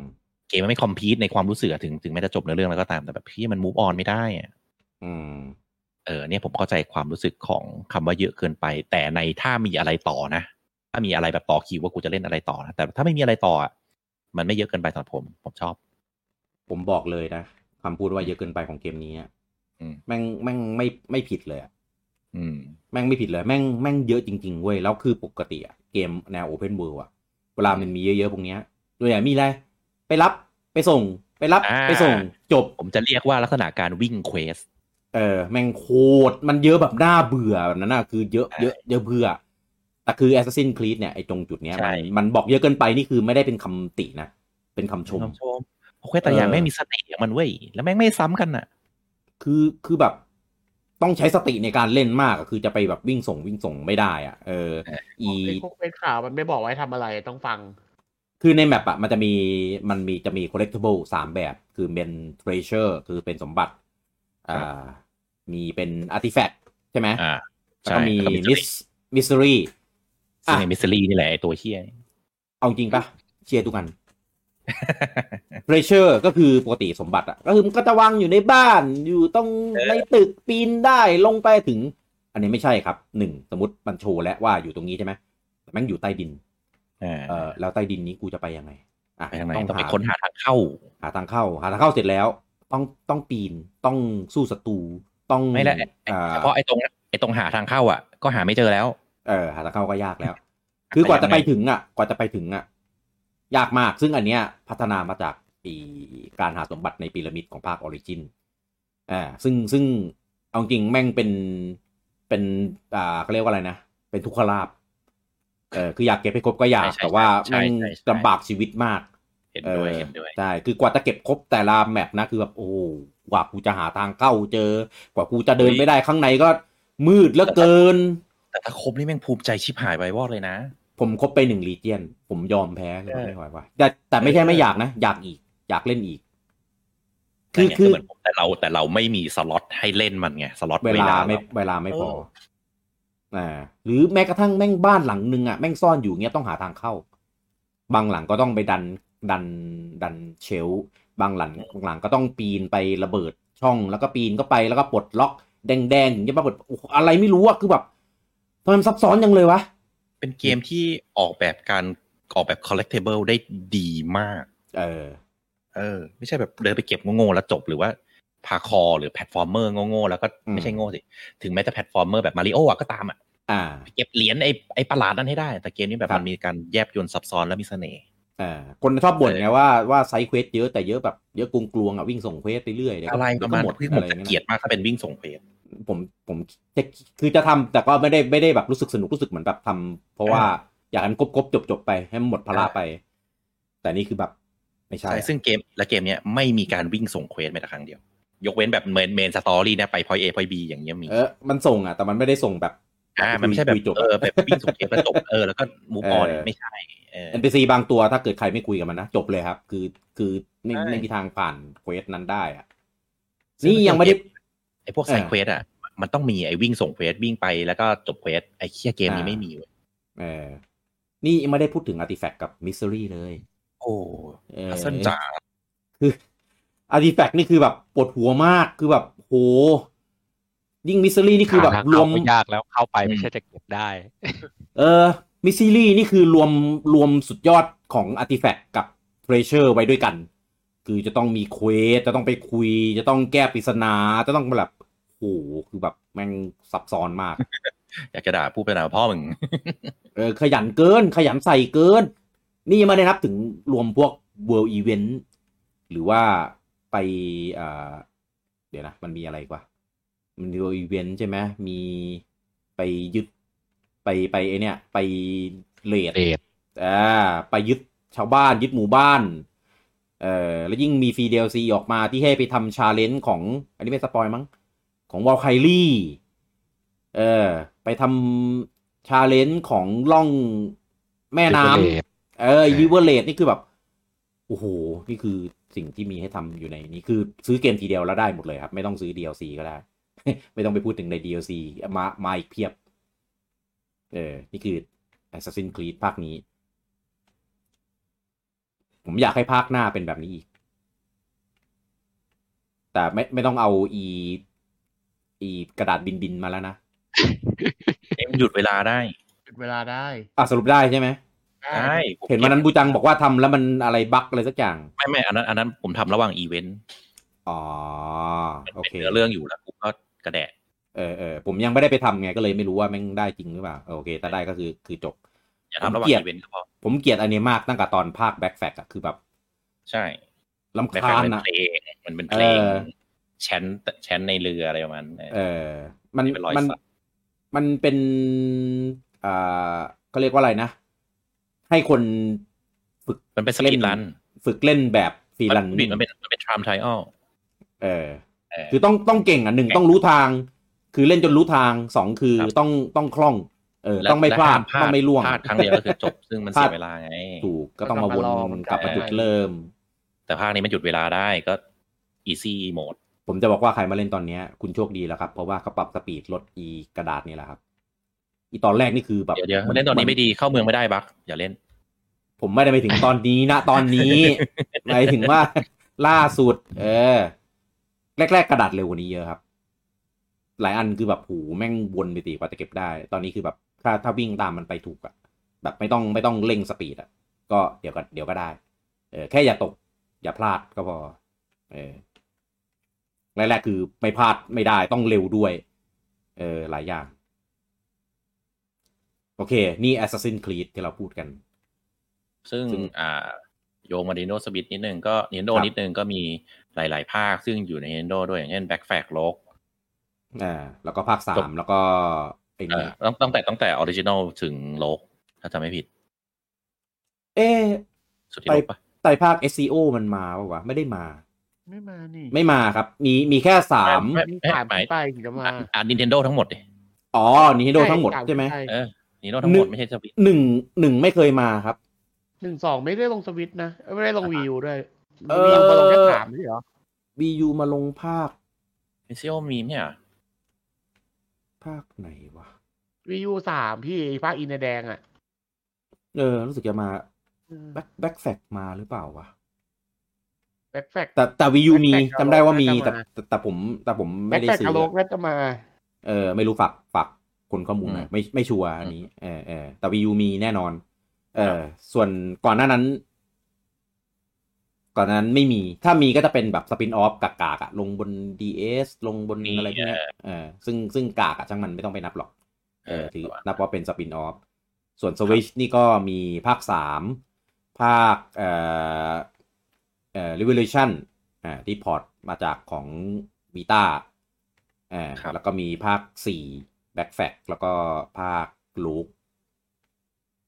S2: เกมมันไม่คอมพลีทในความรู้สึกอะถึงถึงแม้จะจบเนื้อเรื่องแล้วก็ตามแต่แบบพี่มันมูฟออนไม่ได้อ่ะ
S1: อืม
S2: เออเนี่ยผมเข้าใจความรู้สึกของคำว่าเยอะเกินไป แต่ในถ้ามีอะไรต่อนะ ถ้ามีอะไรแบบต่อคิวว่ากูจะเล่นอะไรต่อนะแต่ถ้าไม่มีอะไรต่ออะมันไม่เยอะเกินไปสำหรับผม ผมชอบ
S1: ผมบอกเลยนะคำพูดว่าเยอะเกินไปของเกมนี้อะ
S2: อืม
S1: แม่งแม่งไม่ไม่ผิดเลยอะ
S2: อืม
S1: แม่งไม่ผิดเลย แม่งแม่งเยอะจริง ๆ เว้ย แล้วคือปกติอะเกมแนวโอเพนเวิลด์อะเวลามันมีเยอะๆพวกเนี้ยตัวอย่างมีอะไร ไปรับไปส่ง ไปรับ
S2: อ่า
S1: ไปส่งจบ
S2: ผมจะเรียกว่าลักษณะการวิ่งเควส
S1: เออแม่งโคตรมันเยอะแบบน่าเบื่อแบบนั้นนะคือเยอะเยอะเยอะเบื่อแต่คือ Assassin Creed เนี่ยไอ้ตรงจุดเนี้ย
S2: ใช่
S1: มันมันบอกเยอะเกินไปนี่คือไม่ได้เป็นคำตินะ เป็นคำชม
S2: ชมโอเคแต่ละอย่าง
S1: เออ
S2: แม่งมีสเตจของมันเว้ยแล้วแม่งไม่ซ้ำกันอ่ะ
S1: คือคือแบบต้องใช้สติในการเล่นมากอะคือจะไปแบบวิ่งส่งวิ่งส่งไม่ได้อ่ะเออ
S2: เออ
S1: อี
S3: ไอ้พวกเป็นข่าวมันไม่บอกไว้ทำอะไรต้องฟัง
S1: คือในแมปอะมันจะมีมันมีจะมี collectible สามแบบ คือเป็น treasure คือเป็นสมบัติอ่ามีเป็น artifact ใช่ไหม
S2: อ่า
S1: แล้วก็มี
S2: แล้วก็
S1: มิสมิสซิรี
S2: ซึ่ง
S1: อ่ะ
S2: ในมิสซิลี่นี่แหละไอ้ตัวเชี่ย
S1: เอาจริงปะเชียร์ทุกอัน เพรสเชอร์ก็คือปกติสมบัติอะก็คือมันก็จะวางอยู่ในบ้านอยู่ต้อง
S2: เออ
S1: ในตึกปีนได้ลงไปถึง อันนี้ไม่ใช่ครับหนึ่งสมมติมันโชว์และว่าอยู่ตรงนี้ใช่ไหมแต่แมันอยู่ใต้ดิน
S2: อ่า
S1: เออแล้วใต้ดินนี้กูจะไปยังไงอ่ะ
S2: ไปทางไหนต้องไปค้นหาทางเข้า
S1: หาทางเข้า หาทางเข้าเสร็จแล้ว ต้องต้องปีนต้องสู้ศัตรูต้อง
S2: ไม่และ
S1: เอ่อ
S2: เฉพาะไอ้ตรงไอ้ตรงหาทางเข้าอ่ะ ก็หาไม่เจอแล้ว
S1: เออหาทางเข้าก็ยากแล้ว คือกว่าจะไปถึงอ่ะ กว่าจะไปถึงอ่ะ ยากมาก ซึ่งอันเนี้ยพัฒนามาจากปีการหาสมบัติในพีระมิดของภาคออริจินอ่าซึ่งซึ่งเอาจริงแม่งเป็นเป็นอ่าเขาเรียกว่าอะไรนะ เป็นทุกขลาบเออคืออยากเก็บให้ครบก็อยาก
S2: ใช่ใช่
S1: แต่ว่า
S2: ใช่
S1: แม่ง
S2: ใช่ใช่
S1: ลำบากชีวิตมาก
S2: เห็นด้วย
S1: เออ
S2: เห็นด้วย
S1: ใช่ คือกว่าจะเก็บครบแต่ละแมปนะ คือแบบโอ้โหกว่ากูจะหาทางเข้าเจอ กว่ากูจะเดินไม่ได้ข้างในก็มืดเหลือเกิน
S2: แต่ถ้าครบนี่แม่งภูมิใจชิบหายไปวอดเลยนะ
S1: ผมคบไปหนึ่งลีเจียน ผมยอมแพ้เลย
S2: เออ
S1: ไม่ไหวว่ะแต่แต่ไม่ใช่
S2: เออ
S1: ไม่อยากนะ อยากอีก อยากเล่นอีก คื
S2: นั่
S1: อน
S2: ไง
S1: คือ
S2: เหมือนผมแต่เราแต่เราไม่มีสล็อตให้เล่นมันไงสล็อต
S1: เว
S2: เว
S1: ลา
S2: ลา
S1: ไม่
S2: เรา
S1: เวลาไม่พอ
S2: เออ
S1: อ่าหรือแม้กระทั่งแม่งบ้านหลังนึงอ่ะแม่งซ่อนอยู่เงี้ยต้องหาทางเข้า บางหลังก็ต้องไปดันดันดันเชลฟ์บางหลังบางหลังก็ต้องปีนไประเบิดช่องแล้วก็ปีนก็ไปแล้วก็ปลดล็อกแดงๆอย่างเงี้ยมาเปิดโอ้โหอะไรไม่รู้อ่ะคือแบบทำไมมันซับซ้อนจังเลยวะ
S2: เป็นเกมที่ออกแบบการออกแบบ collectible ได้ดีมาก
S1: เออ
S2: เออ ไม่ใช่แบบเดินไปเก็บโง่ๆแล้วจบหรือว่าพาคอหรือแพลตฟอร์มเมอร์โง่ๆแล้วก็
S1: อืม
S2: ไม่ใช่โง่สิ ถึงแม้จะแพลตฟอร์มเมอร์แบบมาริโออะก็ตามอะ
S1: อ่า
S2: เก็บเหรียญไอ้ไอ้ประหลาดนั้นให้ได้ แต่เกมนี้แบบ
S1: ครับ
S2: มันมีการแยบยนซับซ้อนและมีเสน่ห์
S1: อ่าคนชอบบ่นไง
S2: เออ
S1: ว่าว่าไซส์เควสเยอะแต่เยอะแบบเยอะกงกลวงๆอ่ะวิ่งส่งเควสไปเรื่อยเดี๋ยว
S2: อะไร
S1: เดี๋
S2: ป
S1: ยวก็
S2: ระมาณ
S1: หมด
S2: ที่ผ
S1: อะ
S2: ม
S1: ไรอ
S2: จะ
S1: ย่าง
S2: เกลี
S1: เงี้
S2: ย
S1: ย
S2: ดมากถ้าเป็นวิ่งส่งเพล
S1: ผมผมจะคือจะทำแต่ก็ไม่ได้ไม่ได้แบบรู้สึกสนุกรู้สึกเหมือนแบบทำเพราะว่าอยากให้มันกบๆจบๆไปให้มันหมดภาระ
S2: เออ
S1: ไป แต่นี่คือแบบไม่ใช่
S2: ใช่ ซึ่งเกมและเกมเนี้ยไม่มีการวิ่งส่งเควสแม้แต่ครั้งเดียว ยกเว้นแบบเมนเมนสตอรี่นะไปพอยเอพอยบีอย่างเงี้ยมี
S1: เออมันส่งอ่ะ แต่มันไม่ได้ส่งแบบ
S2: อ่ามันไม่ใช่แบบ
S1: คุยจบ
S2: เออแบบวิ่งส่งเควสแล้วจบเออแล้วก็มูฟออน
S1: เออ
S2: ไม่ใช่เออ
S1: NPC บางตัวถ้าเกิดใครไม่คุยกับมันนะจบเลยครับ คือคือไม่
S2: ใช่
S1: ไม่มีทางผ่านเควสนั้นได้อ่ะ
S2: ซึ่
S1: นี่ยังไม่ได้
S2: ไอพวกไซเควสอ่ะมันต้องมีไอวิ่งส่งเควสวิ่งไปแล้วก็จบเควสไอเคียเกมนี้
S1: อ่า
S2: ไม่มีเว้ย
S1: เออนี่ยังไม่ได้พูดถึงอาร์ติแฟกต์กับมิสซิรี่เลย
S2: โอ้
S1: เออ
S2: พัซเซิลจ๋า
S1: คืออาร์ติแฟกต์นี่คือแบบปวดหัวมากคือแบบโหยิ่งมิสซิลี่นี่คือแบบ
S4: หา
S1: ร
S4: ทางเข้าว
S1: ม
S4: ก็ยากแล้วเข้าไปไม่ใช่จะเก็บได้
S1: เออมิสซิลี่นี่คือรวมรวมสุดยอดของอาร์ติแฟกต์กับเทรเชอร์ไว้ด้วยกัน คือจะต้องมีเควสจะต้องไปคุย จะต้องแก้ปริศนาจะต้องแบบโหคือแบบแม่งซับซ้อนมาก
S2: อยากจะด่าผู้เป็นด่าพ่อมึง
S1: เออขยันเกิน ขยันใส่เกิน นี่ยังไม่ได้นับถึงรวมพวก world event หรือว่าไปเอ่อเดี๋ยวนะ มันมีอะไรอีกวะมันมี world event ใช่ไหมมีไปยึดไปไปไอเนี่ย ไปเลด
S4: เดท
S1: อ่าไปยึดชาวบ้านยึดหมู่บ้าน เอ่อแล้วยิ่งมีฟรี DLC ออกมาที่ให้ไปทำชาเลนจ์ของ อันนี้ไม่สปอยมั้ง ของวอลไคลี่เออไปทำชาเลนจ์ของล่องแม่น้
S4: Riverlake
S1: ำเออยูเวอร์เลดนี่คือแบบ โอ้โห นี่คือสิ่งที่มีให้ทำอยู่ในนี้คือซื้อเกมทีเดียวแล้วได้หมดเลยครับ ไม่ต้องซื้อ DLC ก็ได้ ไม่ต้องไปพูดถึงใน DLC มามาอีกเพียบ เออ นี่คือ Assassin's Creed ภาคนี้ ผมอยากให้ภาคหน้าเป็นแบบนี้อีก แต่ไม่ไม่ต้องเอาอีอีกระดาษบินบินๆมาแล้วนะ
S2: เอ็มหยุดเวลาได้
S3: หยุดเวลาได้
S1: อ่ะสรุปได้ใช่ไหม
S2: ได้ผม
S1: เห็นวันนั้นบูจังบอกว่าทำแล้วมันอะไรบั๊กอะไรสักอย่าง
S2: ไม่ไม่อันนั้นอันนั้นผมทำระหว่างอีเวนต์
S1: อ๋อ
S2: มัน
S1: โอ
S2: เป็น
S1: เค
S2: เนื้อเรื่องอยู่แล้วกูก็กระแดะ
S1: เออเออผมยังไม่ได้ไปทำไงก็เลยไม่รู้ว่าแม่งได้จริงหรือเปล่าเออโอเค ถ้าได้ก็คือคือจบ
S2: อย่าทำระหว่าง
S1: ผมเกลียด
S2: อีเวนต์ก็พอ
S1: ผมเกลียดอันนี้มากตั้งแต่ตอนภาคแบ็คแฟกอะคือแบบ
S2: ใช่
S1: ลำ
S2: ใน
S1: คา
S2: แฟ
S1: ญ
S2: นเป็น
S1: อะ
S2: เพลงมันเป็นเพลง
S1: เออ
S2: แชนแชนในเรืออะไรประมาณนั้น
S1: เออมัน
S2: ที่เป็นรอย
S1: มัน
S2: สัก
S1: มันเป็นอ่าก็เรียกว่าอะไรนะ ให้คนฝึก
S2: มันเป็นสกิลรัน
S1: ฝึกเล่นแบบฟรีแลันซ์
S2: มันเป็นมันเป็นทรัมไทออล
S1: เออ คือต้องต้องเก่งอ่ะหนึ่งต้องรู้ทาง คือเล่นจนรู้ทางสองคือ
S2: ครับ
S1: ต้องต้องคล่อง เออ ต้องไม่พลาดต้องไม่ล่วง
S2: พลาดครั้งเดียวก็คือจบ ซึ่งมัน
S1: พ
S2: เสี
S1: ด
S2: ยเวลาไง
S1: ถูกก็ต้องมาว
S3: ก็ต้องมารอมัน น
S1: กลับมาจุด
S3: ใช่
S1: เริ่ม
S2: แต่ภาคนี้มันหยุดเวลาได้ก็ easy mode
S1: ผมจะบอกว่าใครมาเล่นตอนเนี้ย คุณโชคดีแล้วครับ เพราะว่าเขาปรับสปีดลดอีกระดาษนี่แหละครับ อีตอนแรกนี่คือแบบ
S2: เดี๋ยวเดี๋ยวมันเล่นตอนนี้ไม่ดีเข้าเมืองไม่ได้บักอย่าเล่น
S1: ผมไม่ได้ไปถึงตอนนี้นะตอนนี้ หมายถึงว่า ล่าสุด เออ แรก ๆ กระดาษเร็วกว่านี้เยอะครับ หลายอันคือแบบหูแม่งวนไปตีกว่าจะเก็บได้ ตอนนี้คือแบบถ้าถ้าวิ่งตามมันไปถูกอะแบบไม่ต้องไม่ต้องเร่งสปีดอะก็เดี๋ยวก็เดี๋ยวก็ได้ เออแค่อย่าตก อย่าพลาดก็พอ เออแรกๆคือไม่พลาดไม่ได้ต้องเร็วด้วย เออ หลายอย่าง โอเค นี่ Assassin's Creed ที่เราพูดกัน
S2: ซึ่ง
S1: ซึ่ง
S2: อ่าโยงมา n ิ n d o s w i t c h นิดนึงก็ Nintendo
S1: ครับ
S2: นิดนึงก็มีหลาย ๆ ภาค ซึ่งอยู่ใน Nintendo ด้วยอย่างเช่น Back f a c t l o
S1: อ่าแล้วก็ภาคสามแล้วก็ไอ้
S2: เอ่อ
S1: นี่
S2: ตั้งตั้งแต่ตั้งแต่ Original ถึง l o กถ้าจำไม่ผิด
S1: เอ๊ะ
S2: สุดที่โลก
S1: ไป
S2: ปะ
S1: ไต่ภาค SCO มันมาปะวะ ไม่ได้มา
S3: ไม่มานี่
S1: ไม่มาครับ มีมีแค่สาม
S2: ไม่
S3: มี
S2: ไม่
S3: ถาม
S2: หมาย
S3: ไปถึงจะมา
S2: อ่ะอ่า Nintendo ทั้งหมดดิ
S1: อ๋อนี่โดทั้งหมดใช่ไหม
S2: เออ Nintendo ทั้งหมด
S1: หนึ่ง
S2: ไม่ใช่สวิต
S1: หนึ่งหนึ่งไม่เคยมาครับ
S3: หนึ่งสองไม่ได้ลงสวิตช์นะ ไม่ได้ลงวิวด้วย
S1: เออ
S3: วิวมาลงแค่ถามนี่เหรอ
S1: VU มาลงภาค
S2: มิซิโอมีเนี่ย
S1: ภาคไหนวะ
S3: วิวสามพี่ภาคอินเดียแดงอ่ะ
S1: เออ รู้สึกจะมาแบ็คแบ็คแฟกมาหรือเปล่าวะ
S3: แบ็คแฟก
S1: แต่แต่ VU มี
S3: Backpack
S1: จำได้ว่ามี
S3: Backpack
S1: แต่แต่แต่ผมแต่ผม
S3: แบ็
S1: ไม่
S3: ค
S1: ได้
S3: แฟก
S1: ซื้
S3: อ
S1: อ
S3: โลกน่าจะมา
S1: เออ ไม่รู้ฝากฝากคนข้อมูลหน่อย
S2: อืม
S1: ไม่ไม่ชัวร์อันนี้เออเออแต่ VU มีแน่นอน เออ ส่วนก่อนหน้านั้น ก่อนหนานั้นไม่มี ถ้ามีก็จะเป็นแบบสปินออฟกากๆอะลงบน DS ลงบน
S2: มี
S1: อะไรพวกเนี้ยเออซึ่งซึ่งกากอะช่างมันไม่ต้องไปนับหรอก เออ
S2: เออ
S1: ถือ
S2: ประมาณ
S1: นับว่าเป็นสปินออฟ ส่วน Switch นี่ก็มีภาคสามภาคเอ่อเอ่อ Revolution อ่าที่พอร์ตมาจากของวีตาอ่า
S2: ครับ
S1: แล้วก็มีภาคสี่ Back f a c t แล้วก็ภาคลูก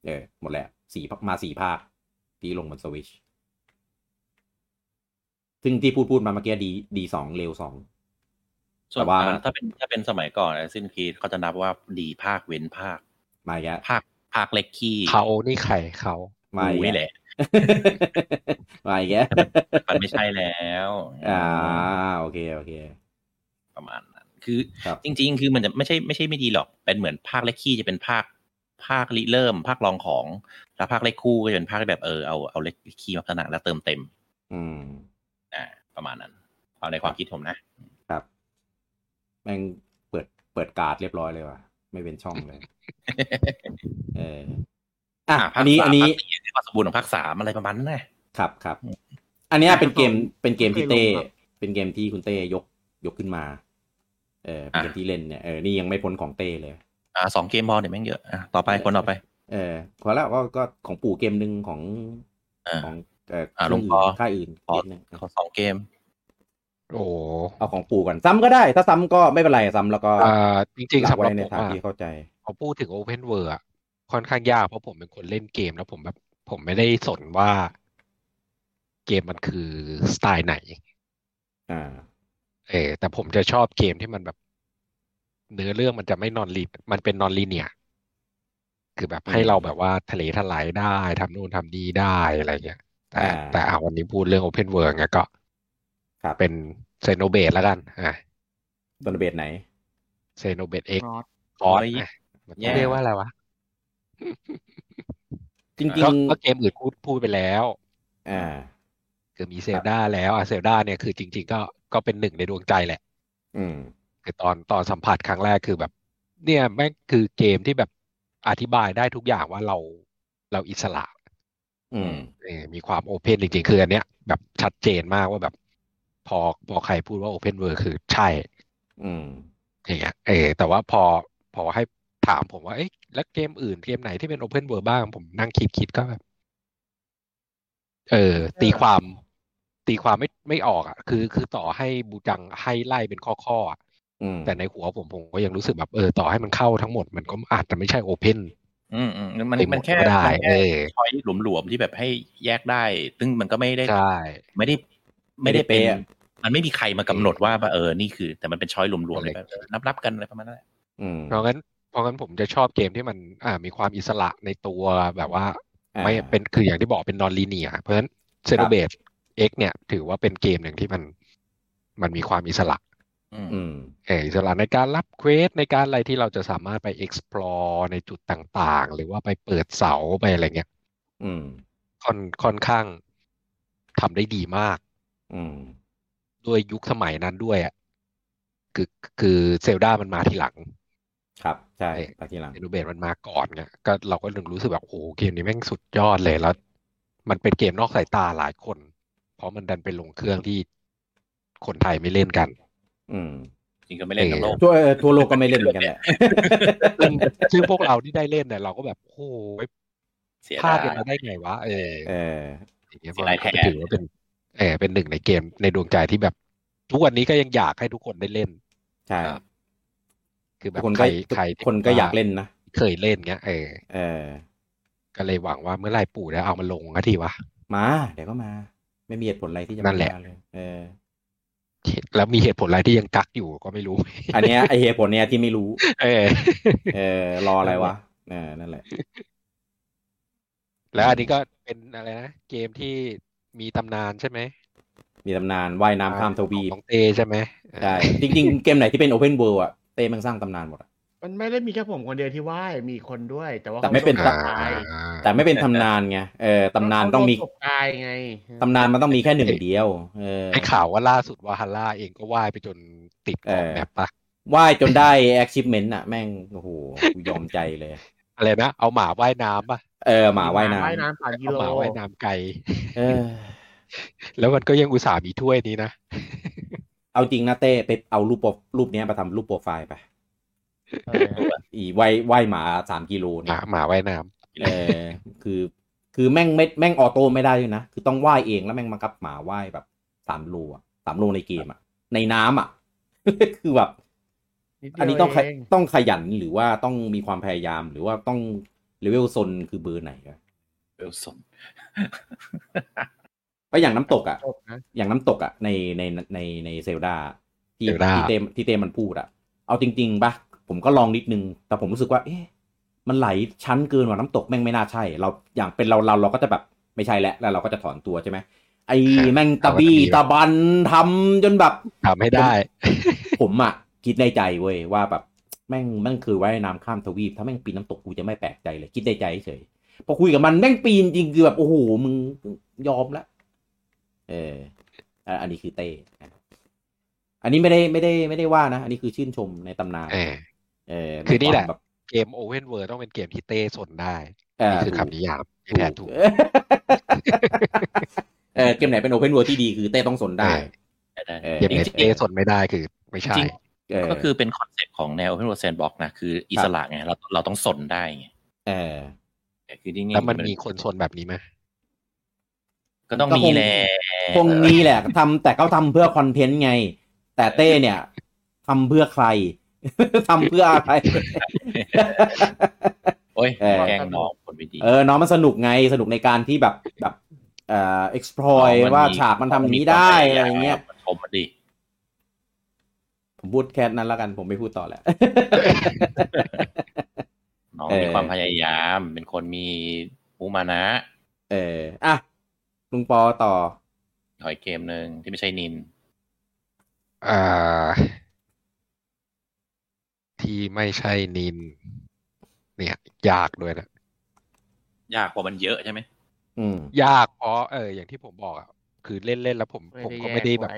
S1: เออหมดแล้วสี่ภาคมาสี่ภาค ที่ลงบน Switch ซึ่งที่พูดพูดมาเมื่อกี้ดีดีสองเร็วสอง
S2: ส่วน
S1: แต่ว่ามัน
S2: อ่าถ้าเป็นถ้าเป็นสมัยก่อนซินคีเขาจะนับว่าดีภาคเว้นภาค
S1: มาอีกแล้ว
S2: ภาคภาคเล็กขี้
S4: เขานี่ไข่เขา
S1: มาอีก
S2: กูนี่
S1: แล้
S2: แห
S1: ว
S2: ละ
S1: มาอีกแล้ว
S2: มันไม่ใช่แล้ว
S1: อ่าโอเค โอเค
S2: ประมาณนั้น คือ
S1: ครับ
S2: จริง ๆ คือมันจะไม่ใช่ไม่ใช่ไม่ดีหรอก เป็นเหมือนภาคเล็กขี้จะเป็นภาคภาคริเริ่ม ภาครองของ แล้วภาคเล็กคู่ก็จะเป็นภาคที่แบบเออเอาเอาเล็กขี้มาพัฒนาแล้วเติมเต็ม
S1: อืม
S2: อ่าประมาณนั้น เอาในความคิดผมนะ
S1: ครับ แม่งเปิดเปิดการ์ดเรียบร้อยเลยว่ะ ไม่เป็นช่องเลย เออ อ่ะ อันนี้
S2: ภาค
S1: อั
S2: สาม
S1: นนี้
S2: ภาคสี่คือความสมบูรณ์ของภาคสามอะไรประมาณนั้นนะครับ
S1: ครับ อันเนี้ยเป็นเกม เป็นเกมที่เต้
S3: เคยลงครับ
S1: เป็นเกมที่คุณเต้ยกยกขึ้นมา เออ เป็นเกมที่เล่นเนี่ย เออ นี่ยังไม่พ้นของเต้เลย
S2: อ่าสองเกมพอเดี๋ยวแม่งเยอะอ่ะต่อไปคนต่อไป
S1: เออพอแล้วก็ก็ของปู่เกมหนึ่งของ
S2: อ่า
S1: ของเอ่อ
S2: อ่า
S1: ค่าย
S2: หลวงพ่อ
S1: ค่ายอื่นเกมหนึ่ง
S2: ขอสองเกม
S4: โอ้โห
S1: เอาของปู่ก่อนซ้ำก็ได้ ถ้าซ้ำก็ไม่เป็นไรซ้ำแล้วก็
S4: อ่าจริงๆ
S1: ละ
S4: สำหรับ
S1: ไว้ใน
S4: ผม
S1: ทาง
S4: อะ
S1: ที่เข้าใจ
S4: พอพูดถึง Open World อะค่อนข้างยากเพราะผมเป็นคนเล่นเกมแล้วผมแบบ ผมไม่ได้สนว่า เกมมันคือสไตล์ไหน
S1: อ่า
S4: เออแต่ผมจะชอบเกมที่มันแบบ เนื้อเรื่องมันจะไม่นอนลีมันเป็นนอนลีเนียคือแบบให้
S1: อืม
S4: เราแบบว่าทะเลทลายได้ทำนู่นทำนี่ได้อะไรเงี้ยแต่
S1: อ่า
S4: แต่เอาวันนี้พูดเรื่อง Open World ไงก็
S1: ครับ
S4: เป็นเซโนเบดแล้วกันอ่ะ
S1: ตอนเบสไหน
S4: เซโนเบดเอ็ก
S3: นอต
S4: คอร์ส
S2: ร้อยยี่สิบ
S4: มันต้องเรียกว่าอะไรวะ
S1: จริง
S4: ก็ก็เกมอื่นพูดพูดไปแล้ว
S1: ๆอ่า
S4: คือมีเซลดาแล้วอ่ะเซลดาเนี่ยคือจริง ๆ ก็ก็เป็นหนึ่งในดวงใจแหละ
S1: อืม
S4: คือตอนตอนสัมผัสครั้งแรกคือแบบ เนี่ยแม่งคือเกมที่แบบอธิบายได้ทุกอย่างว่าเราเราอิสระ
S1: อืม
S4: เออมีความโอเพนจริงๆคืออันเนี้ยแบบชัดเจนมากว่าแบบ พอพอใครพูดว่าโอเพนเวิร์คือใช่
S1: อืม
S4: อย่างเงี้ยเออแต่ว่าพอพอให้ถามผมว่าเอ๊ะแล้วเกมอื่นเกมไหนที่เป็นโอเพนเวิร์บ้างผมนั่งคิดคิดก็แบบเออ ตีความตีความไม่ไม่ออกอ่ะคือคือต่อให้บูจังให้ไล่เป็นข้อข้อๆอะ
S1: อืม
S4: แต่ในหัวผมผมก็ยังรู้สึกแบบเออต่อให้มันเข้าทั้งหมดมันก็อาจจะไม่ใช่โอเพน
S2: อืมอืมมัน
S4: ไปหมด
S2: มันแค่
S4: ก็ได้
S2: มัน
S4: เอ
S2: แค่
S4: อ
S2: ช้อยหลวมๆที่แบบให้แยกได้ ซึ่งมันก็ไม่ได้
S4: ใช่
S2: ไม่ได้ ไม่ได้เป็น
S1: เป๊ะ
S2: มันไม่มีใครมากำหนดว่าเออนี่คือ แต่มันเป็นช้อยหลวมๆเลยแบบนับรับๆกันอะไรประมาณนั้นแหละ
S1: อืม
S4: เพราะงั้นเพราะงั้นผมจะชอบเกมที่มันอ่ามีความอิสระในตัวแบบว่า
S1: อ่า
S4: ไม่เป็นคืออย่างที่บอกเป็นนอนลีเนียเพราะฉะนั้นเซโนเบตเอ็กเนี่ย ถือว่าเป็นเกมหนึ่งที่มัน มันมีความอิสระ
S2: อืม
S1: อืม
S4: เอออิสระในการรับเควสในการอะไรที่เราจะสามารถไป explore ในจุดต่างๆ หรือว่าไปเปิดเสาไปอะไรเงี้ย
S1: อืม
S4: ค่อนค่อนข้างทำได้ดีมาก
S1: อืม
S4: ด้วยยุคสมัยนั้นด้วยอ่ะคือคือเซลดามันมาทีหลัง
S1: ครับ ใช่
S4: เอ๊ะ
S1: ตาทีหลัง
S4: เอนูเบตมันมาก่อนไงก็เราก็ถึงรู้สึกแบบโอ้โหเกมนี้แม่งสุดยอดเลยแล้ว มันเป็นเกมนอกสายตาหลายคน เพราะมันดันไปลงเครื่องที่คนไทยไม่เล่นกัน
S1: อืม
S2: จริงก็ไม่เล่นทั้งโลก
S1: ทั่วเอ่อทั่วโลกก็ไม่เล่นเหมือนกันแหละ
S4: ซึ่งซึ่งพวกเราที่ได้เล่นเนี่ยเราก็แบบโอ้โห
S2: เสีย
S4: พลา
S2: ดาย
S4: ดกันมาได้ไงวะเออ
S1: เออ
S4: อย่างเงี้ย
S2: เสียดายแท้
S4: ก็ถือว่าเป็นเออเป็นหนึ่งในเกมในดวงใจที่แบบ ทุกวันนี้ก็ยังอยากให้ทุกคนได้เล่น
S1: ใช่
S2: ครับ
S4: คือแบบ
S1: คน
S4: ใค
S1: ก็
S4: รใครที่
S1: คนก็อยากเล่นนะ
S4: เคยเล่นเงี้ยเออ
S1: เออ
S4: ก็เลยหวังว่าเมื่อไหร่ปู่จะเอามาลงสักทีวะ
S1: มา เดี๋ยวก็มา ไม่มีเหตุผลอะไรที่จะ
S4: นั่
S1: ไม่
S4: นแหละ
S1: มาเลยเออ
S4: แล้วมีเหตุผลอะไรที่ยังกักอยู่ก็ไม่รู้
S1: อันเนี้ยไอเหตุผลเนี้ยที่ไม่รู้
S4: เออ
S1: เออ รออะไรวะเออนั่นแหละ
S4: แล้วอันนี้ก็เป็นอะไรนะ เกมที่มีตำนานใช่ไหม
S1: มีตำนานว่ายน้ำข้ามทวี
S4: ข
S1: ป
S4: องเตใช่ไหม
S1: ใช่จริง ๆ เกมไหนที่เป็นโอเพนเวิลด์อะเต้แมันสร้างตำนานหมดอะ
S3: มันไม่ได้มีแค่ผมคนเดียวที่ไหว้มีคนด้วย แต่ว่า
S1: แต่ไม่เป็น
S3: ขา
S4: อ่า
S3: ตาย
S1: แต่ไม่เป็นตำนานไงเออตำนานต้องมี
S3: เขโดศพตายไง
S1: ตำนานมันต้องมีแค่หนึ่งเดียว เออ
S4: ให้ข่าวว่าล่าสุดวาฮาร่าเองก็ว่ายไปจนติดขอบ
S1: เออ
S4: แมปปะ
S1: ว่ายจนได้ achievement อะแม่งโอ้โหกูยอมใจเลย
S4: อะไรนะ เอาหมาว่ายน้ำปะ
S1: เออหมาว่ายน้
S3: ว่ายน้ำสามกิ
S4: เอา
S3: โล
S4: หมาว่ายน้ำไกล
S1: ำเออ
S4: แล้วมันก็ยังอุตส่าห์มีถ้วยนี้นะ
S1: เอาจริงนะเต้ไปเอารูปโปรรูปเนี้ยมาทำรูปโปรไฟล์ไป
S3: เออ
S1: อีว่ายว่ายหมาสามกิโล
S4: ห
S1: เนี่
S4: มาย หมาว่ายน้
S1: เออคือ คือแม่งไม่แม่งออโต้ไม่ได้ด้วยนะ คือต้องว่ายเองแล้วแม่งมากับหมาว่ายแบบสามโลอะสามโลในเกมอะในน้ำอะ คือแบบ
S3: นิดเดียว
S1: อันนี้ต้องขย
S3: เอง
S1: ต้องขยันหรือว่าต้องมีความพยายามหรือว่าต้องเลเวลซนคือเบอร์ไหนอะ
S2: เวลสน
S1: เพราะอย่างน้ำตกอะ
S3: จบนะ
S1: อย่างน้ำตกอะในในในในเซลดา
S4: ำ
S1: ที่
S4: เดี๋ยวได้
S1: ที่เต้ที่เต้มันพูดอะเอาจริง ๆปะผมก็ลองนิดนึง แต่ผมรู้สึกว่า เอ๊ะมันไหลชั้นเกินกว่าน้ำตกแม่งไม่น่าใช่ เราอย่างเป็นเราเราเราก็จะแบบไม่ใช่แล้วแล้วเราก็จะถอนตัวใช่ไหมไอ้แม่งตะบี้ตะบันทำจนแบบ
S4: ทำให้ได้
S1: ผมอะคิดในใจเว้ยว่าแบบแม่งแม่งคือว่ายน้ำข้ามทวีปถ้าแม่งปีนน้ำตกกูจะไม่แปลกใจเลย คิดในใจเฉยพอคุยกับมันแม่งปีนจริงคือแบบโอ้โหมึงยอมละเอออ่ะอันนี้คือเต้นะครับอันนี้ไม่ได้ไม่ได้ไม่ได้ว่านะ อันนี้คือชื่นชมในตำนาน
S4: เออ
S1: เออ
S4: คือนี่แหละ
S1: แบบ
S4: เกมโอเว่นเวิร์ต้องเป็นเกมที่เต้สนได้
S1: เออ
S4: นี่คือคำนิยามที่แท้ถูก
S1: เออเกมไหนเป็นโอเพนเวิลด์ที่ดีคือเต้ต้องสนได้
S4: เออ
S2: ได้
S1: เออ
S4: เกมไหน
S2: จริงๆ
S4: เต้สนไม่ได้คือไม่ใช่
S2: จริง
S1: เออ
S2: ก็คือเป็นคอนเซปต์ของแนว Open World Sandbox นะ คืออิสระไงเราเราต้องสนได้ไง
S1: เออ
S2: แต่คือที่นี่
S4: แล้วมันมีคนชนแบบนี้ไหม
S2: ก็ต้องมีแหละ
S1: คงมีแหละทำแต่เขาทำเพื่อคอนเทนต์ไง แต่เต้เนี่ยทำเพื่อใคร ทำเพื่ออะไร
S2: โอ้ย
S1: เออ
S2: แกล้งน้องคนไม่ดี
S1: เออน้องมันสนุกไงสนุกในการที่แบบแบบเอ่อ explore
S2: อ๋อมันมี
S1: ว่าฉากมันทำอย่างนี้ได้อะไรเงี้ย
S2: มันชมมันดิ
S1: ผมพูดแค่นั้นแล้วกันผมไม่พูดต่อแล้ว
S2: น้อง
S1: เออ
S2: มีความพยายาม เป็นคนมีมุมานะ
S1: เอออ่ะลุงปอต่อ
S2: ถอยเกมหนึ่งที่ไม่ใช่นิน
S4: อ่า ที่ไม่ใช่นิน เนี่ย ยากด้วยนะ
S2: ยากกว่ามันเยอะใช่ไหม
S1: อืม
S4: ยากเพราะเออ อย่างที่ผมบอกอะคือเล่นเล่นแล้วผมผมก็ไม่ได้แบบ
S3: แย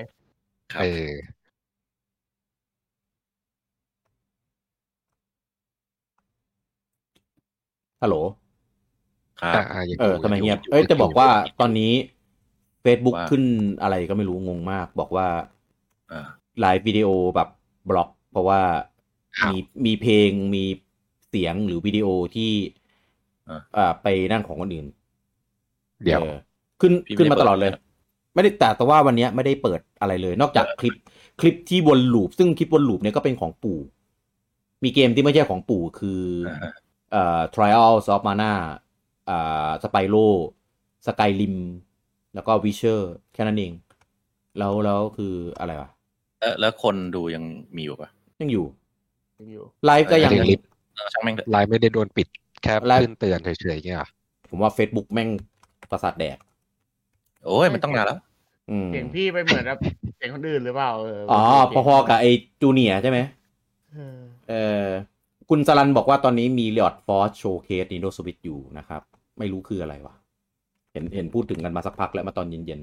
S3: กไว้
S2: ครับ
S4: เออ
S1: ฮัลโหล
S2: ครับ
S4: อ่าๆยัง
S1: เออ
S4: ดู
S1: ทำไม
S4: ยู่
S1: เงียบ เอ้ยจะบอกว่าตอนนี้ Facebook
S2: ว่า
S1: ขึ้นอะไรก็ไม่รู้งงมาก บอกว่า
S2: อ่า
S1: ไลฟ์วิดีโอแบบบล็อก เพราะว่า
S4: ครับ
S1: มีมีเพลงมีเสียงหรือวิดีโอที่
S2: อ่ะ
S1: อ่าไปนั่นของคนอื่น
S4: เดี๋ยว
S1: ออขึ้น
S2: พี่ไม่
S1: ขึ้น
S2: ได้
S1: มาตลอดเลย
S2: เปิด
S1: ไม่ได้แต่แต่ว่าวันเนี้ยไม่ได้เปิดอะไรเลย นอกจากคลิปคลิปที่วนลูป ซึ่งคลิปวนลูปเนี่ยก็เป็นของปู่ มีเกมที่ไม่ใช่ของปู่คือ
S2: อ่าฮะ
S1: เอ่อ Trials of Mana อ่าสไปโ o สกายลิมแล้วก็วิเชอร์แค่นั้นเอง แล้วแล้วคืออะไรวะ
S2: แล้วแล้วคนดูยังมีอยู่ปะ
S1: ยังอยู่
S3: อยู่
S1: ไลฟ์ก็ยัง
S4: เรียกลิฟต์
S2: เออช่างแม่งเถอะ
S4: ไลน์ไม่ได้โดนปิดแค่
S1: ไลน์
S4: ขึ้นเตือนเฉยๆเงี้ยเหรอ
S1: ผมว่า Facebook แม่งประสาทแดก
S2: โอ้ยมันต้องนานแล้ว
S1: อืม
S3: เสียงพี่ไปเหมือนแบบ เสียงคนอื่นหรือเปล่าเออ
S1: อ๋
S3: อ๋
S1: อ พอๆกับไอ้จูเนียร์ใช่ไหม เออ คุณสลันบอกว่าตอนนี้มี Riot Force Showcase Nintendo Switch อยู่นะครับ ไม่รู้คืออะไรวะ เห็นเห็นพูดถึงกันมาสักพักแล้วมาตอนเย็น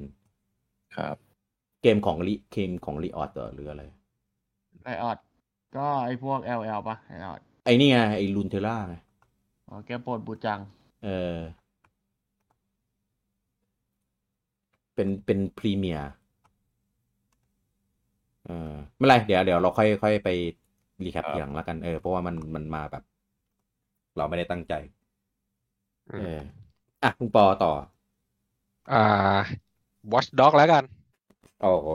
S2: ครับ
S1: ๆ เกมของลิเกมของ Riot เหรอหรืออะไร
S3: ไอออดก็ไอพวก LL ปะไอออด
S1: ไอ้นี่ไง ไอ้ลุนเทล่าไง
S3: อ๋อแกมโปรดบูจัง
S1: เออ เป็นเป็นพรีเมียร์เออไม่เป็นไร เดี๋ยวเดี๋ยวเราค่อยค่อยไปรีแคป
S2: ครับ
S1: ทีหลังแล้วกันเออเพราะว่ามันมันมาแบบ เราไม่ได้ตั้งใจ
S4: อื
S1: เออ
S4: ม
S1: อ่ะคุณปอต่อ
S4: อ่า Watch Dog แล้วกัน
S1: โอ้โห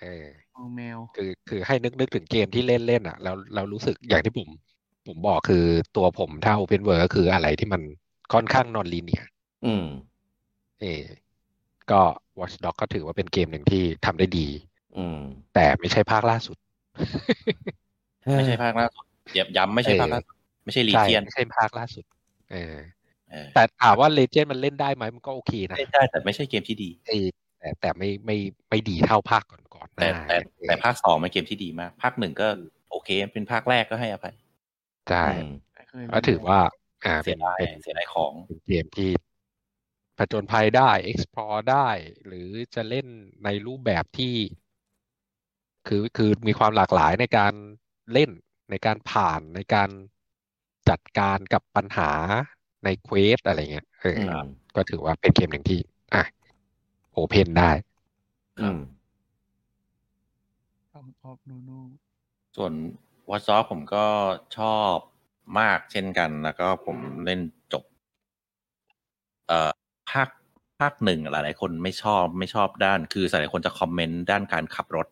S4: เออ
S3: เอาแมว
S4: คือคือให้นึกนึกถึงเกมที่เล่นเล่นอ่ะแล้วเรารู้สึกอย่างที่ผมผมบอกคือตัวผมถ้า Open World ก็คืออะไรที่มันค่อนข้างนอนลีเนีย
S1: อืม
S4: เออก็ Watch Dogs ก็ถือว่าเป็นเกมหนึ่งที่ทำได้ดี
S1: อืม
S4: แต่ไม่ใช่ภาคล่าสุด
S2: ไม่ใช่ภาคล่าสุดย้ำย้ำไม่ใช่ภาคล่าสุดไม่ใช่ลี
S4: ใช่
S2: เทียน
S4: ไม่ใช่ภาคล่าสุด เออ
S2: เออ
S4: แต่ถามว่าเลเจนด์มันเล่นได้ไหมมันก็โอเคนะ
S2: เล่นได้แต่ไม่ใช่เกมที่ดี
S4: เออแต่แต่ไม่ไม่ไม่ดีเท่าภาคก่อนๆห
S2: แต่
S4: น้า
S2: แต่
S4: เออ
S2: แต่ภาคสองเป็นเกมที่ดีมาก ภาคหนึ่งก็โอเค เป็นภาคแรกก็ให้อภัย
S4: ใช่
S1: อืม
S3: เคยเล่น
S4: ก็ถือว่า อ่า
S2: เสี
S4: เป็
S2: ย
S4: น
S2: ดาย
S4: เป็น
S2: เสียดายของ
S4: เป็นเกมที่ผจญภัยได้ explore ได้ หรือจะเล่นในรูปแบบที่ คือคือมีความหลากหลายในการเล่นในการผ่านในการจัดการกับปัญหาในเควสอะไรเงี้ยเออ
S1: อืม
S4: ก็ถือว่าเป็นเกมหนึ่งที่ อ่ะโอเพนได้
S1: อืม
S3: ต้องพบนูนู
S2: ส่วนวอ c ซอฟผมก็ชอบมากเช่นกัน แล้วก็ผมเล่นจบ เอ่อภาคภาคหนึ่งหลายๆคนไม่ชอบไม่ชอบด้าน คือหลายๆคนจะคอมเมนต์ด้านการขับรถ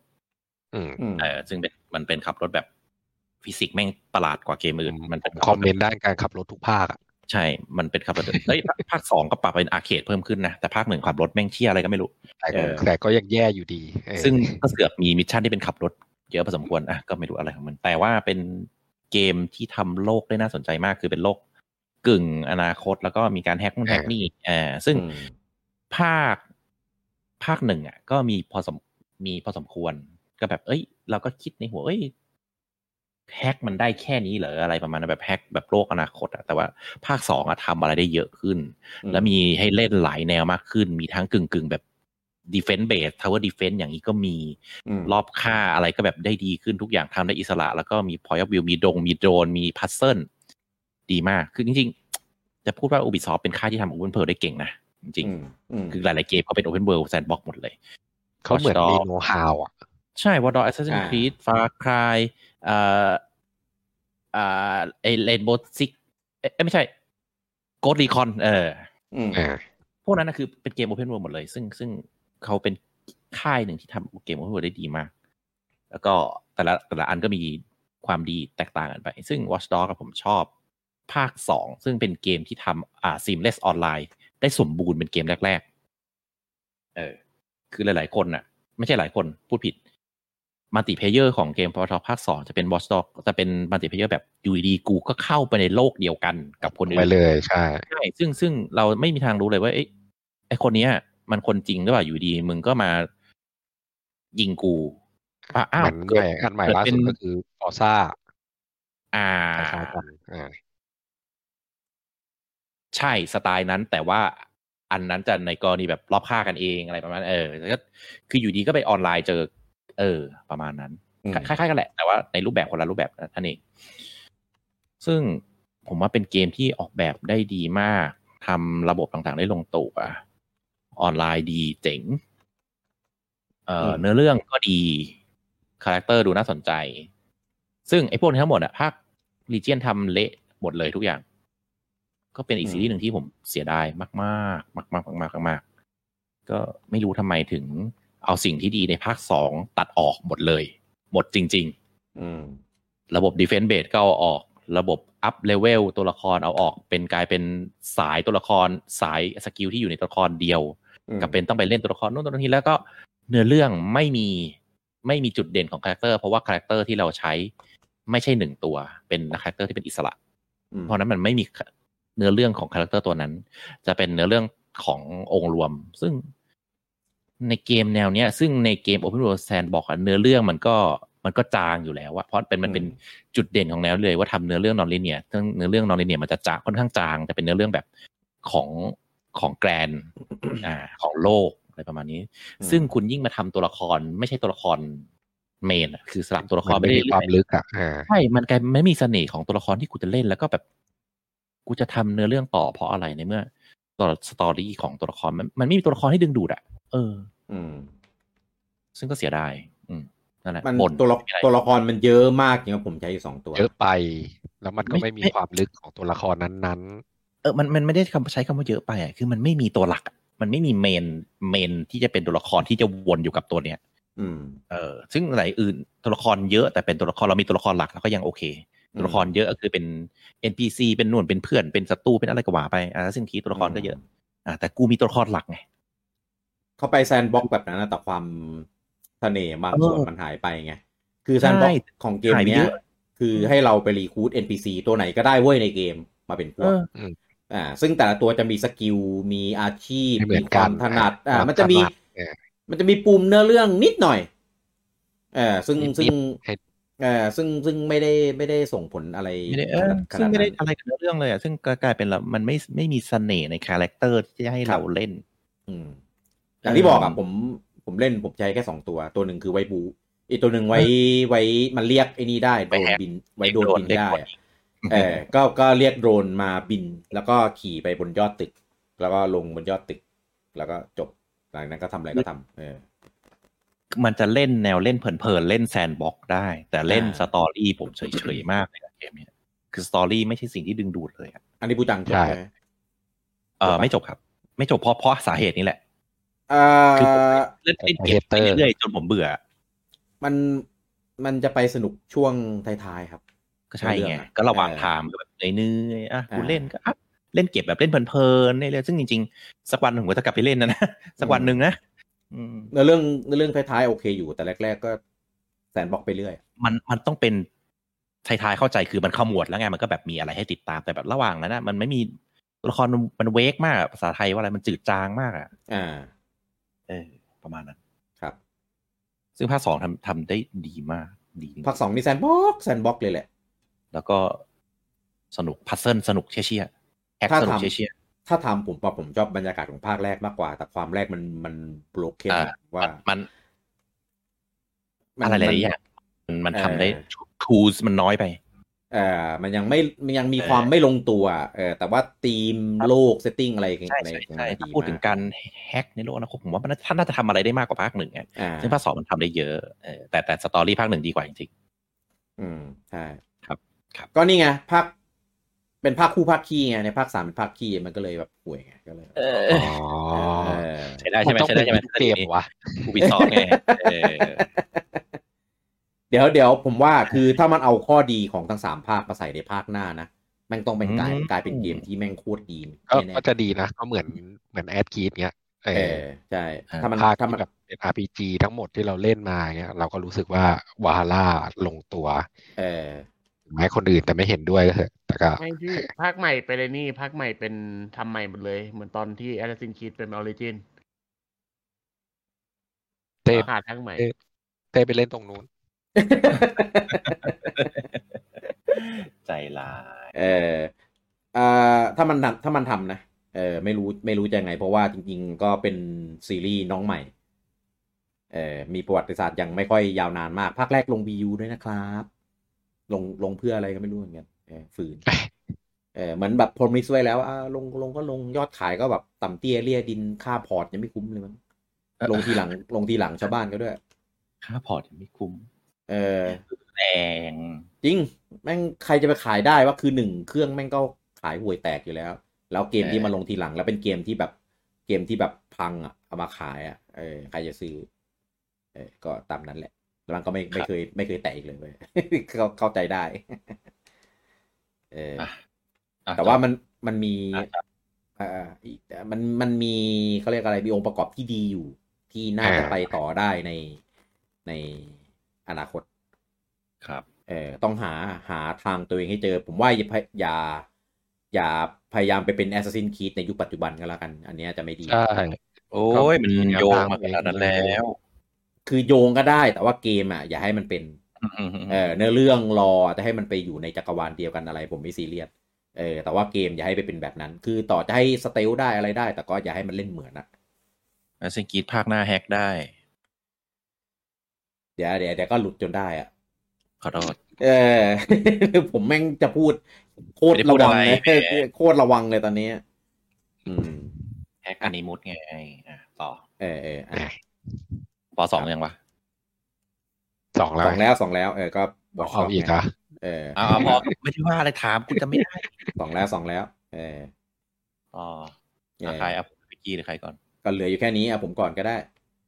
S4: อืม
S1: อืม
S2: เออซึ่งเป็นมันเป็นขับรถแบบฟิสิกส์แม่งประหลาดกว่าเกมอื่น มันเป็น
S4: คอมเมนต์ด้านการขับรถทุกภาคอ่ะ
S2: ใช่ มันเป็นขับรถ เฮ้ยภาภาคสองก็ปรับเป็นอาร์เคดเพิ่มขึ้นนะ แต่ภาคหนึ่งขับรถแม่งเที่ยอะไรก็ไม่รู้
S4: แต่
S2: เออ
S4: แต่ก็ยังแย่อยู่ดีเออ
S2: ซึ่งก็เสือกมีมิชชั่นที่เป็นขับรถเยอะพอสมควรอ่ะก็ไม่รู้อะไรของมัน แต่ว่าเป็นเกมที่ทำโลกได้น่าสนใจมากคือเป็นโลกกึ่งอนาคต แล้วก็มีการแฮกนู่นแฮกนี่เอ่าซึ่ง
S1: อืม
S2: ภาคภาคหนึ่งอ่ะ ก็มีพอสมมีพอสมควร ก็แบบ เอ้ย เราก็คิดในหัวเอ้ยแฮกมันได้แค่นี้เหรออะไรประมาณนั้นแบบแฮกแบบโลกอนาคตอ่ะแต่ว่าภาคสองอะทำอะไรได้เยอะขึ้น แล้วมีให้เล่นหลายแนวมากขึ้น มีทั้งกึ่งกึ่งๆแบบ defense base tower defense อย่างนี้ก็มี
S1: ม
S2: รอบค่าอะไรก็แบบได้ดีขึ้นทุกอย่างทำได้อิสระ แล้วก็มี point of view มีดง มีโดรน มีพัซเซิลดีมาก คือจริงๆ จะพูดว่า Ubisoft เป็นค่ายที่ทำ Open World ได้เก่งนะ จริง
S1: อืมอืม
S2: ๆ คือหลายๆเกมเขาเป็น Open World Sandbox หมดเลย
S4: เขาเหมือน
S2: Watch
S4: มี
S2: Dogs
S4: โนฮาวอ่ะ
S2: ใช่วอร์ดอ Assassin's
S1: อ่า
S2: Creed Far Cry เอ่อเอ่อไอเลนโบซิกเอ้ยไม่ใช่ Ghost Recon เออ
S1: อืม
S4: อ่า
S2: พวกนั้นนะคือเป็นเกมโอเพนเวิ d หมดเลย ซึ่งซึ่งเขาเป็นค่ายหนึ่งที่ทำเกมโอเพนเวิ d ได้ดีมาก แล้วก็แต่ละแต่ละอันก็มีความดีแตกต่างกันไป ซึ่ง Watch Dogs กับผมชอบภาค 2 ซึ่งเป็นเกมที่ทำอ่า Seamless Online ได้สมบูรณ์เป็นเกมแรก ๆ เออ คือหลาย ๆ คนน่ะ ไม่ใช่หลายคนพูดผิดมัลติเพเยอร์ของเกมพอทอภาค 2 จะเป็น Watch Dogs จะเป็นมัลติเพเยอร์แบบอยู่ดีๆกูก็เข้าไปในโลกเดียวกันกับคนอื่น
S4: ไปเลยใช่
S2: ใช่ ซึ่งซึ่งเราไม่มีทางรู้เลยว่าเอ้ยไอคนเนี้ย มันคนจริงหรือเปล่าอยู่ดี มึงก็มายิงกูปะอ้าว
S4: อันให
S2: เกิด
S4: ม่อันใหม่
S2: เกิด
S4: ล่า
S2: เป็
S4: สุ
S2: น
S4: ดก็คือฟอร์ซ่า
S2: อ่า
S4: คล้ายๆกันอ่า
S2: ใช่สไตล์นั้นแต่ว่าอันนั้นจะในกรณีแบบรอบฆ่ากันเองอะไรประมาณนั้นเออแล้วก็คืออยู่ดีก็ไปออนไลน์เจอ เออ ประมาณนั้น
S1: อืม
S2: คล้ายๆกันแหละ แต่ว่าในรูปแบบคนละรูปแบบนั่นเอง ซึ่งผมว่าเป็นเกมที่ออกแบบได้ดีมาก ทำระบบต่างๆได้ลงตัวออนไลน์ดีเจ๋ง เอ่ออเนื้อเรื่องก็ดี คาแรคเตอร์ดูน่าสนใจ ซึ่งไอ้พวกนี้ทั้งหมดอะภาคลีเจียนทำเละหมดเลยทุกอย่าง ก็เป็นอีกซีรีส์หนึ่งที่ผมเสียดายมากมากมากมากๆมากๆมากๆก็ไม่รู้ทำไมถึงเอาสิ่งที่ดีในภาคสองตัดออกหมดเลย หมดจริง ๆ
S1: อืม
S2: ระบบ Defense Base ก็เอาออก ระบบอัพเลเวลตัวละครเอาออกเป็นกลายเป็นสายตัวละครสายสกิลที่อยู่ในตัวละครเดียว กับเป็นต้องไปเล่นตัวละครนู่นตัวนี้แล้วก็เนื้อเรื่องไม่มีไม่มีจุดเด่นของคาแรคเตอร์เพราะว่าคาแรคเตอร์ที่เราใช้ไม่ใช่หนึ่งตัว เป็นคาแรคเตอร์ที่เป็นอิสระ
S1: อืม
S2: เพราะฉะนั้นมันไม่มีเนื้อเรื่องของคาแรคเตอร์ตัวนั้น จะเป็นเนื้อเรื่องขององค์รวม ซึ่งในเกมแนวเนี้ย ซึ่งในเกม Open World Sandbox อะเนื้อเรื่องมันก็มันก็จางอยู่แล้วอะเพราะเป็นมันเป็น
S1: อืม
S2: จุดเด่นของแนวเลยว่าทำเนื้อเรื่องนอนลิเนียซึ่งเนื้อเรื่องนอนลิเนียมันจะจางค่อนข้างจางแต่เป็นเนื้อเรื่องแบบของของแกรน อ่าของโลกอะไรประมาณนี้
S1: อืม
S2: ซึ่งคุณยิ่งมาทำตัวละครไม่ใช่ตัวละครเมนอะคือสลับตัวละคร
S4: มันไม่มี
S2: เรื่
S4: ค
S2: อ
S4: วาย ม
S2: ๆ
S4: ลึกอ่ะอ่า
S2: ใช่ มันกลายไม่มีเสน่ห์ของตัวละครที่กูจะเล่นแล้วก็แบบ กูจะทำเนื้อเรื่องต่อเพราะอะไรในเมื่อตัวสตอรี่ของตัวละครมันมันไม่มีตัวละครให้ดึงดูดอะเออ
S1: อืม
S2: ซึ่งก็เสียดาย อืมนั่นแหละ
S1: มัน
S2: บ่น
S1: ตัวละ
S2: ไม่มีอะไร
S1: ตัวละครมันเยอะมากจริงๆครับผมใช้อยู่สองตัว
S4: เยอะไป แล้วมันก็
S2: ไม่
S4: ไม่มี
S2: ไม่
S4: ความลึกของตัวละครนั้น
S2: เออมันมันไม่ได้คำใช้คำว่าเยอะไปอะคือมันไม่มีตัวหลักอะมันไม่มีเมนเมนที่จะเป็นตัวละครที่จะวนอยู่กับตัวเนี้ย
S1: อืม
S2: เออซึ่งหลายอื่นตัวละครเยอะแต่เป็นตัวละครเรามีตัวละครหลักแล้วก็ยังโอเค ตัวละครเยอะก็คือเป็น NPC เป็นหน่วนเป็นเพื่อนเป็นศัตรูเป็นอะไรก็ว่าไปอ่าซึ่งทีตัวละครก็เยอะ อ่าแต่กูมีตัวละครหลักไง
S1: เข้าไปแซนบ็อกแบบนั้นนะแต่ความเสน่ห์บางส่วน
S2: เออ
S1: มันหายไปไง คือแซนบ็อก
S2: ใช่
S1: ของเกม
S2: หายไป
S1: เนี้
S2: เย
S1: ย
S2: อะ
S1: คือให้เราไปรีคูด NPC ตัวไหนก็ได้เว้ยในเกมมาเป็นพวก อ่าซึ่งแต่ละตัวจะมีสกิล มีอาชีพ
S4: ๆไม่เหมือน
S1: ค
S4: กั
S1: วาน มถนัดอ่า
S4: คว
S1: มันจะมี
S4: ถดเออ
S1: มันจะมีปุ่มเนื้อเรื่องนิดหน่อยเออซึ่ง
S4: นิดๆ
S1: ซึ่ง
S4: ให้
S1: เออซึ่งซึ่งไม่ได้ไม่ได้ส่งผลอะไร
S2: ไม่ได้เออ
S1: ข
S2: ซึ่ง
S1: นาด
S2: ไม่ได้
S1: นั้น
S2: อะไรกับเรื่องเลยอ่ะซึ่งก็กลายเป็นเรามันไม่ไม่มีเสน่ห์ในคาแรคเตอร์ที่จะให้เราเล่น
S1: อืมอย่างที่บอกอะ
S2: เออ
S1: ผมผมเล่นผมใช้แค่สองตัว ตัวหนึ่งคือไว้บูอีกตัวหนึ่งไว้ไว้มันเรียกไอ้นี่ได้โดรนบินไว้โดรนบินได้อะเออก็ก็เรียกโดรนมาบิน แล้วก็ขี่ไปบนยอดตึก แล้วก็ลงบนยอดตึก แล้วก็จบหลังจากนั้นก็ทำอะไรก็ทำเออ
S2: มันจะเล่นแนวเล่นเพลินๆเล่นแซนบ็อกได้ แต่เล่น
S1: อ่า
S2: สตอรี่ผมเฉยๆมากเลยกับเกมเนี้ยคือสตอรี่ไม่ใช่สิ่งที่ดึงดูดเลยอะ
S1: อันนี้บูจังจบ
S4: ใช่
S1: ใช่ไหม
S2: เออไม่จบครับ ไม่จบเพราะเพราะสาเหตุนี้แหละ
S1: เอ่
S2: คือผม
S1: อ
S2: เล่นเล่นเกมไปเรื่อยๆจนผมเบื่อ
S1: มันมันจะไปสนุกช่วงท้ายๆครับ
S2: ก็ใช่
S1: เรื่
S2: ไง
S1: องอะ
S2: ก็ระหว่าง
S1: เออ
S2: ทางแบบเหนื่อยๆอ่ะกู
S1: อ่า
S2: เล่นก็อ่ะเล่นเก็บแบบเล่นเพลินๆเรื่อยๆซึ่งจริงๆ สักวันผมก็จะกลับไปเล่นนะนะ สักวัน
S1: อืม
S2: หนึ่งนะอืม
S1: เนื้อเรื่องเนื้อเรื่องท้ายๆโอเคอยู่แต่แรก ๆ ก็แสนบอกไปเรื่อย
S2: มันมันต้องเป็นทายๆเข้าใจคือมันเข้าหมวดแล้วไงมันก็แบบมีอะไรให้ติดตามแต่แบบระหว่างนั้นนะมันไม่มีตัวละครมันเวกมากภาษาไทยว่าอะไรมันจืดจางมากอ่ะ
S1: อ่า
S2: เออ ประมาณนั้น
S1: ครับ
S2: ซึ่งภาคสองทำทำได้ดีมากดีจริงๆ
S1: ภาคสองนี่แซนบ็อกแซนบ็อกเลยแหละ
S2: แล้วก็สนุกพัซเซิลสนุกเชี่ยๆแฮก
S1: ถ้า
S2: สนุก
S1: ทำ
S2: เชี่ย
S1: ถ้าทำผมว่าผมชอบบรรยากาศของภาคแรกมากกว่า แต่ความแรกมันมันโบรกเคน
S2: อ่า ๆ
S1: ว่า
S2: มัน
S1: มั
S2: มันอะไรหลายๆอย่างมันมันทำได้ทูสมันน้อยไป
S1: เอ่อมันยังไม่มันยังมีความไม่ลงตัวเออแต่ว่าธีมโลกเซตติ้งอะไร
S2: ใช่
S1: ในตรง
S2: ใช่ใช่
S1: นั้น
S2: ถ้า
S1: ดี
S2: พูดถึง
S1: มาก
S2: การแฮกในโลกอนะครผมว่ามันท่านน่าจะทำอะไรได้มากกว่าภาคหนึ่งไง
S1: อ่า
S2: ซึ่งภาคสองมันทำได้เยอะเออแต่แต่สตอรี่ภาคหนึ่งดีกว่าจริง
S1: อืมใช่
S2: ครับครับ
S1: ก็นี่ไงภาคเป็นภาคคู่ภาคขี้ไงในภาคสามเป็นภาคขี้มันก็เลยแบบป่วยไงก็เลย
S2: ๆเออ
S4: อ๋อ
S1: เออ
S2: ใช้ได้ใช่ไหม
S4: นต้อง
S2: ใช้ได้ใช่ไหม
S4: เป็นเกมวะ
S2: คูบิซอฟไงเออ
S1: เดี๋ยวเดี๋ยวผมว่าคือถ้ามันเอาข้อดีของทั้งสามภาคมาใส่ในภาคหน้านะแม่งต้องเป็นกลายกลายเป็นเกมที่แม่งโคตรดี
S4: ก็
S1: แน่
S4: ก็จะดีนะก็เหมือนเหมือนแอดคีดเงี้ยเอ
S1: ๆเอ
S4: อ
S1: อใช่ถ้ามัน
S4: ภาค
S1: ถ้ามั
S4: ที่
S1: น
S4: แบบเป็น RPG ทั้งหมดที่เราเล่นมาเงี้ยเราก็รู้สึกว่าวาล่าลงตัว
S1: เอ อ
S4: แม้คนอื่นแต่ไม่เห็นด้วยก็เถอะแต่ก็
S3: ไม่พี่ภาคใหม่ไปเลยนี่ภาคใหม่เป็นทำใหม่หมดเลย เหมือนตอนที่ Assassin's Creed เป็น Origin
S4: เต้
S3: ขาดภาคใหม่
S4: เต้ไปเล่นตรงนู้น
S2: ใจร้าย
S1: เออเออถ้ามันทำถ้ามันทำนะเออไม่รู้ไม่รู้จะยังไง เพราะว่าจริง ๆ ก็เป็นซีรีส์น้องใหม่เออมีประวัติศาสตร์ยังไม่ค่อยยาวนานมาก ภาคแรกลง BU ด้วยนะครับ ลงลงเพื่ออะไรก็ไม่รู้เหมือนกันเออฝืน เออเหมือนแบบพรมิสไว้แล้วอ่าลงลงก็ลงยอดขายก็แบบต่ำเตี้ยเลี่ยดินค่าพอร์ตยังไม่คุ้มเลยมั้งลงทีหลังลงทีหลังชาวบ้านก็ด้วย
S2: ค่าพอร์ตยังไม่คุ้ม
S1: เออ
S2: แรง
S1: จริง แม่งใครจะไปขายได้ว่าคือหนึ่งเครื่องแม่งก็ขายห่วยแตกอยู่แล้ว แล้วเกมที่มาลงทีหลัง แล้วเป็นเกมที่แบบเกมที่แบบพังอ่ะเอามาขายอ่ะเออใครจะซื้อ เออก็ตามนั้นแหละแล้วมันก็ไม่ไม่เคย ไม่เคยแตกอีกเลยเว้ ย เข้าเข้าใจได้ เออ
S2: อ่ะอ่ะ
S1: แต่ว่ามันมันมี
S2: อ่ะ
S1: เอ่ออีกเอ่อมันมันมีเขาเรียกอะไรมีองค์ประกอบที่ดีอยู่ ที่น่าจะ
S4: อ่า
S1: ไปต่อได้ในในอนาคต
S2: ครับ
S1: เออต้องหาหาทางตัวเองให้เจอ ผมว่าอย่าพยอย่าอย่าพยายามไปเป็น Assassin Creed ในยุคปัจจุบันก็แล้วกัน อันเนี้ยจะไม่ดี
S4: ใช่
S2: โอ้ยมันโยงมาขนาดนั้นแล้ว
S1: คือโยงก็ได้แต่ว่าเกมอ่ะอย่าให้มันเป็นเออเนื้อเรื่องรอจะให้มันไปอยู่ในจักรวาลเดียวกันอะไร ผมไม่ซีเรียสเออแต่ว่าเกมอย่าให้ไปเป็นแบบนั้น คือต่อจะให้สเตลได้อะไรได้ แต่ก็อย่าให้มันเล่นเหมือนอะ
S2: แล้วซิงกีดภาคหน้าแฮกได้
S1: เดี๋ยวเดี๋ยวเดี๋ยวก็หลุดจนได้อะ
S2: ขอโทษ
S1: เออ ผมแม่งจะพูดโคตรระวังเลย
S2: ไม่ได้พูดอะไรแหม
S1: โคตรระวังเลยตอนนี้อืม
S2: แฮกอันนี้มุดไงอ่ะต่อ
S1: เออเอออ่ะ
S2: ปสองยังวะ
S4: สองแล้ว
S1: สองแล้วสองแล้วเออก็บอช
S4: เอาอีกเหรอ
S1: เออ
S2: เอาเอาพอไม่ได้ว่าอะไรถามคุณจะไม่ได้
S1: สองแล้วสองแล้ว เออ
S2: อ๋อ
S1: เออ
S2: ใครเอาพิกกี้หรือใครก่อน
S1: ก็เหลืออยู่แค่นี้อ่ะผมก่อนก็ได้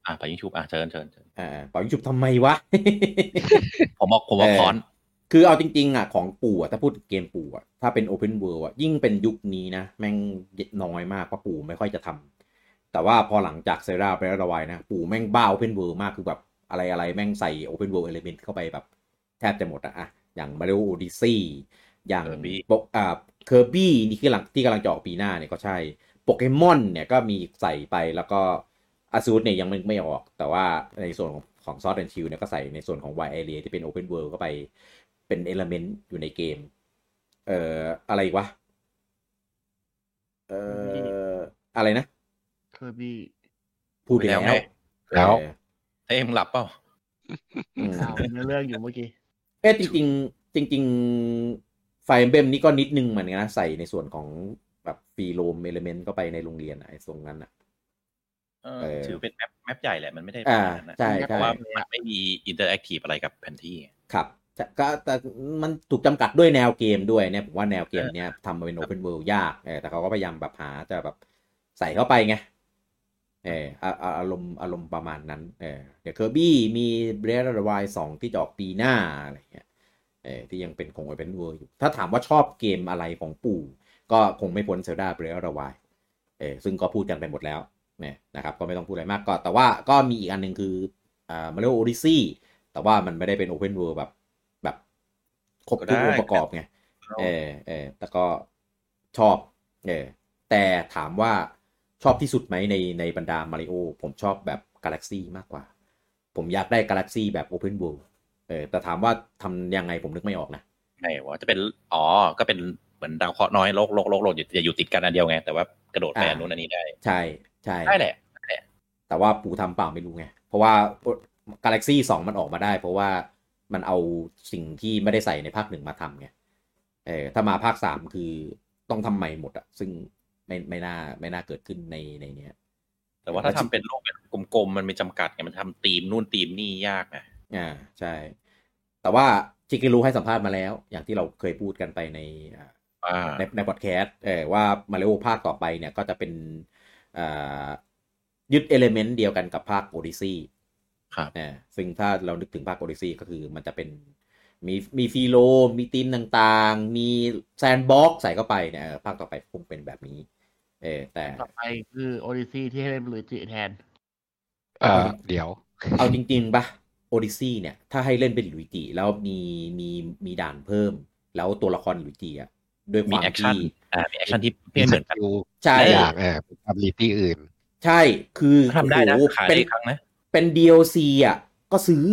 S2: อ่ะไปยิงชุบอ่ะเชิญเชิญเชิญ
S1: อ่าเป่ายิงฉุบทำไม วะ
S2: ผมบอกผมบอก
S1: เออ
S2: คอน
S1: คือเอาจริง ๆ อ่ะ ของปู่อ่ะถ้าพูดถึงเกมปู่อ่ะถ้าเป็น Open World อ่ะยิ่งเป็นยุคนี้นะ แม่งน้อยมากเพราะปู่ไม่ค่อยจะทำแต่ว่าพอหลังจากเซราไปแล้วระวายนะ ปู่แม่งบ้า Open World มากคือแบบอะไรอะไรแม่งใส่ Open World Element เข้าไปแบบแทบจะหมดอะอะอย่าง Mario Odyssey อย่าง
S2: Kirby
S1: โปอ่าเคอร์บี้นี่คือหลังที่กำลังจะออกปีหน้าเนี่ยก็ใช่โปเกมอนเนี่ยก็มีใส่ไปแล้วก็อาซูเนี่ยยังไม่ไม่ออก แต่ว่าในส่วนของของซอสแอนชิลเนี่ยก็ใส่ในส่วนของวายเอเรียที่เป็นโอเพนเวิลด์เข้าไปเป็นเอลเมนต์อยู่ในเกม เอ่ออะไรอีกวะ เอ่ออะไรนะ
S3: เคอร์บี้
S1: พูดไปแล้ว
S2: ไปแล้วไง
S4: แล้ว
S1: เออ
S2: เอ้ยมึงหลับเปล่า
S1: อืม
S3: เอาเนื้อเรื่องอยู่เมื่อกี้
S1: เอ๊ะจริงๆจริงๆไฟเบมนี่ก็นิดนึงเหมือนกันนะ ใส่ในส่วนของแบบฟีโลมเอลเมนต์ก็ไปในโรงเรียนอะไอ้ตรงนั้นอ่ะ
S2: เออ
S1: เออ
S2: ถือเป็นแมปแมปใหญ่แหละมันไม่ได้
S1: อ่า
S2: ขนดนั้น
S1: ใช่ใช่
S2: เพราะว่ามันไม่มีอินเตอร์แอคทีฟอะไรกับแผนที่
S1: ครับแต่ก็แต่มันถูกจำกัดด้วยแนวเกมด้วยเนี่ยผมว่าแนวเกมเนี้ยทำมาเป็นโอเพนเวิลด์ยากเออแต่เขาก็พยายามแบบหาจะแบบใส่เข้าไปไงเอออ่ะอ่ะอารมณ์อารมณ์ประมาณนั้นเออเดี๋ยวเคอร์บี้มีเบรดวายสองที่จะออกปีหน้าอะไรเงี้ยเออที่ยังเป็นคงโอเพนเวิลด์อยู่ ถ้าถามว่าชอบเกมอะไรของปู่ ก็คงไม่พ้นเซลดาเบรดวายเออซึ่งก็พูดกันไปหมดแล้วเนี่ยนะครับก็ไม่ต้องพูดอะไรมากก็แต่ว่าก็มีอีกอันหนึ่งคืออ่ามาริโอโอดิซี่ แต่ว่ามันไม่ได้เป็นโอเพนเวิร์แบบแบบครบ
S2: ก็ได้
S1: ทุกองค์ประกอบไง เออเออแต่ก็ชอบ เออแต่ถามว่าชอบที่สุดไหมในในบรรดามาริโอผมชอบแบบกาแล็กซี่มากกว่า ผมอยากได้กาแล็กซี่แบบโอเพนเวิร์เออแต่ถามว่าทำยังไงผมนึกไม่ออกนะ
S2: ไงวะจะเป็นอ๋อก็เป็นเหมือนดาวเคราะห์น้อยโลกโลกโลกโลกอยู่จะอยู่ติดกันอันเดียวไง แต่ว่ากระโดดไป
S1: อ่า
S2: อันนู้นอันนี้ได้
S1: ใช่ใช่
S2: ได้แหละ
S1: แต่ว่าปู่ทำเปล่าไม่รู้ไง เพราะว่ากาแล็กซี่สองมันออกมาได้ เพราะว่ามันเอาสิ่งที่ไม่ได้ใส่ในภาคหนึ่งมาทำไง เออถ้ามาภาคสามคือต้องทำใหม่หมดอะซึ่งไม่ไม่น่าไม่น่าเกิดขึ้นในในเนี้ย
S2: แต่ว่าถ้าทำเป็นโลกเป็นกลมๆมันไม่จำกัดไงมันทำตีมนู่นตีมนี่ยากไง
S1: อ่าใช่ แต่ว่าชิกิรุให้สัมภาษณ์มาแล้ว อย่างที่เราเคยพูดกันไปในอ่า
S2: อ่า
S1: ในในพอดแคสต์เออว่ามาริโอภาคต่อไปเนี่ยก็จะเป็นอ่ายึดเอลเมนต์เดียวกันกับภาคโอดิซี่
S2: ครับ
S1: นะซึ่งถ้าเรานึกถึงภาคโอดิซี่ก็คือมันจะเป็นมีมีฟีโล มีธีมต่างๆ มีแซนบ็อกใส่เข้าไปเนี่ยเออภาคต่อไปคงเป็นแบบนี้ เออแต่
S3: ต่อไปคือโอดิซีที่ให้เป็นบลูจิแทน
S4: เออเดี๋ยว
S1: เอาจริงๆปะโอดิซี่เนี่ย ถ้าให้เล่นเป็นหลุยจิแล้วมีมีมีด่านเพิ่ม แล้วตัวละครหลุยจิอ่ะด้วยค
S2: มี
S1: วาม
S2: แอคชั่น
S1: ที่
S2: อ่ามีแอคชั่นที่ไม่เหมือนกัน
S4: ดู
S1: ใช่
S4: หลายอ
S2: ได้
S4: ย่างเออทำลีตี้อื่น
S1: ใช่คือ
S2: ทำได้นะ
S1: โอ้โห
S2: ขาย
S1: เป็น
S2: ได้ครั้งนะ
S1: เป็น DLC อ่ะ ก็ซื้อ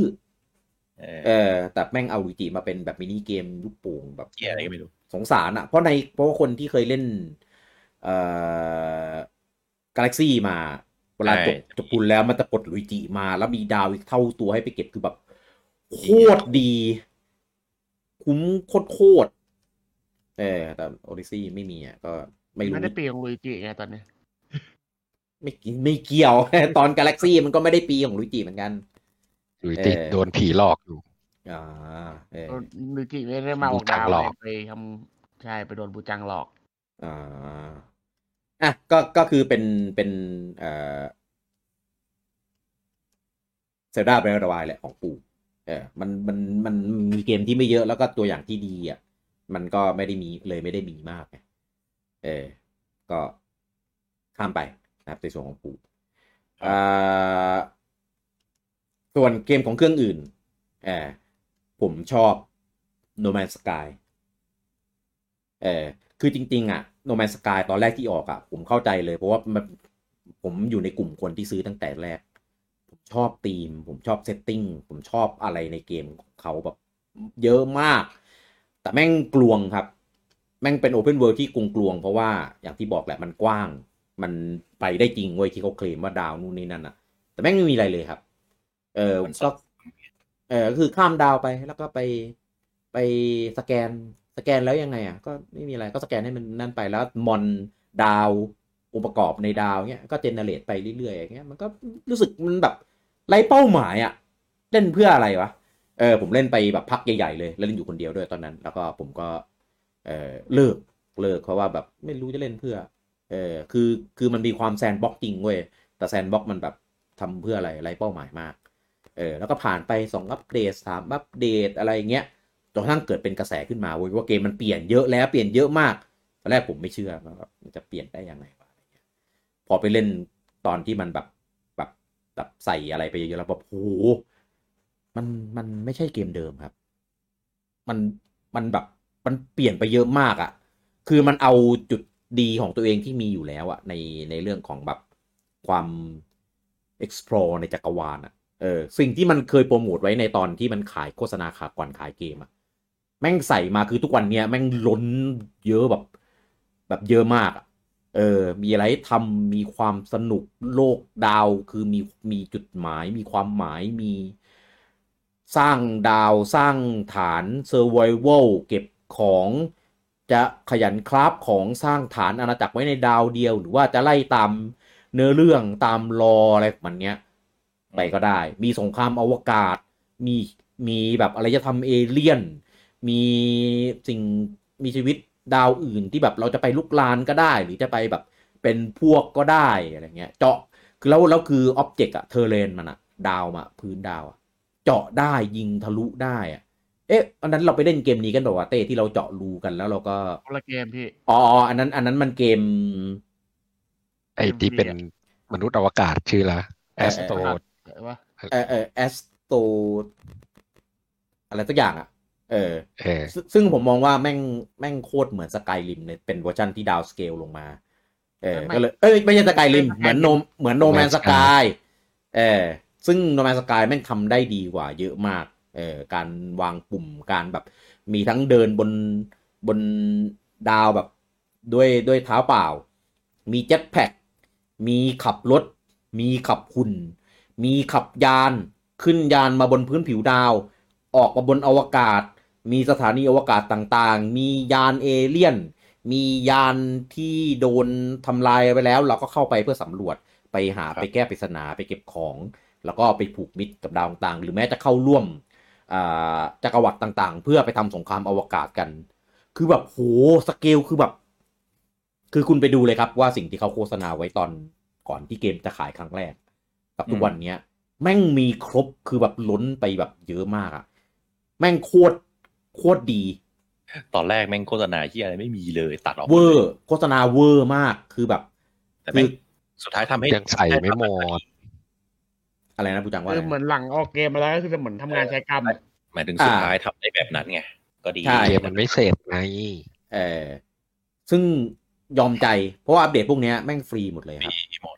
S2: เออ
S1: เออแต่แม่งเอาหลุยจิมาเป็นแบบมินิเกมลูกโป่งแบบ
S2: เหี้ยอะไรก็ไม่รู้
S1: สงสารอะเพราะในเพราะว่าคนที่เคยเล่นเอ่อกาแล็กซี่มา เวลาจบ
S2: ใช่
S1: จบคุณแล้วมันจะปลดลุยจิมา แล้วมีดาวอีกเท่าตัวให้ไปเก็บคือแบบ โคตรดี คุ้มโคตรโคตรๆเออแต่โอดิซี่ไม่มีอ่ะก็ไม่รู้
S3: ไม่ได้เปลี่ยนบลูจิไงตอนนี้
S1: ไม่เกี่ยวไม่เกี่ยว ตอนกาแล็กซี่มันก็ไม่ได้ปีของลุยจิเหมือนกัน
S4: หรือติ
S1: เออ
S4: โดนผีหลอกอยู่
S1: อ่าเออ
S3: บลูจิไม่ได้มาออกดาว
S4: บูจังหลอก
S3: ไปไปทำใช่ไปโดนบูจังหลอก
S1: อ่าอ่ะก็ก็คือเป็นเป็นเอ่อเซลดาเบรดวายแหละของปู่เออมันมันมันมีเกมที่ไม่เยอะแล้วก็ตัวอย่างที่ดีอ่ะ มันก็ไม่ได้มีเลยไม่ได้มีมากไงเออ ก็ข้ามไปนะครับในส่วนของปู่อ่าส่วนเกมของเครื่องอื่นเออผมชอบ No Man's Sky เออคือจริง ๆ อ่ะ No Man's Sky ตอนแรกที่ออกอ่ะ ผมเข้าใจเลย เพราะว่ามันผมอยู่ในกลุ่มคนที่ซื้อตั้งแต่แรก ผมชอบธีม ผมชอบเซตติ้ง ผมชอบอะไรในเกมของเขาแบบเยอะมาก แต่แม่งกลวงครับ แม่งเป็นโอเพนเวิ d ดที่กลวงกลวงๆเพราะว่าอย่างที่บอกแหละมันกว้าง มันไปได้จริงเว้ยที่เขาเคลมว่าดาวนู่นนี่นั่นอ่ะ แต่แม่งไม่มีอะไรเลยครับ เออ
S2: มันซั
S1: ก็
S2: บ
S1: เออก็คือข้ามดาวไปแล้วก็ไปไปสแกนสแกนแล้วยังไงอ่ะ ก็ไม่มีอะไรก็สแกนให้มันนั่นไปแล้วมอนดาวองค์ประกอบในดาวเนี้ยก็เจเนเรตไปเรื่อยๆอย่างเงี้ยมันก็รู้สึกมันแบบไร้เป้าหมายอ่ะ เล่นเพื่ออะไรวะ เออผมเล่นไปแบบพักใหญ่ๆเลยแล้วเล่นอยู่คนเดียวด้วยตอนนั้น แล้วก็ผมก็ เออเลิกเลิกเพราะว่าแบบไม่รู้จะเล่นเพื่อ เออคือคือมันมีความแซนบ็อกจริงเว้ยแต่แซนบ็อกมันแบบทำเพื่ออะไรไรเป้าหมายมาก เออแล้วก็ผ่านไปสองอัปเกรดสามอัปเดตอะไรอย่างเงี้ยจนกระทั่งเกิดเป็นกระแสขึ้นมาเว้ยว่าเกมมันเปลี่ยนเยอะแล้วเปลี่ยนเยอะมากตอนแรกผมไม่เชื่อว่าแบบมันจะเปลี่ยนได้ยังไงวะอะไรเงี้ยพอไปเล่นตอนที่มันแบบแบบแบบใส่อะไรไปเยอะๆแล้วแบบโอ้โหมันมันไม่ใช่เกมเดิมครับ มันมันแบบมันเปลี่ยนไปเยอะมากอะ่ะ คือมันเอาจุดดีของตัวเองที่มีอยู่แล้วอะ่ะในในเรื่องของแบบความ explore ในจักรวาลอะ่ะ เออสิ่งที่มันเคยโปรโมทไว้ในตอนที่มันขายโฆษณาขาก่อนขายเกมอะ่ะ แม่งใส่มาคือทุกวันเนี้ยแม่งล้นเยอะแบบ แบบเยอะมากอะเออ มีอะไรให้ทำมีความสนุกโลกดาวคือมีมีจุดหมาย มีความหมายมี สร้างดาวสร้างฐานเซอร์ไวเวลเก็บของจะขยันคราฟของสร้างฐานอาณาจักรไว้ในดาวเดียว หรือว่าจะไล่ตามเนื้อเรื่องตามรออะไรของมันเนี้ย ไปก็ได้ มีสงครามอวกาศ มีมีแบบอารยธรรมเอเลี่ยน มีสิ่งมีชีวิตดาวอื่นที่แบบเราจะไปลุกลานก็ได้ หรือจะไปแบบเป็นพวกก็ได้อะไรเงี้ย เจาะคือแล้วแล้วคืออ็อบเจกต์อะเทเรนมันอะดาวมาพื้นดาวอะเจาะได้ยิงทะลุได้อะเอ๊ะอันนั้นเราไปเล่นเกมนี้กันแบบว่าวะเต้ที่เราเจาะรูกันแล้วเราก็
S3: คนละเกมพี่
S1: อ๋ออ๋ออันนั้น อันนั้นมันเกม
S4: ไอ้ที่เป็นมนุษย์อวกาศชื่อละ
S1: เอ
S4: แอ
S1: อ
S4: สโตร
S3: แต่ว่า
S1: เออเออแอสโตอะไรสักอย่างอะเออ
S4: เออ
S1: ซึ่งซึ่งผมมองว่าแม่งแม่งโคตรเหมือนสกายริมเลยเป็นเวอร์ชันที่ดาวสเกลลงมา เออก็เลยเอ้ยไม่ใช่สกายริมเหมือนโนมเหมือนโนแมน
S4: No
S1: ส
S4: Man's
S1: กาย
S4: Sky
S1: เออซึ่งโนแมนสกายแม่งทำได้ดีกว่าเยอะมากเออการวางปุ่มการแบบ มีทั้งเดินบนบนดาวแบบด้วยด้วยเท้าเปล่า มีเจ็ตแพ็กมีขับรถ มีขับหุ่น มีขับยาน ขึ้นยานมาบนพื้นผิวดาว ออกมาบนอวกาศ มีสถานีอวกาศต่างๆ มียานเอเลี่ยน มียานที่โดนทำลายไปแล้ว เราก็เข้าไปเพื่อสำรวจไปหา
S2: ครับ
S1: ไปแก้ปริศนาไปเก็บของ แล้วก็ไปผูกมิตรกับดาวต่างๆ หรือแม้จะเข้าร่วมอ่าจักรวรรดิต่างๆ เพื่อไปทำสงครามอวกาศกัน คือแบบโหสเกลคือแบบ คือคุณไปดูเลยครับว่าสิ่งที่เขาโฆษณาไว้ตอนก่อนที่เกมจะขายครั้งแรก กับทุกวันเนี้ย แม่งมีครบคือแบบล้นไปแบบเยอะมากอะแม่งโคตรโคตรดี
S2: ตอนแรกแม่งโฆษณาที่อะไรไม่มีเลยตัดออกหม
S1: เว
S2: ด
S1: อ
S2: ลย
S1: ร์โฆษณาเวอร์มากคือแบบ
S2: แต่
S1: คื
S2: แม่ง
S1: อ
S2: สุดท้ายทำให้
S4: ยังใส่ไม่หมด
S1: อะไรนะผู้จังว่า
S3: คือ
S1: อะไรนะ
S3: เหมือนหลังออกเกมมาแล้วก็คือจะเหมือนทำงานใช้กรรมอะ
S2: หมายถึงสุดท้ายทำได้แบบนั้นไง ก็ดี
S1: ใช่
S4: เกมมันไม่เสร็จไง
S1: เออซึ่งยอมใจ เพราะว่าอัปเดตพวกเนี้ยแม่งฟรีหมดเลยครับ
S2: ดีหมด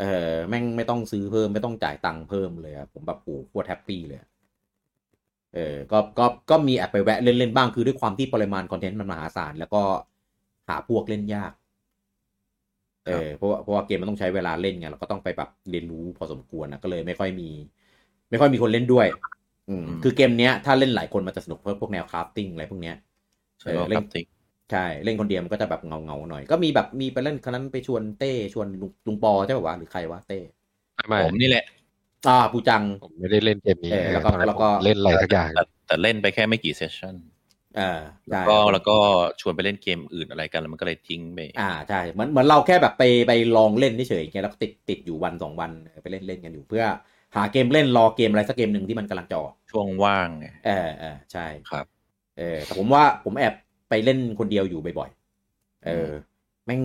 S1: เออแม่งไม่ต้องซื้อเพิ่มไม่ต้องจ่ายตังค์เพิ่มเลยครับผมแบบโอ้โหโคตรแฮปปี้เลยอะเออก็ก็ก็มีแอบไปแวะเล่นๆบ้างคือด้วยความที่ปริมาณคอนเทนต์มันมหาศาลแล้วก็หาพวกเล่นยาก เออเพราะว่าเพราะว่าเกมมันต้องใช้เวลาเล่นไงเราก็ต้องไปแบบเรียนรู้พอสมควรนะก็เลยไม่ค่อยมี ไม่ค่อยมีคนเล่นด้วย อืมคือเกมเนี้ยถ้าเล่นหลายคนมันจะสนุกเพราะพวกแนวคราฟติ้งอะไรพวกเนี้ย
S2: ใช่ก็
S1: เออเล่น
S2: ครับจริง
S1: ใช่ เล่นคนเดียวมันก็จะแบบเงาเงาๆหน่อย ก็มีแบบมีไปเล่นคนนั้นไปชวนเต้ชวนลุงลุงปอใช่ป่าวะหรือใครวะเต้
S4: ไม่
S2: ผมนี่แหละ
S1: อ่าปูจัง
S4: ผมไม่ได้เล่นเกมนี้
S1: เออแล้วก็
S4: ตอนนั้น
S1: แล้วก็
S4: ผมเล่นอะไรสักอย่าง
S2: แต่แต่เล่นไปแค่ไม่กี่เซสชั่น
S1: เออ
S2: แล้ว
S1: ใช่
S2: ก็แล้วก็ชวนไปเล่นเกมอื่นอะไรกันแล้วมันก็เลยทิ้งไป
S1: อ่าใช่เหมือนเหมือนเราแค่แบบไปไปลองเล่นเฉยๆอย่างเงี้ยแล้วก็ติดติดอยู่วันสองวันเออไปเล่นเล่นกันอยู่เพื่อ หาเกมเล่นรอเกมอะไรสักเกมหนึ่งที่มันกำลังจะออก
S2: ช่วงว่างไง
S1: เออเออใช่
S2: ครับ
S1: เออแต่ผมว่าผมแอบไปเล่นคนเดียวอยู่บ่อยๆเออ แม่ง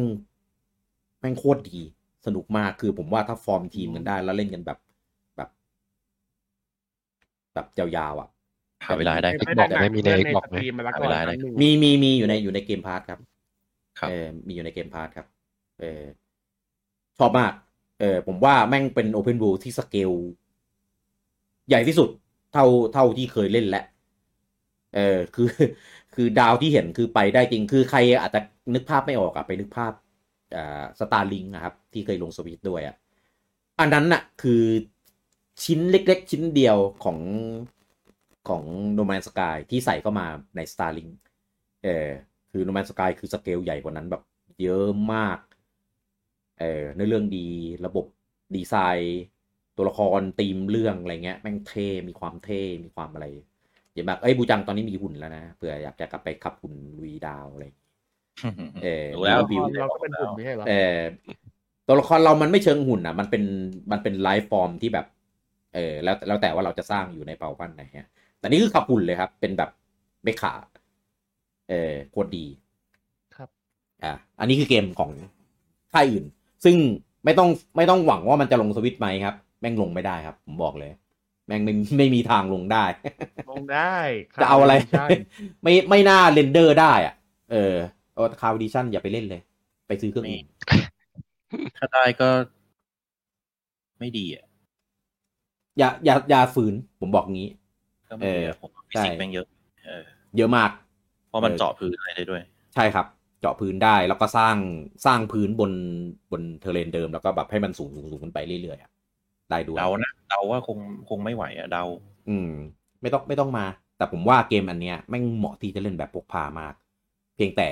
S1: แม่งโคตรดี สนุกมากคือผมว่าถ้าฟอร์มทีมกันได้ แล้วเล่นกันแบบแบบ แบบยาวๆอ่ะ
S2: หาเวลาได้
S4: เออ
S3: ด้หนั
S4: ไม่มีใน
S3: เล่
S4: บอกไหม
S3: สตรีมมาแล้ว
S2: หา
S3: ก่
S2: เว
S3: อน
S2: ลาได้
S3: หนึ่ง
S1: มีมีมีอยู่ในอยู่ในเกมพาร์ทครับ
S2: ครับ
S1: เออมีอยู่ในเกมพาร์ทครับ เออชอบมาก เออผมว่าแม่งเป็นโอเพน o ว l d ที่สเกล ใหญ่ที่สุด เท่าเท่าที่เคยเล่นและเออคือ คือดาวที่เห็นคือไปได้จริง คือใครอาจจะนึกภาพไม่ออกอะไปนึกภาพอ่าสตาร์ลิงนะครับ ที่เคยลงสวิตด้วยอะอันนั้นน่ะ คือชิ้นเล็กๆ ชิ้นเดียวของของโนแมนสกายที่ใส่เข้ามาใน Starlink เออคือโนแมนสกายคือสเกลใหญ่กว่านั้นแบบเยอะมาก เออในอเรื่องดีระบบดีไซน์ ตัวละครธีมเรื่องอะไรเงี้ยแม่งเท่ มีความเท่ มีความอะไรเยอะมากเอ้ยบูจังตอนนี้มีหุ่นแล้วนะเผื่ออยากจะกลับไปขับหุ่นลุยดาวอะไร เออ
S2: รู้แล้ว
S1: รู้วิว
S3: เราก็เป็นกลุ่มไม่ใช่เหรอ
S1: เออตัวละครเรามันไม่เชิงหุ่นอ่ะ มันเป็นมันเป็นไลฟ์ฟอร์มที่แบบ เออแล้วแล้วแต่ว่าเราจะสร้างอยู่ในเปาวันไหนฮะแต่นี่คือขับหุ่นเลยครับ เป็นแบบไม่ขาเออโคตรดี
S3: ครับ
S1: อ่ะอันนี้คือเกมของค่ายอื่น ซึ่งไม่ต้องไม่ต้องหวังว่ามันจะลงสวิตช์ไหมครับ แม่งลงไม่ได้ครับ ผมบอกเลย แม่งไม่ไม่มีทางลงได้
S3: ลงได้คบ
S1: จะเอาอะไร
S3: ใช่
S1: ไม่ไม่น่าเรนเดอร์ได้อ่ะ เออเอาคาวดิชั่นอย่าไปเล่นเลย ไปซื้อเครื่องอื่น
S2: ถ้าได้ก็ ไม่ดีอ่ะ
S1: อย่าอย่าอย่าฝืนผมบอกงี้
S2: ก็ไม่ดี
S1: เอ
S2: อะ
S1: อ
S2: ผมว่าฟิ
S1: ใช่
S2: สิกส์แม่งเยอะเออ
S1: เยอะมาก
S2: เพราะมัน
S1: เออ
S2: เจาะพื้นอะไรได้ด้วย
S1: ใช่ครับ เจาะพื้นได้แล้วก็สร้างสร้างพื้นบนบนเทอร์เรนเดิม แล้วก็แบบให้มันสูงสูงสูงขึ้นไปเรื่อยๆอะได้ด้วย
S2: เดานะเดาว่าคงคงไม่ไหวอ่ะเดา
S1: อืม ไม่ต้องไม่ต้องมา แต่ผมว่าเกมอันเนี้ยแม่งเหมาะที่จะเล่นแบบพกพามาก เพียงแต่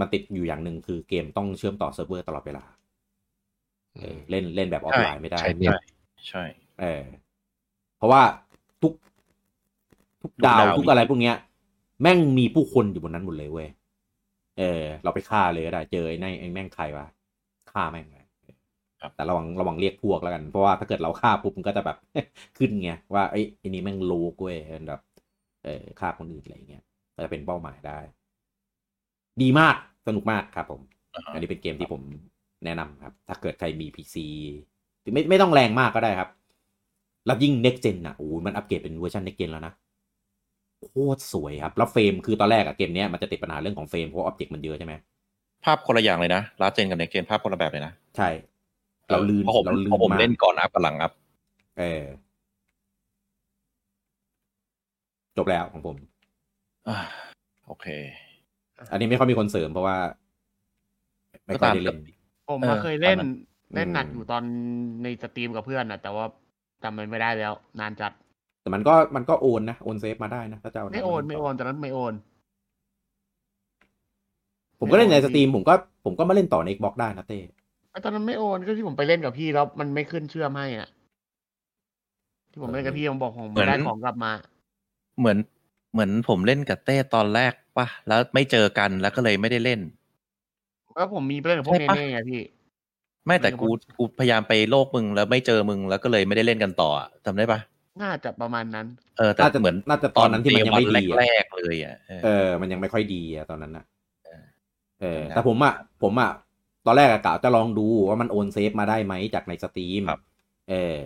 S1: มันติดอยู่อย่างหนึ่งคือเกมต้องเชื่อมต่อเซิร์ฟเวอร์ตลอดเวลาเออเล่นเล่นแบบออฟไลน์ไม่ได้
S4: ใช้เน็ต
S2: ใช่
S1: เออเพราะว่าทุกทุกดาว
S2: ทุกดาว
S1: ทุกอะไรพวกเนี้ย แม่งมีผู้คนอยู่บนนั้นหมดเลยเว้ยเออ เราไปฆ่าเลยก็ได้เจอไอ้นั่นไอ้แม่งใครวะฆ่าแม่งเลยแต่ระวังระวังเรียกพวกแล้วกัน เพราะว่าถ้าเกิดเราฆ่าปุ๊บมันก็จะแบบ ขึ้นไงว่าไอ้ยไอ้นี่แม่งโลกเว้ยแบบ เออฆ่าคนอื่นอะไรอย่างเงี้ยก็จะเป็นเป้าหมายได้ ดีมากสนุกมากครับผม
S2: อ่าฮะ
S1: อันนี้เป็นเกมที่ผมแนะนำครับ ถ้าเกิดใครมี PC ไม่ไม่ต้องแรงมากก็ได้ครับ แล้วยิ่ง next gen อ่ะโอ้ยมันอัปเกรดเป็นเวอร์ชัน next gen แล้วนะ โคตรสวยครับ แล้วเฟรมคือตอนแรกอะเกมเนี้ยมันจะติดปัญหาเรื่องของเฟรมเพราะออบเจกต์มันเยอะใช่ไหม
S2: ภาพคนละอย่างเลยนะลาเจนกับเน็กเจนภาพคนละแบบเลยนะ
S1: ใช่ เราลืน
S2: เพราะผม
S1: เราลืน
S2: เพราะผม
S1: มาก
S2: เล่นก่อนอัพกับหลังอัพ
S1: เออ จบแล้วของผม
S2: อ่าโอเค
S1: อันนี้ไม่ค่อยมีคนเสริมเพราะว่า ไม่ค่อยได้เล่น
S3: ผม
S2: เออ
S3: มาเคยเล่น
S2: ตอนนั้น
S3: เล่นหนัก
S1: อืม
S3: อยู่ตอนในสตรีมกับเพื่อนนะแต่ว่าจำมันไม่ได้แล้ว นานจัด
S1: แต่มันก็มันก็โอนนะ โอนเซฟมาได้นะถ้าจะเอา
S3: ไม่โอนไม่โอนตอนนั้นไม่โอน
S1: ผมก็เล่นใน
S3: ไม่โอน
S1: สตรีมผมก็ผมก็มาเล่นต่อใน Xbox ได้นะเต้
S3: ไอ้ตอนนั้นไม่โอนก็ที่ผมไปเล่นกับพี่แล้วมันไม่ขึ้นเชื่อมให้อ่ะ ที่ผมเล่นกับพี่ผมบอกผม
S2: เหมือน
S3: ได้ของกลับมา
S2: เหมือนเหมือนผมเล่นกับเต้ตอนแรกป่ะ แล้วไม่เจอกันแล้วก็เลยไม่ได้เล่น
S3: แล้วผมมีไปเล่นกับพวก
S2: ใช่
S3: เน
S2: ปะ
S3: เน่ไงพี่
S2: ไม่แต่กูกูพยายามไปโลกมึงแล้วไม่เจอมึงแล้วก็เลยไม่ได้เล่นกันต่ออะจำได้ป่ะ
S3: น่าจะประมาณนั้น
S2: เออแต่
S1: น่าจะ
S2: เหมือน
S1: น่าจะตอนนั้นที่มันยังไม่
S2: ตอ day
S1: ดี
S2: one
S1: อะ
S2: แรกๆเลยอ่ะเออ
S1: เออ มันยังไม่ค่อยดีอะตอนนั้นนะเออ
S2: จำได้
S1: แต่ผมอะผมอะตอนแรกอะกะจะลองดูว่ามันโอนเซฟมาได้ไหมจากในสตรีม
S2: ครับ
S1: เออ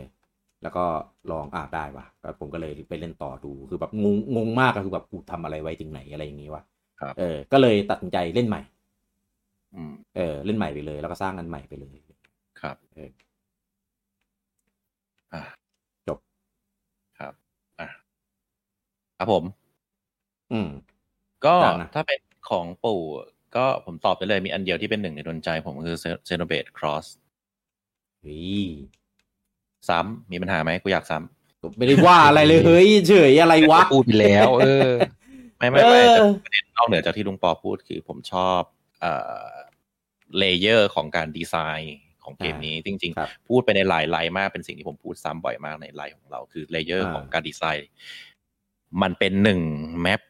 S1: แล้วก็ลองอ่ะได้ว่ะก็ผมก็เลยไปเล่นต่อดูคือแบบงงงงมากอะคือแบบกูทำอะไรไว้ถึงไหนอะไรอย่างงี้วะเออ ก็เลยตัดสินใจเล่นใหม่
S2: อืม
S1: เออเล่นใหม่ไปเลย แล้วก็สร้างอันใหม่ไปเลย
S2: ครับ
S1: เออ
S2: อ่ะ
S1: จบ
S2: ครับอ่ะครับผม
S1: อืม
S2: ก็
S1: ดังนะ
S2: ถ้าเป็นของปู่ก็ผมตอบได้เลยมีอันเดียวที่เป็นหนึ่งในดวงใจผมคือเซโนเบ c ครอส
S1: เฮ้ย
S2: ซ้ำมีปัญหาไหมกูอยากซ้
S1: ก็ไม่ได้ว่าอะไรเลยเฮ้ยเฉยอะไรวะ
S4: พูดไปแล้ว เอ
S2: ำ
S4: อ
S2: ไม่ไม่
S1: เอ
S2: ไม่
S1: อ
S2: แต่ประเด็นนอกเหนือจากที่ลุงปอพูดคือผมชอบเอ่อเลเยอร์ของการดีไซน์ของเกมนี้จริง
S1: ครับ
S2: ๆ พูดไปในหลายไลน์มากเป็นสิ่งที่ผมพูดซ้ำบ่อยมากในไลน์ของเราคือเลเยอร์
S1: อ่า
S2: ของการดีไซน์ มันเป็นหนึ่งแมป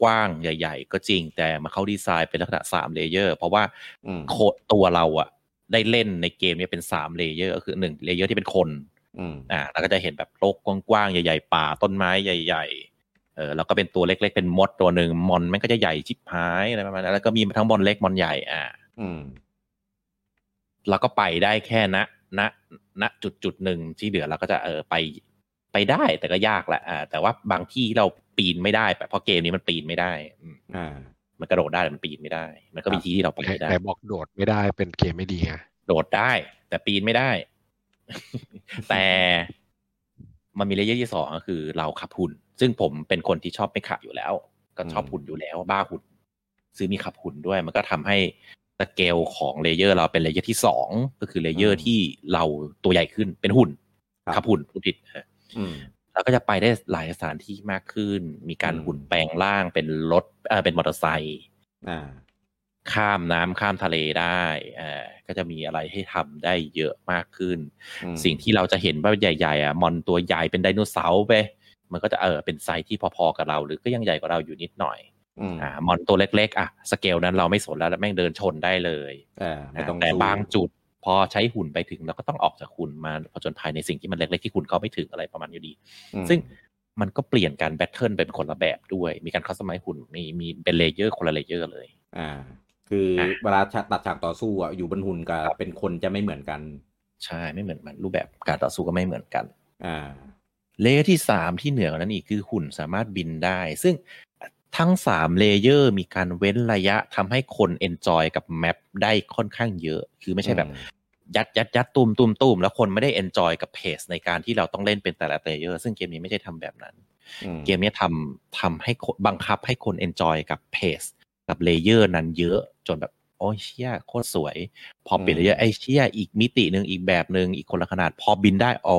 S2: กว้างๆ ใหญ่ ๆ ก็จริงแต่มาเข้าดีไซน์เป็นลักษณะสามเลเยอร์เพราะว่า
S1: อืม
S2: โคตัวเราอะได้เล่นในเกมเนี้เป็นสามเลเยอร์ก็คือหนึ่งเลเยอร์ที่เป็นคน
S1: อืม
S2: อ่าแล้วก็จะเห็นแบบโลกกว้างๆ ใหญ่ๆ ป่าต้นไม้ใหญ่ๆเออแล้วก็เป็นตัวเล็กๆ เป็นมดตัวหนึ่งมอนมันก็จะใหญ่ชิบหายอะไรประมาณนั้นแล้วก็มีทั้งมอนเล็กมอนใหญ่อ่า
S1: อืม
S2: แล้วก็ไปได้แค่ณณณจุดจุดๆหนึ่งที่เหลือเราก็จะเออไปไปได้แต่ก็ยากแหละอ่าแต่ว่าบางที่เราปีนไม่ได้แบบเพราะเกมนี้มันปีนไม่ได้อืม
S1: อ่า
S2: มันกระโดดได้แต่มันปีนไม่ได้ มันก็มีที่ที่เราไปไม่ได้
S4: แต่บอกโดดไม่ได้เป็นเกมไม่ดีไง
S2: โดดได้ แต่ปีนไม่ได้ แต่มันมีเลเยอร์ที่สองก็คือเราขับหุ่น ซึ่งผมเป็นคนที่ชอบไม่ขับอยู่แล้ว ก็ชอบ
S1: อืม
S2: หุ่นอยู่แล้ว บ้าหุ่น ซื้อมีขับหุ่นด้วย มันก็ทำให้สเกลของเลเยอร์เราเป็นเลเยอร์ที่สองก็คือเลเยอร์ที่เราตัวใหญ่ขึ้นเป็นหุ่นขับหุ่นพูดผิดฮะ
S1: อืม
S2: แล้วก็จะไปได้หลายสถานที่มากขึ้น มีการ
S1: อืม
S2: หุ่นแปลงร่างเป็นรถเออเป็นมอเตอร์ไซค์
S1: อ่า
S2: ข้ามน้ำข้ามทะเลได้เอ่อก็จะมีอะไรให้ทำได้เยอะมากขึ้น
S1: อืม
S2: สิ่งที่เราจะเห็นว่าใหญ่ๆอ่ะมอนตัวใหญ่เป็นไดโนเสาร์ไปมันก็จะเออเป็นไซส์ที่พอๆกับเรา หรือก็ยังใหญ่กว่าเราอยู่นิดหน่อย
S1: อืม
S2: อ่ามอนตัวเล็กๆอ่ะสเกลนั้นเราไม่สนแล้วแม่งเดินชนได้เลย
S1: เออไม่ต้อง
S2: แต่
S1: สู้
S2: บางจุดพอใช้หุ่นไปถึงเราก็ต้องออกจากหุ่นมาผจญภัยในสิ่งที่มันเล็กๆที่หุ่นเข้าไม่ถึงอะไรประมาณนี้อยู่ดี
S1: อืม
S2: ซึ่งมันก็เปลี่ยนการแบทเทิลเป็นคนละแบบด้วย มีการคัสตอมไมหุ่นมีมีเป็นเลเยอร์คนละเลเยอร์เลย
S1: อ่า คืออะ เวลาตัดฉากต่อสู้อ่ะอยู่บนหุ่นกับ
S2: ครับ
S1: เป็นคนจะไม่เหมือนกัน
S2: ใช่ไม่เหมือนมันรูปแบบการต่อสู้ก็ไม่เหมือนกัน
S1: อ่า
S2: เลเยอร์ที่สามที่เหนือกว่านั้นอีกคือหุ่นสามารถบินได้ ซึ่งทั้งสามเลเยอร์มีการเว้นระยะทำให้คนเอนจอยกับแมปได้ค่อนข้างเยอะ คือไม่ใช่แบบ
S1: อืม
S2: ยัดยัดยัดตุมตุมตุมแล้วคนไม่ได้เอนจอยกับเพจในการที่เราต้องเล่นเป็นแต่ละเลเยอร์ซึ่งเกมนี้ไม่ใช่ทำแบบนั้น
S1: อื
S2: เกมเนี้ยทำทำให้คนบังคับให้คนเอนจอยกับเพจกับเลเยอร์นั้นเยอะจนแบบโอ้ยเชี่ยโคตรสวย พอเปลี่ยนเลเยอร์ไอ้เชี่ยอีกมิติหนึ่งอีกแบบหนึ่งอีกคนละขนาด พอบินได้โอ้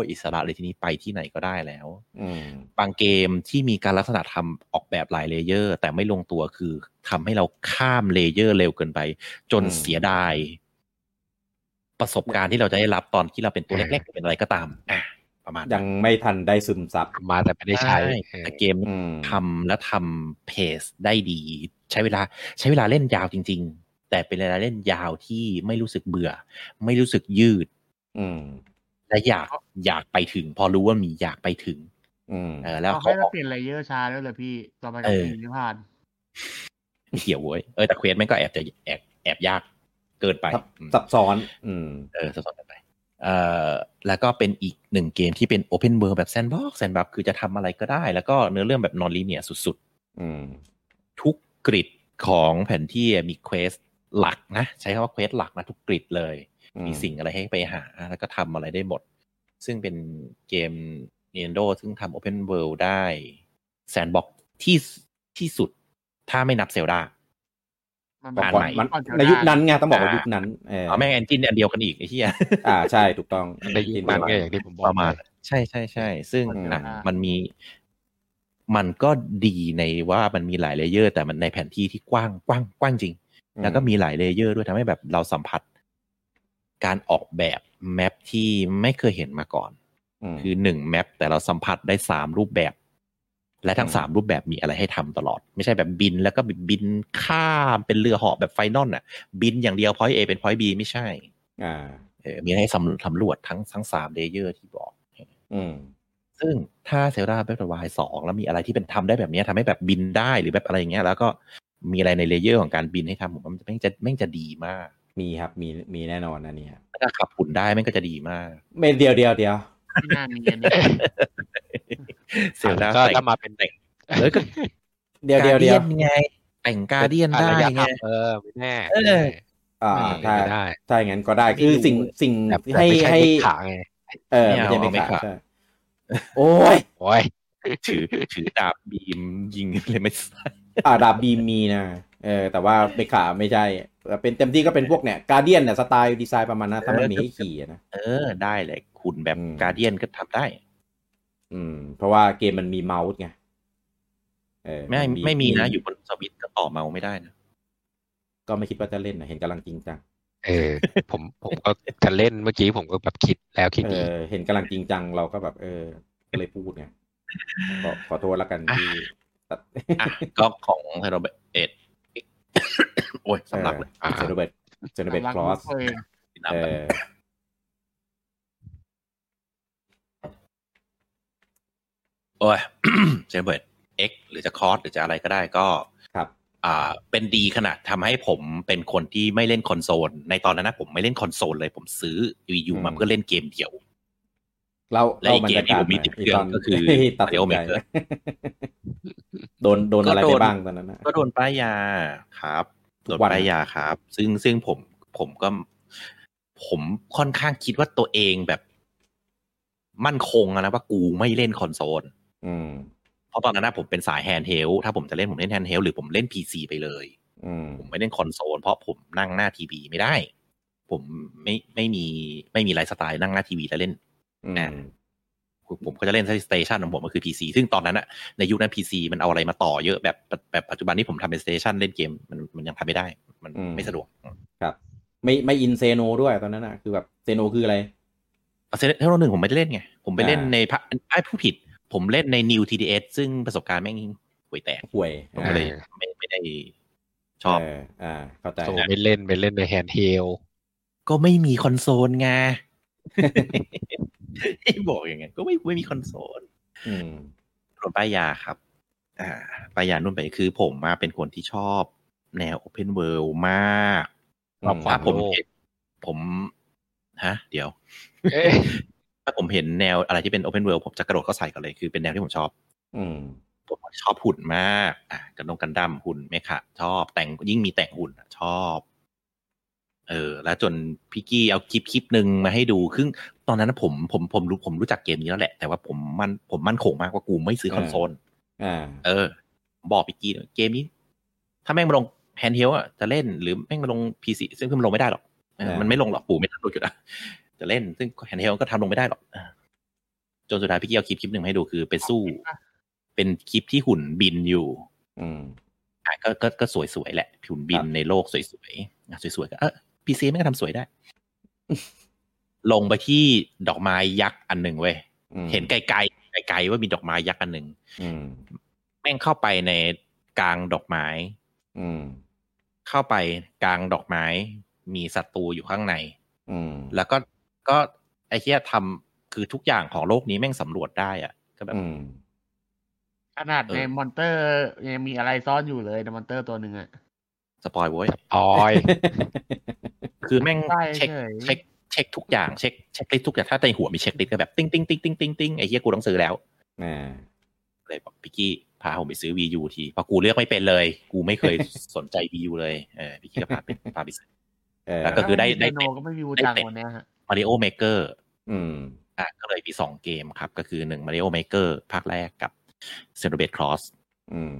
S2: ยอิสระเลยทีนี้ไปที่ไหนก็ได้แล้ว
S1: อืม
S2: บางเกมที่มีการลักษณะทำออกแบบหลายเลเยอร์ แต่ไม่ลงตัวคือทำให้เราข้ามเลเยอร์เร็วเกินไป จนเสียดาย ประสบการณ์ที่เราจะได้รับตอนที่เราเป็นตัวเล็กๆหรือเป็นอะไรก็ตามอ่ะประมาณนั้น
S1: ยังไม่ทันได้ซึมซับ
S4: มาแต่ไม่ได้ใช้เออ
S2: แต่เกม
S1: อืม
S2: ทำและทำเพจได้ดี ใช้เวลาใช้เวลาเล่นยาวจริง ๆ แต่เป็นเวลาเล่นยาวที่ไม่รู้สึกเบื่อ ไม่รู้สึกยืด
S1: อืม
S2: และอยากอยากไปถึง พอรู้ว่ามีอยากไปถึง
S1: อืม
S2: เออแล้ว
S3: เอา
S2: เขา
S3: ให้
S2: อ
S3: เรา
S2: อก
S3: เปลี่ยนเลเยอร์ชาด้วยเลยพี่ต่อไปกั
S2: เอ
S3: บ
S2: อ
S3: ปีนิพพาน
S2: ไม่เกี่ยวเว้ยเออแต่เควสแม่งก็แอบจะแอบแอบยากเกินไป
S1: ซับ
S2: อืม
S1: ซับซ้อน อืม
S2: เออสดๆกันไปเอ่อแล้วก็เป็นอีกหนึ่งเกมที่เป็น Open World แบบ Sandbox Sandbox คือจะทำอะไรก็ได้ แล้วก็เนื้อเรื่องแบบ Non Linear สุด
S1: อืม
S2: ๆ ทุกกริดของแผนที่มีเควสหลักนะ ใช้คำว่าเควสหลักนะ ทุกกริดเลย มีสิ่งอะไรให้ไปหา แล้วก็ทำอะไรได้หมด ซึ่งเป็นเกม Nintendo ซึ่งทำ Open World ได้ Sandbox ที่ที่สุด ถ้าไม่นับเซลดา
S3: มัน
S1: ก่อน น
S2: อ่าใหม่
S1: มัน
S3: ก่อนเจอ
S1: ในยุคนั้นไงต้องบอกว่า
S2: อ่ายุ
S1: ยุคนั้นเออ
S2: เอาแม่งแอนจินอันเดียวกันอีกไอ้เหี้ย
S1: อ่าใช่ถูกต้อง
S4: ในยุคนั้นไงอย่างที่ผมบ
S2: ป
S4: อก
S2: ระมาณ ใช่ใช่ใช่ซึ่ง
S3: มันเย
S2: อ่ะ
S3: อะมาก
S2: มันมี มันก็ดีในว่ามันมีหลายเลเยอร์ แต่มันในแผนที่ที่กว้างกว้างกว้างจริง แล้วก็มีหลายเลเยอร์ด้วยทำให้แบบเราสัมผัส การออกแบบแมปที่ไม่เคยเห็นมาก่อน
S1: ม
S2: คือหนึ่งแมปแต่เราสัมผัสได้สามรูปแบบ และทั้ง
S1: อืม
S2: สามรูปแบบมีอะไรให้ทำตลอด ไม่ใช่แบบบินแล้วก็บินข้ามเป็นเรือเหาะแบบไฟนอลน่ะ บินอย่างเดียวพอยเอเป็นพอยบีไม่ใช่
S1: อ่า
S2: เออมีให้สำสำรวจทั้งทั้งสามเลเยอร์ที่บอก
S1: อืม
S2: ซึ่งถ้าเซลดาเบ t วายสองแล้วมีอะไรที่เป็นทำได้แบบเนี้ยทำให้แบบบินได้หรือแบบอะไรอย่างเงี้ยแล้วก็มีอะไรในเลเยอร์ของการบินให้ทำผมว่ามันจะแม่งจะแม่งจะดีมาก
S1: มีครับมีมีแน่นอนนะเนี่ย
S2: ถ้าขับหุ่นได้แม่งก็จะดีมาก
S1: ไม่เดียวเดียวเดียว
S3: ไม่น่ามีอันนี้
S2: เซลดา
S4: ก็
S2: ใส่
S4: ถ้ามาเป็น
S2: แต่งแล้วก็
S1: เดียวเดียวเดียว
S2: Guardian ไง แต่งกาเดียนได้
S4: อารยธร
S2: ไง
S4: รมเออไม่แน่
S2: เออ
S1: อ่า
S4: ไม่แน่
S1: ถ้า
S4: ไม่ได้
S1: ถ้าอย่างนั้นก็ได้คือสิ่งสิ่ง
S4: แต่แต่
S1: ให้
S4: ไม่ช่
S1: ให้
S4: เด็กขาไง
S1: เออ
S2: ไม่
S1: ไม่
S2: เอา
S1: ใช่ไม่
S2: ไม่
S1: ขา
S2: ขาด
S1: ใช่โอ้ย
S4: โอ้ย
S2: ถือถือดาบบีมยิงเลยไม่ใช่
S1: อ่าดาบบีมมีนะเออแต่ว่าไม่ขาไม่ใช่แต่เป็นเต็มที่ก็เป็นพวกเนี่ยการเดียนเนี่ยสไตล์ดีไซน์ประมาณนั้นถ้ามันมีให้ขี่อะนะ
S2: เออ ได้เลยคุณแบบ
S1: อืม
S2: กาเดียนก็ทำได้
S1: อืม เพราะว่าเกมมันมีเมาส์ไงเออ
S2: ไม่ไม่มีนะ อยู่บนสวิตช์ก็ต่อเมาส์ไม่ได้นะ
S1: ก็ไม่คิดว่าจะเล่นนะเห็นกำลังจริงจัง
S4: เออ ผมผมก็จะเล่นเมื่อกี้ผมก็แบบคิดแล้วคิด
S1: เอ
S4: อีก
S1: อเห็นกำลังจริงจังเราก็แบบ เออก็เลยพูดไงขอขอโทษแล้วกันที่ตัด
S2: อ่ะก็ของไทโรเบเอ็ด โอ้ยสำลักเลย
S4: อ่ะ
S1: เซโนเบตเซโนเบต
S3: สำลัก
S1: คลอส
S3: มุกเลย
S1: เอ
S2: น้ำแบบ
S1: อ
S2: โอ้ย เซนเบิร์ดเอ็กหรือจะคอร์สหรือจะอะไรก็ได้ก็
S1: ครับ
S2: อ่า เป็นดีขนาดทำให้ผมเป็นคนที่ไม่เล่นคอนโซล ในตอนนั้นนะผมไม่เล่นคอนโซลเลยผมซื้อยูมา
S1: อืม
S2: เพื่อเล่นเกมเดียว
S1: เรา
S2: และ
S1: เรา
S2: อีก
S1: บรรยา
S2: เกมที่
S1: กาศ
S2: ผมมีติดเครื่องก็คือ
S1: ที่ตัดสิน
S2: Mario
S1: ใจ
S2: Maker
S1: โดนโดนอะไร
S2: ก็โด
S1: ไป
S2: น
S1: บ้างตอนนั้นนะ
S2: ก็โดนป้ายยาครับ
S1: ทุ
S2: โด
S1: ก
S2: น
S1: วัน
S2: ป้ายยาครับ ซึ่งซึ่งผมผมก็ ผมค่อนข้างคิดว่าตัวเองแบบ มั่นคงอะนะว่ากูไม่เล่นคอนโซล
S1: อืม
S2: เพราะตอนนั้นนะผมเป็นสายแฮนด์เฮลถ้าผมจะเล่นผมเล่นแฮนด์เฮลหรือผมเล่น PC ไปเลย
S1: อืม
S2: ผมไม่เล่นคอนโซล เพราะผมนั่งหน้าทีวีไม่ได้ ผมไม่ไม่มีไม่มีไลฟ์สไตล์นั่งหน้าทีวีแล้วเล่น
S1: อืม
S2: อ่ะผมผมก็จะเล่นสเตชันของผมก็คือ PC ซึ่งตอนนั้นอะในยุคนั้น PC มันเอาอะไรมาต่อเยอะแบบแบบแบบปัจจุบันนี้ผมทำเป็นสเตชันเล่นเกมมันมันยังทำไม่ได้ มัน
S1: อืม
S2: ไม่สะดวก
S1: ครับ ไม่ไม่อินเซโนด้วยตอนนั้นอ่ะ คือแบบเซโนคืออะไร
S2: เซนเทอร์หนึ่งผมไม่ได้เล่นไง ผมไปเล่น
S1: อ่า
S2: ในพะไอ้ผู้ผิด ผมเล่นใน New TDS ซึ่งประสบการณ์แม่งห่วยแตก
S1: ห่วย
S2: ผม
S1: อ่า
S2: ก็เลยไม่ไม่ได้ชอบ
S1: เอออ่า เข้าใจ
S4: โซไม่เล่นไปเล่นในแฮนด์เฮล
S2: ก็ไม่มีคอนโซลไง บอกอย่างไงก็ไม่ไม่มีคอนโซล
S1: อืม
S2: โดนป้ายยาครับ อ่าป้ายยานุ่นไปคือผมมาเป็นคนที่ชอบแนว Open World มาก
S1: รอบขวา
S2: ถ้าผมเห็นผมฮะ เดี๋ยว
S4: เอ๊ะ
S2: ถ้าผมเห็นแนวอะไรที่เป็น Open World ผมจะกระโดดเข้าใส่ก่อนเลยคือเป็นแนวที่ผมชอบ
S1: อืม
S2: ผมชอบหุ่นมาก อ่ะกันดงกันดั้มหุ่นเมคะชอบแต่งยิ่งมีแต่งหุ่นอ่ะชอบ เออ แล้วจนพี่กี้เอาคลิปคลิปหนึ่งมาให้ดูครึ่งตอนนั้นนะผมผมผมรู้ผมรู้จักเกมนี้แล้วแหละ แต่ว่าผมมันผมมั่นคงมากว่ากูไม่ซื้อคอนโซล
S1: อ่า
S2: เออ บอกพี่กี้หน่อยเกมนี้ ถ้าแม่งมาลงแฮนด์เฮลอะจะเล่นหรือแม่งมาลงพีซีซึ่งมันลงไม่ได้หรอกเออ
S1: อ่ามั
S2: มันไม่ลงหรอกปู่ไม่ทำลงอยู่นะจะเล่นซึ่งแฮนด์เฮลก็ทำลงไม่ได้หรอกอ่าจนสุดท้ายพี่กี้เอาคลิปคลิปหนึ่งมาให้ดูคือไปสู้ เป็นคลิปที่หุ่นบินอยู่
S1: อืม
S2: อ่ะก็ก็ก็สวยๆแหละหุ่นบินในโลกสวยๆอ่ะสวยๆก็เออพีซีแม่งก็ทำสวยได้ ลงไปที่ดอกไม้ยักษ์อันหนึ่งเว้ย
S1: อืม
S2: เห็นไกลๆไกลๆว่ามีดอกไม้ยักษ์อันหนึ่ง
S1: อืม
S2: แม่งเข้าไปในกลางดอกไม้
S1: อืม
S2: เข้าไปกลางดอกไม้ มีศัตรูอยู่ข้างใน
S1: อืม
S2: แล้วก็ก็ไอ้เหี้ยทำคือทุกอย่างของโลกนี้แม่งสำรวจได้อะก็แบบ
S1: อืม
S3: ขนาด
S2: เออ
S3: ในมอนเตอร์ยังมีอะไรซ่อนอยู่เลยในมอนเตอร์ตัวหนึ่งอะ
S2: สปอยเว้ย
S4: ออย
S2: คือแม่ง
S3: ใช่
S2: เช็ค
S3: เฉย
S2: เช็คเช็คทุกอย่างเช็คเช็คลิสต์ทุกอย่างถ้าในหัวมีเช็คลิสต์ก็แบบติ้งติ้งติ้งติ้งติ้งติ้งไอ้เหี้ยกูต้องซื้อแล้ว
S1: อ่า
S2: เลยบอกพี่กี้พาผมไปซื้อ VU ทีเพราะกูเลือกไม่เป็นเลย กูไม่เคย สนใจ VU เลยเออพี่กี้ก็พาไปพาไปซื้อ
S1: เออ
S2: แล้วก็ คือได้ได้
S3: ถ้าม่มีเดโนก็ไม่มีวู
S2: ได้
S3: จัง
S2: เตะ
S3: วันเนี้ยฮะ
S2: Mario Maker
S1: อืม
S2: อ่ะก็เลยมีสองเกมครับ ก็คือหนึ่ง Mario Maker ภาคแรกกับ c e l b r a t e Cross
S1: อืม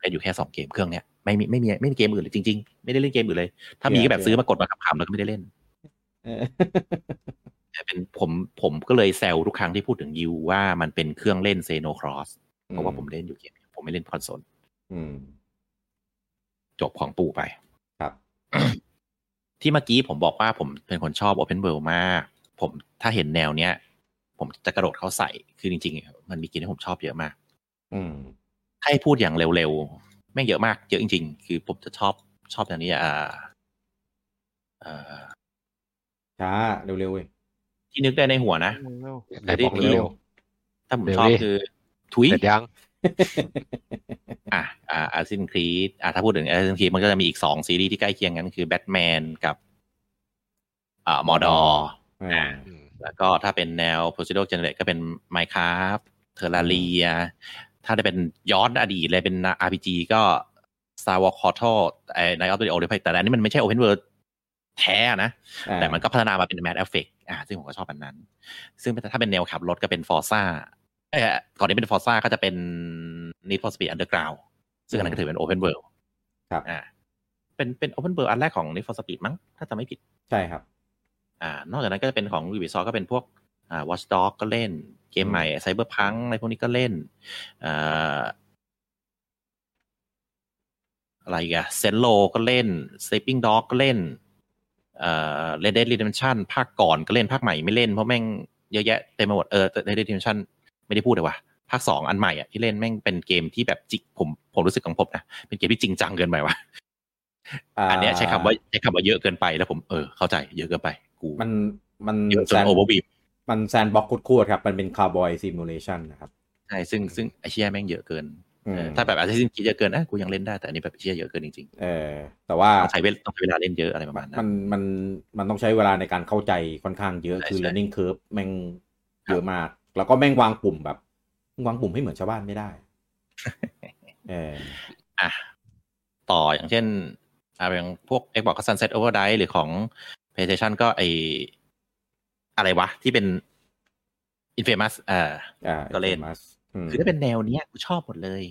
S2: เป็นอยู่แค่สองเกมเครื่องเนี้ยไม่มีไม่มีไม่มีเกมอื่นเลยจริงๆ ไม่ได้เล่นเกมอื่นเลย ถ้ามี
S1: เกม
S2: ก็แบ
S1: เก
S2: บ
S1: ม
S2: ซื้อมากดมาขำๆแล้วก็ไม่ได้เล่น
S1: เออ
S2: เอ เนี่ยเป็นผมผมก็เลยแซวทุกครั้งที่พูดถึงยูว่ามันเป็นเครื่องเล่นเซโนครอสเพราะว่าผมเล่นอยู่เกมเดียวผมไม่เล่นคอนโซล
S1: อืม
S2: จบของปู่ไป
S1: ครับ
S2: ที่เมื่อกี้ผมบอกว่าผมเป็นคนชอบ Open World มาก ผมถ้าเห็นแนวเนี้ย ผมจะกระโดดเข้าใส่ คือจริงๆ มันมีเกมที่ผมชอบเยอะมาก
S1: อืม
S2: ให้พูดอย่างเร็วๆ แม่งเยอะมาก เยอะจริงๆ คือผมจะชอบชอบอย่างนี้อ่าอ่า
S1: ช้าเร็ วๆเว้ย
S2: ที่นึกได้ในหัวนะ
S4: ไหนบอกเร็ว
S2: ถ้าผมชอบ
S4: เดี๋ยวดิ
S2: คือ ทุย
S4: ๆเสร็จยัง
S2: อ่ะอ่าอาซินครีดอ่ะถ้าพูดถึงอาซินครีดมันก็จะมีอีกสองซีรีส์ที่ใกล้เคียงกันคือแบทแมนกับอ่ามอดอ
S1: อ่า
S4: อืม
S2: แล้วก็ถ้าเป็นแนว procedural generate ก็เป็น Minecraft Terraria ถ้าได้เป็นย้อนอดีตเลยเป็น RPG ก็ Star Wars Portal ไอ้ Knights of the Old Republic แต่อันนี้มันไม่ใช่ Open World แท้นะ แต่มันก็พัฒนามาเป็น Mass Effect อ่าซึ่งผมก็ชอบอันนั้น ซึ่งถ้าเป็นแนวขับรถก็เป็น Forza เอ่อก่อนนี้เป็น Forza ก็จะเป็น Need for Speed Underground ซึ่งอันนั้นก็ถือเป็น Open World
S1: ครับ
S2: อ่าเป็นเป็น Open World อันแรกของ Need for Speed มั้งถ้าจำไม่ผิด
S1: ใช่ครับ
S2: อ่านอกจากนั้นก็จะเป็นของ Ubisoft ก็เป็นพวกอ่า Watch Dog ก็เล่น เกมใหม่ Cyberpunk อะไรพวกนี้ก็เล่นอ่าอะไรอีกันเซนโลก็เล่น Sleeping Dog ก็เล่นเอ่อ Red Dead Redemption ภาคก่อนก็เล่นภาคใหม่ไม่เล่น เพราะแม่งเยอะแยะเต็มไปหมดเออ Red Dead Redemption ไม่ได้พูดเลยว่ะภาคสองอันใหม่อ่ะที่เล่นแม่งเป็นเกมที่แบบจิกผมผมรู้สึกของผมนะเป็นเกมที่จริงจังเกินไปว่ะอันเนี้ยใช้คำว่าใช้คำว่าเยอะเกินไปแล้วผมเออเข้าใจเยอะเกินไปกู
S1: มันมัน
S2: เยอะจน
S1: แซน
S2: โอเวอร์บีบ
S1: มันแซนบ็อกคูดๆครับ มันเป็นคาร์บอยซิมูเลชันนะครับ
S2: ใช่ซึ่งซึ่งไอเชียแม่งเยอะเกิน
S1: อืม
S2: เออถ้าแบบอาจจะสิ้นคิดเยอะเกินอ่ะกูยังเล่นได้แต่อันนี้แบบไอ้เชียเยอะเกินจริง
S1: เออ แต่ว่า
S2: ๆต้องใช้เวลต้องใช้เวลาเล่นเยอะอะไรประมาณนั้
S1: มัน นมันมันต้องใช้เวลาในการเข้าใจค่อนข้างเยอะ
S2: ใช่
S1: คือ
S2: ใช่
S1: learning curve แม่งเยอะมาก แล้วก็แม่งวางปุ่มแบบวางปุ่มให้เหมือนชาวบ้าน ไม่ได้ เออ
S2: อ่ะต่ออย่างเช่นอ่ะอย่างพวก Xbox ก็ Sunset Overdrive หรือของ PlayStation ก็ไออะไรวะ ที่เป็น Infamous อ่า
S1: อ่า
S2: ก็เล่น
S1: Infamous ม
S2: คือถ้าเป็นแนวเนี้ยกูชอบหมดเลย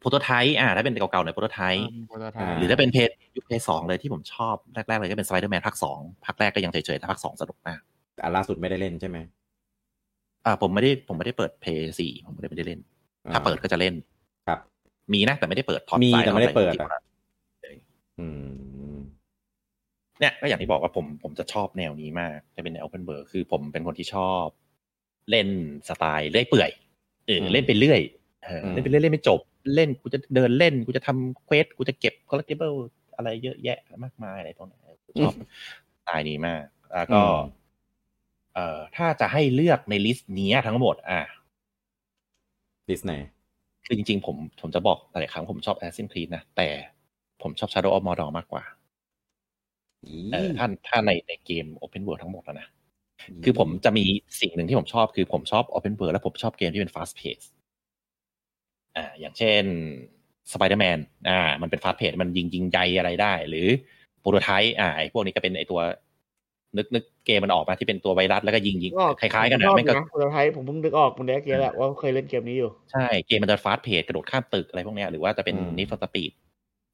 S2: โปรโตไทป์อ่าถ้าเป็นเก่าๆหน่อยโปรโตไทป์
S1: อ่า
S2: หรือถ้าเป็นเพจยุคเพจสองเลยที่ผมชอบแรกๆเลยก็เป็นสไปเดอร์แมนภาคสองภาคแรกก็ยังเฉยๆแต่ภาคสองสนุกมาก
S1: อันล่าสุดไม่ได้เล่นใช่ไหม
S2: อ่าผมไม่ได้ผมไม่ได้เปิดเพย์สี่ผมไม่ได้ไม่ได้เล่น
S1: อ่
S2: ถ้าเปิดก็จะเล่น
S1: ครับ
S2: มีนะแต่ไม่ได้เปิดถอด
S1: มี
S2: สาย
S1: แต่ไม่ได้เปิด
S2: อา
S1: อะ
S2: ว้
S1: อืม
S2: เนี่ยก็อย่างที่บอกว่าผมผมจะชอบแนวนี้มาก จะเป็นแนว open world คือผมเป็นคนที่ชอบ เล่นสไตล์เรื่อยเปื่อยเออ
S1: อืม
S2: เล่นไปเรื่อยเอออ
S1: ม
S2: เล่นไปเรื่อยเล่นไม่จบ เล่นกูจะเดินเล่นกูจะทำเควสกูจะเก็บ collectible อะไรเยอะแยะมากมายอะไรตรงนี้ผมชอบสไตล์นี้มากแล้วก็ เอ่อถ้าจะให้เลือกในลิสต์เนี้ยทั้งหมดอ่ะ
S1: ดิสนีย
S2: คือจริงๆ ผมผมจะบอกหลายครั้งผมชอบ Assassin's Creed นะ แต่ผมชอบ Shadow of Mordor มากกว่าเออท่านถ้าในในเกม Open World ทั้งหมดอะนะ คือผมจะมีสิ่งหนึ่งที่ผมชอบคือผมชอบ Open World และผมชอบเกมที่เป็น Fast Pace อ่าอย่างเช่น Spider-Man อ่า มันเป็น Fast Pace มันยิงยิงใยอะไรได้ หรือ Prototype อ่าไอพวกนี้ก็เป็นไอตัว นึกนึกเกมมันออกมาที่เป็นตัวไวรัสแล้วก็ยิงยิงคล้ายๆกันนะ
S3: นะ
S2: แม่งก็
S3: คนไทยผมเพิ่งนึกออกผมได้เกมแหละว่าเคยเล่นเกมนี้อยู่
S2: ใช่ เกมมันจะฟาสต์เพจกระโดดข้ามตึกอะไรพวกเนี้ยหรือว่าจะเป็นนิฟต์สปีด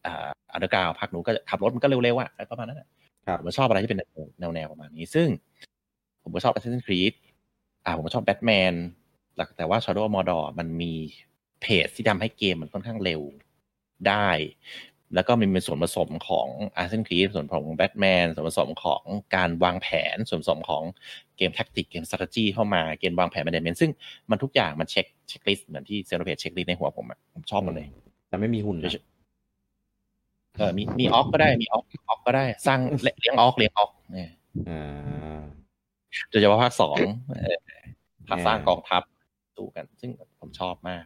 S2: อ่าอันเดอร์กราวพักหนูก็ขับรถมันก็เร็วๆอะอะไรประมาณนั้นอะ
S1: ครับ
S2: ผมชอบอะไรที่เป็นแนวๆประมาณนี้ ซึ่ง ผมก็ชอบ Assassin's Creed อ่าผมก็ชอบ Batman หลักแต่ว่า Shadow of Mordor มันมีเพจที่ทำให้เกมมันค่อนข้างเร็วได้ แล้วก็มันเป็นส่วนผสมของ Assassin's Creed ส่วนผสมของ Batman ส่วนผสมของการวางแผน ส่วนผสมของเกมแท็กติกเกม strategy เข้ามาเกมวางแผน management ซึ่งมันทุกอย่างมันเช็คเช็คลิสต์เหมือนที่เซลเพจเช็คลิสต์ในหัวผมอะผมชอบหมดเลย
S1: แต่ไม่มีหุ่นนะ
S2: เออมีมีออกก็ได้มีออกออกก็ได้สร้างเลี้ยเลี้ยงออกเลี้ยงออกเนี่ย
S1: อ่า
S2: โดยเฉพาะภาคสองเออภาค
S1: อ่า
S2: สร้างกองทัพสู้กัน ซึ่งผมชอบมาก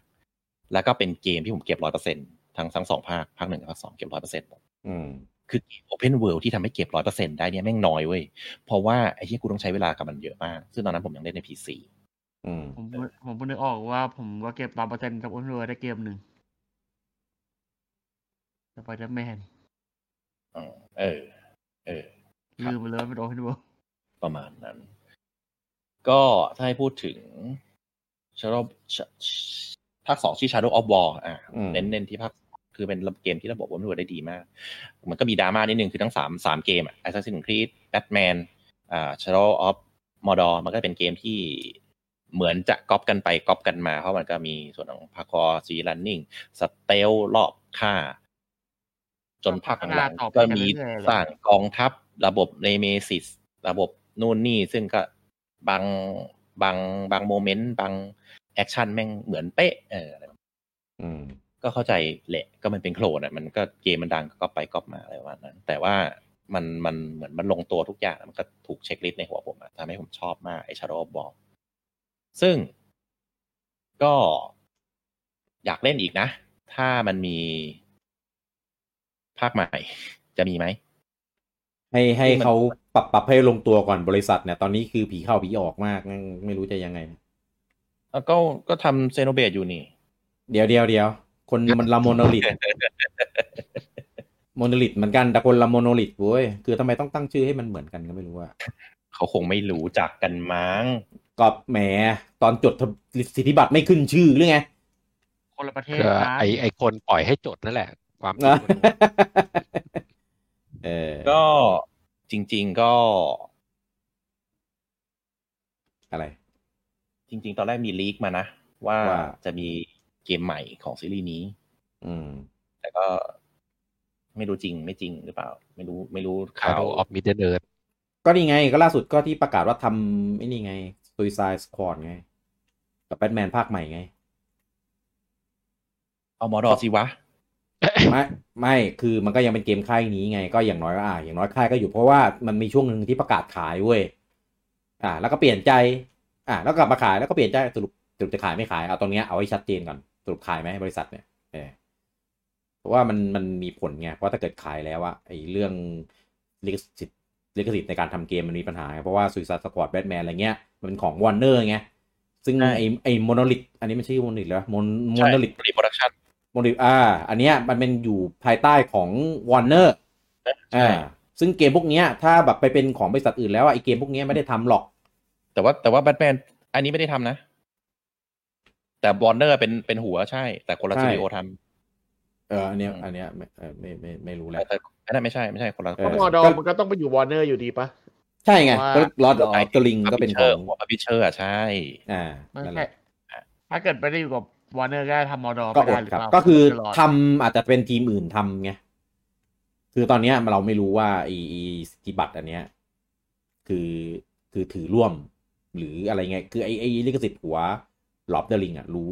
S2: แล้วก็เป็นเกมที่ผมเก็บร้อยเปอร์เซ็นทั้งทั้งสองภาคภาคหนึ่งกับภาคสองเก็บร้อยเปอร์เซ็น
S1: อืม
S2: คือโอเพนเวิลด์ที่ทำให้เก็บร้อยเปอร์เซ็นได้เนี่ยแม่งน้อยเว้ย เพราะว่าไอ้ที่กูต้องใช้เวลากับมันเยอะมาก ซึ่งตอนนั้นผมยังเล่นใน PC
S1: อืม
S3: ผมผมเพิ่งนึกออกว่าผมว่าเก็บตามเปอร์เซ็นต์จากอุ้นเรือได้เกมหนึ่งสไปเดอร์แมน
S2: เออ เออ ครับ
S3: ลืมไปเลยว่าเป็นโอเพนเวิลด์
S2: ประมาณนั้น ก็ถ้าให้พูดถึง Shadow ชภาคสองชื่อ Shadow of War อ่ะ
S1: อืม
S2: เน้นเน้นที่ภาคคือเป็นเกมที่ระบบวอมดูได้ดีมาก มันก็มีดราม่านิดนึงคือทั้งสามสามเกมอ่ะ Assassin's Creed Batman อ่า Shadow of มอดอมันก็เป็นเกมที่เหมือนจะก๊อปกันไปก๊อปกันมา เพราะมันก็มีส่วนของพาคอซีรันนิ่งสเตลรอบค่า จนภาคหลัง
S3: พัฒนาต่อไป
S2: ๆก็มี
S3: เรื่อยๆเลย
S2: สร้างกองทัพระบบเนเมซิสระบบนู่นนี่ ซึ่งก็บางบางบางโมเมนต์บางแอคชั่นแม่งเหมือนเป๊ะเออ
S1: อืม
S2: ก็เข้าใจแหละก็มันเป็นโคลนอ่ะมันก็เกมมันดังก็ก๊อปไปก๊อปมาอะไรประมาณนั้น แต่ว่ามันมันเหมือนมันลงตัวทุกอย่างมันก็ถูกเช็คลิสต์ในหัวผมอะทำให้ผมชอบมากไอ้ Shadow of War ซึ่งก็อยากเล่นอีกนะ ถ้ามันมีภาคใหม่ จะมีไหม
S1: ให้ให้
S2: ที่มัน
S1: เขาปรับปรับให้ลงตัวก่อนบริษัทเนี่ยตอนนี้คือผีเข้าผีออกมากงั้นไม่รู้จะยังไง
S2: แล้วก็ก็ทำเซโนเบตอยู่นี่
S1: เดี๋ยวเดียวเดียวคนมันละโมโนลิท โมโนลิทเหมือนกันแต่คนละโมโนลิทเว้ยคือทำไมต้องตั้งชื่อให้มันเหมือนกันก็ไม่รู้ว่า
S2: เขาคงไม่รู้จักกันมั้ง
S1: ก็แหมตอนจดทะสิทธิบัตรไม่ขึ้นชื่อหรือไง
S3: คนละประเทศ
S4: ก็
S3: นะ
S4: ไอไอคนปล่อยให้จดนั่นแหละ ความจริงมัน
S1: เออ
S2: ก็จริง ๆก็
S1: อะไร
S2: จริง ๆ ตอนแรกมีลีกมานะ ว่า
S1: ว่า
S2: จะมีเกมใหม่ของซีรีส์นี้
S1: อืม
S2: แต่ก็ ไม่รู้จริงไม่จริงหรือเปล่า ไม่รู้ไม่รู้
S4: คา
S2: ข่าว
S4: ร์ออฟมิดเดิล
S1: ก็นี่ไงก็ล่าสุดก็ที่ประกาศว่าทำไอ้นี่ไง Suicide Squad ไง กับแบทแมนภาคใหม่ไง
S2: เอาหมอดอสิวะ
S1: ไม่ไม่คือมันก็ยังเป็นเกมค่ายนี้ไง ก็อย่างน้อยก็อ่าอย่างน้อยค่ายก็อยู่เพราะว่ามันมีช่วงหนึ่งที่ประกาศขายเว้ยอ่า แล้วก็เปลี่ยนใจ อ่า แล้วกลับมาขายแล้วก็เปลี่ยนใจสรุปสรุปจะขายไม่ขายเอาตรงเนี้ยเอาให้ชัดเจนก่อนสรุปขายไหมบริษัทเนี่ยเออเพราะว่ามันมันมีผลไงเพราะถ้าเกิดขายแล้วอะไอ้เรื่องลิขสิทธิ์ลิขสิทธิ์ในการทำเกมมันมีปัญหาไงเพราะว่าซูซาสควอตแบทแมนอะไรเงี้ยมันเป็นของวอร์เนอร์ไงซึ่ง
S2: ใช่
S1: ไอ้ไอ้โมโนลิทอันนี้มันชื่อโมโนลิทแล้วโมโม
S2: ใช่
S1: โนลิท
S2: รีโปรดักชั่น
S1: โมดิอ่า อันเนี้ยมันเป็นอยู่ภายใต้ของวอร์เนอร์
S2: ใช่
S1: อ่า ซึ่งเกมพวกเนี้ย ถ้าแบบไปเป็นของบริษัทอื่นแล้วอะไอเกมพวกเนี้ยไม่ได้ทำหรอก
S2: แต่ว่าแต่ว่าแบทแมนอันนี้ไม่ได้ทำนะ แต่บอนเนอร์เป็นเป็นหัวใช่ แต่คนละ
S1: ใช่
S2: สตูดิโอท
S1: เอออันเนี้ยอันเนี้ยไม่เออไม่ไม่ไม่ไม่รู้
S2: ำ
S1: แหละ
S2: แต่อันนั้นไม่ใช่ไม่ใช่คนละ
S1: เอ
S2: คน
S1: อ
S2: ละ
S3: มอดอมันก็ต้องไปอยู่วอร์เนอร์อยู่ดีปะ
S1: ใช่ไง
S3: ว่า
S1: ก็ลอดออฟเดอะลิงก็เป็นข
S2: เชอ
S1: อ
S2: ร์
S1: ง
S2: ของพิเชอร์ใช่
S1: อ่า
S3: ไม่
S1: นั่นแห
S3: ใช่
S1: ละ
S3: ถ้าเกิดไม่ได้อยู่กับวอร์เนอร์ก็ได้ทำมอดอ
S1: ก็
S3: ไม่
S1: อ
S3: ได้
S1: ด
S3: หรือ
S1: ครับ
S3: เปล่า
S1: ก็คือ
S3: จะรด
S1: ทำอาจจะเป็นทีมอื่นทำไง คือตอนเนี้ยเราไม่รู้ว่าไอีอีสติบัตรอันเนี้ย คือคือถือร่วม หรืออะไรไง คือไอไอลิขสิทธิ์หัวลอบเดอลิงอ่ะรู้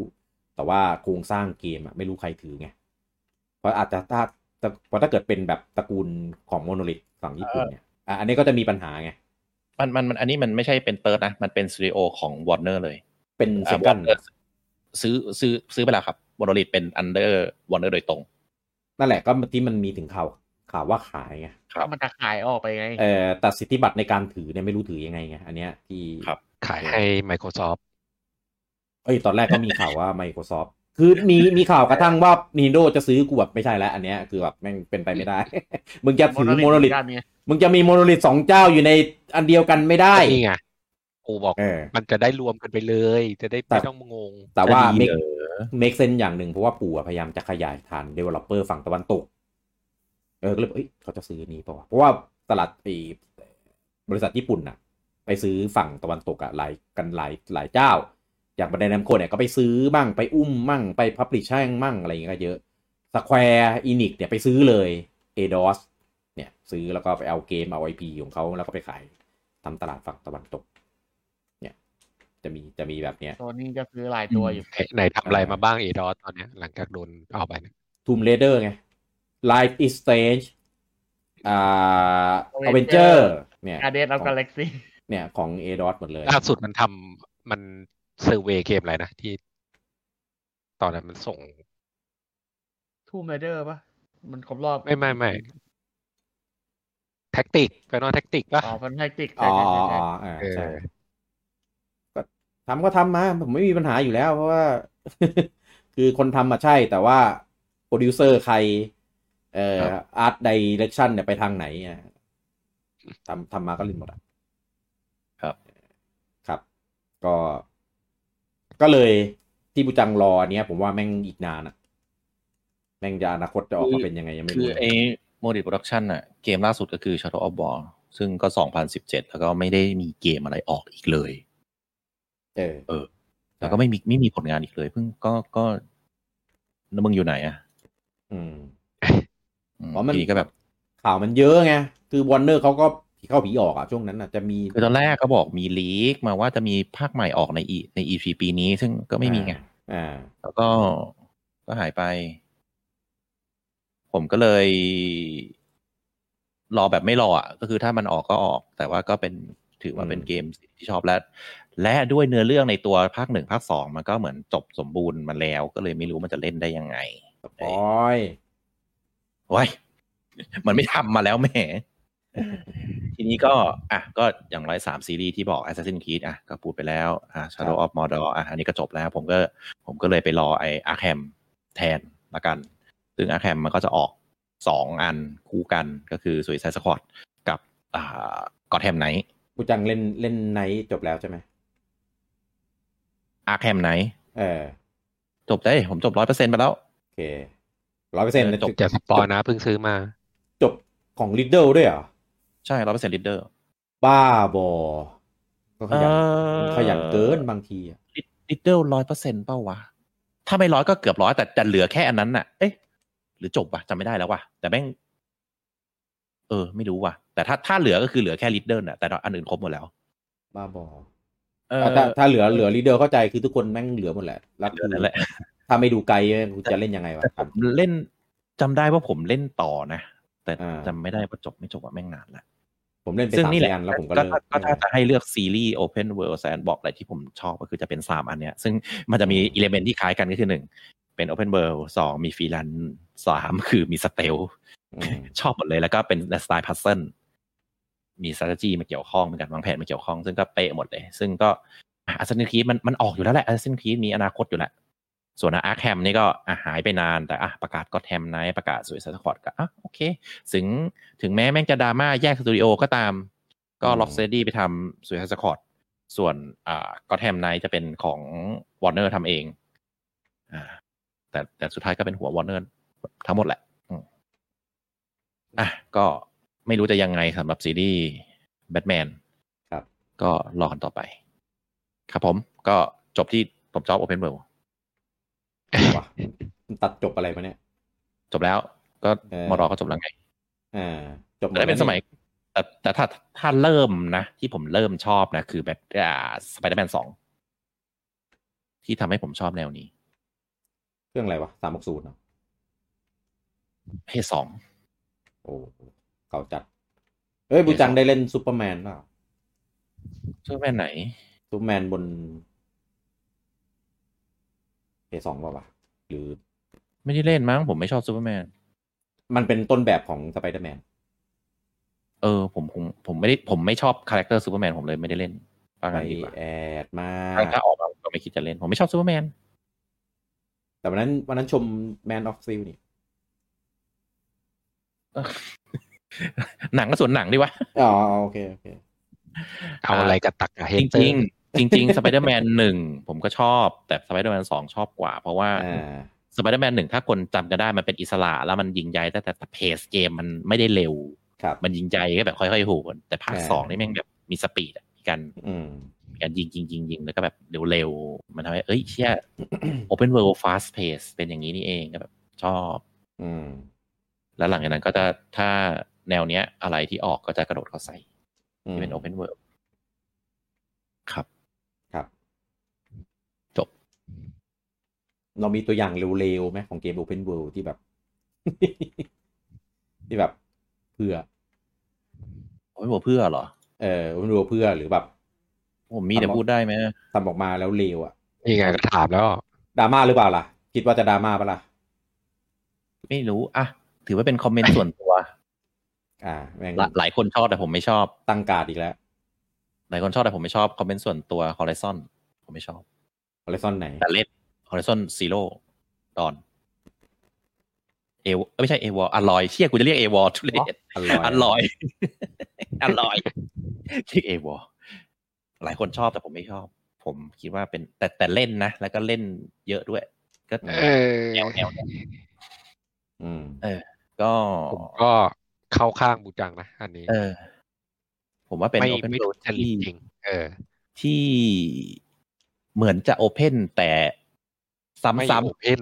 S1: แต่ว่าโครงสร้างเกมอ่ะไม่รู้ใครถือไง เพราะอาจจะถ้าถ้าเพราะถ้าเกิดเป็นแบบตระกูลของโมโนลิทฝั่งญี่ปุ่นเนี่ยอ่ะอันนี้ก็จะมีปัญหาไง
S2: มันมันมันอันนี้มันไม่ใช่เป็นเติร์ดนะ มันเป็นสตูดิโอของวอร์เนอร์เลย
S1: เป็นเซ
S2: อ่ะ
S1: กัน
S2: Warner ซื้อซื้อซื้อไปแล้วครับวอร์ริตเป็นอันเดอร์วอร์เนอร์โดยตรง
S1: นั่นแหละก็ที่มันมีถึงข่าวข่าวว่าขายไง
S3: ก็มันจะขายออกไปไง
S1: เอ่อแต่สิทธิบัตรในการถือเนี่ยไม่รู้ถือยังไงไงอันเนี้ยที่
S2: ครับ
S4: ขายให้ Microsoft
S1: เอ้ยตอนแรกก็มีข่าวว่า Microsoft คือมีมีข่าวกระทั่งว่า Nintendo จะซื้อกูแบบไม่ใช่แล้วอันเนี้ยคือแบบแม่งเป็นไปไม่ได้ มึงจะถือ
S3: Monolith
S1: โมโนลิท
S3: เหมือนกันไง
S1: มึงจะมีโมโนลิทสองเจ้าอยู่ในอันเดียวกันไม่ได้
S4: นี่ไงกูบอก
S1: เออ
S4: มันจะได้รวมกันไปเลย จะได้
S1: แต่
S4: ไม่ต้องงง
S1: แต่ว่า
S2: จะดี
S1: make
S2: เหรอ
S1: make sense อย่างหนึ่งเพราะว่าปู่อะพยายามจะขยายฐาน developer ฝั่งตะวันตก เออก็เลยบอกเอ้ยเขาจะซื้ออันนี้เปล่าวะเพราะว่าตลาดไอ้บริษัทญี่ปุ่นน่ะ ไปซื้อฝั่งตะวันตกอะหลายกันหลายหลายเจ้า อย่างบันไดน้ำโคเนี่ยก็ไปซื้อมั่งไปอุ้มมั่งไปพับลิชแช่งมั่งอะไรอย่างเงี้ยก็เยอะสแควร์อินิกเนี่ยไปซื้อเลยเอดอสเนี่ยซื้อแล้วก็ไปเอาเกมเอาไอพีของเขาแล้วก็ไปขายทำตลาดฝั่งตะวันตก เนี่ย จะมีจะมีแบบเนี้ย
S3: ตัวนี้ก็ซื้อหลายตัวอยู่
S4: ไหนทำอะไรมาบ้างเอดอตอนเนี้ยหลังจากโดนเอาไปเนี่ย
S1: Tomb Raider ไง Life is Strange อ่า
S3: Avenger
S1: Avenger เนี่ย
S3: อาเดนเอา
S1: ขง
S3: กาแล็ก ซี่
S1: เนี่ยของ a d o s หมดเลย
S4: ล่าสุดมันทำมันเซอร์เวยเกมอะไรนะที่ ตอนนั้นมันส่ง
S3: ทูมไรเดอร์ปะมันครบรอบ
S4: ไม่ไม่ไม่แท็กติกไปนอนแท็กติกป่ะ
S3: อ๋อฟันแทคติก
S1: อ๋อ
S3: ใช่ใช่
S1: อ๋อ
S3: ใช่ใช่
S1: อ๋ออ่า
S4: เออ
S1: ใช่ก็ทำก็ทำมา ผมไม่มีปัญหาอยู่แล้ว เพราะ ว่า คือคนทำมาใช่ แต่ว่าโปรดิวเซอร์ใคร เอ่ออาร์ตไดเรคชั่นเนี่ยไปทางไหนอ่ะทำทำมาก็ลินหมดอ่ะ
S2: ครับ
S1: ครับ ก็ ก็เลยที่บูจังรอเนี้ยผมว่าแม่งอีกนานอ่ะ แม่งจะอนาคตจะออกมาเป็นยังไงยังไม่
S2: คื
S1: รู้
S2: อไอ้โมดิโปรดักชันอะเกมล่าสุดก็คือ Shadow of War ซึ่งก็ 2017 แล้วก็ไม่ได้มีเกมอะไรออกอีกเลย
S1: เออ
S2: แล้วก็ไม่มีไม่มีผลงานอีกเลย เพิ่งก็ก็แล้วมึงอยู่ไหนอ่ะ
S1: อืม
S2: ม
S1: อ๋อมัน
S2: ทีนี้ก็แบบ
S1: ข่าวมันเยอะไง คือวอร์เนอร์เขาก็ผีเข้าผีออกอะช่วงนั้นนะจะมี
S2: คือตอนแรกเขาบอกมีลีกมาว่าจะมีภาคใหม่ออกในอีในอีพีปีนี้ ซึ่งก็ไม่มีไง
S1: อ่า
S2: แล้วก็ก็หายไป ผมก็เลยรอแบบไม่รออ่ะ ก็คือถ้ามันออกก็ออก แต่ว่าก็เป็นถือว่าเป็น
S1: อืม
S2: เกมที่ชอบและและด้วยเนื้อเรื่องในตัวภาคหนึ่งภาคสองมันก็เหมือนจบสมบูรณ์มาแล้ว ก็เลยไม่รู้มันจะเล่นได้ยังไง
S1: ปอย
S2: ว้ยมันไม่ทำมาแล้วแหม ทีนี้ก็อ่ะก็อย่างไรสามซีรีส์ที่บอก Assassin's Creed อ่ะก็พูดไปแล้ว อ่ะ Shadow of Mordor อ่ะอันนี้ก็จบแล้ว ผมก็ผมก็เลยไปรอไอ้ Arkham แทนละกัน ซึ่ง Arkham มันก็จะออกสองอันคู่กันก็คือ Suicide Squad กับอ่า Gotham Knight
S1: กูจังเล่นเล่นไนท์จบแล้วใช่ไหม
S2: Arkham Knight
S1: เออ
S2: จบได้ ผมจบร้อยเปอร์เซ็นต์ไปแล้ว
S1: โอเคร้อยเปอร์เซ็นต์
S2: จบ
S4: อย่าสปอยนะเพิ่งซื้อมา
S1: จบของลิดเดิลด้วยเหรอ
S2: ใช่ร้อยเปอร์เซ็นต์ลีดเดอร์
S1: บ้าบอก็ขยันขยันเกินบางทีอะ
S2: ลีดเดอร์ร้อยเปอร์เซ็นต์เป้าวะ ถ้าไม่ร้อยก็เกือบร้อยแต่แต่เหลือแค่อันนั้นน่ะ เอ๊ะ หรือจบวะจำไม่ได้แล้ววะแต่แม่ง เออ ไม่รู้ว่ะ แต่ถ้าถ้าเหลือก็คือเหลือแค่ลีดเดอร์น่ะแต่อันอื่นครบหมดแล้ว
S1: บ้าบอ
S2: เออ
S1: แต่ถ้าถ้าเหลือเหลือลิดเดิลเข้าใจคือทุกคนแม่งเหลือหมดแหละแล้ว
S2: เหลื
S1: คืออ
S2: นั่นแหละ
S1: ถ้าไม่ดูไกลกูจะเล่นยังไงวะ
S2: แต่ผมเล่นจำได้ว่าผมเล่นต่อนะ แต่
S1: อ่า
S2: จำไม่ได้ว่าจบไม่จบว่าแม่งนานละ
S1: ผมเล่นไป
S2: ซึ่ง
S1: สาม
S2: นี่แหละ
S1: อันแล้วผมก็
S2: ก็
S1: เลิก
S2: ถ้าก็ถ้าจะให้เลือกซีรีส์ Open World Sandbox อะไรที่ผมชอบก็คือจะเป็นสามอันเนี้ย ซึ่งมันจะมีอิเลเมนที่คล้ายกันก็คือหนึ่งเป็น Open World สองมีฟรีแลนซ์สาม คือมีสเตล
S1: อืม
S2: ชอบหมดเลยแล้วก็เป็นในสไตล์พัซเซิลมี strategy มาเกี่ยวข้องมีการวางแผนมาเกี่ยวข้อง ซึ่งก็เป๊ะหมดเลย ซึ่งก็อาซันคีมันมันออกอยู่แล้วแหละอาซันคีมีอนาคตอยู่แล้วส่วนอาร์คแฮมนี่ก็อ่ะหายไปนานแต่อ่ะประกาศก็แฮมไนประกาศสวยสตคอร์ดก็อ่ะโอเค ถึงถึงแม้แม่งจะดราม่าแยกสตูดิโอก็ตาม ก็ล็อกเซดี้ไปทำสวยสตคอร์ดส่วนอ่าก็แฮมไนจะเป็นของวอร์เนอร์ทำเองอ่าแต่แต่สุดท้ายก็เป็นหัววอร์เนอร์ทั้งหมดแหละ อ่ะก็ไม่รู้จะยังไงสำหรับซีรีส์แบทแมน
S1: ครับ
S2: ก็รอกันต่อไป ครับผมก็จบที่ผมจอบโอเพนเวิล
S1: ว่ะมันตัดจบอะไรมาเนี่ย
S2: จบแล้ว ก็
S1: เออ
S2: มอรอก็จบแล้วไง
S1: อ่าจบหมด
S2: แต่เป็นสมัย แต่แต่ถ้าถ้าเริ่มนะ ที่ผมเริ่มชอบนะ คือแบทอ่าสไปเดอร์แมนสองที่ทำให้ผมชอบแนวนี้
S1: เครื่องอะไรวะสามหกศูนย์
S2: เพศสอง
S1: โอ้เก่าจัดเอ้ยบูจังได้เล่นซูเปอร์แมนเปล่า
S2: เชื่อแมนไหน
S1: ซูเปอร์แมนบนเพสองเปล่าวะหรือ
S2: ไม่ได้เล่นมั้งผมไม่ชอบซูเปอร์แมน
S1: มันเป็นต้นแบบของสไปเดอร์แมน
S2: เออผมผมผมไม่ได้ผมไม่ชอบคาแรคเตอร์ซูเปอร์แมนผมเลยไม่ได้เล่นว่า
S1: ไป
S2: งั้นดีกว่า
S1: แอดมา
S2: ถ้าออกมาผมก็ไม่คิดจะเล่นผมไม่ชอบซูเปอร์แมน
S1: แต่วันนั้นวันนั้นชม Man of Steel นี่
S2: หนังก็ส่วนหนังดีวะ
S1: อ๋อโอเคโอเค
S4: เอาอะไรกับตักกับเฮ
S2: จ
S4: น
S2: ริง
S4: เตอ
S2: จริง
S4: ร์
S2: ๆจริงสไปเดอร์แมนหนึ่งผมก็ชอบ แต่สไปเดอร์แมนสองชอบกว่า เพราะว่า
S1: อ่า
S2: สไปเดอร์แมนหนึ่งถ้าคนจำกันได้มันเป็นอิสระ แล้วมันยิงใหญ่แต่แต่เพสเกมมันไม่ได้เร็ว
S1: ครับ
S2: มันยิงใหญ่ก็แบบค่อยๆโหนแต่ภาค
S1: อ่า
S2: สองนี่แม่งแบบมีสปีดอะมีการ
S1: อืม
S2: มีการยิงยิงยิงยิงแล้วก็แบบเร็วๆมันทำให้เอ้ยเชี่ยโอเพนเวิลด์ฟาสเพสเป็นอย่างนี้นี่เองก็แบบชอบ
S1: อืม
S2: แล้วหลังจากนั้นก็จะถ้าแนวเนี้ยอะไรที่ออกก็จะกระโดดเข้าใส่
S1: อืม
S2: ที่เป็นโอเพนเวิลด์ครับ
S1: ครับ
S2: จบ
S1: เรามีตัวอย่างเร็วๆไหมของเกม Open World ที่แบบ ที่แบบเพื่อ
S2: โอเพนเวิลด์เพื่อเหรอ
S1: เอ่อ Open World เพื่อหรือแบบ
S2: ผมมีแต่พูดได้ไหม
S1: ทำออกมาแล้วเลวอะ
S4: นี่ไงก็ถามแล้ว
S1: ดราม่าหรือเปล่าล่ะ คิดว่าจะดราม่าปะล่ะ
S2: ไม่รู้อ่ะถือว่าเป็นคอมเมนต์ส่วนตัว
S1: อ่า แม่ง
S2: หลายหลายคนชอบแต่ผมไม่ชอบ
S1: ตั้งการดอีกแล้ว
S2: หลายคนชอบแต่ผมไม่ชอบคอมเมนต์ส่วนตัวฮอริซอนผมไม่ชอบ
S1: อเลซอนไหน
S2: แต่เล่นฮอริซอนซีโร่ตอนเอวไม่ใช่เอวอลอยเชี่ยกูจะเรียกเอวอทุเรศ
S1: อร่อย
S2: อล อยอลอยเรียกเอวอหลายคนชอบแต่ผมไม่ชอบ ผมคิดว่าเป็นแต่แต่เล่นนะ แล้วก็เล่นเยอะด้วย ก็
S4: เออ
S2: แนวแนวเนี่ย
S1: อืม
S2: ก็
S4: ผมก็เข้าข้างบูจังนะ อันนี้
S2: เออ ผมว่าเป็น
S4: ไม่
S2: Open
S4: ไม่
S2: World
S4: จริ
S2: ที่
S4: งจริงๆเออ
S2: ที่เหมือนจะ Open แต่ซ้
S4: ไม่
S2: ำ
S4: โอเพน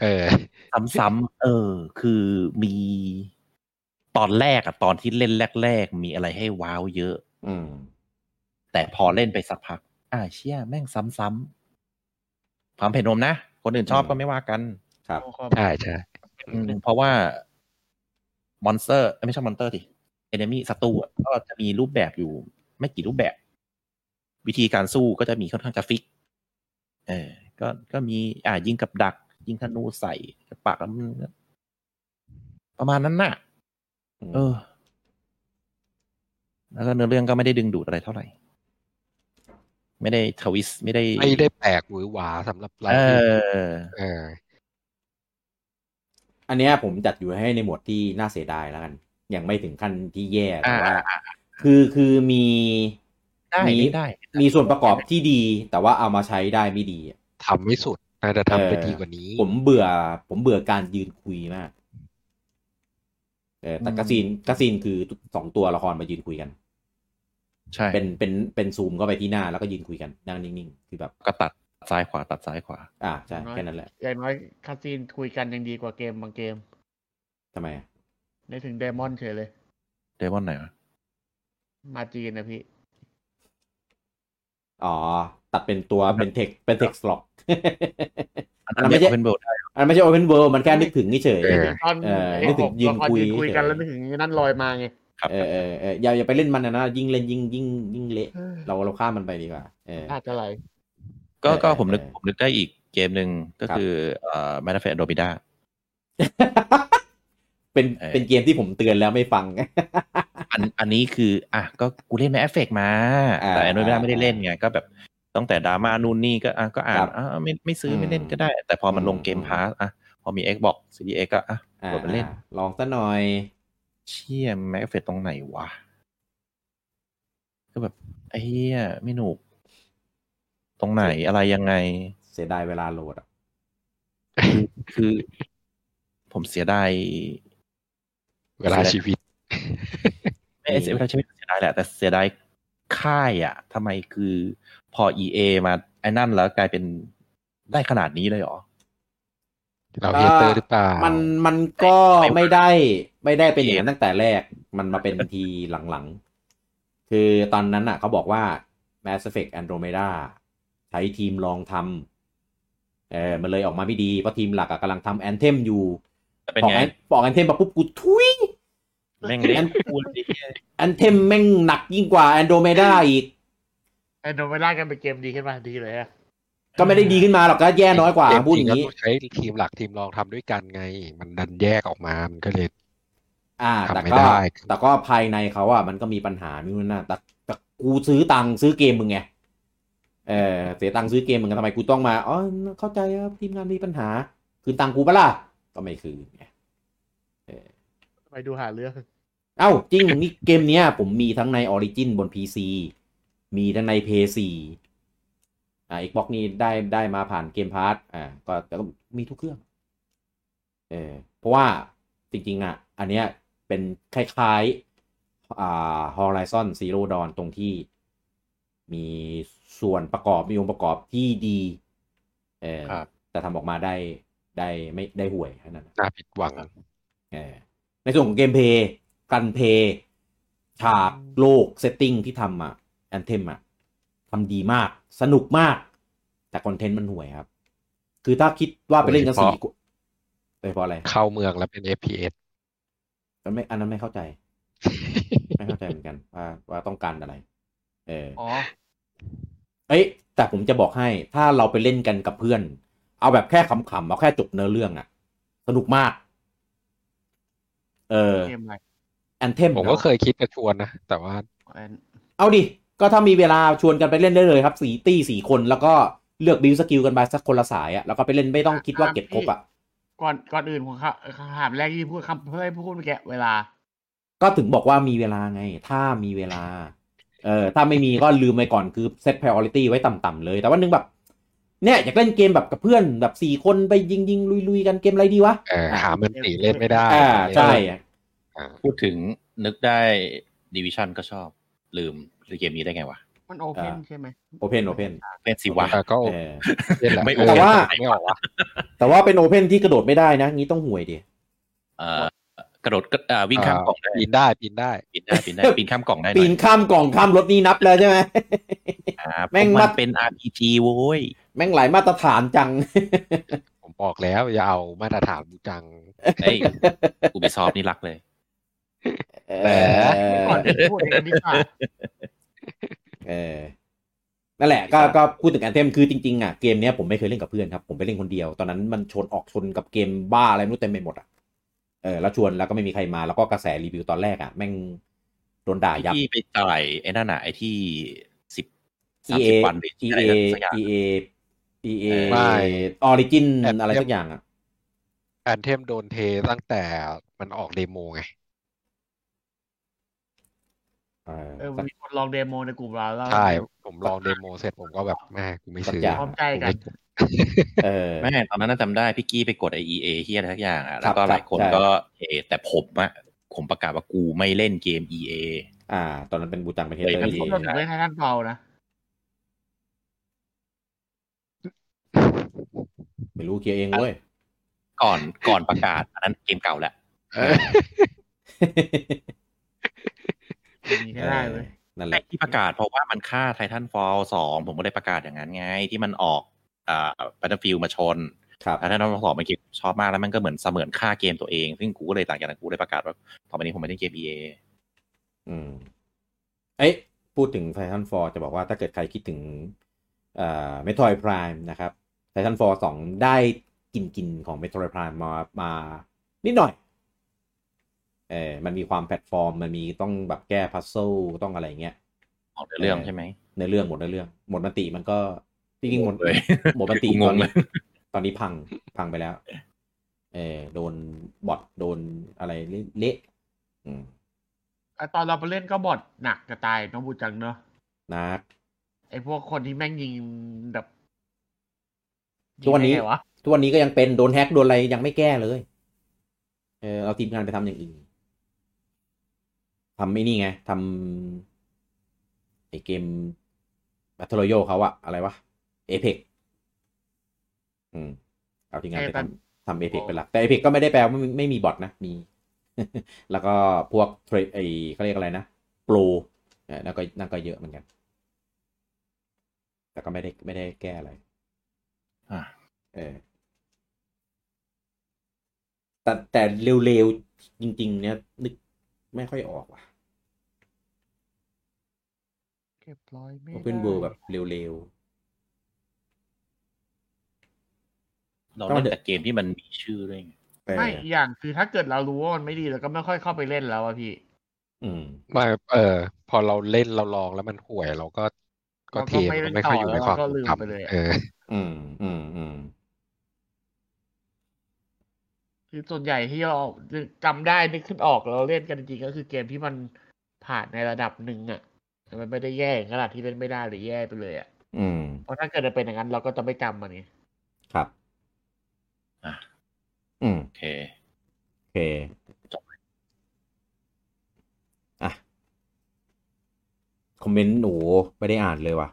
S4: เออ
S2: ๆซ้ำๆเออ คือมีตอนแรกอะตอนที่เล่นแรก ๆ มีอะไรให้ว้าวเยอะ
S1: อืม
S2: แต่พอเล่นไปสักพัก อ่าเชี่ยแม่งซ้ำๆความเผ็ดนมนะ คนอื่นชอบ
S1: อืม
S2: ก็ไม่ว่ากัน
S1: ครับ
S4: ใช่ใช่
S2: อืมเพราะว่ามอนสเตอร์ไม่ใช่มอนสเตอร์ดิเอนมีศัตรูอะก็จะมีรูปแบบอยู่ ไม่กี่รูปแบบ วิธีการสู้ก็จะมีค่อนข้างจะฟิก เออ ก็ก็มีอ่ายิงกับดัก ยิงธนูใส่กับปากแล้วมันประมาณนั้นน่ะ เออ แล้วก็เนื้อเรื่องก็ไม่ได้ดึงดูดอะไรเท่าไหร่ ไม่ได้ทวิสต์ไม่ได้
S4: ไม่ได้แปลกหวือหวาสำหรับเรา
S2: เอ
S4: ที่
S2: อ
S4: เออ
S1: อันเนี้ยผมจัดอยู่ให้ในหมวดที่น่าเสียดายแล้วกัน ยังไม่ถึงขั้นที่แย่แต่ว่าคือคือมี
S2: ได้
S1: มี
S2: ได้
S1: มีส่วนประกอบที่ดี แต่ว่าเอามาใช้ได้ไม่ดีอะ
S4: ทำไม่สุดน่าจะทำได้
S1: เออ
S4: ดีกว่านี้
S1: ผมเบื่อ ผมเบื่อการยืนคุยมากเออแต่
S2: อืม
S1: กาซีนกาซีนคือสองตัวละครมายืนคุยกัน
S2: ใช่
S1: เป็นเป็นเป็นซูมเข้าไปที่หน้าแล้วก็ยืนคุยกันนั่งนิ่งๆคือแบบ
S2: ก็ตัดซ้ายขวาตัดซ้ายขวา
S1: อ่าใช่แค่นั้นแหละ
S3: อย่างน้อยคาซีนคุยกันยังดีกว่าเกมบางเกม
S1: ทำไมอะ
S3: ในถึงเดมอนเฉยเลย
S2: เดมอนไหนวะ
S3: มาจีนนะพี่
S1: อ๋อ ตัดเป็นตัวเป็นเทคเป็นเทคสล็อก
S2: อันนั้นไม่
S1: ไม่ใช่
S2: ใช่เป็นเบลได้
S1: อันไม่ใช่ Open World มันแค่นึกถึงเฉย
S4: เออ
S3: ตอน
S1: เออ
S3: ไอ้
S1: นึกถึง
S3: ห
S1: ยืน
S3: ละร
S1: คุย
S3: คุยกันแล้วนึกถึงนั่นลอยมาไง
S2: ครับ
S1: เออเออเอออย่าอย่าไปเล่นมันนะนะยิ่งเล่นยิ่งยิ่งยิ่งเละเราเราข้ามมันไปดีกว่าเออ
S3: อาจจะไหล
S2: ก็
S1: เออ
S2: ก็ผมนึก
S1: เออ
S2: ผมนึกได้อีกเกมหนึ่งก็
S1: ครับ
S2: คือเอ่อ Manifest Andromeda
S1: เป็น
S2: เออ
S1: เป็นเกมที่ผมเตือนแล้วไม่ฟัง
S2: อันอันนี้คือ อ่ะก็กูเล่น Mass Effect มา
S1: อ่า
S2: แต่ Andromeda ไม่ได้เล่นไง ก็แบบตั้งแต่ดราม่านู่นนี่ก็อ่ะก็อ่าน
S1: ครับ
S2: อ่ะไม่ไม่ซื้ออ
S1: ม
S2: ไม่เล่นก็ได้ แต่พอมันลง
S1: อืม
S2: เกมพาสอ่ะพอมี Xbox Series X ก็อ่ะ
S1: อ่าก
S2: ดมาเล่น
S1: ลองซะหน่อย
S2: เชี่ย Mass Effect ตรงไหนวะ ก็แบบไอ้เหี้ยไม่หนุก ตรงไหนอะไรยังไง
S1: เสียดายเวลาโหลดอะ
S2: คือ ผมเสียดาย
S4: เวลาชีวิต
S2: ไม่เสียเวลาชีวิตเสียดายแหละแต่เสียดายค่ายอ่ะทำไมคือพอ EA มาไอ้นั่นแล้วกลายเป็นได้ขนาดนี้เลยเหรอ
S4: เราเฮเตอร์หรือเปล่า
S1: มั
S4: มัน
S1: มันก็
S2: ไม่
S1: ไม่ได้ไม่ได้เป็น
S2: เก
S1: อ
S2: ม
S1: ย่างนั้นตั้งแต่แรกมันมาเป็นทีหลังๆ คือตอนนั้นอ่ะเขาบอกว่า Mass Effect Andromeda ใช้ทีมลองทำเออมันเลยออกมาไม่ดี เพราะทีมหลักอะกำลังทำแอนเทมอยู่
S2: แต่เป็น
S1: บอก
S2: ไง
S1: แอนบอกแอนเทมมาปุ๊บกูทุย
S2: แม่งเล่
S1: งั้
S2: น
S1: น
S2: พูดดิ
S1: แอนเทมแม่งหนักยิ่งกว่าแอนโดเมดาอีก
S3: ไอ้โนเวล่ากันเป็นเกมดีขึ้นมาดีเลยฮะ
S1: ก็ไม่ได้ดีขึ้นมาหรอกก็แย่น้อยกว่าพูดอย่าง
S4: นี้
S1: นี้
S4: ใช้ทีมหลักทีมรองทำด้วยกันไง มันดันแยกออกมา มันก็เลย
S1: อ่า
S4: ทำ
S1: แต่
S4: ไม่
S1: ก็
S4: ได้
S1: แต่ก็ภายในเขาอ่ะมันก็มีปัญหามีนู่นนั่นแต่แต่กูซื้อตังค์ซื้อเกมมึงไงเออเสียตังค์ซื้อเกมมึงทำไมกูต้องมาอ๋อเข้าใจครับทีมงานมีปัญหา คืนตังค์กูปะล่ะก็ไม่คืนไง
S3: ไปดูหาเรื่อง
S1: เอ้าจริงนี่เกมเนี้ย ผมมีทั้งในออริจินบน PC มีทั้งใน PS4 อ่า Xbox นี่ได้ได้มาผ่านเกมพาร์อ่าก็แต่ก็มีทุกเครื่อง เออเพราะว่าจริงๆอ่ะ อันเนี้ยเป็นคล้ายๆอ่า Horizon Zero Dawn ตรงที่มีส่วนประกอบ มีองค์ประกอบที่ดีเออ
S2: ครับ
S1: แต่ทำออกมาได้ได้ไม่ได้ห่วยเท่านั้น
S4: น่าผิดหวัง
S1: เออในส่วนของเกมเพลย์กันเพลย์ฉากโลกเซตติ้งที่ทำอ่ะ แอนเทมอ่ะทำดีมาก สนุกมาก แต่คอนเทนต์มันห่วยครับ คือถ้าคิดว่าไปเล่นกันสี่
S4: โดยเฉพาะ
S1: โดยเฉพาะอะไร
S4: เข้าเมืองแล้วเป็น FPS
S1: อันไม่อันนั้นไม่เข้าใจ ไม่เข้าใจเหมือนกันว่าว่าต้องการอะไร เออ
S3: อ๋อ
S1: เอ้ยแต่ผมจะบอกให้ถ้าเราไปเล่นกันกับเพื่อน เอาแบบแค่ขำๆเอาแค่จบเนื้อเรื่องอะสนุกมาก เออ
S3: เกมอะไร
S1: แอนเทม
S4: ผมก็เคยคิดจะชวนนะ แต่ว่า
S3: แอน
S1: เอาดิ ก็ถ้ามีเวลาชวนกันไปเล่นได้เลยครับสี่ตี้สี่คนแล้วก็เลือกบิวสกิลกันไปสักคนละสายอะแล้วก็ไปเล่นไม่ต้องคิดว่าเก็บครบอะ
S3: ก่อนก่อนอื่นผมครับคำถามแรกที่พูดคำเพื่อให้พูดเมื่อกี้เวลา
S1: ก็ถึงบอกว่ามีเวลาไง ถ้ามีเวลา เออถ้าไม่มีก็ลืมไปก่อนคือเซต priority ไว้ต่ำๆเลย แต่ว่านึงแบบ เนี่ยอยากเล่นเกมแบบกับเพื่อนแบบสี่คนไปยิงยิงลุยลุยๆกันเกมอะไรดีวะ
S4: เออหามันตีเล่นไม่ได้
S1: อ่าใช่
S4: อ่า
S2: พูดถึงนึกได้ Division ก็ชอบ ลืมเกมนี้ได้ไงวะ
S3: มันโอเพน
S1: อ่า
S3: ใช่ไหม
S1: โอเพนโอเพน
S2: เล่นสิวะ
S4: แต่ก็เล่นแหละ
S2: ไม่
S4: เออ
S1: แต่ว่า
S4: ไม่ออกวะ
S1: แต่ว่าเป็นโอเพนที่กระโดดไม่ได้นะ งี้ต้องห่วยดิ
S2: เอ่อกระโดดกระอ่าวิ่งข้ามกล่องได้
S4: ปีนได้ปีนได้
S2: ปีนได้ ปีนได้ปีนข้ามกล่องได้หน่อย
S1: ปีนข้ามกล่องข้ามรถนี่นับแล้วใช่ไหม
S2: ครับ
S1: แม่ง
S2: ผ
S1: มั
S2: มัน นเป็น RPG โว้ย
S1: แม่งหลายมาตรฐานจัง
S4: ผมบอกแล้ว อย่าเอามาตรฐานบูจัง
S2: เฮ้ยกูไปซอบนี่รักเลย
S4: แต่
S1: เออ
S3: ก่อนที่พูดเองนิดหน่อย
S1: เออนั่นแหละก็ก็พูดถึงแอนเทมคือจริงๆอ่ะเกมเนี้ยผมไม่เคยเล่นกับเพื่อนครับ ผมไปเล่นคนเดียว ตอนนั้นมันชนออกชนกับเกมบ้าอะไรไม่รู้เต็มไปหมดอ่ะเออแล้วชวนแล้วก็ไม่มีใครมาแล้วก็กระแสรีวิวตอนแรกอ่ะแม่งโดนด่ายับ
S2: ที่ไปจ่ายไอ้นั่นน่ะไอ้ที่สิบสาม
S1: EA
S2: สิบวันหรือที่อะไร
S1: EA
S2: นะสักอย่าง
S1: EA EA
S4: ไม่
S1: Origin อะไรสักอย่างอ่ะ
S4: แอนเทมโดนเทตั้งแต่มันออกเดโมไง
S1: เออ
S3: เออ
S1: สัก
S3: มีคนลองเดโมในกลุ่มเราแล้ว
S4: ใช่ ผมลองเดโมเสร็จผมก็แบบแม่กูไม่ซื้
S1: สัก
S4: อ
S1: อย่าง
S3: พร้อมใจกัน
S1: เออ
S2: แม่ตอนนั้นนะจำได้พี่กี้ไปกดไอเอเฮียอะไรทักอย่างอ่ะ แล้วก็
S1: ครับ
S2: หลายคน
S1: ใช่
S2: ก็เอแต่ผมอะผมประกาศว่ากูไม่เล่นเกม EA
S1: อ่า ตอนนั้นเป็นบูจังเป็นเฮดเตอ
S2: ฮ้
S1: ร์
S3: แต่
S2: ย
S1: ดี
S3: ผมก็ถึงเล่นไททันเบานะ
S1: ไม่รู้เคลียร์เองเว้ย
S2: ก่อนก่อนประกาศ อันนั้นเกมเก่าแหละ
S4: เออ
S3: อย่างนี้ก็ได้เลย
S1: ออนั่นแห
S2: แต่
S1: ละ
S2: ที่ประกาศเพราะว่ามันฆ่า Titanfall 2 ผมก็เลยประกาศอย่างนั้นไง ที่มันออกอ่า Battlefield มาชน
S1: ครับ
S2: แล้วถ้าน้องสอบมันเกมชอบมากแล้วมันก็เหมือนเสมือนค่าเกมตัวเอง ซึ่งกูก็เลยต่างจากนั้นกูเลยประกาศว่าต่อไปนี้ผมไม่เล่นเกม EA
S1: อืม เอ้ยพูดถึง Titan Fall จะบอกว่าถ้าเกิดใครคิดถึงเอ่อ Metroid Prime นะครับ Titan Fall 2 ได้กลิ่นกลิ่นของ Metroid Prime มามานิดหน่อย เออมันมีความแพลตฟอร์ม มันมีต้องแบบแก้พัซ z ซ e ต้องอะไรอย่างเงี้ย
S2: ออกเนื้อเรื่องใช่ไหม
S1: ในอเรื่องหมดในอเรื่อง หมดมันติมันก็จริงๆหมด
S2: หมดเลย
S1: หมดมันติ
S2: กูง
S1: ตอง น
S2: เล
S1: นี้
S2: ย
S1: ตอนนี้พังพังไปแล้ว เออโดนบอทโดนอะไรเละๆอืม
S3: ไอ้ตอนเราไปเล่นก็บอดหนักกระตายน้องบูจังเนอะ
S1: นัก
S3: ไอ้พวกคนที่แม่งยิงแบบ
S1: ทุกวันนี้
S3: ยิงได้ไงวะ
S1: ทุกวันนี้ก็ยังเป็นโดนแฮ็กโดนอะไรยังไม่แก้เลย เออเอาทีมงานไปทำอย่างอื่นทำไอ้นี่ไงทำไอเกม Battle Royale เขาอะอะไรวะ Apex อืม เอาทีมงานไปทำทำ Apex เป็นหลัก แต่ Apex ก็ไม่ได้แปลว่าไม่ไม่มีบอทนะ มี แล้วก็พวกเทรดไอเขาเรียกอะไรนะ โปรเออนั่นก็นั่นก็เยอะเหมือนกัน แต่ก็ไม่ได้ไม่ได้แก้อะไร
S2: อ่ะ
S1: เออแต่แต่เร็วๆ จริง ๆ เนี่ย นึกไม่ค่อยออกว่ะ
S3: เก็บร้อยไม่
S1: โอเ n น
S3: ได้
S1: เวิลแบบเร็ว
S2: เราเล่นแต่เกมที่มันมีชื่อด้วยไง
S1: ๆแต่
S3: ไม่อีกอย่างคือถ้าเกิดเรารู้ว่ามันไม่ดีเราก็ไม่ค่อยเข้าไปเล่นแล้วอะพี่
S1: อืม
S4: ไมาเออ พอเราเล่นเราลองแล้วมันห่วยเราก็ก็
S3: เราก็
S4: เทม
S3: ไม่
S4: มัน
S3: เล่น
S4: ไม่ค่อยอยู่
S3: ต่อ
S4: ใน
S3: แล้ว
S4: ความ
S3: เราก็ลืม
S4: ทำ
S3: ไปเลยอะ
S4: เออ
S1: อืม อืม อืม
S3: คือส่วนใหญ่ที่เราจำได้นึกขึ้นออกเราเล่นกันจริงๆก็คือเกมที่มันผ่านในระดับหนึ่งอะแต่มันไม่ได้แย่ขนาดที่เล่นไม่ได้หรือแย่ไปเลยอะ
S1: อืม
S3: เพราะถ้าเกิดมันเป็นอย่างนั้นเราก็จะไม่จำมันนี่
S1: ครับ
S2: อ่ะ
S1: อืม
S2: โอเค
S1: โอเค
S2: จบ
S1: อ่ะ คอมเมนต์หนูไม่ได้อ่าน เลยว่ะ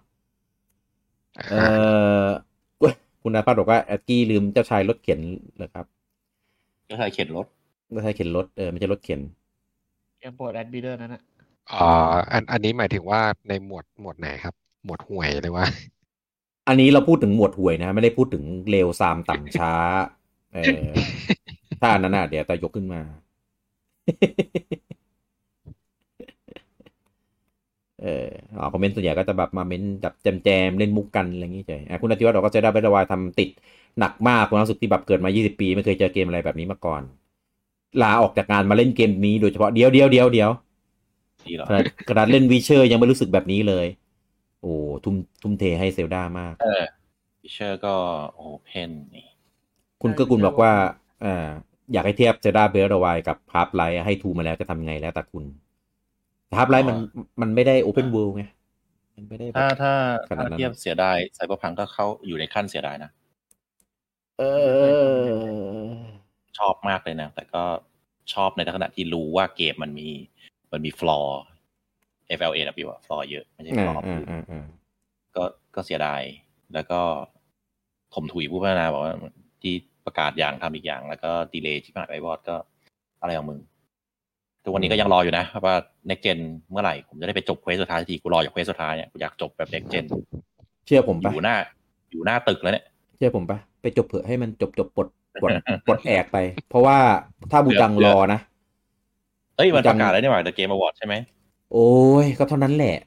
S1: เออคุณอาภาสบอกว่าแอดกี้ลืมเจ้าชายรถเข็นเหรอครับ
S2: ก็ใครเข็นรถ
S1: เจ้าชายเข็นรถเออไม่ใช่รถเข็น
S3: เกมโปรดแอดบีเดอร์นั่นอะ
S4: อ๋ออันอันนี้หมายถึงว่าในหมวดหมวดไหนครับ หมวดห่วยหรือว่า
S1: อันนี้เราพูดถึงหมวดหวยนะ ไม่ได้พูดถึงเลวซามต่ำช้า เออถ้าอันนั้นน่ะเดี๋ยวจะยกขึ้นมา เอออ๋อคอมเมนต์ส่วนใหญ่ก็จะแบบมาเม้นแบบแจมๆ เล่นมุกกันอะไรอย่างงี้เฉยอ่ะคุณอาทิวัฒน์บอกว่าเจด้าเบดวายทำติดหนักมากคุณรู้สึกที่แบบเกิดมา 20 ปี ไม่เคยเจอเกมอะไรแบบนี้มาก่อน ลาออกจากงานมาเล่นเกมนี้โดยเฉพาะเดียวเดียวเดียวเดียว
S2: ดีเหรอก
S1: ระดาษกระดาษเล่นวีเชอร์ยังไม่รู้สึกแบบนี้เลย โอ้ทุ่มทุ่มเทให้เซลดามาก
S2: เออฟิเชอร์ก็โอเพนนี่
S1: คุณก็กุลบอกว่าเอ่ออยากให้เทียบเซดาเบลดาวายกับพาร์ l ไลท์ให้ทูมาแล้วจะทำไงแล้วแต่คุณพาร์ l ไลท์มันมันไม่ได้โอเพนเวิลด์ไง มันไม่ได้แบบ
S2: ถ้าถ้า
S1: ขนาดนั้น
S2: ถ้าเทียบเสียดายไซเบอร์พังก็เข้าอยู่ในขั้นเสียดายนะ
S1: เออ
S2: ชอบมากเลยนะ แต่ก็ชอบในขณะที่รู้ว่าเกมมันมี มันมีฟลอร์ FLAW อะฟลอเยอะ ไม่ใช่ฟลอ
S1: อ่า
S2: อ
S1: อ่า
S2: พื้น
S1: อ่าอ่า
S2: ก็ก็เสียดาย แล้วก็ถมถุยผู้พัฒนาบอกว่าที่ประกาศอย่างทำอีกอย่าง แล้วก็ดีเลย์ที่ผ่านไปวอดก็อะไรของมึง ทุกวันนี้ก็ยังรออยู่นะว่า next gen เมื่อไหร่ ผมจะได้ไปจบเควสสุดท้ายสักทีกูรออยู่เควสสุดท้ายเนี่ยกูอยากจบแบบ next gen
S1: เชื่อผม
S2: อ
S1: ปะ
S2: ยู่หน้า อยู่หน้าตึกแล้วเนี่ย
S1: เชื่อผมปะไปจบเผื่อให้มันจบจบปลดปลดปลดแอกไป เพราะว่าถ้าบูจังรอนะ
S2: เอ้ยมัน
S1: จำ
S2: ประกาศแล้วนี่หว่า The Game Award ใช่ไหม
S1: โอ้ยก็เท่านั้นแหละ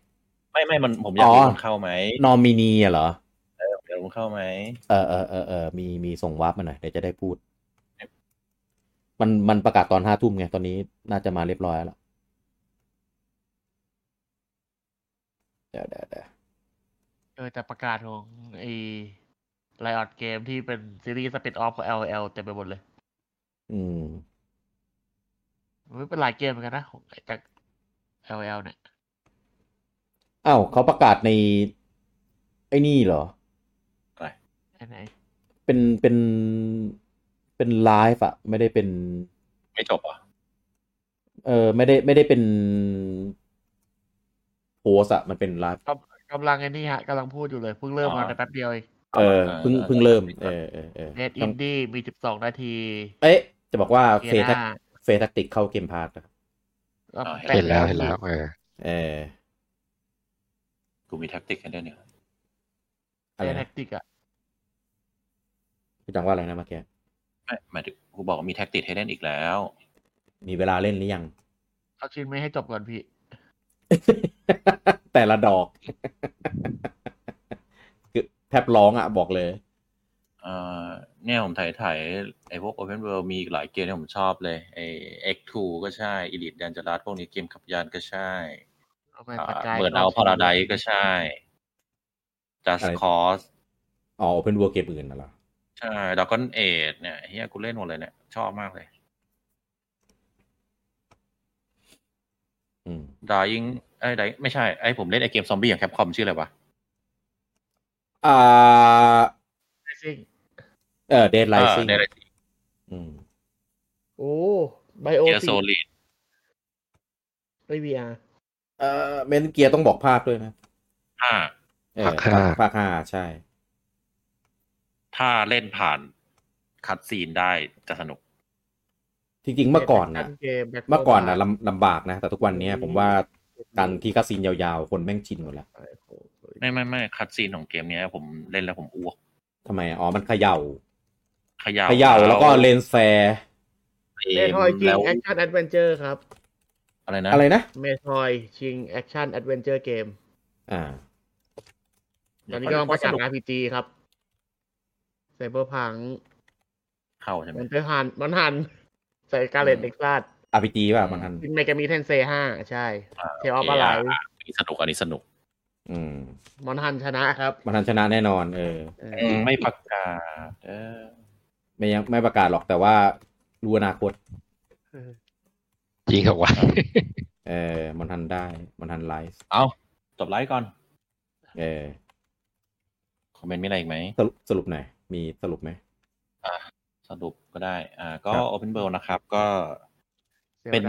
S2: ไม่ไม่มันผมอยาก
S1: อ๋อ
S2: รู้มันเข้าไหม
S1: นอมินีอะเหรอ
S2: เดี๋ยวมันเข้าไหม
S1: เออเออเออเออมีมีส่งวาร์ปมาหน่อยเดี๋ยวจะได้พูด มันมันประกาศตอนห้าทุ่มไง ตอนนี้น่าจะมาเรียบร้อยแล้วเดี๋ยวเดี๋ยวเดี๋ยว
S3: เออแต่ประกาศของไอ้ไลออดเกมที่เป็นซีรีส์สปินออฟของ LL เต็มไปหมดเลย
S1: อืม
S3: ไม่เป็นหลายเกมเหมือนกันนะของจาก LL เนี่ย
S1: อ้าวเขาประกาศใน ไอ้นี่เหรอ
S3: ไหน
S1: เป็นเป็นเป็นไลฟ์อะไม่ได้เป็น
S2: ไม่จบเหรอ่ะ
S1: เออไม่ได้ไม่ได้เป็นโพสอะมันเป็นไลฟ์
S3: ๆกำลังไอ้นี่ฮะกำลังพูดอยู่เลยเพิ่งเริ่มมาได้แป๊บเดียวเอง
S1: เออเพิ่งเพิ่งเริ่ม เออเออเออ
S3: Dead Indie มี 12 นาที
S1: เอ๊ะ จะบอกว่าเฟ
S3: เก
S1: ทัก
S3: น่า
S1: เฟทักติกเข้าเกมพาร์ท
S4: เห็นแล้วเห็นแล้วเออ
S1: เออ
S2: กูมีแท็กติกกันด้วยเนี่ย
S1: อะไร
S3: เแท็
S1: นะ
S3: กติกอะ
S1: พี่จังว่าอะไรนะเมื่อกี้
S2: ไม่หมายถึงกูบอกว่ามีแท็กติกให้เล่นอีกแล้ว
S1: มีเวลาเล่นหรือยัง
S3: เอาชิ้นไม่ให้จบก่อนพี่
S1: แต่ละดอก คือแทบร้องอ่ะ บอกเลย
S2: เอ่อเนี่ยผมถ่ายถ่ายไอ้พวก Open World มีอีกหลายเกมที่ผมชอบเลยไอ้ X2 ก็ใช่ Elite Dangerous พวกนี้เกมขับยานก็ใช่
S3: เอาไปสกาย
S2: เปิดเอาพาราไดก็ใช่ Just
S1: อะไร
S2: Cause
S1: อ๋อเป็นวัวเกมอื่นน่ะเหรอ
S2: ใช่ Dragon Age เนี่ยเฮียกูเล่นหมดเลยเนี่ย ชอบมากเลย
S1: อืม
S2: Dying ไอ้ย Dying ไม่ใช่ ไอ้ผมเล่นไอ้เกมซอมบี้อย่างแคปคอมชื่ออะไรวะ
S1: อ่า
S3: ซิ่ง
S1: เออเดดไลซิ่ง
S2: เด
S1: อืม
S3: โอ้ไบโอ
S2: ลโซ
S3: ซี
S2: ลิด
S3: ด้วย VR
S1: เออเมนเกียร์ต้องบอกภาคด้วยนะ
S2: ถ้า
S1: เออ
S4: ภาคห้า
S1: ภาคห้าใช่
S2: ถ้าเล่นผ่านคัดซีนได้จะสนุก
S1: จริงๆเมื่อก่อนนะ
S3: เกม Battle
S1: เมื่อก่อนนะ
S3: ภาค
S1: ลำลำบากนะ แต่ทุกวันเนี้ยผมว่าการที่คาสินยาวๆ คนแม่งชินหมดแล้ว
S3: โอ้โห
S2: ไม่ไม่ไม่คัดซีนของเกมเนี้ยผมเล่นแล้วผมอ้วก
S1: ทำไมอะอ๋อ มันเขย่า
S2: เขย่า
S1: เขย่าแล้วก็เลนส์แฟร์
S3: เมทอยชิ
S2: แล้
S3: ง
S2: ว
S3: แอคชั่นแอดเวนเจอร์ครับ
S2: อะไรนะ
S1: อะไรนะ
S3: เมทอยชิงแอคชั่นแอดเวนเจอร์เกม
S1: อ่า
S3: ตอนนี้กำลังประกาศ RPG ครับไซเบอร์พัง
S2: เข้าใช่ไหม
S3: มันเตอร์ฮันมันหันใส่การเลนเด็กลาด
S1: RPG ป่ะมันทัน
S3: เมกามีเทนเซห้าใช่ เทออฟอะไร
S2: อันนี้สนุกอันนี้สนุก
S1: อืม
S3: มอนฮันชนะครับ
S1: มันทันชนะแน่นอน เออ
S3: เออ
S2: ไม่ประกาศเออ
S1: ไม่ยังไม่ประกาศหรอกแต่ว่ารู้อนาคต
S4: จริงเหรอวะ
S1: เออ มันทันได้ มันทันไลฟ์
S2: เอาจบไลฟ์ก่อน
S1: เออ
S2: คอมเมนต์มีอะไรอีกไหม
S1: สรุปสรุปหน่อย มีสรุปไหม
S2: สรุปก็ได้ อ่า ก็
S1: ครับ
S2: Open World นะครับ ก็
S3: ซลดา
S2: เป็น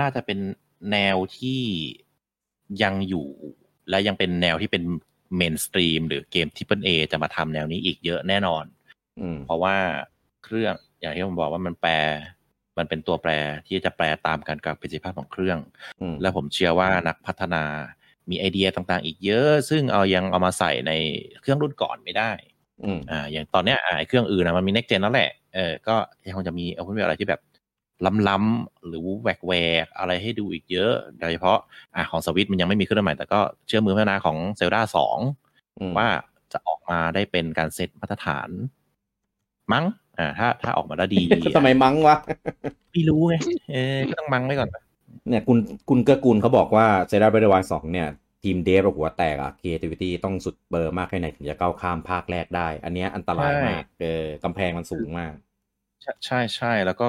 S2: น่าจะเป็นแนวที่ยังอยู่ และยังเป็นแนวที่เป็นเมนสตรีมหรือเกม Triple A จะมาทำแนวนี้อีกเยอะแน่นอน
S1: อืม
S2: เพราะว่าเครื่องอย่างที่ผมบอกว่ามันแปล มันเป็นตัวแปรที่จะแปลตามการกลับประสิทธิภาพของเครื่อง
S1: อืม
S2: และผมเชื่อว่านักพัฒนามีไอเดียต่างๆ อีกเยอะ ซึ่งเอายังเอามาใส่ในเครื่องรุ่นก่อนไม่ได้
S1: อืม
S2: อ่า อย่างตอนเนี้ยอ่าไอ้เครื่องอื่นนะมันมี next gen แล้วแหละ เออ ก็ยังคงจะมีเอาเป็นอะไรที่แบบล้ำๆหรือแหวกแหวกๆอะไรให้ดูอีกเยอะ โดยเฉพาะอ่าของสวิตมันยังไม่มีเครื่องใหม่ แต่ก็เชื่อมือพัฒนาของเซลดาสอง
S1: อืม
S2: ว่าจะออกมาได้เป็นการเซตมาตรฐาน มั้ง อ่า ถ้าถ้าออกมาได้ ดี
S1: ทำไมมั้งวะ
S2: ไม่รู้ไง เอ อก็ต้องมั้งไว้ก่อน
S1: เนี่ยคุณคุณเกื้อกูลเขาบอกว่าเซราเบรวายสองเนี่ย ทีมเดฟหัวแตกอะ creativity ต้องสุดเบอร์มากแค่ไหนถึงจะก้าวข้ามภาคแรกได้ อันเนี้ยอันตรายมากเออกำแพงมันสูงมาก
S2: ใช่ใช่ใช่แล้วก็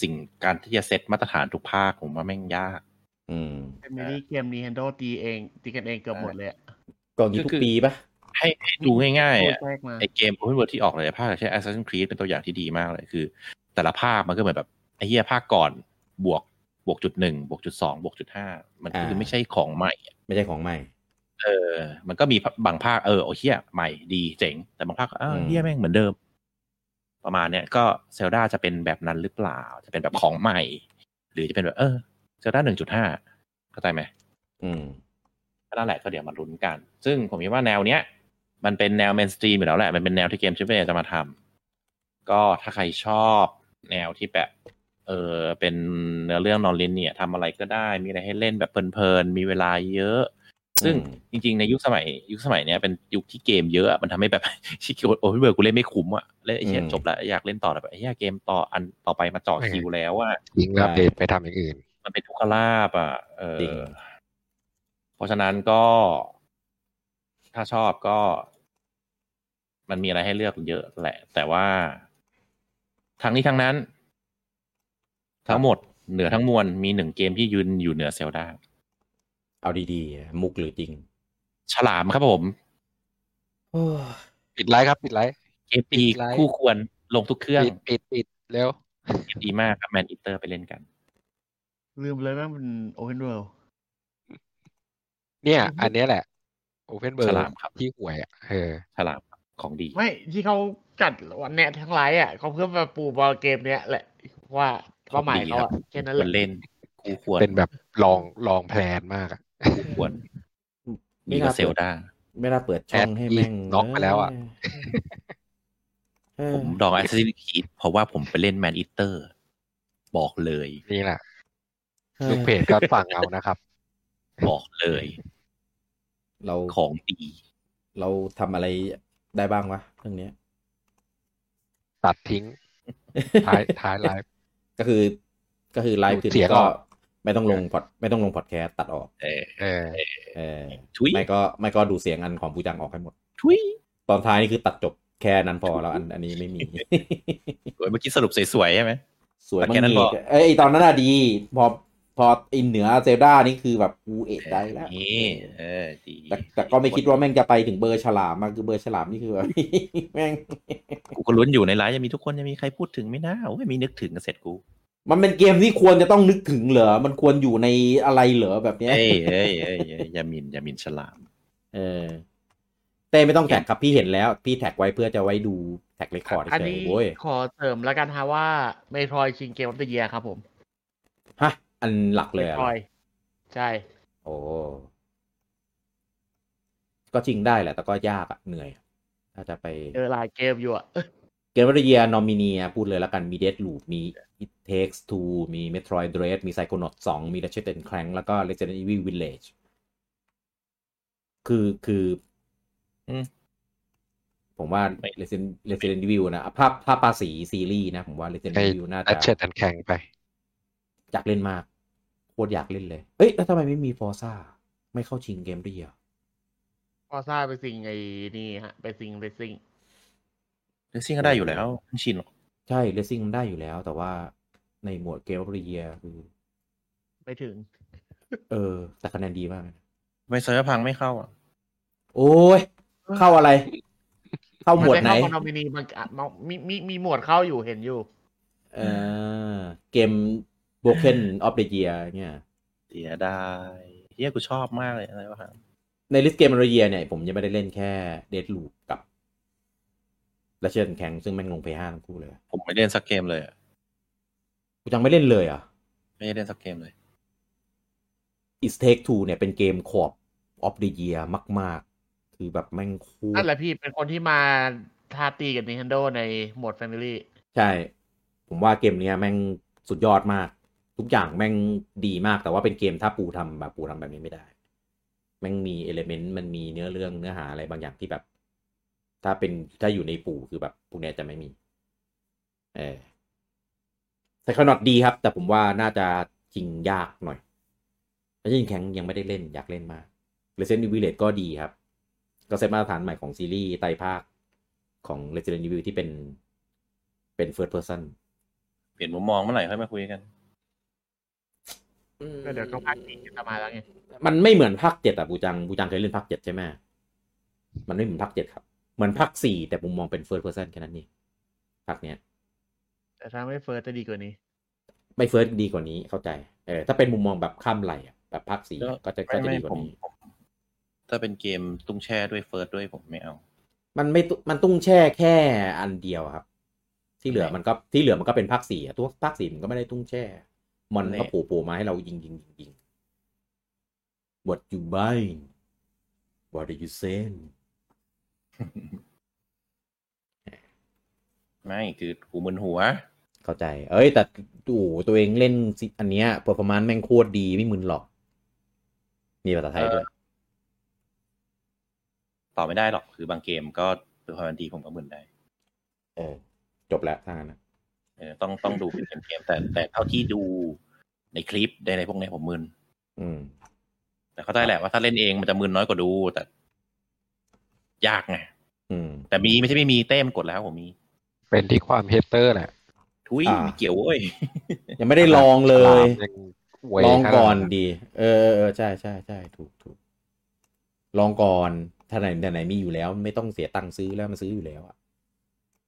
S2: สิ่งการที่จะเซตมาตรฐานทุกภาคผมว่าแม่งยาก
S1: อืม
S3: เป็นมินิเกม Nintendo ตีเอง ตีกันเองเกือบหมดเลยอะ
S1: ก่อนนี้ทุกปีปะ
S2: ให้ให้ดูง่ายๆอ่ะ
S3: โคตรแรกมา
S2: ไอเกม Open World ที่ออกหลายๆภาคเช่น Assassin's Creed เป็นตัวอย่างที่ดีมากเลยคือ แต่ละภาคมันก็เหมือนแบบไอเฮียภาคก่อนบวก บวกจุดหนึ่งบวกจุดสองบวกจุดห้ามันคือ
S1: อ่า
S2: ไม่ใช่ของใหม่
S1: ไม่ใช่ของใหม่
S2: เออ มันก็มีบางภาค เออ โอเฮียใหม่ดีเจ๋ง แต่บางภาคก็อ้าว
S1: อืม
S2: เฮียแม่งเหมือนเดิม ประมาณเนี้ยก็เซลดาจะเป็นแบบนั้นหรือเปล่า จะเป็นแบบของใหม่ หรือจะเป็นแบบ เออเซลดาหนึ่งจุดห้าเข้าใจไหม
S1: อืม
S2: ก็นั่นแหละก็เดี๋ยวมาลุ้นกัน ซึ่งผมคิดว่าแนวเนี้ย มันเป็นแนวเมนสตรีมอยู่แล้วแหละ มันเป็นแนวที่เกมชิปเปอร์จะมาทำก็ถ้าใครชอบแนวที่แบบ เออเป็นเนื้อเรื่องนอนลินเนี่ยทำอะไรก็ได้ มีอะไรให้เล่นแบบเพลินๆมีเวลาเยอะ ซึ่ง
S1: อืม
S2: จริง ๆ ในยุคสมัย ยุคสมัยเนี้ยเป็นยุคที่เกมเยอะอะมันทำให้แบบ ชิคิโอโอ้ยเบื่อกูเล่นไม่คุ้มอ่ะเล่นไอ้เชี่ย
S1: อืม
S2: จบแล้วอยากเล่นต่อแต่แบบไอ้เหี้ยเกมต่ออันต่อไปมาจ่อ
S4: โอเค
S2: คิวแล้วอ่ะ
S4: ทิ้งแล้วอัปเดตไปทำอย่างอื่น
S2: มันเป็นทุกขลาบอ่ะเอ
S1: จริง
S2: อเพราะฉะนั้นก็ ถ้าชอบก็ มันมีอะไรให้เลือกเยอะแหละ แต่ว่าทั้งนี้ทั้งนั้น ทั้งหมดเหนือทั้งมวลมีหนึ่งเกมที่ยืนอยู่เหนือเซลดา
S1: เอาดีๆ มุกหรือจริง
S2: ฉลามครับผม
S4: ปิดไลฟ์ครับ ปิดไลฟ์
S2: เอพี
S4: ไลฟ์
S2: คู่ควรลงทุกเครื่อง
S4: ปิดปิดปิดเร็ว
S2: ดีมากครับแมนอิเตอร์ไปเล่นกัน
S3: ลืมเลยว่ามันโอเพนเวิลด์
S4: เนี่ย อันเนี้ยแหละ โอเพนเบอร์
S2: ฉลามครับ
S4: ที่ห่วยอ่ะเออ
S2: ฉลามครับของดี
S3: ไม่ที่เขาจัดวันเนี้ยทั้งไลฟ์อ่ะเขาเพื่อมาปูบอลเกมเนี้ยแหละว่าเป้าหมายเขาอะแค่นั้น
S2: ค
S3: แห
S2: ว
S3: ละ
S2: รเล่นคู่ควร
S4: เป็นแบบลองลองแพลนมากอะ
S2: คู่ควร
S1: ไม่
S2: ดีก
S1: น่า
S2: ว่าเซลดา
S1: ไม่น่าเปิดช่องให้แม่ง
S4: น็อกไปแล้วอะ
S1: เออ
S2: ผมดองแอสซิสคีดเพราะว่าผมไปเล่นแมนอิเตอร์ บอกเลย
S4: นี่แหละ
S1: เออ
S4: ลูกเพจก็ฟังเอานะครับ
S2: บอกเลย
S1: เรา
S2: ของดี
S1: เราทำอะไรได้บ้างวะเรื่องเนี้ย
S4: ตัดทิ้ง ท้ายท้ายไลฟ์
S1: ก็คือ ก็คือไลฟ์คือ
S4: เสียง
S1: ก็
S4: ออก
S1: ไม่ต้องลงพอดไม่ต้องลงพอดแคสต์ตัดออก
S2: เออ
S4: เออ
S1: เออ
S2: ทุย
S1: ไม่ก็ไม่ก็ดูเสียงอันของผู้จังออกให้หมด
S2: ทุย
S1: ตอนท้ายนี่คือตัดจบแค่นั้นพอแล้วอันอันนี้ไม่มี
S2: สวยเมื่อกี้สรุปสวยๆใช่ไหม
S1: สวย
S2: แต่
S1: มั
S2: แค่นั้นนพอ
S1: มีเอ้ยตอนนั้นอะดี พอพออินเหนือเซลดานี่คือแบบกูเอะได้แล้ว
S2: นี่เออดี
S1: แต่แต่ก็ไม่คิดว่าแม่งจะไปถึงเบอร์ฉลามมาคือเบอร์ฉลามนี่คือแบบ แม่ง
S2: กูก็ลุ้นอยู่ในไลน์จะมีทุกคนจะมีใครพูดถึงไหม่น่าโอ้ยมีนึกถึงกันเสร็จกู
S1: มันเป็นเกมที่ควรจะต้องนึกถึงเหรอ มันควรอยู่ในอะไรเหรอแบบเนี้ย
S2: เอ้ยเอ้ยเอ้ยเอ้ยอยาหมินอยาหมินฉลาม
S1: เออเต้ไม่ต้องแท็กครับพี่เห็นแล้ว พี่แท็กไว้เพื่อจะไว้ดูแท็กเรคคอร์ด
S3: อัน
S1: เฉยๆ
S3: นี้
S1: โว้ย
S3: ขอเสริมแล้วกันฮะว่าเมทรอยชิงเกม e ั f เ h ียครับผม
S1: ฮะอันหลักเลย
S3: ม
S1: อะ
S3: ทรอยใช่
S1: โอ้ก็จริงได้แหละ แต่ก็ยากอะเหนื่อยอะถ้าจะไป
S3: เจอหลายเกมอยู่อ่ะ
S1: เกมวัตเยียนอมินีพูดเลยแล้วกัน มี Dead Loop มี It Takes Two มี Metroid Dread มี Psychonaut 2 มี Ratchet and Clank แล้วก็ Resident Evil Village คือคืออ
S2: ม
S1: ผมว่า
S2: ไม่
S1: Resident Resident Evil นะภาพภาพภาษีซีรีส์นะ ผมว่า Resident
S4: ไอ้
S1: Evil น่า
S4: แอ
S1: จะ
S4: ดเช็ดอันแข็งไป
S1: อยากเล่นมาก โคตรอยากเล่นเลย เอ้ย แล้วทำไมไม่มี Forza ไม่เข้าชิงเกมได้เหรอ
S3: พอซ่าไปสิงไอ้นี่ฮะ ไปสิงไปสิง
S2: เลสซิ่งก็ได้อยู่แล้วไม่ชินหรอก
S1: ใช่ Racing มันได้อยู่แล้ว แต่ว่าในหมวดเกมวัตเยียคือ
S3: ไปถึง
S1: เออแต่คะแนนดีมากเลยนะ
S2: ไวเซอร์พังไม่เข้าอ่ะ
S1: โอ้ย เข้าอะไร เข้าหมวดไหน
S3: มัม่เข้าคอนโดมินีมันอ่ะมันมีมีมีหมวดเข้าอยู่เห็นอยู่
S1: เออเกม Broken of the Year เนี่ย
S2: เสียดายเฮียกูชอบมากเลยอะไรวะฮะ
S1: ในลิสต์เกม of the Year เนี่ย ผมยังไม่ได้เล่นแค่ Dead Loop กับ r a t c h e t and Clank ซึ่งแม่งลงเพย์ห้าทั้งคู่เลย
S2: ผมไม่เล่นสักเกมเลยอะ
S1: กูยังไม่เล่นเลยอ่ะ
S2: ไม่ได้เล่นสักเกมเลย
S1: It Take Two เนี่ยเป็นเกม Corp of the Year มาก ๆ คือแบบแม่งโคู่
S3: นั่นแหละพี่เป็นคนที่มาทาตีกับ Nintendo ในหมวด Family
S1: ใช่ ผมว่าเกมเนี้ยแม่งสุดยอดมาก ทุกอย่างแม่งดีมากแต่ว่าเป็นเกมถ้าปูทำแบบปูทำแบบนี้ไม่ได้ แม่งมีเอลเมนต์มันมีเนื้อเรื่องเนื้อหาอะไรบางอย่างที่แบบ ถ้าเป็นถ้าอยู่ในปู่คือแบบพวกเนี้ยจะไม่มี เออแต่ขนอดดีครับ แต่ผมว่าน่าจะจริงยากหน่อยแล้วจริงแข็งยังไม่ได้เล่นอยากเล่นมาก Resident Evil Village ก็ดีครับ ก็เซตมาตรฐานใหม่ของซีรีส์ไตรภาคของ Resident Evil ที่เป็นเป็น first person
S2: เปลี่ยนมุมมองเมื่อไหร่ค่อยมาคุยกัน
S3: ก็เดี๋ยวก็พักอีกจะมาแล้วไง
S1: มันไม่เหมือนภาคเจ็ดอะบูจังบูจังเคยเล่นภาคเจ็ดใช่ไหมมันไม่เหมือนภาคเจ็ดครับ เหมือนภาคสี่แต่มุมมองเป็นเฟิร์สเพ s ร์ซนแค่นั้นเองภาคเนี้ย
S3: แต่ถ้าไม่เฟิร์สจะดีกว่านี้
S1: ไปเฟิร์สดีกว่านี้เข้าใจ เออถ้าเป็นมุมมองแบบข้ามไหลอะแบบภาคสี่
S2: ก็
S1: ก็จะก็
S2: ไม่
S1: จะ
S2: ไม่
S1: ดีกว่า
S2: ผม
S1: นี้
S2: ผมถ้าเป็นเกมตุ้งแช่ด้วยเฟิร์สด้วยผมไม่เอา
S1: มันไม่ตุมันต้องแช่แค่อันเดียวครับ ที่เหลือมันก็ที่เหลือมันก็เป็นภาคสี่อะตัวภาคสี่มันก็ไม่ได้ตุ้งแช่ มอน
S2: แน่
S1: ก็โผูๆมาให้เรายิงยิงยิงยิง What you buying What are you saying
S2: ไม่คือกูมึนหัว
S1: เข้าใจ เอ้ย แต่โอ้โหตัวเองเล่นซิอันเนี้ยเปอร์ฟอร์มนซ์แม่งโคตรดีไม่มึนหรอก มีภาษาไทยด้วย
S2: ต่อบไม่ได้หรอกคือบางเกมก็เป็นความดีผมก็มึนได้
S1: เออ จบแล้วทางนั้นนะ
S2: เออต้องต้องดูเป็นเกมๆแต่แต่เท่าที่ดูในคลิปในอะไรพวกเนี้ยผมมึน
S1: อืม
S2: แต่เข้าใจแหละว่าถ้าเล่นเองมันจะมึนน้อยกว่าดู แต่ ยากไง
S1: อืม
S2: แต่มีไม่ใช่ไม่มีเต้มนกดแล้วผมมี
S4: เป็นที่ความเฮเตอร์แหละ
S2: ทุย
S1: อ่า
S2: ไม่เกี่ยวเว้ย
S1: ยังไม่ได้ลองเลย
S4: ยังเว้ย
S1: ลองก่อน
S4: ขนาด
S1: ดี เออเออเออใช่ใช่ใช่ถูกถูกลองก่อนถ้าไหนถ้าไหนมีอยู่แล้ว ไม่ต้องเสียตังค์ซื้อแล้วมันซื้ออยู่แล้วอะ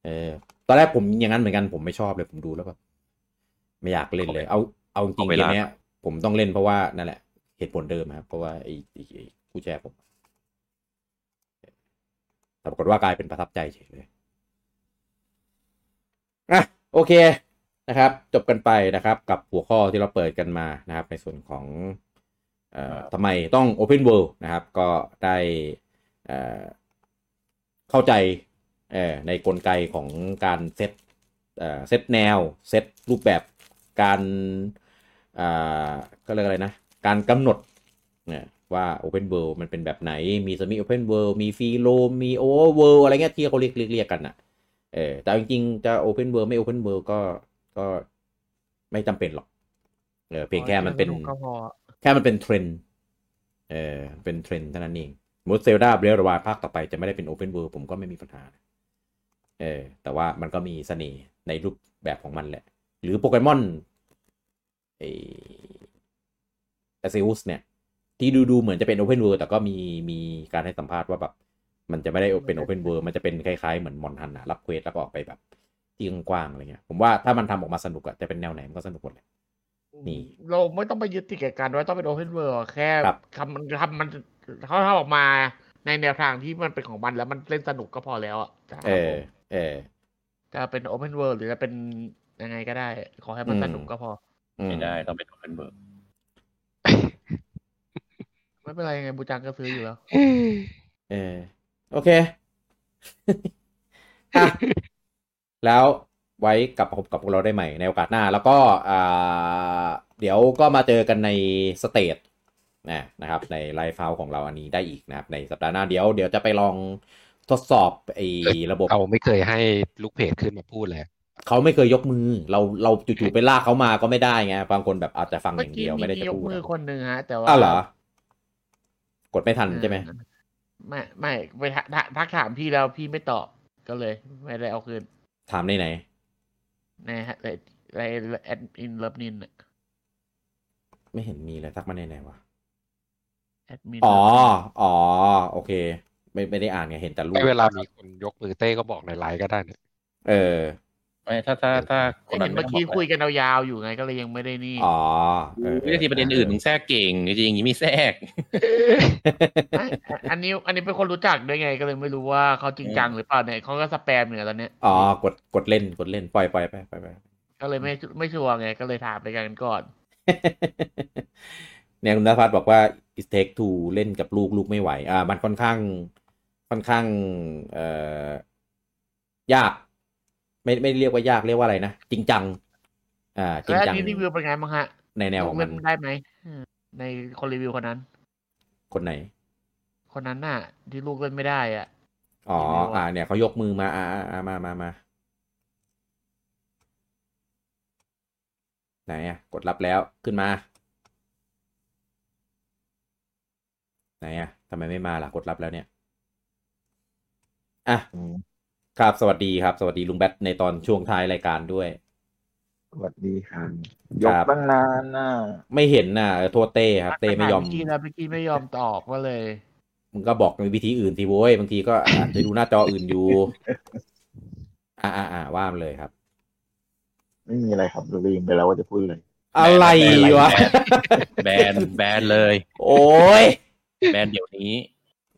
S1: เออ ตอนแรกผมอย่างนั้นเหมือนกันผมไม่ชอบเลยผมดูแล้วแบบไม่อยากเล่นเลย เอาเอาจริง
S2: เอา
S1: ๆ
S2: เว
S1: เก
S2: ลา
S1: มเนี้ย ผมต้องเล่นเพราะว่านั่นแหละ เหตุผลเดิมครับ เพราะว่าไอ้ไอ้ไอ้ผู้แชร์ผมแต่ปรากฏว่ากลายเป็นประทับใจเฉยเลยอ่ะโอเค นะครับจบกันไปนะครับกับหัวข้อที่เราเปิดกันมานะครับ ในส่วนของเอ่อทำไมต้อง Open World นะครับ ก็ได้เอ่อเข้าใจเอ่อในกลไกของการเซตเอ่อเซตแนว เซตรูปแบบการเอ่อก็เรียกอะไรนะ การกำหนดเนี่ยว่า Open World มันเป็นแบบไหนมีสมิ Open World มีฟรีโลมี Over World อะไรเงี้ยที่เขาเรียกเรียกเรียกกันอ่ะ เออแต่เอาจริงๆ จะ Open World ไม่ Open World ก็ก็ไม่จำเป็นหรอกเออเพียงแค่มันเป็น
S3: สกก็พอ
S1: แค่มันเป็นเทรนด์เออเป็นเทรนด์เท่านั้นเองสมมูดเซลดาเบรลวาภาคต่อไปจะไม่ได้เป็น Open World ผมก็ไม่มีปัญหานะเออแต่ว่ามันก็มีเสน่ห์ในรูปแบบของมันแหละ หรือโปเกมอนไอเอซิอุสเนี่ย ที่ดูดูๆเหมือนจะเป็น Open World แต่ก็มีมีการให้สัมภาษณ์ว่าแบบ มันจะไม่ได้เป็น Open World มันจะเป็นคล้ายๆเหมือนมอนทันนะรับเควสแล้วก็ออกไปแบบที่กว้างๆอะไรเงี้ยผมว่าถ้ามันทำออกมาสนุกอะจะเป็นแนวไหนมันก็สนุกหมดเลย นี่
S3: เราไม่ต้องไปยึดติดกับการว่าต้องเป็นโอเพนเวิร์แค่
S1: ครับ
S3: ทำมันทำมันเขาทำออกมาในแนวทางที่มันเป็นของมันแล้วมันเล่นสนุกก็พอแล้วอ่ะจ้ะ
S1: เออเออ
S3: จะเป็นโอเพนเวิร์หรือจะเป็นยังไงก็ได้ ขอให้มันสนุกก็พอ
S1: อื
S2: ไม่ได้ต้องเป็นโอเพนเบิร์ก
S3: ไม่เป็นไรไงบูจังก็ซื้ออยู่แล้ว
S1: เออโอเค อ่ะแล้วไว้กลับมาพบกับพวกเราได้ใหม่ในโอกาสหน้า แล้วก็อ่าเดี๋ยวก็มาเจอกันในสเตจนะนะครับ ในไลฟ์เฟลของเราอันนี้ได้อีกนะครับ ในสัปดาห์หน้าเดี๋ยวเดี๋ยวจะไปลองทดสอบไอ้ระบบ
S4: เขาไม่เคยให้ลูกเพจขึ้นมาพูดเลย
S1: เขาไม่เคยยกมือ เราเราจู่ๆไปลากเขามาก็ไม่ได้ไงบางคนแบบอาจจะฟังอ
S3: เมื่อย่างกี้
S1: เดียว
S3: มี
S1: ไม่ได้จะ
S3: ยก
S1: พูด
S3: มือ
S1: อะ
S3: คนหนึ่งฮะ แต่ว่า
S1: อ้าวเหรอ กดไม่ทันใช่ไหม
S3: ไม่ไม่ไปทักทักถามพี่แล้วพี่ไม่ตอบก็เลย ไม่ได้เอาคืน
S1: ถามในไหน
S3: นะฮะในในแอดมินเลิฟนิน
S1: ไม่เห็นมีเลยทักมาในไหนวะ
S3: แอดมิน
S1: อ๋อ อ๋อ โอเค ไม่ไม่ได้อ่านไง เห็นแต่รูป
S4: ไม่เวลามีคนยกมือเต้ก็บอกในไลน์ก็ได้เนี่ย
S1: เออ
S2: ไม่ถ้าถ้าถ้าคนนั้น
S3: เห็นเมื่อกี้
S2: ไต้งบ
S3: คุยกันยาวๆอยู่ไงก็เลยยังไม่ได้นี่
S1: อ๋อ
S2: เออวิธีประเด็นอื่นมึงแทรกเก่งจริงๆอย่างนี้ไม่แทร ก
S3: ไม่อันนี้อันนี้เป็นคนรู้จักด้วยไงก็เลยไม่รู้ว่าเขาจริงจังหรือเปล่าเนี่ยเขาก็สแปมเนี่ยตอนเนี้ย
S1: อ๋อ กด กดเล่น กดเล่น ปล่อยปล่อย ไปไปไป
S3: ก็เลยไม่ไม่ชัวร์ไงก็เลยถามไปกันก่อน
S1: เนี่ยคุณนภัสบอกว่า is take two เล่นกับลูกลูกไม่ไหว อ่า มันค่อนข้าง ค่อนข้างเอ่อยาก ไม่ไม่เรียกว่ายาก เรียกว่าอะไรนะ จริงจัง อ่า จริ
S3: แล้
S1: ง
S3: วอัน
S1: จัง
S3: นี้รีวิวเป็นไงบ้างฮะ
S1: ในแนวของมั
S3: เล่
S1: น
S3: นได้ไหมอืมในคนรีวิวคนนั้น
S1: คนไหน
S3: คนนั้นน่ะ ที่ลูกเล่นไม่ได้อ่ะ
S1: อ๋อ
S3: ไม่รู้อะ
S1: อ่า เนี่ยเขายกมือมา อ่าอ่าอ่ามามามา ไหนอ่ะ กดรับแล้ว ขึ้นมา ไหนอ่ะทำไมไม่มาล่ะ กดรับแล้วเนี่ย อ่ะ ครับ สวัสดีครับ สวัสดีลุงแบทในตอนช่วงท้ายรายการด้วย
S5: สวัสดีครับ
S1: ค
S5: ย
S1: รับ
S5: กตั้งนานน่ะ
S1: ไม่เห็นน่ะเออโทษเต้ครับ เต้ไม่ยอม
S3: พี่กี้แล้วพี่กี้ไม่ยอมตอบก็เลย
S1: มึงก็บอกในวิธีอื่นทีโว้ย บางทีก็อาจจะดูหน้าจออื่นอยู่ อ่าอ่าอ่าว่ามาเลยครับ
S5: ไม่มีอะไรครับลืมไปแล้วว่าจะพูดอะไร
S1: อะไรวะ
S2: แบนแบนเลย
S1: โอ้ย
S2: แบนเดี๋ยวนี้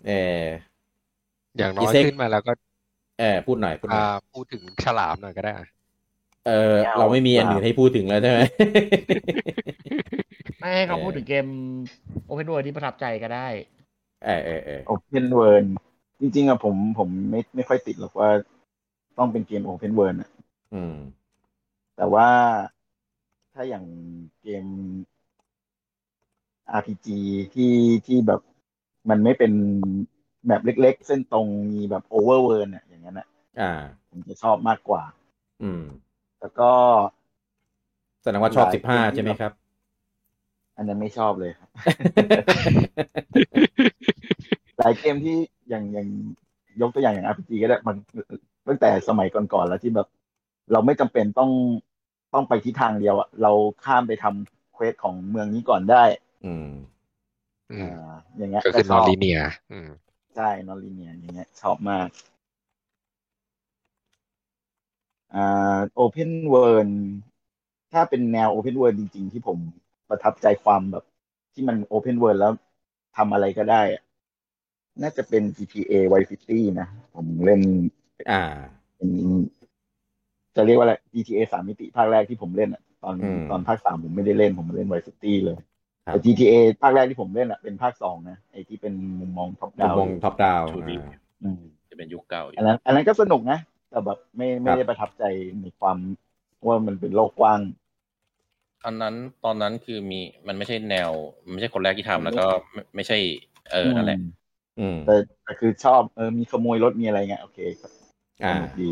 S1: เออ
S4: อย่างน้อ
S1: อี
S4: ย
S1: เซ็ก
S4: ขึ้นมาแล้วก็
S1: เออพูดหน่อยพูดหน่อย
S4: อ่าพูดถึงฉลามหน่อยก็ได้อะ
S1: เออเราไม่มีอันอื่นให้พูดถึงแล้วใช่ไหม
S3: ไม่ให้เขาพูด
S1: เออ
S3: ถึงเกมโอเพนเวิลดที่ประทับใจก็ได้
S1: เออเออเออ
S5: โอเพนเวิร์นจริงๆอะผมผมไม่ไม่ค่อยติดหรอกว่าต้องเป็นเกมโอเพนเวิร์นอะ
S1: อืม
S5: แต่ว่าถ้าอย่างเกม RPG ที่ที่แบบมันไม่เป็นแบบเล็กๆ เส้นตรงมีแบบโอเวอร์เวิร์นอะอย่างนั้นอะ
S1: อ่า
S5: ผมจะชอบมากกว่า
S1: อืม
S5: แล้วก็
S1: แสดงว่าชอบสิบห้าใช่ไหมครับ
S5: อันนั้นไม่ชอบเลยครับ หลายเกมที่อย่างอย่างยกตัวอย่างอย่าง RPG ก็ได้มันตั้งแต่สมัยก่อนๆแล้วที่แบบ เราไม่จำเป็นต้องต้องไปทิศทางเดียวอะเราข้ามไปทำเควสของเมืองนี้ก่อนได้
S1: อืม
S4: อืม
S5: อ่าอย่างเงี้ย
S4: ก็คือ
S5: ช
S4: นอบ นลีเนียอืม
S5: ใช่นอลิเนียอย่างเงี้ยชอบมากอ่าโอเพนเวิร์ถ้าเป็นแนวโอเพนเวิร์จริง ๆ ที่ผมประทับใจความแบบ ที่มันโอเพนเวิร์แล้วทำอะไรก็ได้อะน่าจะเป็น GTA Vice City นะผมเล่น
S1: อ่า
S5: เป็นจะเรียกว่าอะไร GTA สามมิติภาคแรกที่ผมเล่นอ่ะ ตอน
S1: อืม
S5: ตอนภาคสามผมไม่ได้เล่นผมมาเล่นไวซิตี้เลย
S1: ครับ
S5: แต่ GTA ภาคแรกที่ผมเล่นอ่ะเป็นภาคสองนะไอที่เป็นมุมมองท็อป
S1: มุ
S5: ดาม ว
S1: มองท็อปดาว
S2: True View จะเป็นยุคเก่าอยู่
S5: อันนั้น อันนั้นก็สนุกนะ แต่แบบไม่
S1: ค
S5: ไม่
S1: รับ
S5: ได้ประทับใจในความว่ามันเป็นโลกกว้าง
S6: อันนั้นตอนนั้นคือมีมันไม่ใช่แนวมันไม่ใช่คนแรกที่ทำแล้วก็ไม่ไม่ใช่ เออนั่นแหละ
S1: อืม
S5: แต่แต่คือชอบเออมีขโมยรถมีอะไรเงี้ยโอเคส
S1: อ่า
S5: นุกดี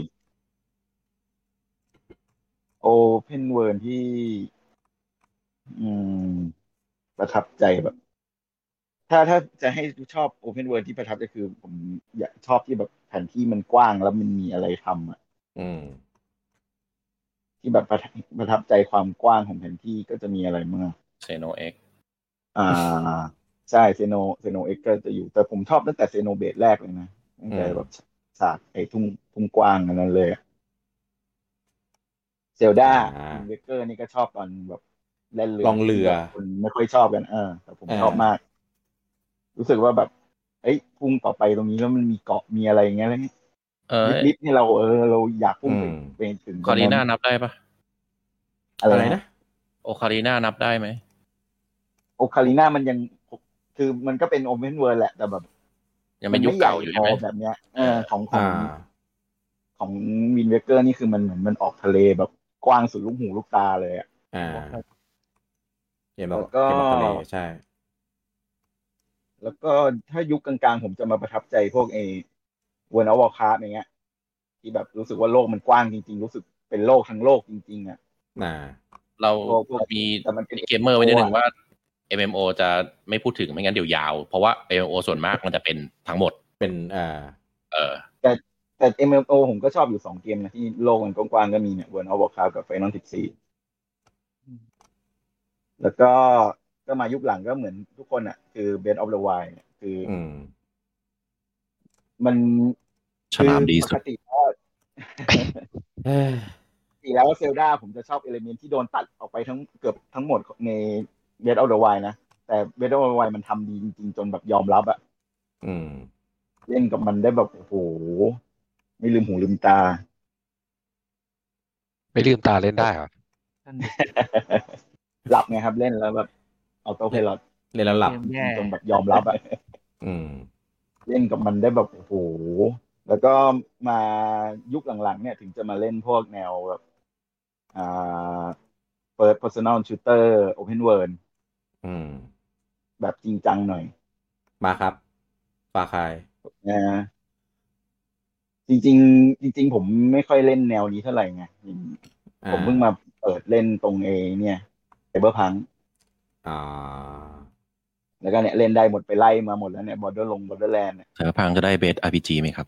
S5: โอเพนเวิร์ที่ อืม ประทับใจแบบ ถ้าถ้าจะให้ชอบโอเพนเวิร์ที่ประทับใจคือ ผมอยากชอบที่แบบแผนที่มันกว้างแล้วมันมีอะไรทำอ่ะ
S1: อืม
S5: ที่แบบประทับประทับใจความกว้างของแผนที่ก็จะมีอะไรมาก
S6: เซโนเอ็ก
S5: อ่า ใช่เซโนเซโนเอ็กก็จะอยู่ แต่ผมชอบตั้งแต่เซโนเบดแรกเลยนะตั้งแต่
S1: อืม
S5: แบบฉากไอ้ทุ่งทุ่งกว้างอันนั้นเลยอะเซลดาเวเกอร์นี่ก็ชอบตอนแบบเล่นเรือ
S1: ลองเรือ
S5: คนไม่ค่อยชอบกันเออแต่ผม
S1: อ่า
S5: ชอบมาก รู้สึกว่าแบบ เอ้ยพุ่งต่อไปตรงนี้แล้วมันมีเกาะมีอะไรอย่างเงี้ยแล้ว
S6: เออ
S5: นิดๆนี่เราเออเราอยากพุ่งไป
S1: อืม
S5: ไปถึง
S6: คารีน่านับได้ปะ
S1: อะ
S5: อะ
S1: ไร ไร
S5: นะ
S1: นะ
S6: โอคารีน่านับได้ไหม
S5: โอคาลิน่ามันยังคือมันก็เป็นโอเพนเวิร์แหละแต่แบบ
S6: ยังเป็นยุคเก่าอยู่ใช่ไหม
S5: นไม่ญ่พแบบเนี้ยเออของของ
S1: อ่า
S5: ของวินเวเกอร์นี่คือมันเหมือนมันออกทะเลแบบกว้างสุดลูกหูลูกตาเลยอะ
S1: อ่าเกมบอ
S5: แล้
S1: ก
S5: วก็
S1: เกมบอกทะเลใช่
S5: แล้วก็ถ้ายุคกลางๆ ผมจะมาประทับใจพวกเอวอร์นอวคาร์อย่างเงี้ย ที่แบบรู้สึกว่าโลกมันกว้างจริง ๆ รู้สึกเป็นโลกทั้งโลกจริง ๆ อ่ะ
S1: อ่า
S6: เรา
S5: พวกพวก
S6: เรามี
S5: แต่มันเป็น
S6: เกมเมอร์ไว้นิดหนึ่งว่า MMO จะไม่พูดถึงไม่งั้นเดี๋ยวยาว เพราะว่า MMO ส่วนมากมันจะเป็นทั้งหมด
S1: เป็น อ่า
S6: เออ
S5: แต่ MMO ผมก็ชอบอยู่สองเกมนะที่โลกมันกว้างๆก็มีเนี่ยวอร์นอวคาร์กับ Final 14 แล้วก็ก็มายุคหลังก็เหมือนทุกคนอ่ะ คือ Best of the Wild เนี่ยคือ
S1: อืม
S5: มัน
S2: ฉลามดีสุ
S5: ป
S2: ด
S5: กติแล้ว
S1: เอ้ย
S5: ปกติแล้วเซลดาผมจะชอบเอลเมนที่โดนตัดออกไปทั้งเกือบทั้งหมดในเบดออฟเดอะไวนะ แต่เบดออฟเดอะไวมันทำดีจริง ๆ จนแบบยอมรับอะ
S1: อืม
S5: เล่นกับมันได้แบบ โอ้โห ไม่ลืมหูลืม ตา
S4: ไม่ลืมตาเล่นได้เหรอ
S5: หลับไงครับเล่นแล้วแบบเอาโต้เพลอต
S1: เล่นแล้วหลับ
S3: เกมแย่
S5: จนแบบยอมรับอะ
S1: อืม
S5: เล่นกับมันได้แบบโอ้โห แล้วก็มายุคหลังๆ เนี่ยถึงจะมาเล่นพวกแนวแบบอ่า First Personal Shooter Open World
S1: อืม
S5: แบบจริงจังหน่อย
S1: มาครับปลาคาย
S5: นะฮะจริง ๆ จริง ๆ ผมไม่ค่อยเล่นแนวนี้เท่าไหร่ไง
S1: อ่
S5: ผมเพิ่งมาเปิดเล่นตรงเอเนี่ยไซเบอร์พัง
S1: อ่า
S5: แล้วก็เนี่ยเล่นได้หมดไปไล่มาหมดแล้วเนี่ยบอ r d เดอร์ลงบอ r d เดอร์แลนด์
S2: เสือพังจะได้เบส RPG ไหมครับ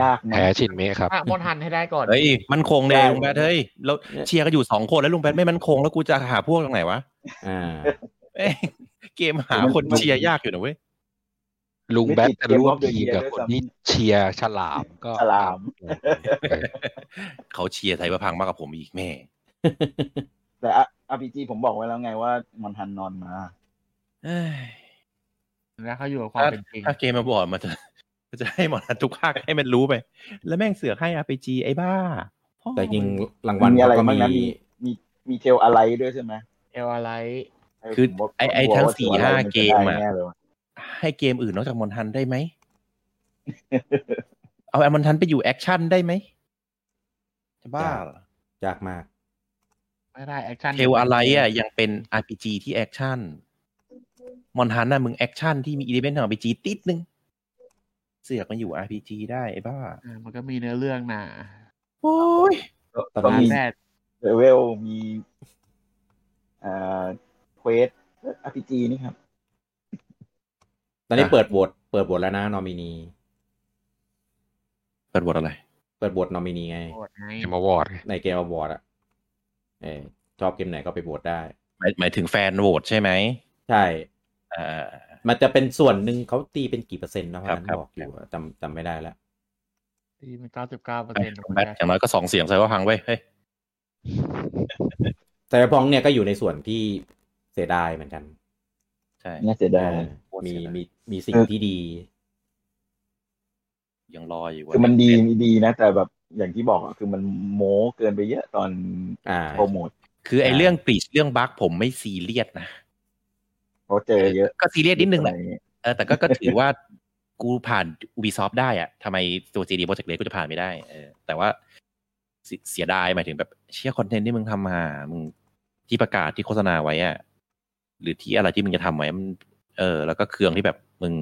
S5: ยากนะ
S4: แพ้ชินเมะครับ
S3: อ่ะมอนฮันให้ได้ก่อน
S2: เฮ้ย มันคงเดยลุงแบทเฮ้ยเราเชียร์กันอยู่สองคนแล้วลุงแบทไม่มันคงแล้วกูจะหาพวกตรงไหนวะ
S1: อ่า
S2: เอ้ยเกมหาคนเชียร์ยากอยู่นะเว้ย
S4: ลุงแบท
S5: ไม่ติด
S4: จะร่วม
S5: Game of the
S4: ทีม
S5: Year
S4: กับ
S5: ด้วย
S4: คน
S5: ซ้ำ
S4: ที่เชียร์ฉลามก็
S5: ฉลาม
S4: เออ
S2: เขาเชียร์ไทยประพังมากกว่าผมอีกแม่
S5: แต่อาร์พีจีผมบอกไว้แล้วไงว่ามอนฮันนอนมา
S2: เอ้ย
S3: นะเขาอยู่กับความ
S2: ถ้า
S3: เป็นจริง
S2: ถ้าเกมมาบอร์ดมันจะมันจะให้หมดทุกภาคให้มันรู้ไป แล้วแม่งเสือกให้ RPG ไอ้บ้าพ่อ
S1: แต่ จริง
S2: มึ
S1: รางวัล
S5: มีอะไร
S1: เขาก็
S5: บ้างนะ
S1: มี
S5: มีมีมีเทลอะไรด้วยใช่ไหม
S3: เอลอะไร
S2: คือ
S5: ผมว่า
S2: ไอ้ไอ้
S5: ผม
S2: ทั้ง
S5: ว่
S2: สี่
S5: ทลอะไร
S2: ห้าน
S5: จะ
S2: เกมอะ
S5: ได้แน่เลยว่ะ
S2: ให้เกมอื่นนอกจากมอนทันได้ไหม เอาแอมอนทันไปอยู่แอคชั่นได้ไหมจะบ้า
S1: ได้
S2: เหรอย
S1: ากมาก
S3: ไม่ได้แอคชั่น
S2: เทลอะไรอ่ะยังเป็น RPG ที่แอคชั่นมอนทันน่ะมึงแอคชั่นที่มีอิเลเมนต์ของ RPG ติดนึง เสือกมาอยู่ RPG ได้ไอ้บ้า
S3: เออมันก็มีเนื้อเรื่องนะ
S2: โอ้ย
S1: ตอน
S5: ก็
S1: นี้
S5: มี
S3: แม่
S5: เลเวลมีเอ่อเควสอาร์พีจีนี่ครับ
S1: ตอนนี้
S2: อ่ะ
S1: เปิดโหวตเปิดโหวตแล้วนะนอมินี
S2: เปิดบทอะไร
S1: เปิดโหวตนอมินีไง
S3: โหดไง
S4: เกมอวอร์ดไง
S1: ในเกมอวอร์ดอะเออชอบเกมไหนก็ไปโหวตได้
S2: หมายหมายถึงแฟนโหวตใช่ไหม
S1: ใช่
S2: อ่า
S1: มันจะเป็นส่วนหนึ่งเขาตีเป็นกี่เปอร์เซ็นต์นะเพราะ
S2: ครับ
S1: นั้น
S2: ครับ
S1: บอกอยู่อะจำจำไม่ได้แล้ว
S3: ที่มันเก้าสิบเก้าเปอร์
S2: แบ
S3: เซ็น
S2: ท
S3: ต์
S2: อย่างน้อยก็สองเสียงใส่ว่าพังไว้ยเฮ้ย
S1: แต่พองเนี่ยก็อยู่ในส่วนที่เสียดายเหมือนกัน
S2: ใช่
S5: น่าเสียดาย
S1: เออมีมีมีสิ่งที่ดี
S2: ยังรออยู่ว่า
S5: คือมันดีมีดีนะ แต่แบบอย่างที่บอกอะคือมันโม้เกินไปเยอะตอน
S1: อ่า
S5: โปรโมท
S2: คือไอ้
S1: อ่า
S2: เรื่องกรีชเรื่องบั๊กผมไม่ซีเรียสนะ
S5: เพราะเจอเยอะ
S2: ก็ซีเรียสนิดนึงแหละ
S5: สมัยนี้
S2: เออแต่ก็ก็ถือว่ากูผ่าน Ubisoft ได้อะทำไมตัว CD Projekt Red กูจะผ่านไม่ได้เออแต่ว่าเสเสียดายหมายถึงแบบเชี่ยคอนเทนต์ที่มึงทำมา มึงที่ประกาศที่โฆษณาไว้อะหรือที่อะไรที่มึงจะทำไว้มันเออ แล้วก็เครื่องที่แบบมึง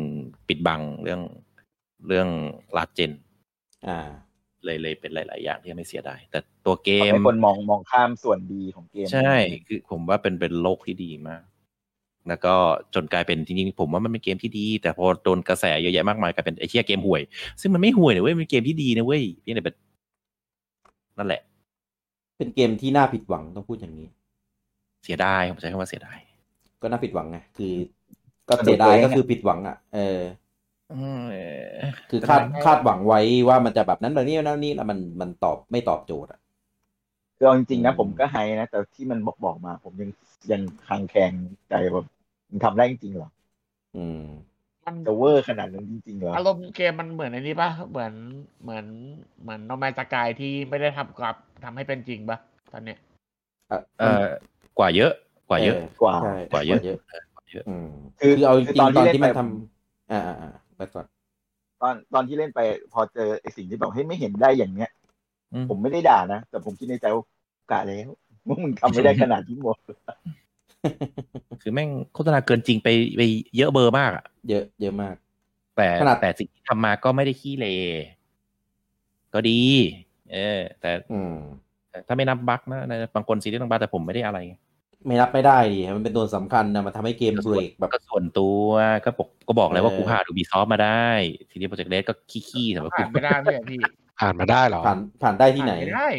S2: ปิดบังเรื่องเรื่องลาเจน
S1: อ่า
S2: เลยเลยเป็นหลาย ๆ อย่างที่ไม่เสียดายแต่ตัวเก
S5: ทำ
S2: ม
S5: ให้คนมองมองข้ามส่วนดีของเกม
S2: ใช่คือผมว่าเป็นเป็นโลกที่ดีมาก แล้วก็จนกลายเป็นจริงๆผมว่ามันเป็นเกมที่ดี แต่พอโดนกระแสเยอะแยะมากมายกลายเป็นไอ้เชี่ยเกมห่วย ซึ่งมันไม่ห่วยนะเว้ยมันเป็นเกมที่ดีนะเว้ยเพียงแต่แบบนั่นแหละ
S1: เป็นเกมที่น่าผิดหวังต้องพูดอย่างนี้
S2: เสียดายผมใช้คำว่าเสียดาย
S1: ก็น่าผิดหวังไงคือ ก็เสียดายก็คือผิดหวังอ่ะเออ
S2: อืมเออ
S1: คือคาดคาดหวังไว้ว่ามันจะแบบนั้นแบบนี้แบบนั้นนี้แล้วมันมันตอบไม่ตอบโจทย์อ่ะ
S5: คือเอาจริงๆนะผมก็ไฮนะ แต่ที่มันบอกบอกมา ผมยังยังคลางแคลงใจแบบมันทำได้จริงๆเหรอ
S1: อืม
S3: มัน
S5: จะเวอร์ขนาดนั้นจริงๆเหรอ
S3: อารมณ์เกมมันเหมือนอันนี้ป่ะ เหมือนเหมือนเหมือนโนแมนสกายที่ไม่ได้ทำกับทำให้เป็นจริงป่ะ ตอนเนี้ย
S2: เออกว่าเยอะกว่าเยอะ
S5: กว่า
S1: ใช่
S2: กว่าเยอะ
S1: อืม
S5: คื
S1: คือ
S5: อ
S1: เอาจริง
S5: คือต
S1: ต
S5: อ
S1: อน
S5: นที่
S1: ที่
S5: เล่
S1: มัน
S5: นไป
S1: ทำอ่าอ่าอ่าไปก่อน
S5: ตอนตอนที่เล่นไปพอเจอไอสิ่งที่แบบเฮ้ยไม่เห็นได้อย่างเนี้ย
S2: อืม
S5: ผมไม่ได้ด่านะ แต่ผมคิดในใจว่ากะแล้ว ว่ามึงทำไม่ได้ขนาดที่หมด
S2: คือแม่งโฆษณาเกินจริงไปไปเยอะเบอร์มากอะ
S1: เยอะ เยอะมาก
S2: แต่
S1: ขนาด
S2: แต่สิ่งที่ทำมาก็ไม่ได้ขี้เลก็ดี เออ แต่
S1: อืม
S2: ถ้าไม่นับบั๊กนะในบางคนซีรีส์ต้องบั๊กแต่ผมไม่ได้อะไรไง
S1: ไม่รับไม่ได้ดิมันเป็นตัวสำคัญนะมันทำให้เกมเบรกแบบ
S2: ก็ส่วนตัวก็บอกก็บอกแล้วว่า
S1: เออ
S2: กูผ่านอูบีซอฟมาได้ซีรีส์โปรเจกต์เลสก็ขี้ๆสำหรับ
S3: ผ่า
S2: กู
S3: นไม่ได้ไม่ใช่พี่
S4: อ่านมาได้เหรอ
S1: ผ่านผ่านได้ที่ไหน
S3: ผ่าม่ได้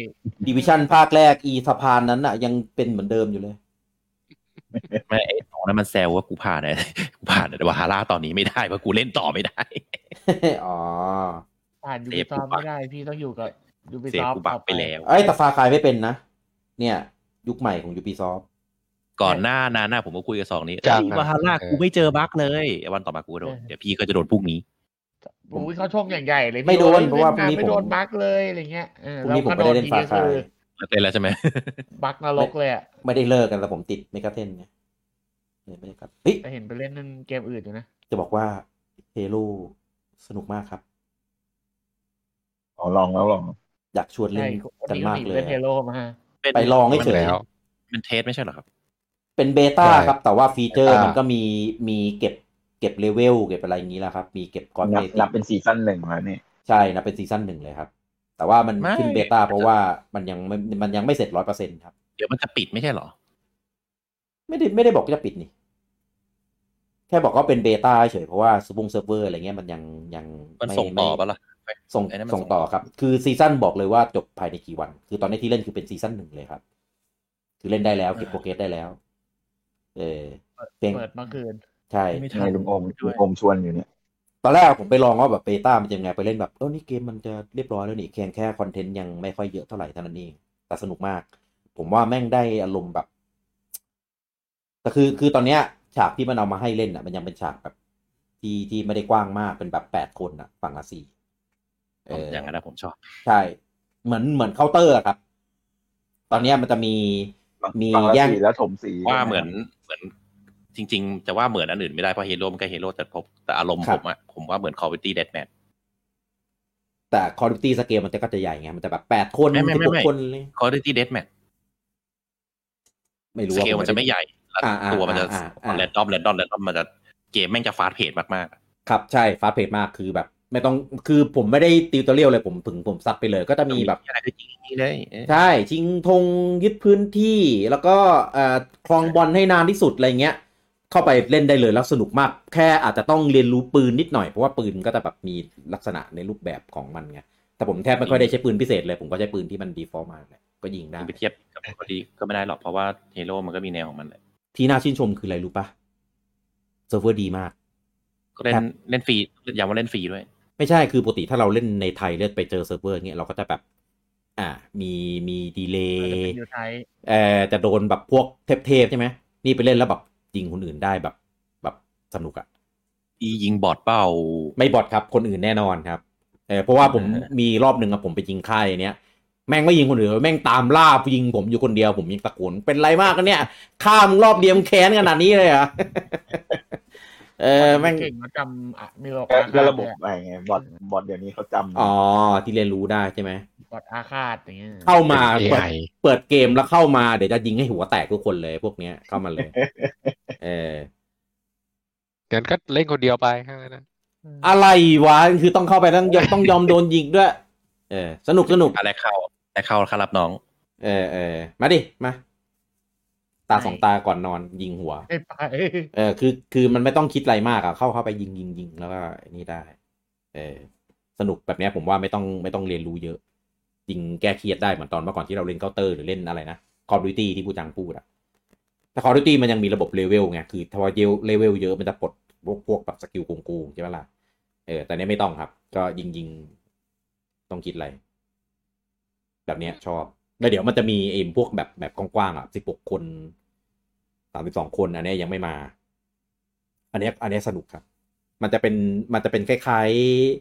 S1: ดิวิชั่นภาคแรกอีสะพานนั้นอ่ะ ยังเป็นเหมือนเดิมอยู่เลย
S2: ไม่ไอ้สองนั้นมันแซวว่ากูผ่านนะ กูผ่านแต่ว่าฮาร่าตอนนี้ไม่ได้เพราะกูเล่นต่อไม่ได้
S1: อ๋อ
S3: ผ่านยู
S2: เส
S3: บิ
S2: พ
S3: ซ
S2: กู
S3: อฟ
S2: บัก
S3: ไม่ได้พี่ต้องอยู่กับยูบิ
S2: เซ
S3: ซ
S2: ฟ
S3: อฟ
S2: กูบักไปแล้ว
S1: ไอ้ยแต่ฟาคายไม่เป็นนะ เนี่ย ยุคใหม่ของยูปีซอฟ
S2: ก่อนหน้านั้นนะผมก็คุยกับสองนี้
S4: จั
S2: เอ้
S4: ง
S2: ย
S4: นะ
S2: ว่าฮาร่ากูไม่เจอบั๊กเลยวันต่อมากูก็โดนเดี๋ยวพี่ก็จะโดนพรุ่งนี้
S3: โอ้ยเขาชงอย่างใหญ่เลยพี่
S1: ไม่โดน
S3: อ้ย
S1: เพราะว่าพรุ่
S3: ล่
S1: ง
S3: น
S1: นี้
S3: ไม่
S1: ผม
S3: โดนบั๊กเลยอะไรเงี้ยเออ
S1: พรุ่งนี้ผม
S3: แล้ว
S1: ไม่ได้เล่น
S3: ก็
S1: ฟาคาย
S3: โทีคือ
S2: เต้นแล้วใช่ไหม
S3: บั๊กนรกเลยอะ
S1: ไม่ได้เลิกกันแต่ผมติดเมกาเทนไงเลยไม่ได้ครับเฮ้ย
S3: แต่เห็นไปเล่นนั่นเกมอื่นอยู่นะ
S1: จะบอกว่าเฮโ o สนุกมากครับ
S5: อ๋อลองแล้วลอง
S1: อยากชวนเล่น
S3: ใช่วัน
S1: กัน
S3: นี้
S1: มาก
S3: ก็หนี
S1: เล
S3: เล่
S1: ย
S3: นเฮโลมา
S2: เป็น
S1: ไปลองให้เฉ
S4: แล้
S1: ย
S4: ว
S2: เป็นเทสไม่ใช่เหรอครับ
S1: เป็นเบต้า
S4: ใช่
S1: ครับ แต่ว่าฟีเจอร์
S4: เบต้ามั
S1: มันก็มีมีเก็บเก็บเลเวลเก็บอะไรอย่างนี้แหละครับ มีเก็บกอน
S5: นับ
S1: เบ
S5: นับเป็นซีซั่นหนึ่งแล้วเนี่ย
S1: ใช่นะเป็นซีซั่นหนึ่งเลยครับ แต่ว่ามัน
S2: ไม่
S1: ขึ้นเบต้าเพราะว่ามันยังไม่มันยังไม่เสร็จร้อยเปอร์เซ็นครับ
S2: เดี๋ยวมันจะปิดไม่ใช่เหรอ
S1: ไม่ได้ไม่ได้บอกว่าจะปิดนี่ แค่บอกว่าเป็นเบต้าเฉยเพราะว่าซูปงเซิร์ฟเวอร์อะไรเงี้ยมันยังยัง
S2: มัน
S1: ไ
S2: ส่งต่อปะล่ะ
S1: ส่ง
S2: ไอ้นั่นมัน
S1: ส่ง
S2: ส่งต่
S1: ต่อ
S2: อ
S1: ครับ คือซีซั่นบอกเลยว่าจบภายในกี่วัน คือตอนนี้ที่เล่นคือเป็นซีซั่นหนึ่งเลยครับ คือเล่นได้แล้วเก็บโปรเกรสได้แล้ว เออเพียง
S3: เปิดเมื่อคืน
S1: ใช่
S2: ไม่
S5: ไง
S2: ทัน
S5: ลุงโอม
S2: ด้วย
S5: ลุงโอมชวนอยู่เนี่ย
S1: ตอนแรกผมไปลองว่าแบบเบต้ามันจะยังไงไปเล่นแบบเออนี่เกมมันจะเรียบร้อยแล้วนี่แค่แค่คอนเทนต์ยังไม่ค่อยเยอะเท่าไหร่เท่านั้นเอง แต่สนุกมาก ผมว่าแม่งได้อารมณ์แบบ แต่คือคือตอนเนี้ย ฉากที่มันเอามาให้เล่นอ่ะ มันยังเป็นฉากแบบ ที่ที่ไม่ได้กว้างมากเป็นแบบแปดคนอ่ะ ฝั่งละสี่เออ
S2: อย่างนั้นนะผมชอบ
S1: ใช่ เหมือนเหมือนเคาน์เตอร์อะครับ ตอนเนี้ยมันจะมีมี
S5: ฟังแล้ว
S1: แย่ง
S5: สีแล้วถมสี
S2: ว่าเหมือนเหมือนจริง ๆ จะว่าเหมือนอันอื่นไม่ได้เพราะเฮโร่มันก็เฮโร่แต่ผมแต่อารมณ์ผมอะผมว่าเหมือนคอร์วิตี้เดดแมน
S1: แต่คอร์ดิตี้สเกลมันจะก็จะใหญ่ไงมันจะแบบแปดคน
S2: ไม่
S1: สิ
S2: ไม่
S1: บหก
S2: ไม่ไม่
S1: คนเลย
S2: คอร์วิตี้เดดแมน
S1: ไม่รู้
S2: ส
S1: ว่า
S2: เกลมันจะไม่ใหญ่แล้ว
S1: อ่าอ่า
S2: ตัวมันจะ
S1: อ่าอ่า
S2: แรนดอมแรนดอมแรนดอมมันจะเกมแม่งจะฟาสต์เพจมาก
S1: ครับใช่ฟ้าเพจมากคือแบบ ไม่ต้องคือผมไม่ได้ติวตัวเรียวเลยผมถึงผมซัดไปเลย ก็จะ
S2: ๆ
S1: มีแบบ
S2: อะไรก็จริงนี่เลยเออ
S1: ใช่ชิงธงยึดพื้นที่แล้วก็เอ่อคลองบอลให้นานที่สุดอะไรเงี้ย เข้าไปเล่นได้เลยแล้วสนุกมาก แค่อาจจะต้องเรียนรู้ปืนนิดหน่อย เพราะว่าปืนก็จะแบบมีลักษณะในรูปแบบของมันไงแต่ผมแทบไม่ค่อยได้ใช้ปืนพิเศษเลย ผมก็ใช้ปืนที่มันดีฟอร์มาเลยก็ยิงได้
S2: ไปเทียบกับคอร์ดี้ก็ไม่ได้หรอกเพราะว่าเฮโร่มันก็มีแนวของมันแหละ
S1: ที่น่าชื่นชมคืออะไรรู้ปะเซิร์ฟเวอร์ดีมาก
S2: ก็เล่น
S1: ครับ
S2: เล่นฟรีย้ำว่าเล่นฟรีด้วย
S1: ไม่ใช่คือปกติถ้าเราเล่นในไทยเลือไปเจอเซิร์ฟเวอร์เงี้ยเราก็จะแบบ อ่ามีมีดีเล
S3: เออ
S1: ย์
S3: เป็นยูไทป์
S1: เออจะโดนแบบพวกเทพๆใช่ไหม นี่ไปเล่นแล้วแบบยิงคนอื่นได้แบบแบบสนุกอะ
S2: อียิงบอดเป้า
S1: ไม่บอทครับคนอื่นแน่นอนครับเออเพราะว่าผม
S2: อ่าฮะ
S1: มีรอบหนึ่งอะผมไปยิงค่ายเนี้ยแม่งไม่ยิงคนอื่นแม่งตามล่ายิงผมอยู่คนเดียวผมยิงตะโกนเป็นไรมากกันเนี่ยข้ามงรอบเดียวมึงแค้นขนาดนี้เลยเหรอะ เออแม่ง
S3: เก่งแล้วจำอ่ะมีระบบ
S5: แล้วระบบ
S3: อาฆาต
S5: อะไรไงบอทบอทเดี๋ยวนี้เขาจำ
S1: อ๋อที่เรียนรู้ได้ใช่ไหม
S3: บอดอาฆาตอย่างเงี้ย
S1: เข้ามา
S4: เป็น
S1: เปิด
S4: AI
S1: เปิดเกมแล้วเข้ามาเดี๋ยวจะยิงให้หัวแตกทุกคนเลยพวกเนี้ยเข้ามาเลย เออ
S4: งั้นก็เล่นคนเดียวไปแค่นั้นนะ
S1: อะไรวะ คือต้องเข้าไปต้องยอมต้องยอมโดนยิงด้วย เออ สนุกสนุก
S2: อะไรเข้าอะไรเข้าครับรับน้อง
S1: เออเออมาดิ มา ตาสองตาก่อนนอนยิงหัว
S3: ไม่ไป
S1: เออ คือ คือมันไม่ต้องคิดอะไรมากอะเข้าเข้าไปยิงยิงยิงแล้วก็นี่ได้ เออ สนุกแบบเนี้ยผมว่าไม่ต้องไม่ต้องเรียนรู้เยอะ ยิงแก้เครียดได้เหมือนตอนเมื่อก่อนที่เราเล่นเคาน์เตอร์หรือเล่นอะไรนะคอร์ดิตี้ที่ผู้จังพูดอะแต่คอร์ดิตี้มันยังมีระบบเลเวลไง คือถ้าว่าเลเวลเยอะมันจะปลดพวกพวกแบบสกิลโกงๆใช่ไหมล่ะ เออ แต่เนี้ยไม่ต้องครับ ก็ยิงยิงต้องคิดอะไร แบบเนี้ยชอบ แล้วเดี๋ยวมันจะมีไอ้พวกแบบแบบกว้างๆอ่ะสิบหกคนสามสิบสองคน อันเนี้ยยังไม่มา อันเนี้ยอันเนี้ยสนุกครับ มันจะเป็นมันจะเป็นคล้าย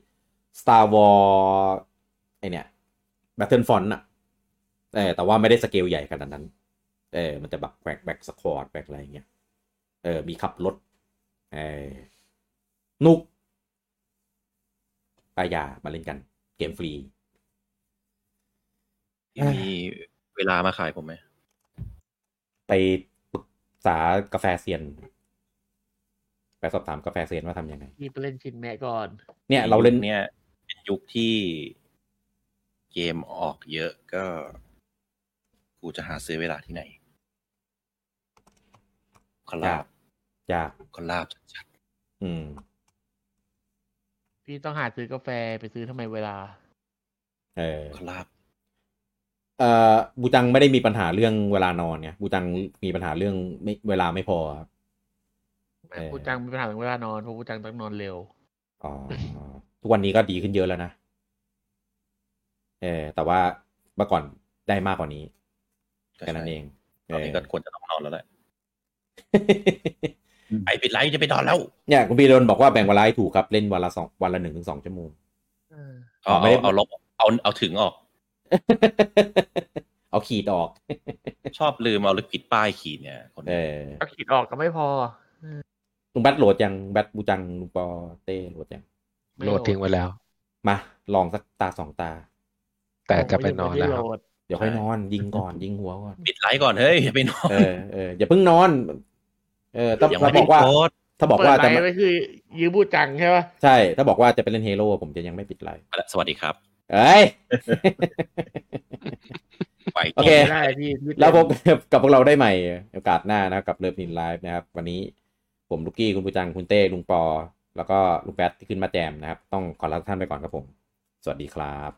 S1: ๆ Star Wars ไอเนี่ย Battlefront อ่ะเออแต่ว่าไม่ได้สเกลใหญ่ขนาดนั้น เออมันจะแบบแบกแบกสควอตแบกอะไรอย่างเงี้ย เออ มีขับรถ เออนุกปายามาเล่นกัน เกมฟรี
S2: มีเวลามาขายผมไหม
S1: ไปปรึกษากาแฟเซียน ไปสอบถามกาแฟเซียนว่าทำยังไง
S3: ที่ไปเล่นชินแม่ก่อน
S1: เนี่ยเราเล่น
S2: เนี่ยเป็นยุคที่เกมออกเยอะก็ กูจะหาซื้อเวลาที่ไหนคลาบ
S1: ยาก
S2: คลาบชัด
S1: อืม
S3: พี่ต้องหาซื้อกาแฟไปซื้อทำไมเวลา
S1: เออ
S2: ๆคลาบ
S1: เออบูจังไม่ได้มีปัญหาเรื่องเวลานอนเนี่ยบูจังมีปัญหาเรื่องไม่เวลาไม่พอครับ เออ
S3: พูดจังมีปัญหาเรื่องเวลานอนเพราะพูดจังต้องนอนเร็ว
S1: อ๋อทุกวันนี้ก็ดีขึ้นเยอะแล้วนะเออแต่ว่าเมื่อก่อนได้มากกว่านี้แค่นั้นเอง
S2: ตอนนี้
S1: เอ
S2: ก็
S1: อ
S2: ควรจะต้องนอนแล้วแหละไอปิดไลท์จะไปนอนแล้ว
S1: เนี่ยคุณพีโดนบอกว่าแบ่งเวลาให้ถูกครับเล่นวันละสองวันละหนึ่งถึงสองชั่วโมง
S3: เออ
S2: เอา
S1: ไม่
S2: เอา
S1: ได้
S2: เอาลบเอาเอาถึงออก
S1: เอาขีดออก
S2: ชอบลืมเอาลึกผิดป้ายขีดเนี่ยคน
S1: เออ
S3: เอาขีดออกก็ไม่พอ
S1: ลุงแบทโหลดยังแบทบูจังลุงปอเต้โหลดยัง
S3: ไม่
S4: โหลดทิ้งไว้แล้ว
S1: มา ลองสักตาสองตา
S4: แต่จะไป
S3: ผม
S4: น
S3: ยัม่
S4: อง นแล้
S3: ได้
S4: ว
S3: โหลด
S1: เดี๋ยวค่อยนอน ยิงก่อน ยิงหัวก่อน
S2: ปิดไลท์ก่อนเฮ้ยอย่าไปนอน
S1: เออเอออย่าเพิ่งนอน เออถ้า
S2: ยัง
S1: ถ้า
S2: ไม่
S1: บ
S2: ได้
S1: อกว่า
S2: โพสต์
S1: ถ้าบอก
S3: เปิด
S1: ว่า
S3: ไล
S1: จะ
S3: น์
S1: มา
S3: ไว้คือยืมพูดจังใช่ปะ
S1: ใช่ถ้าบอกว่าจะไปเล่นเฮโร่ผมจะยังไม่ปิดไลน์
S2: สวัสดีครับ
S1: เอ้ย
S2: ไป
S1: โอเค
S3: ไม่ได้พี่พี่
S1: แล้วพบ กับพ วกเราได้ใหม่โอกาสหน้านะครับกับเลิฟนินไลฟ์นะครับ วันนี้ผมลูกกี้คุณปูจังคุณเต้ลุงปอ แล้วก็ลุงแป๊ดที่ขึ้นมาแจมนะครับ ต้องขอลาทุกท่านไปก่อนครับผม สวัสดีครับ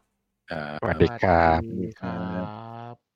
S2: อ่า
S4: สวัสดีครับ
S3: สวัสดีครับ